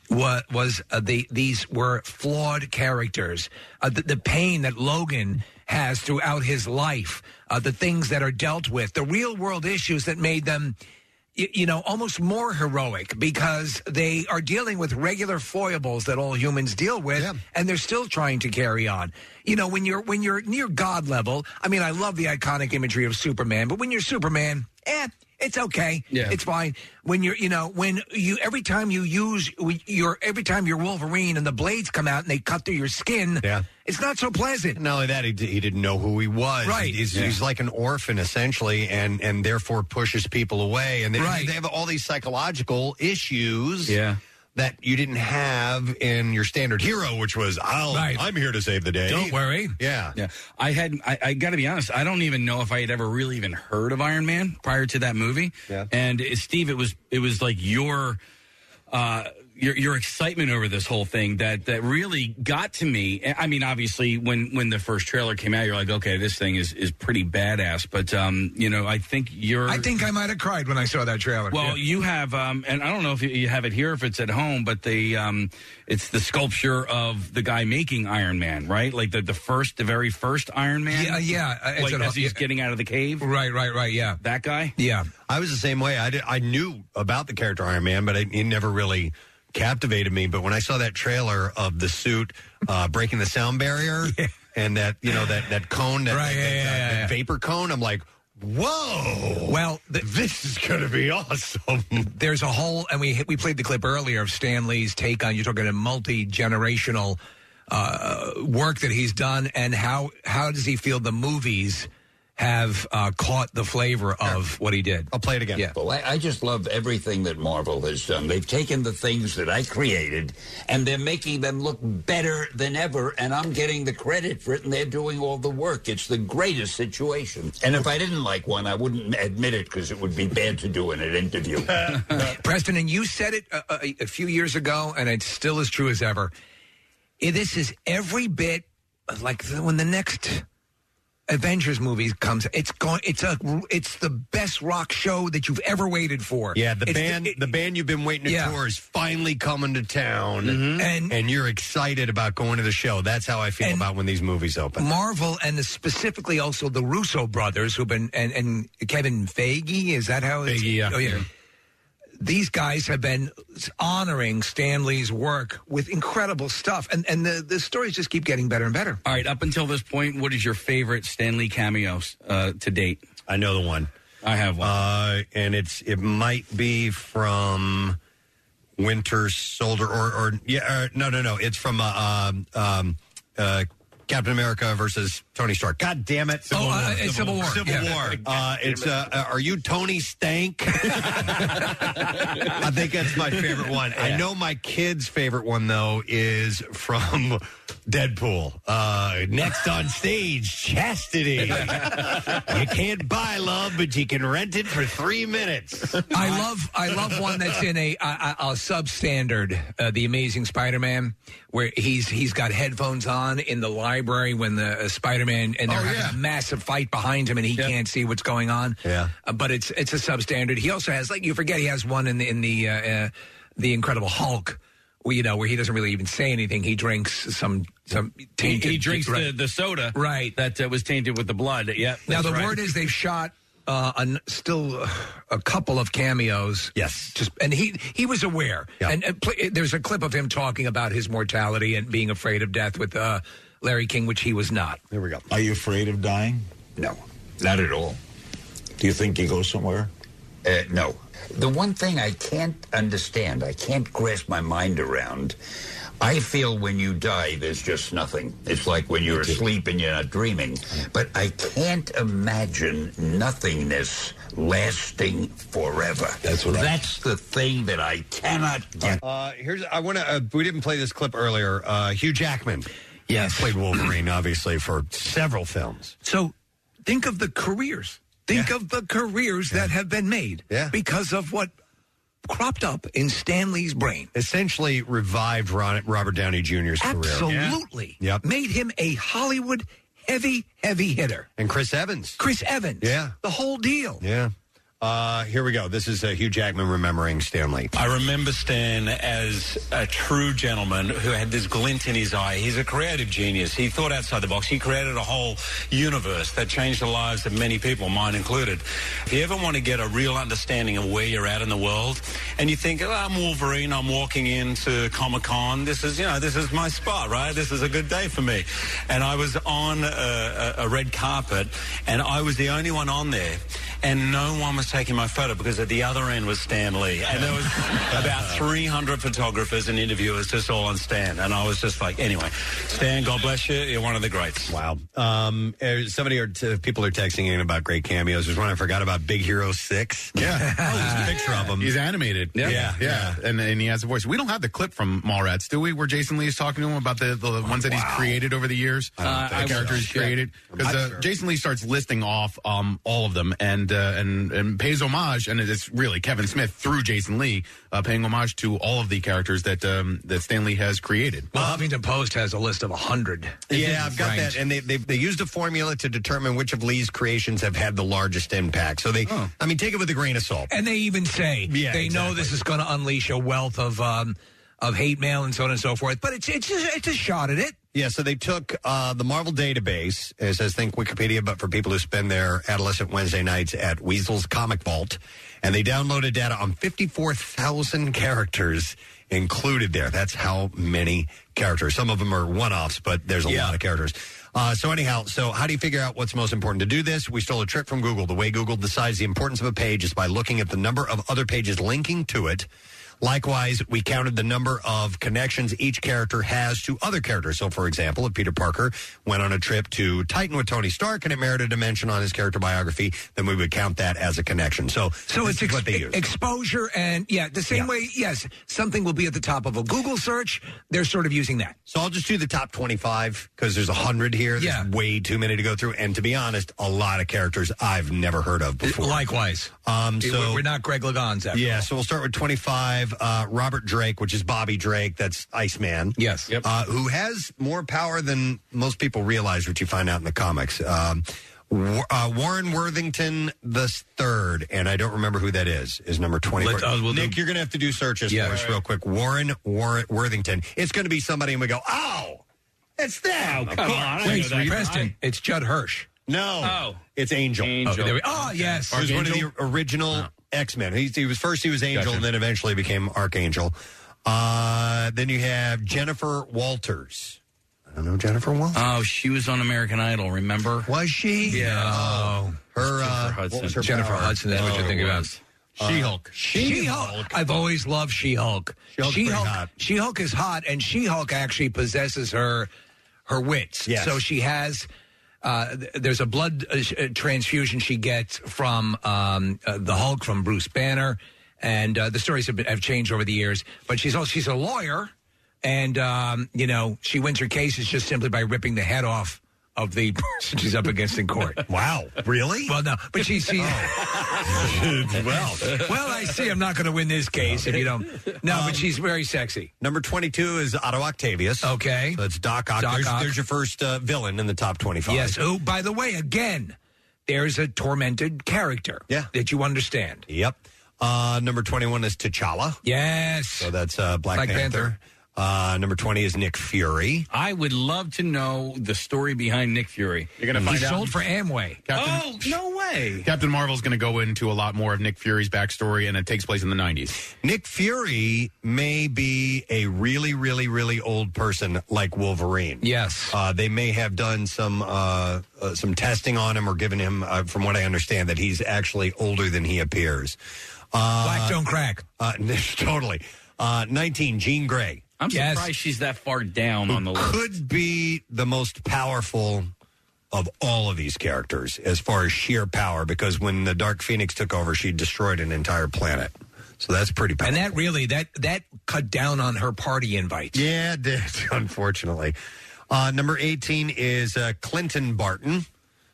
Speaker 5: was, was uh, the, these were flawed characters. Uh, the, the pain that Logan has throughout his life, uh, the things that are dealt with, the real world issues that made them, y- you know, almost more heroic because they are dealing with regular foibles that all humans deal with, and they're still trying to carry on. You know, when you're when you're near God level, I mean, I love the iconic imagery of Superman, but when you're Superman, eh, it's okay.
Speaker 9: Yeah.
Speaker 5: It's fine. When you're, you know, when you every time you use when your every time you're Wolverine and the blades come out and they cut through your skin, yeah. it's not so pleasant.
Speaker 3: Not only that, he, d- he didn't know who he was.
Speaker 5: Right.
Speaker 3: He's,
Speaker 5: Yeah.
Speaker 3: he's like an orphan, essentially, and, and therefore pushes people away. And they, they have all these psychological issues
Speaker 4: Yeah.
Speaker 3: that you didn't have in your standard hero, which was, I'll,
Speaker 4: Right.
Speaker 3: I'm here to save the day.
Speaker 4: Don't worry.
Speaker 3: Yeah.
Speaker 4: Yeah. I had, I, I got to be honest, I don't even know if I had ever really even heard of Iron Man prior to that movie. Yeah. And uh, Steve, it was, it was like your, uh, your, your excitement over this whole thing that, that really got to me. I I mean, obviously, when, when the first trailer came out, you're like, okay, this thing is, is pretty badass. But, um, you know, I think you're.
Speaker 5: I think I might have cried when I saw that trailer.
Speaker 4: Well, you have, um, and I don't know if you- you have it here, if it's at home, but the um, it's the sculpture of the guy making Iron Man, right? Like the the first, the very first Iron Man.
Speaker 5: Yeah, yeah, uh, it's
Speaker 4: like
Speaker 5: at
Speaker 4: as
Speaker 5: home,
Speaker 4: he's
Speaker 5: yeah.
Speaker 4: getting out of the cave.
Speaker 5: Right, right, right. Yeah,
Speaker 4: that guy.
Speaker 5: Yeah,
Speaker 3: I was the same way. I did, I knew about the character Iron Man, but it, it never really captivated me. But when I saw that trailer of the suit uh, breaking the
Speaker 5: *laughs*
Speaker 3: sound barrier and that you know that that cone, that, that- that- that vapor cone, I'm like, whoa!
Speaker 5: Well,
Speaker 3: this is going to be awesome.
Speaker 5: *laughs* There's a whole, and we hit- we played the clip earlier of Stan Lee's take on. You're talking a multi generational uh, work that he's done, and how how does he feel the movies have uh, caught the flavor of what he did?
Speaker 3: I'll play it again.
Speaker 5: Yeah.
Speaker 37: Well, I, I just love everything that Marvel has done. They've taken the things that I created and they're making them look better than ever, and I'm getting the credit for it, and they're doing all the work. It's the greatest situation. And if I didn't like one, I wouldn't admit it because it would be bad to do in an interview.
Speaker 5: *laughs* Preston, and you said it a, a, a few years ago, and it's still as true as ever. Eh, This is every bit like the- when the next Avengers movie comes. It's going. It's a. It's the best rock show that you've ever waited for.
Speaker 3: Yeah, the
Speaker 5: It's
Speaker 3: band, the, band you've been waiting to
Speaker 5: Yeah. Mm-hmm.
Speaker 3: tour is finally coming to town, and and you're excited about going to the show. That's how I feel about when these movies open.
Speaker 5: Marvel and the, specifically also the Russo brothers, who've been and, and Kevin Feige. Is that how? It's,
Speaker 4: Feige, yeah.
Speaker 5: Oh yeah. These guys have been honoring Stanley's work with incredible stuff, and and the the stories just keep getting better and better.
Speaker 4: All right, up until this point, what is your favorite Stanley cameos uh, to date?
Speaker 3: I know the one.
Speaker 4: I have one.
Speaker 3: Uh, and it's it might be from Winter Soldier or or yeah or, no no no it's from uh, um, um, uh, Captain America versus Tony Stark. God damn it!
Speaker 5: Civil Oh, War. uh, it's Civil War.
Speaker 3: Civil
Speaker 5: Yeah.
Speaker 3: War.
Speaker 5: *laughs*
Speaker 3: Uh, it's uh, uh, are you Tony Stank? I think that's my favorite one. I know my kid's favorite one though is from Deadpool. Uh, next on stage, Chastity. you can't buy love, but you can rent it for three
Speaker 5: *laughs*
Speaker 3: minutes.
Speaker 5: I love I love one that's in a a, a a substandard, uh, the Amazing Spider-Man, where he's he's got headphones on in the library when the uh, Spider-Man
Speaker 4: Oh,
Speaker 5: and they're having a massive fight behind him and he can't see what's going on.
Speaker 3: Yeah.
Speaker 5: Uh, but it's it's a substandard. He also has like you forget he has one in the in the uh, uh, the Incredible Hulk. where, You know where he doesn't really even say anything. He drinks some some
Speaker 4: He,
Speaker 5: tainted.
Speaker 4: he drinks
Speaker 5: right.
Speaker 4: the, the soda, right? That uh, was tainted with the blood. Yeah.
Speaker 5: Now
Speaker 4: that's
Speaker 5: the
Speaker 4: right.
Speaker 5: word is they've shot uh, an, still uh, a couple of cameos. Yes, just and he he was aware. And, and pl- uh, there's a clip of him talking about his mortality and being afraid of death with uh, Larry King, which he was not.
Speaker 3: There we go.
Speaker 10: Are you afraid of dying?
Speaker 37: No, not at all.
Speaker 10: Do you think you go somewhere?
Speaker 37: Uh, no. The one thing I can't understand, I can't grasp my mind around, I feel when you die, there's just nothing. It's like when you're asleep and you're not dreaming.
Speaker 10: Mm.
Speaker 37: But I can't imagine nothingness lasting forever. That's what That's the thing that I cannot get.
Speaker 3: Uh, here's I want to. Uh, we didn't play this clip earlier. Uh, Hugh Jackman. Yes. Played Wolverine, obviously, for several films.
Speaker 5: So think of the careers. Think of the careers that have been made because of what cropped up in Stanley's brain.
Speaker 3: Essentially revived Ron- Robert Downey Jr.'s career.
Speaker 5: Absolutely.
Speaker 3: Yep.
Speaker 5: Made him a Hollywood heavy, heavy hitter.
Speaker 3: And Chris Evans.
Speaker 5: Chris Evans.
Speaker 3: Yeah.
Speaker 5: The whole deal.
Speaker 3: Yeah. Uh, here we go. This is uh, Hugh Jackman remembering Stanley.
Speaker 2: I remember Stan as a true gentleman who had this glint in his eye. He's a creative genius. He thought outside the box. He created a whole universe that changed the lives of many people, mine included. If you ever want to get a real understanding of where you're at in the world, and you think, oh, I'm Wolverine, I'm walking into Comic Con. This is, you know, this is my spot, right? This is a good day for me. And I was on a, a, a red carpet, and I was the only one on there, and no one was taking my photo because at the other end was Stan Lee, and there was about 300 photographers and interviewers just all on Stan, and I was just like, anyway, Stan, God bless you, you're one of the greats.
Speaker 3: Wow. Um, uh, somebody are t- people are texting in about great cameos. There's one I forgot about Big Hero Six. Yeah, there's a picture of him.
Speaker 6: He's animated.
Speaker 3: Yeah.
Speaker 6: yeah, yeah. And and he has a voice. We don't have the clip from Mallrats, do we? Where Jason Lee is talking to him about the, the ones that he's created over the years,
Speaker 1: I don't
Speaker 6: uh,
Speaker 1: think
Speaker 6: the
Speaker 1: so.
Speaker 6: characters he's
Speaker 1: Yeah.
Speaker 6: created. Because
Speaker 1: I'm
Speaker 6: uh,
Speaker 1: sure.
Speaker 6: Jason Lee starts listing off um, all of them and uh, and and pays homage, and it's really Kevin Smith through Jason Lee uh, paying homage to all of the characters that um, that Stan Lee has created.
Speaker 5: Well, Huffington Post has a list of 100.
Speaker 3: Yeah, I've got that. And they, they they used a formula to determine which of Lee's creations have had the largest impact. So they,
Speaker 6: Oh.
Speaker 3: I mean, take it with a grain of salt.
Speaker 5: And they even say
Speaker 3: Yeah,
Speaker 5: they know this is going to unleash a wealth of um, of hate mail and so on and so forth. But it's it's a, it's a shot at it.
Speaker 3: Yeah, so they took uh, the Marvel database. It says think Wikipedia, but for people who spend their adolescent Wednesday nights at Weasel's Comic Vault, and they downloaded data on fifty-four thousand characters included there. That's how many characters. Some of them are one-offs, but there's a lot of characters. Uh, so anyhow, so how do you figure out what's most important to do this? We stole a trick from Google. The way Google decides the importance of a page is by looking at the number of other pages linking to it. Likewise, we counted the number of connections each character has to other characters. So, for example, if Peter Parker went on a trip to Titan with Tony Stark and it merited a mention on his character biography, then we would count that as a connection. So,
Speaker 5: So
Speaker 3: this
Speaker 5: it's
Speaker 3: is
Speaker 5: ex-
Speaker 3: what they use.
Speaker 5: exposure and yeah, the same way. Yes, something will be at the top of a Google search. They're sort of using that.
Speaker 3: So I'll just do the top 25 because there's 100 here. There's
Speaker 5: Yeah.
Speaker 3: way too many to go through. And to be honest, a lot of characters I've never heard of before.
Speaker 5: Likewise,
Speaker 3: Um,
Speaker 5: It-
Speaker 3: so-
Speaker 5: we're not Greg Lagans. After
Speaker 3: Yeah,
Speaker 5: all.
Speaker 3: so we'll start with 25. Uh, Robert Drake, which is Bobby Drake, that's Iceman.
Speaker 5: Yes. Yep.
Speaker 3: Uh, who has more power than most people realize, which you find out in the comics. Um, Wa- uh, Warren Worthington the third, and I don't remember who that is, is number 24.
Speaker 5: Let- uh, we'll do-
Speaker 3: Nick, you're going to have to do searches
Speaker 5: Yeah.
Speaker 3: for us real quick. Warren War- Worthington. It's going to be somebody, and we go, oh, it's them.
Speaker 5: Oh, come on, I know Wait, that Preston, guy. it's Judd Hirsch.
Speaker 3: No.
Speaker 5: Oh.
Speaker 3: It's Angel.
Speaker 5: Angel. Okay, there we- oh, yes.
Speaker 3: He was one of the
Speaker 5: Archangel? Oh.
Speaker 3: original X Men. He, he was first, he was Angel,
Speaker 5: Gotcha.
Speaker 3: and then eventually became Archangel. Uh, then you have Jennifer Walters. I don't know Jennifer Walters.
Speaker 5: Uh.
Speaker 4: Oh, she was on American Idol. Remember?
Speaker 3: Was she?
Speaker 4: Yeah.
Speaker 3: her, uh,
Speaker 4: Hudson.
Speaker 3: what was her
Speaker 5: Jennifer
Speaker 3: power?
Speaker 5: Hudson. That's what
Speaker 4: Oh,
Speaker 5: you're
Speaker 4: it
Speaker 5: thinking about.
Speaker 4: was.
Speaker 3: Uh, She-Hulk.
Speaker 5: She-Hulk. I've always loved She-Hulk.
Speaker 3: She-Hulk's pretty hot.
Speaker 5: She-Hulk. She-Hulk is hot, and She-Hulk actually possesses her her wits.
Speaker 3: Yes.
Speaker 5: So she has. Uh, th- there's a blood uh, sh- uh, transfusion she gets from um, uh, the Hulk from Bruce Banner, and uh, the stories have, been, have changed over the years. But she's also she's a lawyer, and um, you know she wins her cases just simply by ripping the head off of the person she's up against in court.
Speaker 3: *laughs* wow, really? Oh.
Speaker 5: Well, no, but she's she. *laughs*
Speaker 3: well, Um,
Speaker 5: well, I see. I'm not going to win this case if you don't. No, but she's very sexy.
Speaker 3: Number 22 is Otto Octavius.
Speaker 5: Okay.
Speaker 3: So that's Doc Ock.
Speaker 5: Doc
Speaker 3: there's,
Speaker 5: Ock.
Speaker 3: there's your first uh, villain in the top 25.
Speaker 5: Yes. Oh, by the way, again, there's a tormented character. Yeah. That you understand.
Speaker 3: Yep. Uh, number 21 is T'Challa.
Speaker 5: Yes. So
Speaker 3: that's uh, Black,
Speaker 5: Black
Speaker 3: Panther.
Speaker 5: Panther.
Speaker 3: Uh, number 20 is Nick Fury.
Speaker 4: I would love to know the story behind Nick Fury. You're
Speaker 6: gonna find
Speaker 5: he
Speaker 6: out.
Speaker 5: sold for Amway.
Speaker 6: Captain-
Speaker 4: oh no way!
Speaker 6: Captain Marvel's going to go into a lot more of Nick Fury's backstory, and it takes place in the 90s.
Speaker 3: Nick Fury may be a really, really, really old person like Wolverine.
Speaker 5: Yes.
Speaker 3: Uh, they may have done some uh, uh, some testing on him or given him, uh, from what I understand, that he's actually older than he appears. Uh,
Speaker 5: Black don't crack.
Speaker 3: Uh, *laughs* totally. Uh, 19, Jean Grey.
Speaker 4: I'm surprised she's that far down on the list.
Speaker 3: could be the most powerful of all of these characters as far as sheer power because when the Dark Phoenix took over, she destroyed an entire planet. So that's pretty powerful.
Speaker 5: And that really that that cut down on her party invites.
Speaker 3: Yeah, it did, *laughs* unfortunately. Uh, number 18 is uh, Clinton Barton.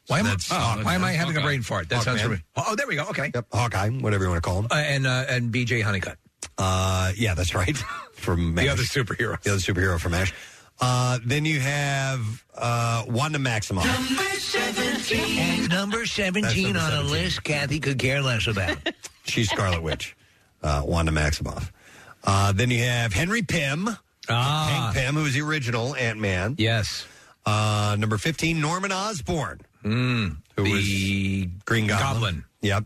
Speaker 5: Why am, I-
Speaker 3: that's
Speaker 5: oh,
Speaker 3: Hawk-
Speaker 5: why am I having a
Speaker 3: Hawkeye.
Speaker 5: brain fart? That sounds
Speaker 3: Hawkman.
Speaker 5: familiar. Oh, there we go. Okay.
Speaker 3: Yep, Hawkeye, whatever you want to call him.
Speaker 5: Uh, and uh, and BJ Honeycutt.
Speaker 3: Uh, yeah, that's right. *laughs* from
Speaker 5: The
Speaker 3: MASH.
Speaker 5: other superhero.
Speaker 3: The other superhero from MASH. Uh, then you have uh, Wanda Maximoff.
Speaker 16: Number 17
Speaker 3: number
Speaker 16: on a list Kathy could care less about.
Speaker 3: *laughs* She's Scarlet Witch, uh, Wanda Maximoff. Uh, then you have Henry Pym.
Speaker 5: Ah.
Speaker 3: Hank Pym, who was the original Ant Man.
Speaker 5: Yes.
Speaker 3: Uh, number 15, Norman Osborn,
Speaker 5: Mm,
Speaker 3: who
Speaker 5: the
Speaker 3: was Green Goblin. Yep.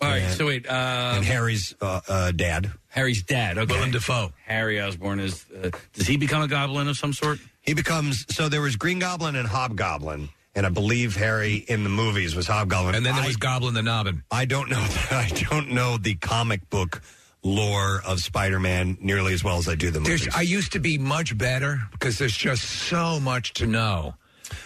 Speaker 4: All right,
Speaker 3: And-
Speaker 4: so wait. Uh,
Speaker 3: and Harry's uh, uh, dad.
Speaker 4: Harry's dad. Okay.
Speaker 3: Willem
Speaker 5: Dafoe.
Speaker 4: Harry Osborn is. Uh, does he become a goblin of some sort?
Speaker 3: He becomes so there was Green Goblin and Hobgoblin, and I believe Harry in the movies was Hobgoblin.
Speaker 5: And then there
Speaker 3: I,
Speaker 5: was Goblin the Nobbin.
Speaker 3: I don't know. *laughs* I don't know the comic book lore of Spider-Man nearly as well as I do the movies.
Speaker 5: There's, I used to be much better because there's just so much to know,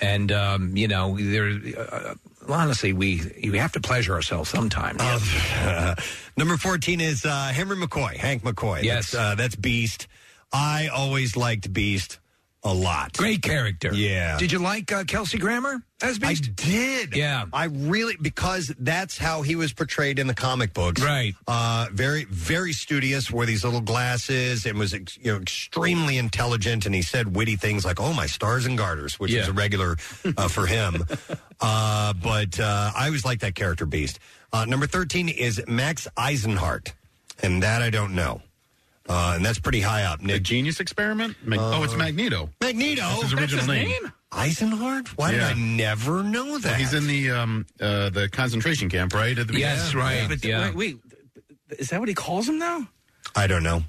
Speaker 5: and um, you know, there. Uh, honestly, we you have to pleasure ourselves sometimes.
Speaker 3: uh, number fourteen is uh, Henry McCoy, Hank
Speaker 5: *laughs*
Speaker 3: McCoy.
Speaker 5: Yes.
Speaker 3: that's, uh, that's Beast. I always liked Beast a lot.
Speaker 5: Great character.
Speaker 3: Yeah.
Speaker 5: Did you like uh, Kelsey Grammer as Beast?
Speaker 3: I did.
Speaker 5: Yeah.
Speaker 3: I really because that's how he was portrayed in the comic books.
Speaker 5: Right.
Speaker 3: Uh, very very studious, wore these little glasses, and was ex- you know extremely intelligent. And he said witty things like "Oh my stars and garters," which is
Speaker 5: Yeah.
Speaker 3: a regular uh,
Speaker 6: *laughs*
Speaker 3: for him. uh, but uh, I always like that character Beast. Uh, number thirteen is Max Eisenhart, and that I don't know. Uh, and that's pretty high up. Nick. Uh,
Speaker 6: genius experiment? Mag- oh, it's Magneto.
Speaker 3: Magneto.
Speaker 9: Oh,
Speaker 6: That's his
Speaker 3: That's
Speaker 6: original
Speaker 3: his
Speaker 6: name.
Speaker 3: name? Eisenhard? Why did I never know that?
Speaker 6: he's in the um, uh, the concentration camp, right? At the
Speaker 4: Yes,
Speaker 6: beginning?
Speaker 4: right, but wait, wait, is that what he calls him now?
Speaker 3: I don't know.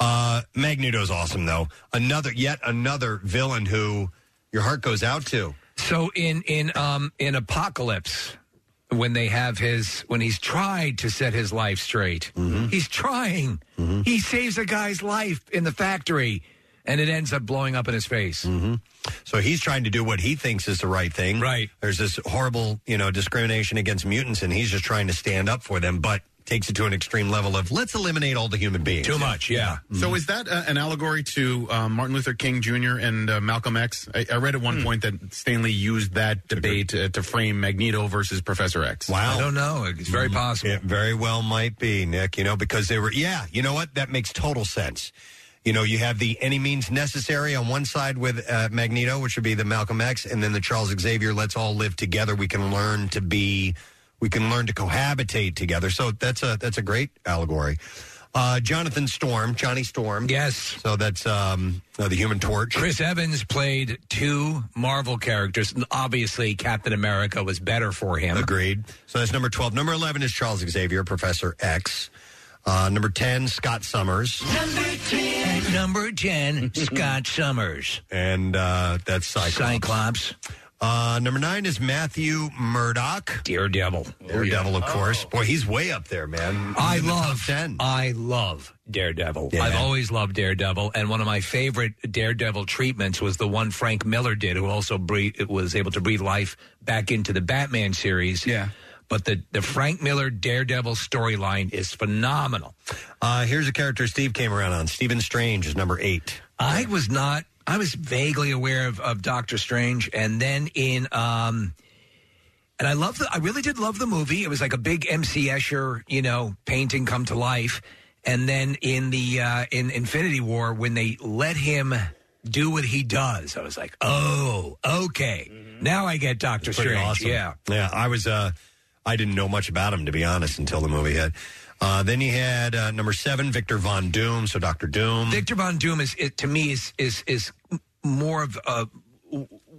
Speaker 3: Uh, Magneto's awesome though. Another yet another villain who your heart goes out to.
Speaker 5: So in in um in Apocalypse, when they have his when he's tried to set his life straight, he's trying. He saves a guy's life in the factory, and it ends up blowing up in his face. Mm-hmm.
Speaker 3: So he's trying to do what he thinks is the right thing. Right. There's this horrible, you know, discrimination against mutants, and he's just trying to stand up for them, but takes it to an extreme level of let's eliminate all the human beings.
Speaker 5: Too much, yeah.
Speaker 6: So is that uh, an allegory to uh, Martin Luther King Jr. and uh, Malcolm X? I, I read at one point that Stanley used that debate uh, to frame Magneto versus Professor X.
Speaker 3: Wow.
Speaker 5: know. It's very possible.
Speaker 3: Mm-hmm. It very well might be, Nick, you know, because they were, yeah, you know what? That makes total sense. You know, you have the any means necessary on one side with uh, Magneto, which would be the Malcolm X, and then the Charles Xavier, let's all live together. We can learn to be, we can learn to cohabitate together. So that's a, that's a great allegory. Uh, Jonathan Storm, Johnny Storm.
Speaker 5: Yes.
Speaker 3: So that's um, uh, the Human Torch.
Speaker 5: Chris Evans played two Marvel characters. and Obviously, Captain America was better for him.
Speaker 3: Agreed. So that's number 12. Number 11 is Charles Xavier, Professor X. Uh, number 10, Scott Summers.
Speaker 16: Number 10. Number
Speaker 3: *laughs*
Speaker 16: 10, Scott Summers.
Speaker 3: And uh, that's Cyclops.
Speaker 5: Cyclops.
Speaker 3: Uh, number nine is Matthew Murdoch.
Speaker 5: Daredevil. Oh.
Speaker 3: Daredevil, of course. Boy, he's way up there, man.
Speaker 5: I
Speaker 3: He's in the top
Speaker 5: love.
Speaker 3: 10.
Speaker 5: I love Daredevil. I've always loved Daredevil, and one of my favorite Daredevil treatments was the one Frank Miller did, who also breathe, was able to breathe life back into the Batman series. Yeah. But the, the Frank Miller Daredevil storyline is phenomenal.
Speaker 3: Uh, here's a character Steve came around on. Stephen Strange is number eight.
Speaker 5: I was not. I was vaguely aware of, of Doctor Strange, and then in um, and I love the. I really did love the movie. It was like a big M.C. Escher, you know, painting come to life. And then in the uh, in Infinity War, when they let him do what he does, I was like, oh, okay, now I get Doctor
Speaker 3: It's Mm-hmm. pretty
Speaker 5: Strange.
Speaker 3: awesome.
Speaker 5: Yeah,
Speaker 3: yeah. I was. Uh, I didn't know much about him to be honest until the movie hit. Uh, then you had uh, number seven, Victor Von Doom. So Doctor Doom.
Speaker 5: Victor Von Doom is, is to me is is is more of a,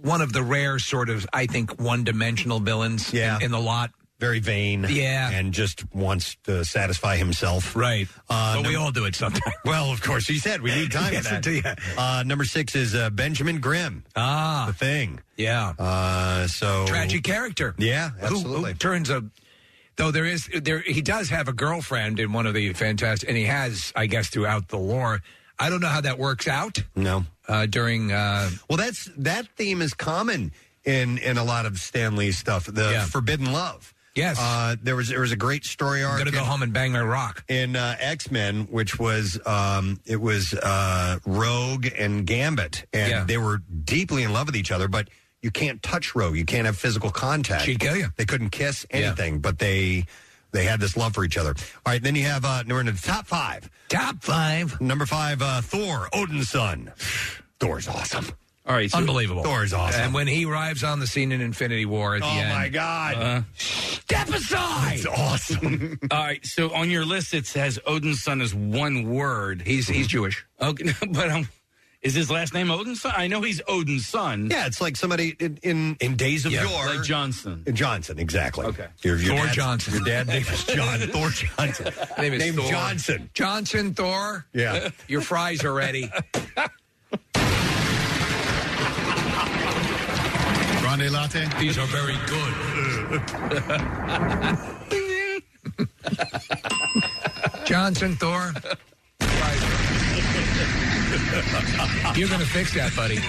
Speaker 5: one of the rare sort of I think one dimensional villains.
Speaker 3: Yeah.
Speaker 5: in, in the lot.
Speaker 3: Very vain.
Speaker 5: Yeah.
Speaker 3: And just wants to satisfy himself.
Speaker 5: Right.
Speaker 3: Uh,
Speaker 5: But we
Speaker 3: num-
Speaker 5: all do it sometimes.
Speaker 3: *laughs* Well, of course, he said we
Speaker 5: *laughs*
Speaker 3: need time
Speaker 5: Yes,
Speaker 3: *laughs* for that.
Speaker 5: indeed.
Speaker 3: Uh, number six is uh, Benjamin Grimm.
Speaker 5: Ah,
Speaker 3: the thing.
Speaker 5: Yeah.
Speaker 3: Uh, so
Speaker 5: Tragic character.
Speaker 3: Yeah,
Speaker 5: Who- Who,
Speaker 3: absolutely.
Speaker 5: turns a though there is there he does have a girlfriend in one of the fantastic and he has I guess throughout the lore. I don't know how that works out.
Speaker 3: No.
Speaker 5: Uh, during uh,
Speaker 3: Well, that's that theme is common in in a lot of Stanley's stuff. The forbidden love. Yes, uh, there was there was a great story arc.
Speaker 5: gonna go
Speaker 3: in-
Speaker 5: home and bang my rock.
Speaker 3: in uh, X Men, which was um, it was uh, Rogue and Gambit, and
Speaker 5: Yeah.
Speaker 3: they were deeply in love with each other, but. You can't touch Rogue. You can't have physical contact.
Speaker 5: She'd kill you.
Speaker 3: They couldn't kiss anything, but they they had this love for each other. All right, then you have uh, we're in the top five.
Speaker 5: Top five.
Speaker 3: Number five, uh, Thor, Odin's son. Thor's awesome.
Speaker 4: All right,
Speaker 3: so-
Speaker 5: unbelievable.
Speaker 3: Thor's awesome.
Speaker 5: And when he arrives on the scene in Infinity War at
Speaker 4: Oh,
Speaker 5: the end,
Speaker 4: my God.
Speaker 5: step aside.
Speaker 3: *laughs*
Speaker 5: It's
Speaker 3: awesome.
Speaker 4: *laughs* All right, so on your list it says Odin's son is one word.
Speaker 5: He's he's Jewish.
Speaker 4: Okay, *laughs* but um, is his last name Odin's son? I know he's Odin's son.
Speaker 3: Yeah, it's like somebody in in, in days of
Speaker 4: Yeah,
Speaker 3: yore,
Speaker 4: like Johnson.
Speaker 3: Johnson, exactly. Okay,
Speaker 5: Hmm. Thor Johnson.
Speaker 3: Your dad name
Speaker 5: *laughs*
Speaker 3: is John Thor Johnson.
Speaker 5: uh, Name is
Speaker 3: Named
Speaker 5: Thor.
Speaker 3: Johnson.
Speaker 5: Johnson Thor. *laughs*
Speaker 3: Yeah.
Speaker 5: your fries are
Speaker 3: *laughs*
Speaker 5: ready.
Speaker 6: Grande latte.
Speaker 5: These are very
Speaker 6: *laughs*
Speaker 5: good. Johnson Thor. You're gonna fix that,
Speaker 3: *laughs*
Speaker 5: buddy.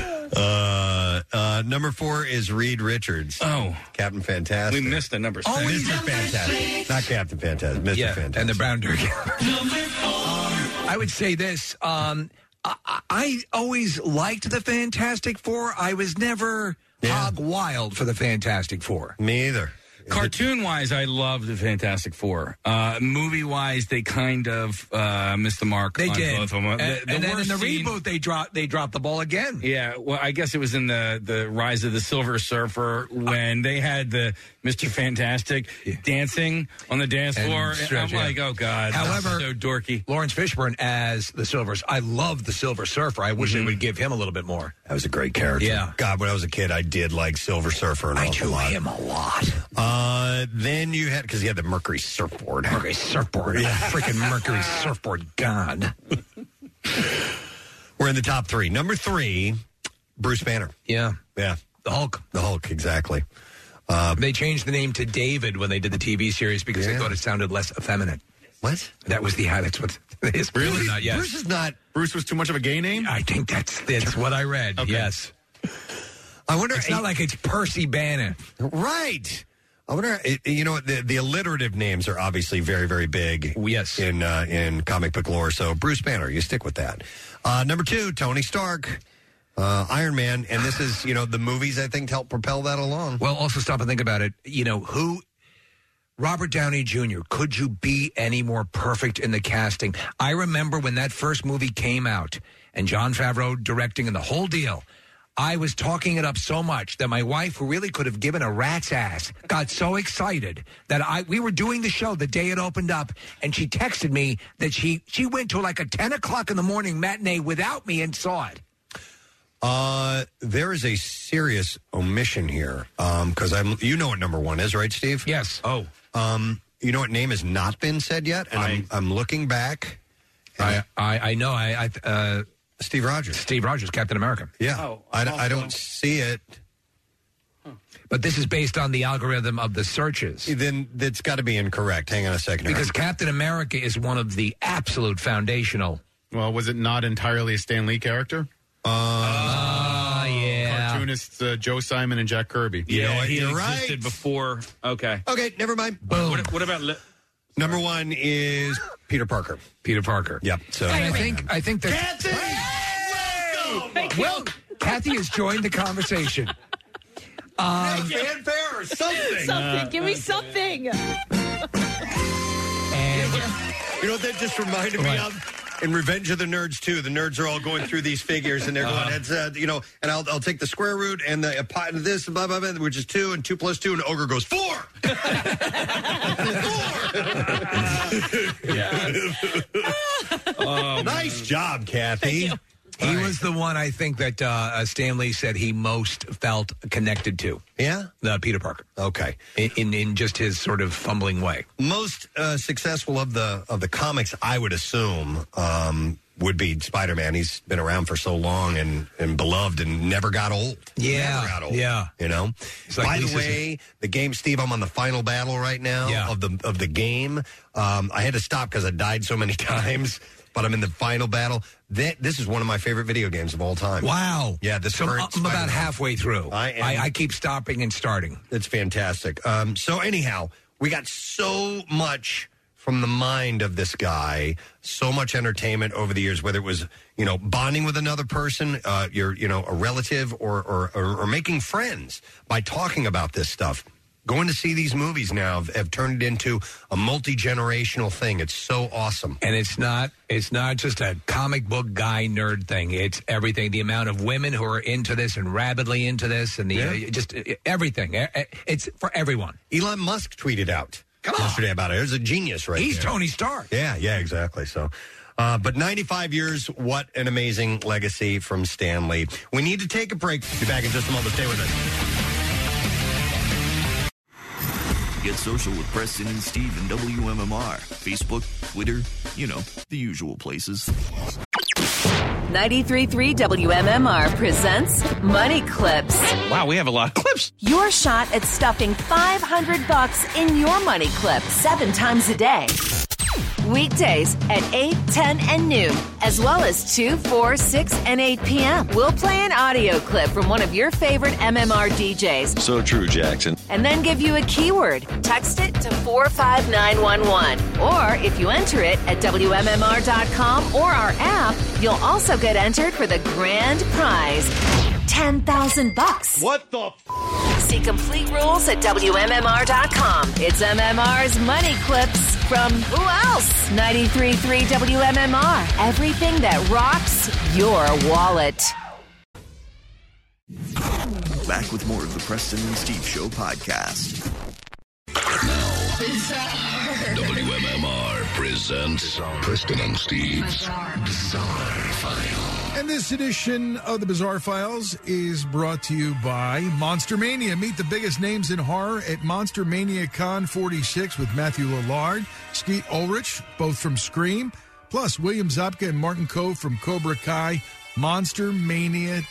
Speaker 5: *laughs*
Speaker 3: Uh, uh, number four is Reed Richards.
Speaker 4: Oh,
Speaker 3: Captain Fantastic.
Speaker 4: We missed the number six.
Speaker 3: Oh,
Speaker 4: Oh, he's
Speaker 3: Mr.
Speaker 4: number
Speaker 3: Fantastic,
Speaker 4: six.
Speaker 3: not Captain Fantastic. Mr. Fantastic
Speaker 5: and the Brown Derby. I would say this. Um, I, I- I always liked the Fantastic Four. I was never hog wild for the Fantastic Four.
Speaker 3: Me either.
Speaker 4: Cartoon wise, I love the Fantastic Four. Uh, movie wise, they kind of uh, missed the mark.
Speaker 5: They
Speaker 4: on
Speaker 5: did.
Speaker 4: both of them.
Speaker 5: And,
Speaker 4: The- the
Speaker 5: and then in
Speaker 4: worst
Speaker 5: the
Speaker 4: scene-
Speaker 5: reboot, they dropped they dropped the ball again.
Speaker 4: Yeah, well, I guess it was in the the Rise of the Silver Surfer when they had the Mister Fantastic dancing on the dance
Speaker 5: And
Speaker 4: floor. And
Speaker 5: stretch,
Speaker 4: I'm
Speaker 5: yeah.
Speaker 4: like, oh god.
Speaker 5: However,
Speaker 4: so dorky.
Speaker 5: Lawrence Fishburne as the Silvers. I love the Silver Surfer. I
Speaker 4: Mhm.
Speaker 5: wish they would give him a little bit more.
Speaker 3: That was a great character.
Speaker 5: Yeah.
Speaker 3: God, when I was a kid, I did like Silver Surfer. And I drew lot. him
Speaker 5: a lot.
Speaker 3: Uh, then you had because he had the Mercury surfboard. Mercury
Speaker 5: surfboard.
Speaker 3: Yeah.
Speaker 5: *laughs* Freaking Mercury surfboard god.
Speaker 3: We're in the top three. Number three, Bruce Banner.
Speaker 5: Yeah.
Speaker 3: Yeah.
Speaker 5: The Hulk.
Speaker 3: The Hulk, exactly.
Speaker 5: Uh, they changed the name to David when they did the TV series because they thought it sounded less effeminate.
Speaker 3: What?
Speaker 5: That was the yeah, that's what *laughs* it's really not. Yes,
Speaker 6: Bruce
Speaker 3: is not.
Speaker 6: Bruce was too much of a gay name.
Speaker 5: I think that's that's what I read. Yes.
Speaker 3: I wonder.
Speaker 5: It's not like it's Percy Bannon,
Speaker 3: right? I wonder. it- You know, the the alliterative names are obviously very, very big.
Speaker 5: Yes,
Speaker 3: in uh, in comic book lore. So Bruce Banner, you stick with that. Uh, number two, Tony Stark, uh, Iron Man, and this is you know the movies I think help propel that along.
Speaker 5: Well, also stop and think about it. You know who? Robert Downey Jr. Could you be any more perfect in the casting? I remember when that first movie came out and John Favreau directing and the whole deal. I was talking it up so much that my wife, who really could have given a rat's ass, got so excited that I we were doing the show the day it opened up, and she texted me that she she went to like a ten o'clock in the morning matinee without me and saw it.
Speaker 3: Uh, there is a serious omission here because I'm. You know what number one is, right, Steve?
Speaker 5: Yes.
Speaker 4: Oh.
Speaker 3: Um, you know what name has not been said yet, and I, am I'm looking back.
Speaker 5: I I, I know I, I uh,
Speaker 3: Steve Rogers.
Speaker 5: Steve Rogers, Captain America.
Speaker 3: Yeah, I, d- I don't see it.
Speaker 5: But this is based on the algorithm of the searches.
Speaker 3: Then that's got to be incorrect. Hang on a second. here.
Speaker 5: Because Captain America is one of the absolute foundational.
Speaker 6: Well, was it not entirely a Stan Lee character?
Speaker 5: Uh, yeah.
Speaker 6: Cartoonists uh, Joe Simon and Jack Kirby.
Speaker 4: Ah, Yeah, he existed before. Okay.
Speaker 5: Oh.
Speaker 3: Okay, never mind.
Speaker 4: What, what about? Li-
Speaker 3: Number one is Peter Parker.
Speaker 5: Peter Parker.
Speaker 3: Yep. So
Speaker 5: And I think I think that Kathy. Well, Kathy has joined the conversation. Um,
Speaker 26: fanfare or something.
Speaker 7: Something. Give me something.
Speaker 3: You know what that just reminded me of? In Revenge of the Nerds too, the nerds are all going through these figures and they're
Speaker 6: Uh-huh.
Speaker 3: going, it's, uh, you know, and I'll, I'll take the square root and the uh, pi- and this, and blah, blah, blah, which is two, and two plus two, and Ogre goes, four! nice job, Kathy.
Speaker 5: he was the one I think that uh, uh, Stanley said he most felt connected to.
Speaker 3: Yeah,
Speaker 5: uh, Peter Parker.
Speaker 3: Okay,
Speaker 5: in, in in just his sort of fumbling way.
Speaker 3: Most uh, successful of the of the comics, I would assume, um, would be Spider Man. He's been around for so long and, and beloved and never got old.
Speaker 5: Yeah,
Speaker 3: Never got old.
Speaker 5: yeah.
Speaker 3: You know?
Speaker 5: It's like
Speaker 3: By the
Speaker 5: Lisa's-
Speaker 3: way, the game, Steve, I'm on the final battle right now
Speaker 5: Yeah.
Speaker 3: of the of the game. Um, I had to stop because I died so many *laughs* times. but I'm in the final battle. Th- This is one of my favorite video games of all time.
Speaker 5: Wow.
Speaker 3: Yeah, this
Speaker 5: So
Speaker 3: current
Speaker 5: I'm about
Speaker 3: Spider-Man.
Speaker 5: halfway through.
Speaker 3: I, am-
Speaker 5: I- I keep stopping and starting.
Speaker 3: It's fantastic. Um, so anyhow, we got so much from the mind of this guy, so much entertainment over the years, whether it was you know bonding with another person, uh, your you know a relative, or or, or or making friends by talking about this stuff. Going to see these movies now have, have turned it into a multi generational thing. It's so awesome.
Speaker 5: And it's not it's not just a comic book guy nerd thing. It's everything. The amount of women who are into this and rabidly into this, and the uh, just uh, everything. Uh, uh, It's for everyone.
Speaker 3: Elon Musk tweeted out yesterday about it. There's a genius right
Speaker 5: He's
Speaker 3: there.
Speaker 5: Tony Stark.
Speaker 3: Yeah, yeah, exactly. So, uh, but 95 years, what an amazing legacy from Stanley. We need to take a break. Be back in just a moment. Stay with us.
Speaker 8: Get social with Preston and Steve and WMMR. Facebook, Twitter, you know, the usual places.
Speaker 27: 93.3 WMMR presents Money Clips.
Speaker 4: oh,
Speaker 22: Wow, we have a lot of clips.
Speaker 27: Your shot at stuffing 500 bucks in your money clip seven times a day. Weekdays at 8, 10, and noon, as well as 2, 4, 6, and 8 p.m. We'll play an audio clip from one of your favorite MMR DJs
Speaker 33: So true, Jackson.
Speaker 27: and then give you a keyword. Text it to 45911. Or if you enter it at WMMR.com or our app, you'll also get entered for the grand prize 10,000 bucks. What the f? See complete rules at WMMR.com. It's MMR's Money Clips from who else? 93.3 WMMR. Everything that rocks your wallet.
Speaker 8: Back with more of the Preston and Steve Show podcast.
Speaker 34: WMMR presents Preston and Steve's Bizarre, File.
Speaker 36: And this edition of the Bizarre Files is brought to you by Monster Mania. Meet the biggest names in horror at Monster Mania Con 46 with Matthew Lillard, Skeet Ulrich, both from Scream, plus William Zabka and Martin Cove from Cobra Kai. MonsterMania.net.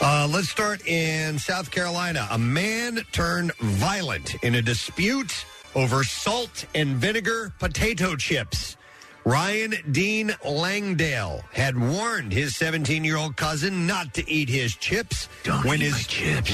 Speaker 3: Uh, let's start in South Carolina. A man turned violent in a dispute over salt and vinegar potato chips. Ryan Dean Langdale had warned his 17 year old cousin not to eat his chips. when his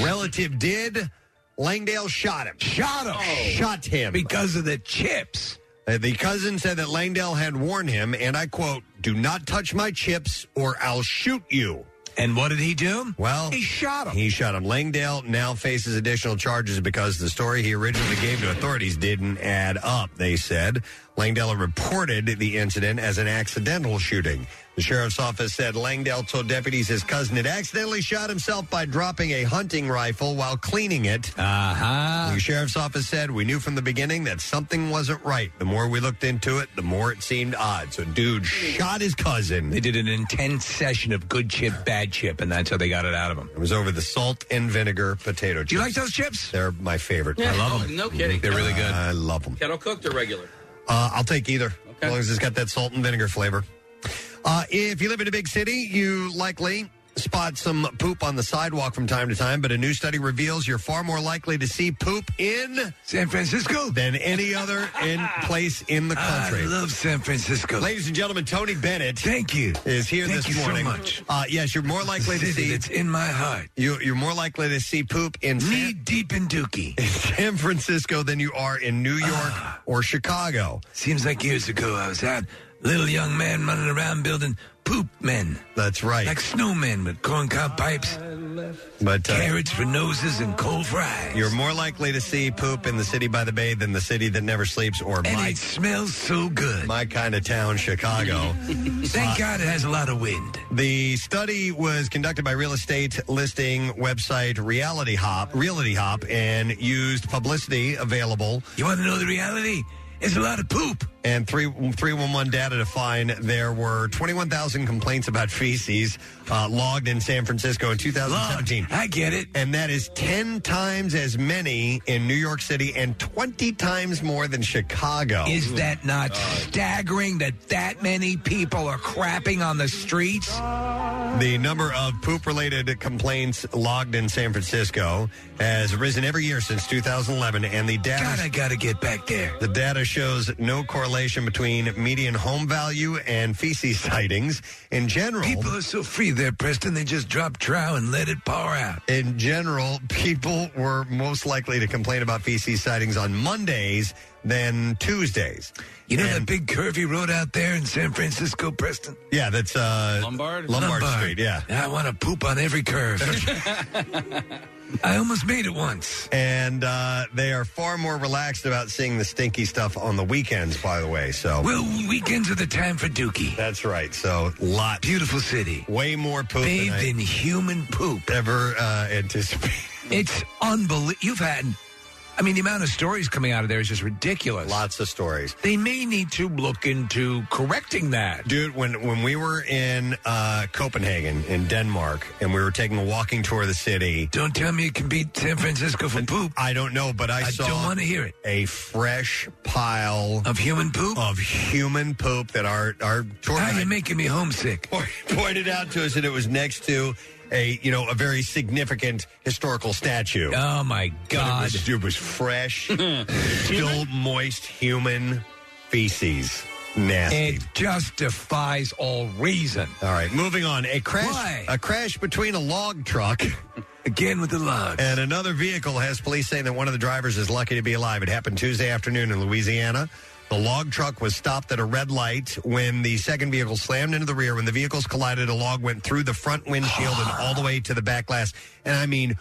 Speaker 3: relative did, Langdale shot him. Shot him. Shot him. Because of the chips. the cousin said that Langdale had warned him, and I quote, Do not touch my chips or I'll shoot you.
Speaker 5: And what did he do?
Speaker 3: Well,
Speaker 5: He shot him.
Speaker 3: He shot him. Langdale now faces additional charges because the story he originally gave to authorities didn't add up, they said. Langdale reported the incident as an accidental shooting. The sheriff's office said Langdale told deputies his cousin had accidentally shot himself by dropping a hunting rifle while cleaning it. Uh
Speaker 5: Uh-huh.
Speaker 3: huh. The sheriff's office said we knew from the beginning that something wasn't right. The more we looked into it, the more it seemed odd. So, dude shot his cousin.
Speaker 5: They did an intense session of good chip, bad chip, and that's how they got it out of him.
Speaker 3: It was over the salt and vinegar potato chips. Do you like those chips? They're my favorite.
Speaker 4: Yeah. Oh, no kidding. They're really good.
Speaker 3: I love them.
Speaker 4: Kettle cooked or regular?
Speaker 3: Uh, I'll take either, as long as it's got that salt and vinegar flavor. Uh, if you live in a big city, you likely spot some poop on the sidewalk from time to time, but a new study reveals you're far more likely to see poop in San Francisco than any other
Speaker 29: *laughs*
Speaker 3: in place in the country.
Speaker 29: I love San Francisco.
Speaker 3: Ladies and gentlemen, Tony Bennett.
Speaker 29: Thank you.
Speaker 3: Is here
Speaker 29: Thank
Speaker 3: this
Speaker 29: you so
Speaker 3: morning.
Speaker 29: much.
Speaker 3: Uh, yes, you're more likely to see.
Speaker 29: It's in my heart.
Speaker 3: You, you're more likely to see poop in knee
Speaker 29: deep in Dookie,
Speaker 3: *laughs*
Speaker 29: Ah.
Speaker 3: in San Francisco, than you are in New York or Chicago.
Speaker 29: Seems like years ago I was out, little young man running around building poop men.
Speaker 3: That's right.
Speaker 29: Like snowmen with corncob pipes,
Speaker 3: But uh,
Speaker 29: carrots for noses, and cold fries.
Speaker 3: You're more likely to see poop in the city by the bay than the city that never sleeps, or
Speaker 29: And
Speaker 3: my
Speaker 29: it smells so good.
Speaker 3: my kind of town,
Speaker 29: *laughs*
Speaker 3: Chicago.
Speaker 29: Thank God it has a lot of wind.
Speaker 3: The study was conducted by real estate listing website Reality Hop, Reality Hop, and used publicity available.
Speaker 29: You want to know the reality? It's a lot of poop.
Speaker 3: And three three one one data to find there were twenty one thousand complaints about feces uh, logged in San Francisco in two thousand seventeen.
Speaker 29: I get it,
Speaker 3: and that is ten times as many in New York City and twenty times more than Chicago.
Speaker 5: Is that not staggering that that many people are crapping on the streets?
Speaker 3: The number of poop related complaints logged in San Francisco has risen every year since 2011, and the data. God, I gotta get back there. The data shows no correlation between median home value and feces *laughs* sightings. In general,
Speaker 5: People are so free there, Preston. They just drop trow and let it pour out.
Speaker 3: In general, people were most likely to complain about feces sightings on Mondays than Tuesdays.
Speaker 5: You know that big curvy road out there in San Francisco, Preston?
Speaker 3: Yeah, that's uh,
Speaker 5: Lombard?
Speaker 3: Lombard Street. Yeah,
Speaker 5: I want to poop on every
Speaker 3: *laughs*
Speaker 5: curve. I almost made it once.
Speaker 3: And uh, they are far more relaxed about seeing the stinky stuff on the weekends, by the way. So,
Speaker 5: Well, weekends are the time for Dookie.
Speaker 3: That's right. So, lot
Speaker 5: beautiful city,
Speaker 3: way more poop
Speaker 5: bathed
Speaker 3: than I
Speaker 5: in human poop.
Speaker 3: Ever uh, anticipated?
Speaker 5: It's unbelievable. You've had, I mean, the amount of stories coming out of there is just ridiculous.
Speaker 3: Lots of stories.
Speaker 5: They may need to look into correcting that.
Speaker 3: dude, when when we were in uh, Copenhagen in Denmark, and we were taking a walking tour of the city.
Speaker 5: Don't tell me it can beat San Francisco for poop.
Speaker 3: I don't know, but I, saw.
Speaker 5: don't want to hear it.
Speaker 3: A fresh pile
Speaker 5: of human poop.
Speaker 3: Of human poop that our our tour
Speaker 5: How you
Speaker 3: guide
Speaker 5: making me homesick?
Speaker 3: *laughs* pointed out to us that it was next to a you know a very significant historical statue.
Speaker 5: Oh my
Speaker 3: god! It was, it
Speaker 5: *laughs*
Speaker 3: was fresh, still moist human feces. Nasty.
Speaker 5: It just defies all reason.
Speaker 3: All right, moving on. A crash.
Speaker 5: Why?
Speaker 3: A crash between a log truck.
Speaker 5: *laughs* Again with the log.
Speaker 3: And another vehicle has police saying that one of the drivers is lucky to be alive. It happened Tuesday afternoon in Louisiana. The log truck was stopped at a red light when the second vehicle slammed into the rear. When the vehicles collided, a log went through the front windshield and all the way to the back glass. And I mean,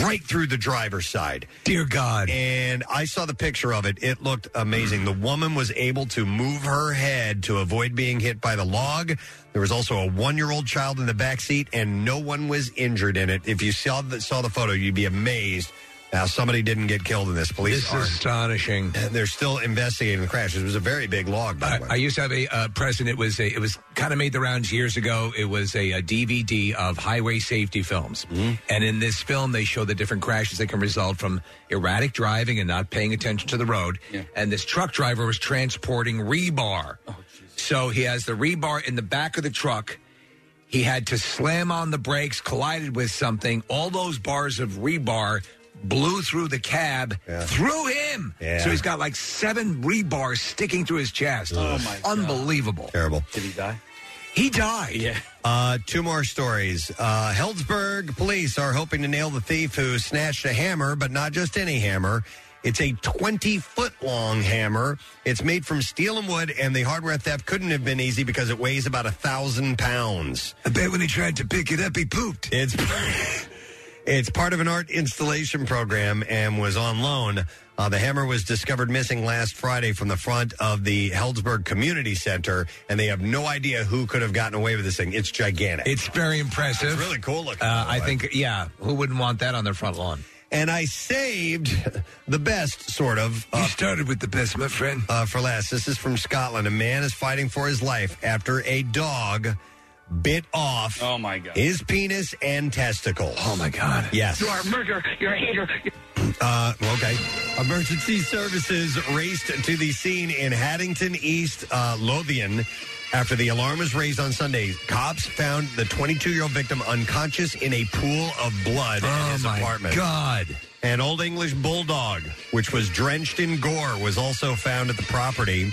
Speaker 3: right through the driver's side.
Speaker 5: Dear God.
Speaker 3: And I saw the picture of it. It looked amazing. The woman was able to move her head to avoid being hit by the log. There was also a one-year-old child in the back seat, and no one was injured in it. If you saw the, saw the photo, you'd be amazed how somebody didn't get killed in this. Police
Speaker 5: This
Speaker 3: are
Speaker 5: is astonishing.
Speaker 3: They're still investigating the crash. It was a very big log, by the way.
Speaker 5: I used to have a uh, present. It was a, it was kind of made the rounds years ago. It was a, a DVD of highway safety films,
Speaker 3: Mm-hmm.
Speaker 5: and in this film, they show the different crashes that can result from erratic driving and not paying attention to the road. And this truck driver was transporting rebar, so he has the rebar in the back of the truck. He had to slam on the brakes, collided with something. All those bars of rebar blew through the cab, through him.
Speaker 3: Yeah.
Speaker 5: So he's got like seven rebars sticking through his chest.
Speaker 3: Oh, my
Speaker 5: Unbelievable.
Speaker 3: Terrible.
Speaker 5: Did he die? He died.
Speaker 3: Yeah. Uh, two more stories. Uh, Heldsburg police are hoping to nail the thief who snatched a hammer, but not just any hammer. It's a 20 foot long hammer. It's made from steel and wood, and the hardware theft couldn't have been easy because it weighs about a thousand pounds.
Speaker 5: I bet when he tried to pick it up, he pooped.
Speaker 3: It's *laughs* it's part of an art installation program and was on loan. Uh, the hammer was discovered missing last Friday from the front of the Heldsburg Community Center, and they have no idea who could have gotten away with this thing. It's gigantic.
Speaker 5: It's very impressive.
Speaker 3: It's really cool looking.
Speaker 5: Uh,
Speaker 3: by the
Speaker 5: I
Speaker 3: way.
Speaker 5: think, yeah, who wouldn't want that on their front lawn?
Speaker 3: And I saved *laughs* the best, sort of.
Speaker 5: you started with the best, my friend.
Speaker 3: Uh, for last, this is from Scotland. A man is fighting for his life after a dog bit off
Speaker 38: Oh my god.
Speaker 3: his penis and testicles.
Speaker 5: Oh my god!
Speaker 3: Yes.
Speaker 9: are a murderer. You're a hater.
Speaker 3: *laughs* Uh, okay. Emergency services raced to the scene in Haddington East, uh, Lothian. After the alarm was raised on Sunday, cops found the 22 year old victim unconscious in a pool of blood in his apartment.
Speaker 5: God.
Speaker 3: An old English bulldog, which was drenched in gore, was also found at the property.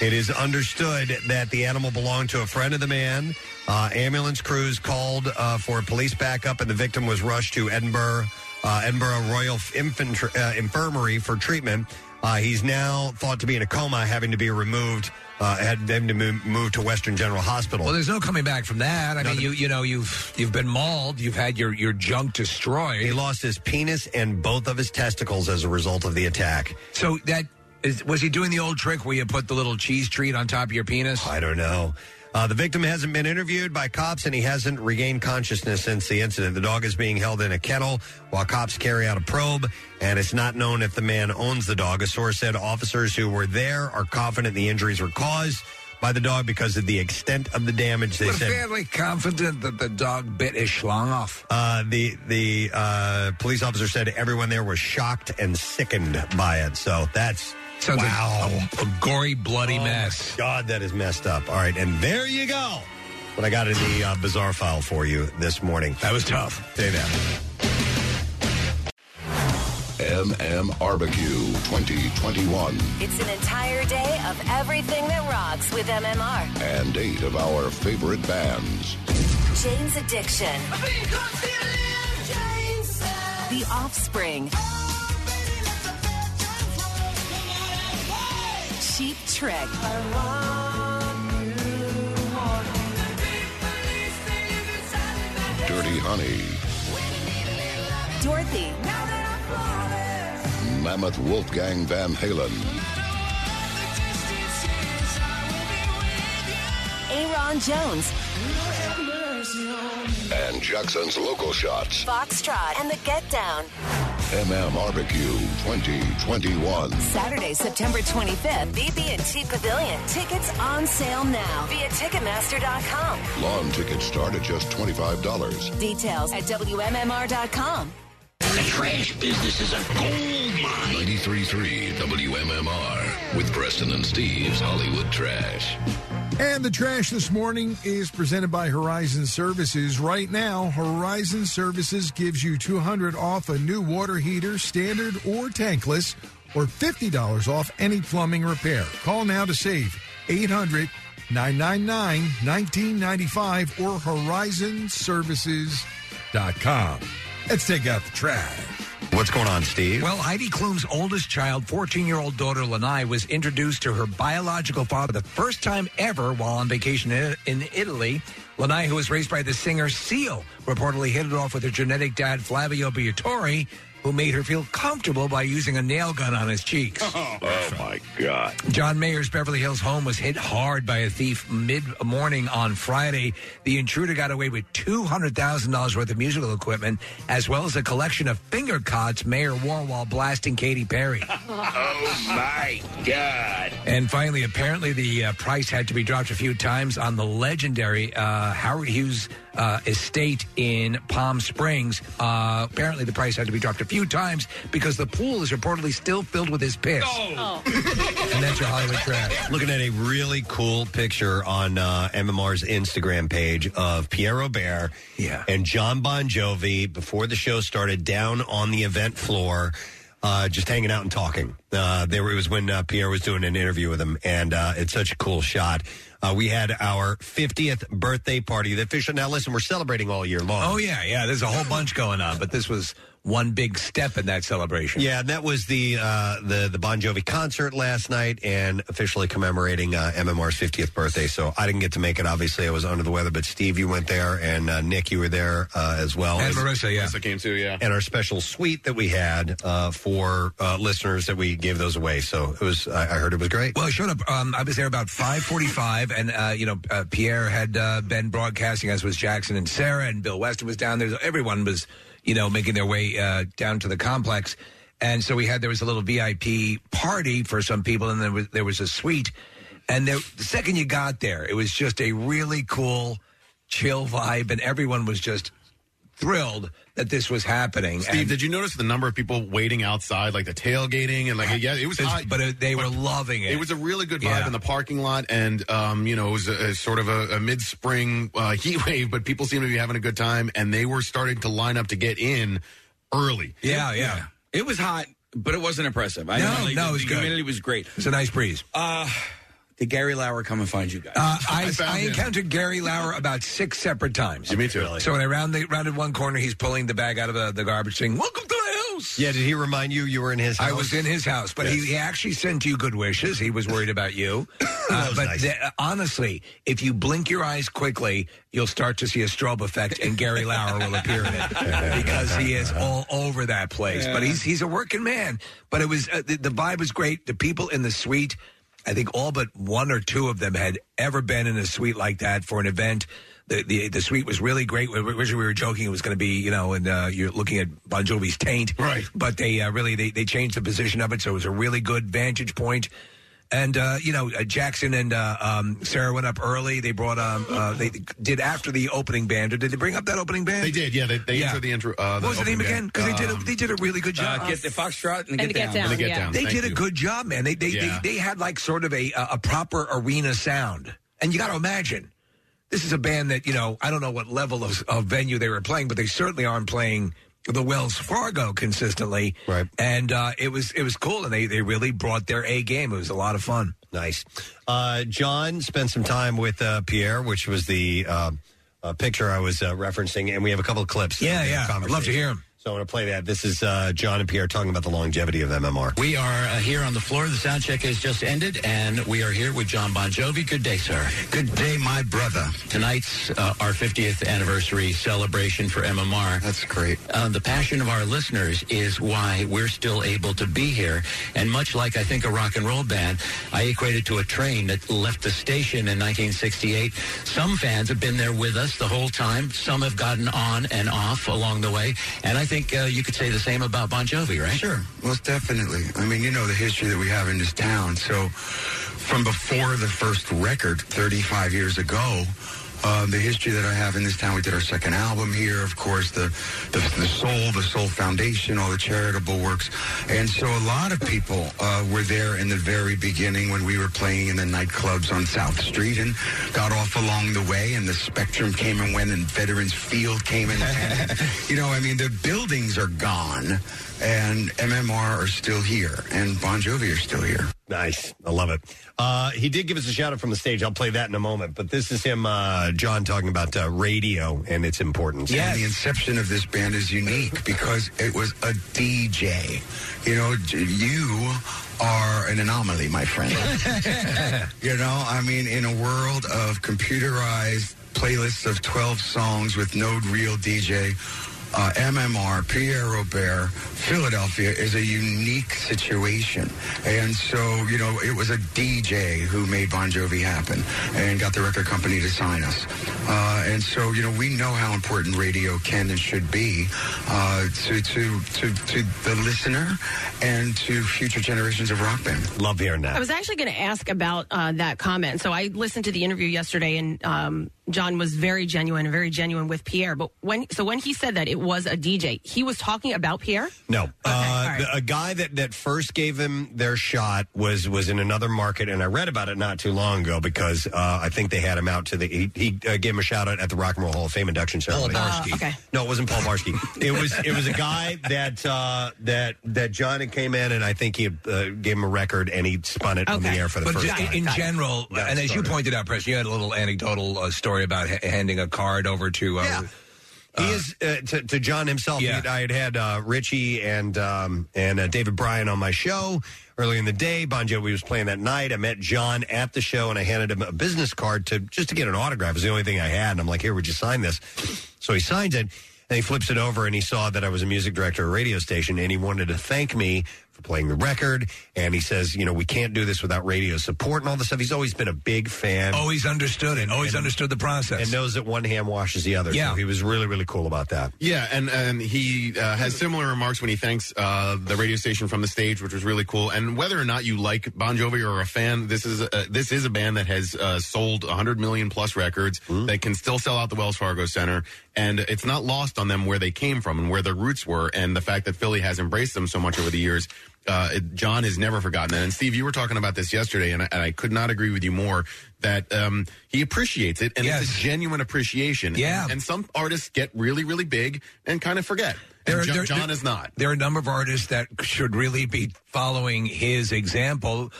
Speaker 3: It is understood that the animal belonged to a friend of the man. Uh, ambulance crews called uh, for police backup, and the victim was rushed to Edinburgh, uh, Edinburgh Royal Infantry, uh, Infirmary for treatment. Uh, he's now thought to be in a coma, having to be removed, uh, had them to move, moved to Western General Hospital.
Speaker 5: Well, there's no coming back from that. I
Speaker 3: No,
Speaker 5: mean,
Speaker 3: the-
Speaker 5: you you know you've you've been mauled. You've had your your junk destroyed.
Speaker 3: he lost his penis and both of his testicles as a result of the attack.
Speaker 5: So that is, was he doing the old trick where you put the little cheese treat on top of your penis?
Speaker 3: I don't know. Uh, the victim hasn't been interviewed by cops and he hasn't regained consciousness since the incident. The dog is being held in a kennel while cops carry out a probe, and it's not known if the man owns the dog. A source said officers who were there are confident the injuries were caused by the dog because of the extent of the damage. They
Speaker 5: We're
Speaker 3: said
Speaker 5: fairly confident that the dog bit his schlong off.
Speaker 3: uh, the the uh, police officer said everyone there was shocked and sickened by it. So that's
Speaker 5: Sounds like
Speaker 3: wow, Oh
Speaker 5: a gory, bloody mess.
Speaker 3: God, that is messed up. All right, and there you go. But I got in the uh, bizarre file for you this morning. That was tough. Say that.
Speaker 34: MM Barbecue 2021
Speaker 27: It's an entire day of everything that rocks with MMR.
Speaker 34: and eight of our favorite bands.
Speaker 27: Jane's Addiction. The Offspring. Cheap Trick.
Speaker 34: Dirty Honey,
Speaker 27: Dorothy.
Speaker 34: Mammoth Wolfgang Van Halen,
Speaker 27: Aaron Jones.
Speaker 34: and Jackson's Local Shots.
Speaker 27: Foxtrot and the Get Down.
Speaker 34: MM Barbecue 2021.
Speaker 27: Saturday, September 25th, BB&T Pavilion. Tickets on sale now via Ticketmaster.com.
Speaker 34: Lawn tickets start at just $25.
Speaker 27: Details at WMMR.com.
Speaker 9: The trash business is a gold mine.
Speaker 34: 93.3 WMMR with Preston and Steve's Hollywood *laughs* Trash.
Speaker 36: And the trash this morning is presented by Horizon Services. Right now, Horizon Services gives you 200 off a new water heater, standard or tankless, or $50 off any plumbing repair. Call now to save 800 999 1995 or horizonservices.com. Let's take out the trash.
Speaker 3: What's going on, Steve?
Speaker 5: Well, Heidi Klum's oldest child, 14 year old daughter Lanai, was introduced to her biological father the first time ever while on vacation i- in Italy. Lanai, who was raised by the singer Seal, reportedly hit it off with her genetic dad, Flavio Biatori, who made her feel comfortable by using a nail gun on his cheeks.
Speaker 39: Oh my God!
Speaker 5: John Mayer's Beverly Hills home was hit hard by a thief mid morning on Friday. The intruder got away with $200,000 worth of musical equipment, as well as a collection of finger cots Mayer wore while blasting Katy Perry.
Speaker 9: Oh my God.
Speaker 5: And finally, apparently, the uh, price had to be dropped a few times on the legendary uh, Howard Hughes uh, estate in Palm Springs. Uh, apparently, the price had to be dropped a few times because the pool is reportedly still filled with his piss. And that's your Hollywood
Speaker 14: *laughs*
Speaker 5: trash.
Speaker 3: Looking at a really cool picture on uh, MMR's Instagram page of Pierre Robert and John Bon Jovi before the show started down on the event floor, uh, just hanging out and talking. Uh, there it was when uh, Pierre was doing an interview with him, and uh, it's such a cool shot. Uh, we had our 50th birthday party, the official. Now, listen, we're celebrating all year long.
Speaker 5: Oh yeah, yeah. There's a whole bunch going on, but this was one big step in that celebration.
Speaker 3: Yeah, and that was the uh, the the Bon Jovi concert last night, and officially commemorating uh, MMR's 50th birthday. So I didn't get to make it. Obviously, I was under the weather. But Steve, you went there, and uh, Nick, you were there uh, as well.
Speaker 5: And
Speaker 3: as-
Speaker 5: Marissa, yeah.
Speaker 6: Marissa came too, yeah.
Speaker 3: And our special suite that we had uh, for uh, listeners that we gave those away. So it was. I, I heard it was great.
Speaker 5: Well, I showed up. Um, I was there about five forty-five, and uh, you know, uh, Pierre had uh, been broadcasting, as was Jackson and Sarah, and Bill Weston was down there. Everyone was, you know, making their way uh, down to the complex, and so we had there was a little VIP party for some people, and there was there was a suite, and there, the second you got there, it was just a really cool, chill vibe, and everyone was just thrilled that this was happening.
Speaker 6: Steve, did you notice the number of people waiting outside, like the tailgating and like yeah, it was,
Speaker 5: It's-
Speaker 6: hot,
Speaker 5: but it- they were loving it.
Speaker 6: It was a really good vibe
Speaker 5: Yeah.
Speaker 6: in the parking lot, and um, you know, it was a, a sort of a, a mid-spring uh, *laughs* heat wave, but people seemed to be having a good time, and they were starting to line up to get in early.
Speaker 5: Yeah, yeah.
Speaker 4: It was hot, but it wasn't impressive. I
Speaker 5: No,
Speaker 4: don't know, like,
Speaker 5: no, it
Speaker 4: the
Speaker 5: was good.
Speaker 4: humidity was great.
Speaker 5: It's a nice breeze.
Speaker 4: Uh, did Gary Lauer come and find you guys? *laughs*
Speaker 5: Uh, I, I, encountered Gary Lauer about six separate times.
Speaker 4: me too.
Speaker 5: So when I round the, rounded one corner, he's pulling the bag out of the, the garbage saying, Welcome to the house.
Speaker 3: Yeah, did he remind you you were in his house?
Speaker 5: I was in his house, but he, he actually sent you good wishes. He was worried about
Speaker 4: *coughs*
Speaker 5: you. Uh, but the- honestly, if you blink your eyes quickly, you'll start to see a strobe effect, and Gary Lauer will appear in
Speaker 4: *laughs*
Speaker 5: it because he is all over that place. But he's he's a working man. But it was uh, the, the vibe was great. The people in the suite, I think all but one or two of them had ever been in a suite like that for an event. The, the the suite was really great. We- we- Originally, we were joking it was going to be, you know, and uh, you're looking at Bon Jovi's taint, right? But they uh, really they, they changed the position of it, so it was a really good vantage point. And uh, you know, uh, Jackson and uh, um, Sarah went up early. They brought um, uh, they did after the opening band. Or did they bring up that opening band?
Speaker 6: They did, yeah. They, they entered the intro. Uh,
Speaker 5: What was the name again? Because they did a, they did a really good job.
Speaker 4: Uh, get the foxtrot and the
Speaker 5: And
Speaker 4: get, down.
Speaker 5: the Get Down. They did a good job, man. They they,
Speaker 4: Yeah.
Speaker 5: they they had like sort of a a proper arena sound, and you got to imagine this is a band that you know I don't know what level of, of venue they were playing, but they certainly aren't playing the Wells Fargo consistently. Right. And uh, it was it was cool, and they they really brought their A game. It was a lot of fun.
Speaker 3: Nice. Uh, John spent some time with uh, Pierre, which was the uh, uh, picture I was uh, referencing, and we have a couple of clips.
Speaker 5: Yeah,
Speaker 3: of the
Speaker 5: yeah. I'd love to
Speaker 3: conversation.
Speaker 5: hear 'em.
Speaker 3: So I want to play that. This is uh, John and Pierre talking about the longevity of MMR.
Speaker 22: We are uh, here on the floor. The sound check has just ended, and we are here with John Bon Jovi. Good day, sir. Good day, my brother. Tonight's uh, our 50th anniversary celebration for MMR. That's great. Uh, the passion of our listeners is why we're still able to be here. And much like I think a rock and roll band, I equate it to a train that left the station in 1968. Some fans have been there with us the whole time. Some have gotten on and off along the way. And I think uh, you could say the same about Bon Jovi, right?
Speaker 33: Sure, most definitely. I mean, you know the history that we have in this town. So, from before the first record, 35 years ago, um, the history that I have in this town, we did our second album here, of course, the, the, the Soul, the Soul Foundation, all the charitable works. And so a lot of people uh, were there in the very beginning when we were playing in the nightclubs on South Street and got off along the way, and the Spectrum came and went, and Veterans Field came and went. you know, I mean, the buildings are gone, and MMR are still here, and Bon Jovi are still here.
Speaker 3: Nice. I love it. Uh, he did give us a shout out from the stage. I'll play that in a moment. But this is him, uh, John, talking about uh, radio and its importance.
Speaker 33: Yeah, the inception of this band is unique because it was a DJ. You know, j- you are an anomaly, my friend. *laughs* you know, I mean, in a world of computerized playlists of 12 songs with no real DJ, uh, MMR, Pierre Robert, Philadelphia is a unique situation. And so, you know, it was a DJ who made Bon Jovi happen and got the record company to sign us. Uh, and so, you know, we know how important radio can and should be uh, to, to, to, to the listener and to future generations of rock band.
Speaker 3: Love hearing
Speaker 7: I was actually going to ask about uh, that comment. So I listened to the interview yesterday, and um, John was very genuine, very genuine with Pierre. But when so when he said that it was a DJ, he was talking about Pierre.
Speaker 3: No, uh, the, a guy that, that first gave him their shot was was in another market, and I read about it not too long ago because uh, I think they had him out to the he, he uh, gave him a shout out at the Rock and Roll Hall of Fame induction ceremony.
Speaker 7: Barsky. okay.
Speaker 3: No, it wasn't Paul Barsky. it was it was a guy that uh, that that John had came in, and I think he uh, gave him a record, and he spun it on the air for the
Speaker 5: but
Speaker 3: first
Speaker 5: just
Speaker 3: time.
Speaker 5: in general, and as you pointed out, Preston, you had a little anecdotal uh, story about h- handing a card over to. Uh,
Speaker 3: He is uh, to, to John himself.
Speaker 5: Yeah.
Speaker 3: he- I had had uh, Richie and um, and uh, David Bryan on my show early in the day. Bon Jovi was playing that night. I met John at the show and I handed him a business card to just to get an autograph. It was the only thing I had, and I'm like, "Here, would you sign this?" So he signs it. And he flips it over and he saw that I was a music director at a radio station and he wanted to thank me for playing the record. And he says, you know, we can't do this without radio support and all this stuff. He's always been a big fan.
Speaker 5: Always understood it. Always
Speaker 3: And-
Speaker 5: understood the process.
Speaker 3: And knows that one hand washes the other.
Speaker 5: Yeah.
Speaker 3: So he was really, really cool about that.
Speaker 6: Yeah, and and he uh, has similar remarks when he thanks uh, the radio station from the stage, which was really cool. And whether or not you like Bon Jovi or are a fan, this is a, this is a band that has uh, sold 100 million plus records that can still sell out the Wells Fargo Center, and it's not lost on them where they came from and where their roots were, and the fact that Philly has embraced them so much over the years. Uh, it- John has never forgotten that. And Steve, you were talking about this yesterday, and I, and I could not agree with you more that um, he appreciates it, and it's a genuine appreciation.
Speaker 5: Yeah.
Speaker 6: And, and some artists get really, really big and kind of forget. And
Speaker 5: There-
Speaker 6: Jo-
Speaker 5: there-
Speaker 6: John
Speaker 5: there-
Speaker 6: is not.
Speaker 5: There are a number of artists that should really be following his example.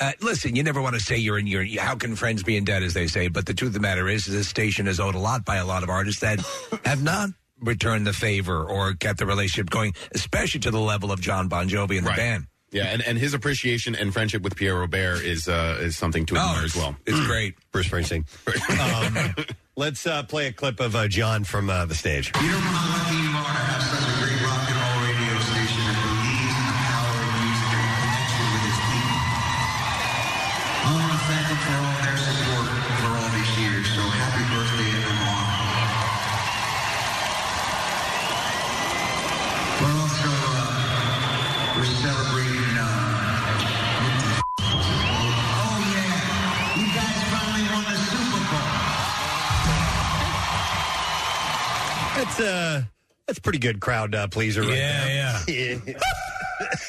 Speaker 5: Uh, listen, you never want to say you're in your. How can friends be in debt, as they say? But the truth of the matter is, this station is owed a lot by a lot of artists that
Speaker 3: *laughs*
Speaker 5: have not returned the favor or kept the relationship going, especially to the level of John Bon Jovi and the band.
Speaker 6: Yeah, and, and his appreciation and friendship with Pierre Robert is uh, is something to admire as well.
Speaker 5: Oh, It's great.
Speaker 3: Bruce Springsteen. Let's uh, play a clip of uh, John from uh, the stage.
Speaker 17: You don't know how lucky you are to have such a great rock and roll radio station that believes in the power of music and the connection with its people. I want to thank them for all their support for all these years. So happy birthday, MMR. We're also uh, we're celebrating. Uh, what the f- oh yeah, you guys finally won the Super Bowl.
Speaker 3: That's uh, that's pretty good crowd uh, pleaser right
Speaker 5: Yeah,
Speaker 3: there.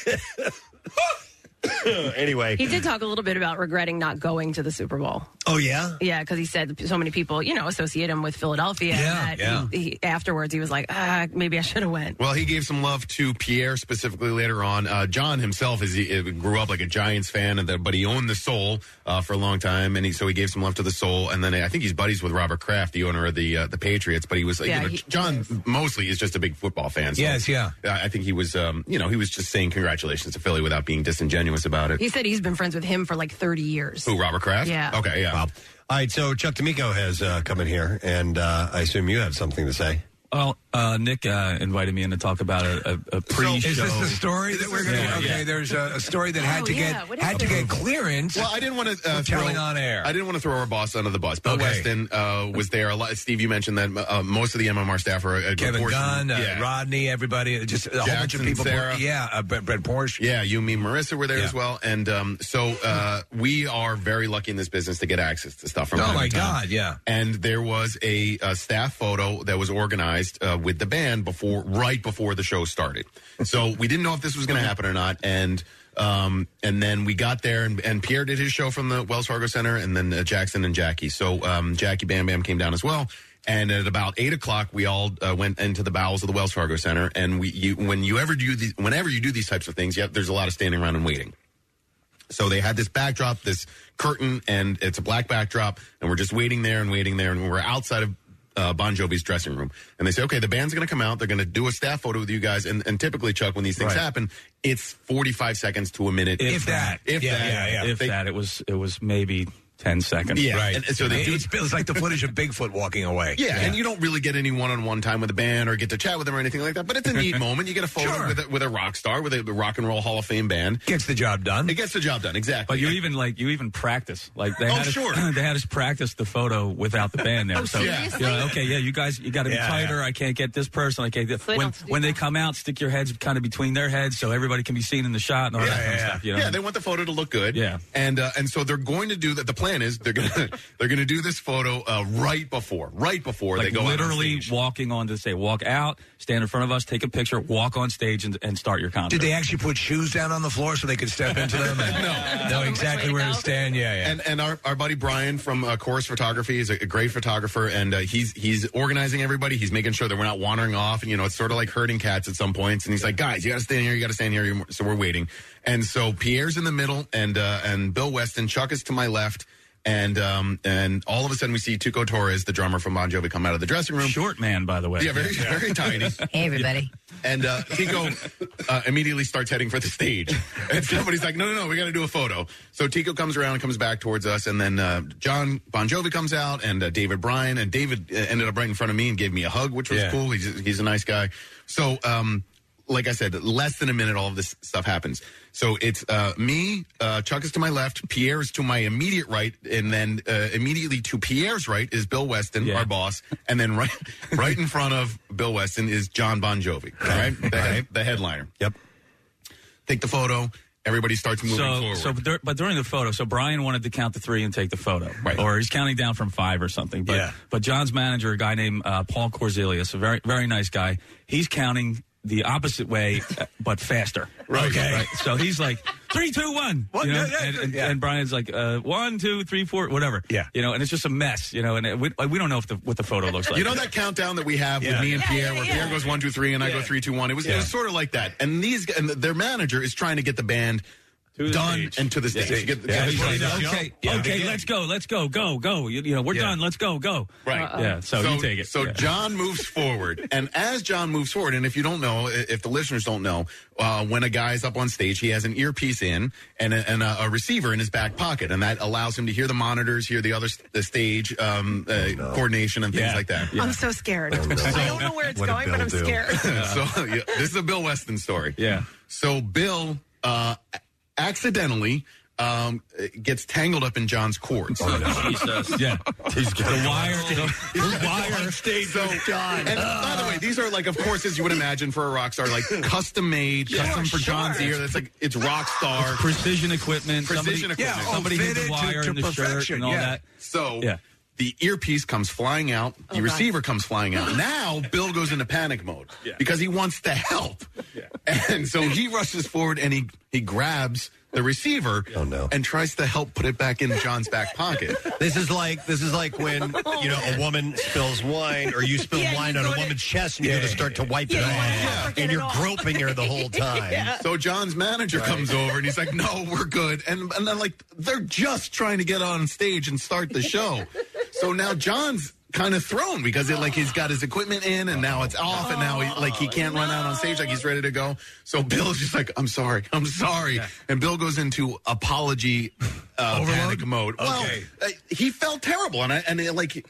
Speaker 3: Yeah, *laughs* anyway.
Speaker 7: He did talk a little bit about regretting not going to the Super Bowl.
Speaker 3: Oh yeah.
Speaker 7: Yeah, because he said so many people, you know, associate him with Philadelphia.
Speaker 6: Yeah,
Speaker 7: that
Speaker 6: yeah.
Speaker 7: He, he- afterwards, he was like, ah, maybe I should have went.
Speaker 6: Well, he gave some love to Pierre specifically later on. Uh, John himself is he, uh, grew up like a Giants fan, and the, but he owned the Soul uh, for a long time, and he, so he gave some love to the Soul. And then I think he's buddies with Robert Kraft, the owner of the uh, the Patriots. But he was, like,
Speaker 7: Yeah,
Speaker 6: you know,
Speaker 7: he-
Speaker 6: John mostly is just a big football fan. So
Speaker 29: Yes, yeah.
Speaker 6: I I think he was, um, you know, he was just saying congratulations to Philly without being disingenuous about it.
Speaker 7: He said he's been friends with him for like 30 years.
Speaker 6: Who, Robert Kraft?
Speaker 7: Yeah.
Speaker 6: Okay, yeah.
Speaker 3: Wow. All right, so Chuck D'Amico has uh, come in here, and uh, I assume you have something to say.
Speaker 14: Well, uh, Nick uh, invited me in to talk about a, a, a pre-show.
Speaker 5: Is this the story that we're going to?
Speaker 14: Yeah,
Speaker 5: okay,
Speaker 14: yeah.
Speaker 5: there's a, a story that had
Speaker 14: Oh,
Speaker 5: to
Speaker 14: yeah, what
Speaker 5: get had to get clearance.
Speaker 6: Well, I didn't want to uh,
Speaker 5: for telling on air.
Speaker 6: I didn't want to throw our boss under the bus. Bill
Speaker 5: Okay.
Speaker 6: Weston uh, was there a lot. Steve, you mentioned that uh, most of the MMR staff are a
Speaker 5: Kevin
Speaker 6: proportion-
Speaker 5: Gunn, uh,
Speaker 6: yeah.
Speaker 5: Rodney, everybody, just a whole bunch of
Speaker 6: Jackson,
Speaker 5: people.
Speaker 6: Sarah.
Speaker 5: Yeah, uh, Brett, Brett Porsche.
Speaker 6: Yeah, you, me, Marissa were there as well, and um, so uh, we are very lucky in this business to get access to stuff from.
Speaker 5: Oh
Speaker 6: time to
Speaker 5: my
Speaker 6: time.
Speaker 5: God! Yeah.
Speaker 6: And there was a, uh staff photo that was organized uh, with the band before, right before the show started. So we didn't know if this was going to happen or not, and um, and then we got there, and, and Pierre did his show from the Wells Fargo Center, and then uh, Jackson and Jackie. So um, Jackie Bam Bam came down as well. And at about eight o'clock, we all uh, went into the bowels of the Wells Fargo Center. And we, you, when you ever do these, whenever you do these types of things, you have, there's a lot of standing around and waiting. So they had this backdrop, this curtain, and it's a black backdrop, and we're just waiting there and waiting there, and we're outside of uh, Bon Jovi's dressing room, and they say, "Okay, the band's going to come out. They're going to do a staff photo with you guys." And, and typically, Chuck, when these things
Speaker 14: Right.
Speaker 6: happen, it's forty-five seconds to a minute, If
Speaker 14: yeah,
Speaker 6: that,
Speaker 14: yeah, yeah. If
Speaker 6: They-
Speaker 14: that, it was it was maybe ten seconds.
Speaker 6: Yeah, Right. and- and so they do-
Speaker 14: it's,
Speaker 5: it's like the footage of Bigfoot walking away.
Speaker 6: Yeah, and you don't really get any one-on-one time with the band or get to chat with them or anything like that. But it's
Speaker 14: *laughs*
Speaker 6: a neat moment. You get a photo
Speaker 14: Sure.
Speaker 6: with, a, with a rock star, with a the rock and roll Hall of Fame band.
Speaker 5: Gets the job done.
Speaker 6: It gets the job done exactly.
Speaker 14: But you even like you even practice like they
Speaker 6: Oh,
Speaker 14: had us,
Speaker 6: sure.
Speaker 14: *clears throat* they had us practice the photo without the band there.
Speaker 6: Oh,
Speaker 14: so you're
Speaker 6: seriously?
Speaker 14: like, okay, yeah, you guys you got to be
Speaker 6: Yeah,
Speaker 14: tighter. I can't get this person. I can't get when when they come out, stick your heads kind of between their heads so everybody can be seen in the shot and all that kind of stuff. You know?
Speaker 6: Yeah, they want the photo to look good.
Speaker 14: Yeah.
Speaker 6: and uh, and so they're going to do that. The plan is they're gonna *laughs* they're gonna do this photo uh, right before, right before
Speaker 14: like
Speaker 6: they go out on
Speaker 14: literally walking on to say walk out, stand in front of us, take a picture, walk on stage, and, and start your concert.
Speaker 5: Did they actually put shoes down on the floor so they could step into
Speaker 6: *laughs*
Speaker 5: them? no, know exactly where to stand. Yeah, yeah.
Speaker 6: And and our, our buddy Brian from uh, Chorus Photography is a, a great photographer, and uh, he's he's organizing everybody. He's making sure that we're not wandering off, and you know it's sort of like herding cats at some points. And he's like, guys, you got to stand here, you got to stand here. You- So we're waiting, and so Pierre's in the middle, and uh, and Bill Weston, Chuck is to my left. And um, and all of a sudden we see Tuco Torres, the drummer from Bon Jovi, come out of the dressing room.
Speaker 14: Short man, by the way.
Speaker 6: Yeah, very very *laughs* tiny.
Speaker 30: Hey, everybody.
Speaker 6: And uh, Tico uh, immediately starts heading for the stage. And somebody's like, no, no, no, we got to do a photo. So Tico comes around and comes back towards us. And then uh, John Bon Jovi comes out and uh, David Bryan. And David uh, ended up right in front of me and gave me a hug, which was
Speaker 14: Yeah.
Speaker 6: cool. He's, he's a nice guy. So, um, like I said, less than a minute, all of this stuff happens. So it's uh, me, uh, Chuck is to my left, Pierre is to my immediate right, and then uh, immediately to Pierre's right is Bill Weston, our boss, and then right, *laughs* right in front of Bill Weston is John Bon Jovi, all *laughs* right, the, head- the headliner. Yep. Take the photo. Everybody starts moving
Speaker 14: so,
Speaker 6: forward.
Speaker 14: So, but dur- but during the photo, so Brian wanted to count to three and take the photo, right? Or he's counting down from five or something. But,
Speaker 6: Yeah.
Speaker 14: But John's manager, a guy named uh, Paul Corzilius, a very very nice guy, he's counting the opposite way, *laughs* uh, but faster. Right. So he's like three, two, one.
Speaker 5: What?
Speaker 14: you know?
Speaker 5: Yeah, yeah,
Speaker 14: and, and,
Speaker 5: yeah.
Speaker 14: and Brian's like uh, one, two, three, four, whatever. Yeah. You know, and it's just a mess. You know, and it, we, we don't know if the, what the photo looks like.
Speaker 6: you know that countdown that we have
Speaker 14: Yeah.
Speaker 6: with me and
Speaker 14: Yeah, yeah,
Speaker 6: Pierre, where
Speaker 14: yeah.
Speaker 6: Pierre goes one, two, three, and I go
Speaker 14: Yeah.
Speaker 6: three, two, one. It was, it
Speaker 14: Yeah.
Speaker 6: was sort of like that. And these, and their manager is trying to get the band done and to the stage. Get- get
Speaker 14: Yeah,
Speaker 6: the
Speaker 14: he's
Speaker 6: photo
Speaker 14: like, okay,
Speaker 6: done.
Speaker 14: okay, let's go, let's go, go, go. You, you know, we're done. Let's go, go.
Speaker 6: Right.
Speaker 14: Yeah. So, you take it.
Speaker 6: So
Speaker 14: Yeah.
Speaker 6: John moves forward, and as John moves forward, and if you don't know, i- if the listeners don't know, uh, when a guy's up on stage, he has an earpiece in and a, and a, a receiver in his back pocket, and that allows him to hear the monitors, hear the other s- the stage um,
Speaker 14: Oh,
Speaker 6: uh, coordination and things like that.
Speaker 7: I'm so scared. I
Speaker 6: *laughs*
Speaker 7: don't know where it's going, but I'm scared.
Speaker 6: so yeah, this is a Bill Weston story.
Speaker 14: Yeah.
Speaker 6: So Bill uh, accidentally um, gets tangled up in John's cords.
Speaker 14: Oh,
Speaker 6: *laughs*
Speaker 14: Jesus. Yeah. the wire. The wire
Speaker 6: stage. So, John. And by the way, these are like, of course, as you would imagine for a rock star,
Speaker 3: *laughs*
Speaker 6: like custom made,
Speaker 14: Yeah.
Speaker 6: custom for
Speaker 14: Sure,
Speaker 6: John's
Speaker 14: sure.
Speaker 6: ear. That's like it's rock star.
Speaker 14: Precision equipment.
Speaker 6: Precision
Speaker 14: somebody,
Speaker 3: Oh,
Speaker 6: equipment.
Speaker 14: Somebody hit the wire in the shirt and all that.
Speaker 6: So the earpiece comes flying
Speaker 3: Oh,
Speaker 6: out. The
Speaker 14: God.
Speaker 6: receiver comes flying
Speaker 3: *laughs*
Speaker 6: out. Now Bill goes into panic mode because he wants to help. And so he rushes forward and he he grabs the receiver
Speaker 3: Oh,
Speaker 6: and tries to help put it back in John's back pocket.
Speaker 3: *laughs* This is like this is like when you know a woman spills wine or you spill
Speaker 6: Yeah, you
Speaker 3: wine on a
Speaker 6: go to-
Speaker 3: woman's chest and you
Speaker 6: Yeah,
Speaker 3: go to start to wipe it off and you're groping her the whole time.
Speaker 6: So John's manager comes over and he's like, "No, we're good." And and then like they're just trying to get on stage and start the show. so now John's kind of thrown because it like he's got his equipment in and now it's off and now he like he can't run out on stage like he's ready to go. So Bill's just like, "I'm sorry, I'm sorry," and Bill goes into apology uh, panic mode.
Speaker 4: Okay.
Speaker 6: Well, uh, he felt terrible and I, and it, like.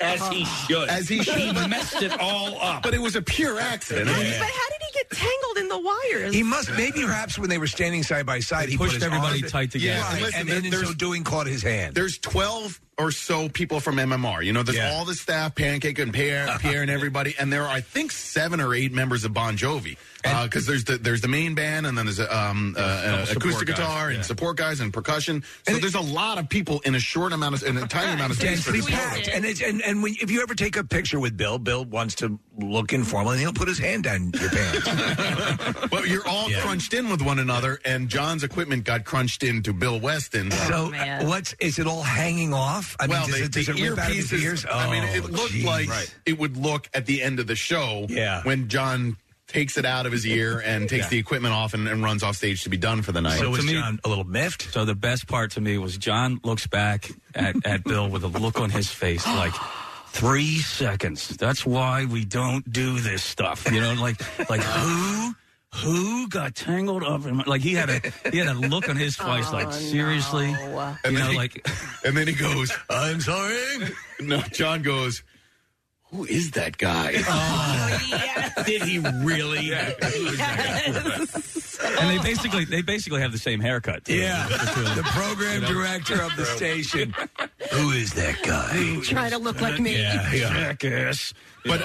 Speaker 40: As he should.
Speaker 6: As he should.
Speaker 40: He messed it all up.
Speaker 6: But it was a pure accident.
Speaker 7: But how did he get tangled in the wires?
Speaker 5: He must, maybe perhaps when they were standing side by side, he put his arms- Yeah,
Speaker 6: Yeah, listen,
Speaker 5: and, and in
Speaker 6: there's-
Speaker 5: so doing, caught his hand.
Speaker 6: There's 12 or so people from MMR. You know, there's
Speaker 5: Yeah.
Speaker 6: all the staff, Pancake and Pierre, Pierre and everybody, and there are I think seven or eight members of Bon Jovi because there's the there's the main band and then there's um, uh, uh,
Speaker 36: support
Speaker 6: acoustic
Speaker 36: guys,
Speaker 6: guitar
Speaker 36: yeah.
Speaker 6: and support guys and percussion. So there's a lot of people in a short amount of in a tiny amount of space for
Speaker 5: densely
Speaker 6: this.
Speaker 5: packed. And, it's, and and when, if you ever take a picture with Bill, Bill wants to look informal, and he'll put his hand down your
Speaker 6: *laughs*
Speaker 5: pants.
Speaker 6: But you're all crunched in with one another, and John's equipment got crunched into Bill Weston.
Speaker 5: So uh, what's is it all hanging off? I
Speaker 6: well,
Speaker 5: mean, does
Speaker 6: the,
Speaker 5: it, does
Speaker 6: the
Speaker 5: it rip out of his
Speaker 6: earpieces-
Speaker 5: ears?
Speaker 6: I mean,
Speaker 5: Oh,
Speaker 6: it looked
Speaker 5: geez.
Speaker 6: like it would look at the end of the show
Speaker 5: Yeah.
Speaker 6: when John takes it out of his ear and takes
Speaker 14: Yeah.
Speaker 6: the equipment off and, and runs off stage to be done for the night.
Speaker 14: So was
Speaker 5: John a little miffed?
Speaker 14: So the best part to me was John looks back at, at Bill with a look on his
Speaker 6: *gasps*
Speaker 14: face like three seconds. That's why we don't do this stuff. You know, like
Speaker 6: *laughs*
Speaker 14: like who who got tangled up in my, like he had a he had a look on his face
Speaker 6: Oh,
Speaker 14: like seriously. You know,
Speaker 6: he-
Speaker 14: like
Speaker 6: and then he goes, "I'm sorry."
Speaker 5: *laughs*
Speaker 6: No, John goes, "Who is that guy?"
Speaker 14: Did he really? *laughs* and they basically they basically have the same haircut. too.
Speaker 5: Yeah.
Speaker 14: two.
Speaker 5: the program
Speaker 14: You know?
Speaker 5: director of
Speaker 14: *laughs*
Speaker 5: the station. Who is that guy?
Speaker 7: Trying to look like me.
Speaker 5: Yeah, yeah.
Speaker 6: *laughs* But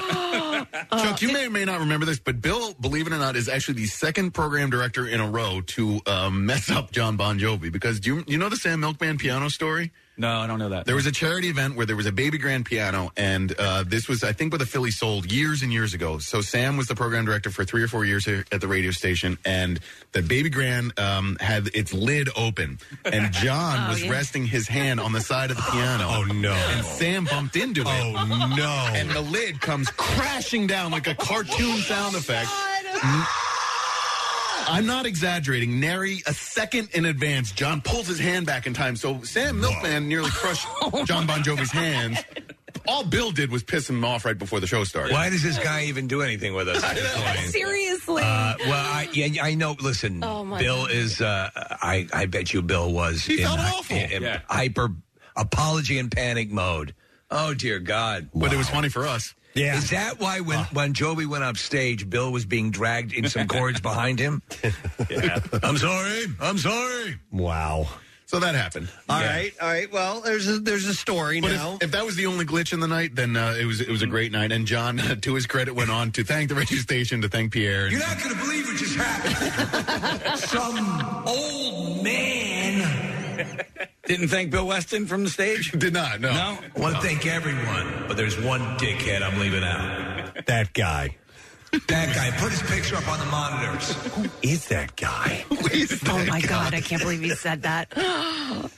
Speaker 6: Chuck, you may or may not remember this, but Bill, believe it or not, is actually the second program director in a row to uh, mess up John Bon Jovi. Because do you, you know the Sam Milkman piano story?
Speaker 14: No, I don't know that.
Speaker 6: There was a charity event where there was a baby grand piano, and uh, this was, I think, with a Philly Soul years and years ago. So Sam was the program director for three or four years here at the radio station, and the baby grand um, had its lid open, and John
Speaker 4: Oh,
Speaker 6: was
Speaker 4: yeah.
Speaker 6: resting his hand on the side of the piano. Oh no! And Sam bumped into it. Oh no! And the lid comes crashing down like a cartoon sound effect. N- I'm not exaggerating. Nary a second in advance, John pulls his hand back in time. So Sam Milkman nearly crushed John Bon Jovi's hands. All Bill did was piss him off right before the show started.
Speaker 5: Why does this guy even do anything with us?
Speaker 6: *laughs*
Speaker 5: at this
Speaker 7: *laughs*
Speaker 5: point?
Speaker 7: Seriously.
Speaker 5: Uh, well,
Speaker 7: *laughs*
Speaker 5: I, yeah, I know. Listen,
Speaker 7: Oh, my
Speaker 5: Bill
Speaker 7: God.
Speaker 5: is. Uh, I I bet you Bill was.
Speaker 6: He
Speaker 5: in,
Speaker 6: felt
Speaker 5: hy-
Speaker 6: awful.
Speaker 5: in
Speaker 6: Yeah.
Speaker 5: Hyper apology and panic mode. Oh dear God!
Speaker 6: But it was funny for us.
Speaker 5: Yeah. Is that why when when Joby went up stage, Bill was being dragged in some cords behind *laughs* him?
Speaker 6: *laughs*
Speaker 5: I'm sorry. I'm sorry.
Speaker 3: Wow.
Speaker 6: So that happened.
Speaker 3: All right, all right. Well, there's a, there's a story
Speaker 6: But
Speaker 3: now.
Speaker 6: if, if that was the only glitch in the night, then uh, it was it was a great night. And John, *laughs* to his credit, went on to thank the radio station, to thank Pierre. and-
Speaker 4: You're not going to believe what just
Speaker 9: *laughs*
Speaker 4: happened. Some old man.
Speaker 40: *laughs* Didn't thank Bill Weston from the stage?
Speaker 6: Did not, no.
Speaker 40: No?
Speaker 5: I want to thank everyone, but there's one dickhead I'm leaving out.
Speaker 3: That guy.
Speaker 5: That guy. Put his picture up on the monitors. Who
Speaker 3: is
Speaker 5: *laughs*
Speaker 3: that guy?
Speaker 7: Oh my god, I can't believe he said that.
Speaker 5: *laughs*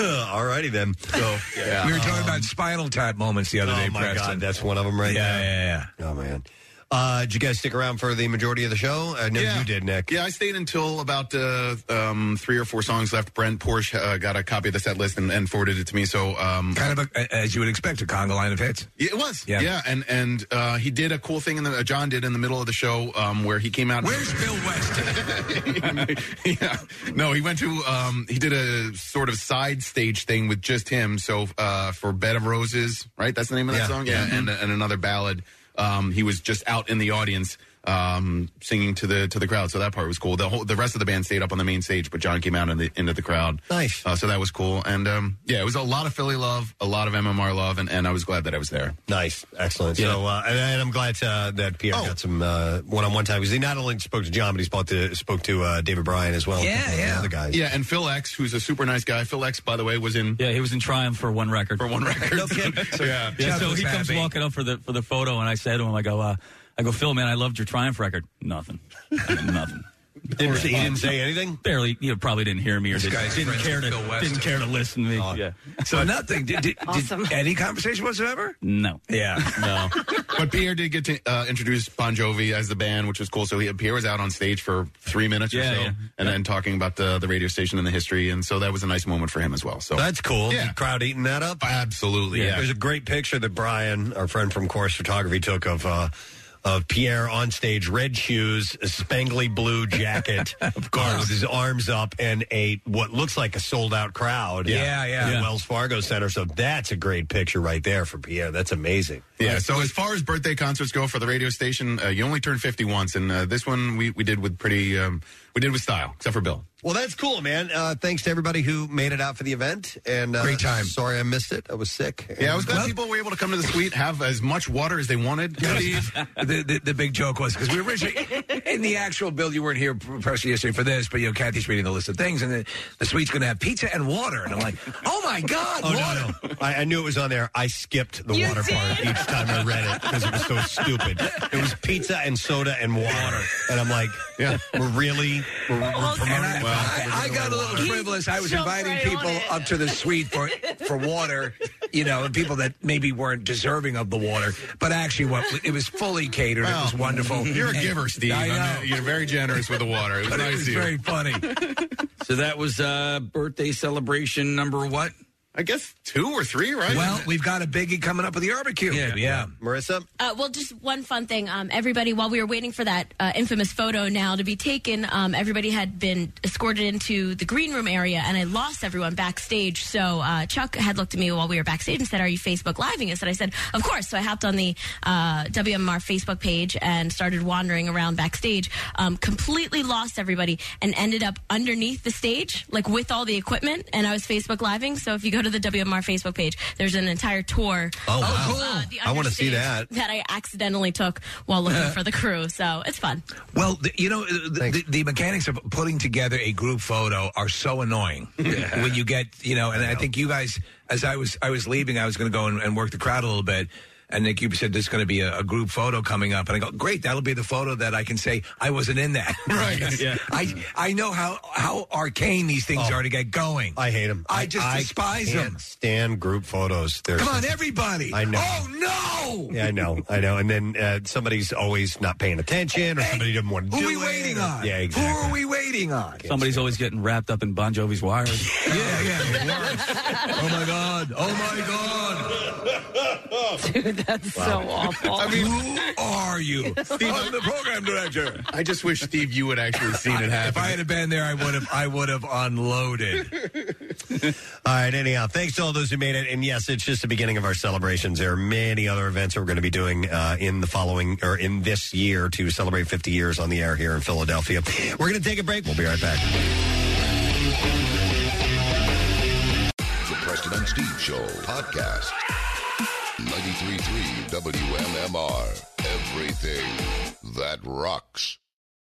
Speaker 3: All righty then. So
Speaker 5: Yeah. We were talking about Spinal Tap moments the other
Speaker 3: oh
Speaker 5: day,
Speaker 3: my
Speaker 5: Preston.
Speaker 3: God, that's one of them right
Speaker 5: Yeah,
Speaker 3: there.
Speaker 5: yeah,
Speaker 3: yeah. Oh man. Uh, did you guys stick around for the majority of the show?
Speaker 5: Uh,
Speaker 3: I know you did, Nick.
Speaker 6: Yeah, I stayed until about uh, um, three or four songs left. Brent Porsche uh, got a copy of the set list and, and forwarded it to me. So um,
Speaker 5: kind of a, uh, as you would expect, a conga line of hits.
Speaker 6: Yeah, it was.
Speaker 5: Yeah.
Speaker 6: Yeah, and and uh, he did a cool thing in the uh, John did in the middle of the show um, where he came out.
Speaker 5: Where's Bill
Speaker 6: Weston? *laughs* yeah, no, he went to um, he did a sort of side stage thing with just him. So uh, for Bed of Roses, right? That's the name of that
Speaker 36: Yeah.
Speaker 6: song. Yeah,
Speaker 36: Mhm.
Speaker 6: and and another ballad. Um, he was just out in the audience um singing to the to the crowd so that part was cool the whole the rest of the band stayed up on the main stage but john came out in the into the crowd
Speaker 3: nice
Speaker 6: uh, so that was cool and um yeah it was a lot of philly love a lot of mmr love and, and i was glad that i was there
Speaker 3: Nice, excellent.
Speaker 6: Yeah.
Speaker 3: So, uh, and, and I'm glad uh, that Pierre got some uh, one-on-one time because he not only spoke to John, but he spoke to spoke to uh, David Bryan as well. and the other guys.
Speaker 6: Yeah, and Phil X, who's a super nice guy. Phil X, by the way, was in.
Speaker 14: Yeah, he was in Triumph for one record.
Speaker 6: For one record. *laughs* So, yeah.
Speaker 14: Yeah,
Speaker 6: Chuck
Speaker 14: so
Speaker 6: was
Speaker 14: he comes
Speaker 6: happy.
Speaker 14: walking up for the for the photo, and I said to him, I go, uh, I go, Phil, man, I loved your Triumph record. Nothing. I mean, nothing.
Speaker 3: *laughs* Didn't say- he didn't say anything.
Speaker 14: Barely, you probably didn't hear me or
Speaker 5: This
Speaker 14: didn't,
Speaker 5: guy's
Speaker 14: didn't
Speaker 5: friends
Speaker 14: care to
Speaker 5: with Bill Weston.
Speaker 14: didn't care to listen to me.
Speaker 3: Oh,
Speaker 14: yeah.
Speaker 5: So nothing. Did, did, did any
Speaker 6: *laughs*
Speaker 5: conversation whatsoever?
Speaker 14: No.
Speaker 5: Yeah.
Speaker 6: No. *laughs* but Pierre did get to uh, introduce Bon Jovi as the band, which was cool. So he, Pierre was out on stage for three minutes
Speaker 41: Yeah,
Speaker 6: or so,
Speaker 41: yeah.
Speaker 6: and then talking about the the radio station and the history, and so that was a nice moment for him as well. So
Speaker 3: That's cool.
Speaker 6: Yeah.
Speaker 3: The crowd eating that up.
Speaker 6: Absolutely. Yeah.
Speaker 3: There's a great picture that Brian, our friend from Course Photography, took of uh, of Pierre on stage, red shoes, a spangly blue jacket, of course, with his arms up, and a what looks like a sold out crowd.
Speaker 6: Yeah,
Speaker 3: Oh, at
Speaker 6: yeah.
Speaker 3: the
Speaker 6: Yeah.
Speaker 3: Wells Fargo Center. So that's a great picture right there for Pierre. That's amazing.
Speaker 6: Yeah. So as far as birthday concerts go for the radio station, uh, you only turn fifty once, and uh, this one we, we did with pretty um, we did with style, except for Bill.
Speaker 3: Well, that's cool, man. Uh, thanks to everybody who made it out for the event. And uh,
Speaker 6: Great time.
Speaker 3: Sorry I missed it. I was sick.
Speaker 6: Yeah, I was glad people were able to come to the suite, have as much water as they wanted.
Speaker 5: Steve, the, the, the big joke was because we were originally in the actual bill. You weren't here personally yesterday for this, but you know Kathy's reading the list of things, and the, the suite's going to have pizza and water, and I'm like, oh my god,
Speaker 3: Oh,
Speaker 5: water!
Speaker 3: no, no. I, I knew it was on there. I skipped the
Speaker 5: You
Speaker 3: water part each time I read it because it was so stupid. It was pizza and soda and water. And I'm like, yeah, we're really, we're, we're promoting
Speaker 5: And I, I, I got a little
Speaker 3: He
Speaker 5: frivolous. I was
Speaker 3: jumped
Speaker 5: inviting
Speaker 3: right
Speaker 5: people up to the suite for for water, you know, and people that maybe weren't deserving of the water, but actually, what it was fully catered. it was wonderful.
Speaker 6: You're a
Speaker 5: And-
Speaker 6: giver, Steve.
Speaker 5: I
Speaker 6: I
Speaker 5: know.
Speaker 6: mean, you're very generous with the water. It was
Speaker 5: *laughs* But
Speaker 6: nice
Speaker 5: it was
Speaker 6: of you.
Speaker 5: very funny.
Speaker 4: *laughs* So that was uh, birthday celebration number what?
Speaker 6: I guess two or three, right?
Speaker 5: Well, we've got a biggie coming up with the barbecue. Yeah, yeah.
Speaker 3: Marissa,
Speaker 16: Uh, well, just one fun thing. Um, everybody, while we were waiting for that uh, infamous photo now to be taken, um, everybody had been escorted into the green room area, and I lost everyone backstage. So uh, Chuck had looked at me while we were backstage and said, "Are you Facebook living us?" And I said, "Of course." So I hopped on the uh, WMR Facebook page and started wandering around backstage. Um, completely lost everybody and ended up underneath the stage, like with all the equipment, and I was Facebook living. So if you go to the WMR Facebook page, there's an entire tour.
Speaker 3: Oh, wow.
Speaker 16: of, uh, the
Speaker 3: I want to see that.
Speaker 16: that I accidentally took while
Speaker 3: *laughs*
Speaker 16: looking for the crew. So it's fun.
Speaker 5: Well, the, you know, the, the, the mechanics of putting together a group photo are so annoying
Speaker 42: Yeah.
Speaker 5: when you get, you know, and I, think you guys, as I was, I was leaving, I was going to go and, and work the crowd a little bit. And Nick, you said there's going to be a, a group photo coming up, and I go, "Great, that'll be the photo that I can say I wasn't in
Speaker 3: *laughs*
Speaker 5: that." Right?
Speaker 42: Yeah.
Speaker 5: I I know how how arcane these things
Speaker 3: Oh.
Speaker 5: are to get going.
Speaker 3: I hate them.
Speaker 5: I just despise
Speaker 3: can't
Speaker 5: them.
Speaker 3: Stand group photos. They're
Speaker 5: Come on, everybody!
Speaker 3: I know.
Speaker 5: Oh no!
Speaker 3: Yeah, I know, I know. And then uh, somebody's always not paying attention, or somebody didn't want to do it. Who are we waiting on? Yeah, exactly.
Speaker 5: Who are we waiting on? *laughs*
Speaker 14: Somebody's always getting wrapped up in Bon Jovi's wires.
Speaker 5: yeah, yeah. oh *laughs* my god! Oh my god!
Speaker 16: Dude, that's
Speaker 6: Wow. so awful. I mean-
Speaker 5: who are you?
Speaker 6: Steve,
Speaker 5: I'm the program director.
Speaker 6: I just wish Steve, you had actually seen it happen.
Speaker 5: If I had been there, I would have. I would have unloaded.
Speaker 3: *laughs* All right, anyhow, thanks to all those who made it. And yes, it's just the beginning of our celebrations. There are many other events that we're going to be doing uh, in the following or in this year to celebrate 50 years on the air here in Philadelphia. We're going to take a break. We'll be right back.
Speaker 34: The Preston and Steve Show podcast. 93.3 WMMR. Everything that rocks.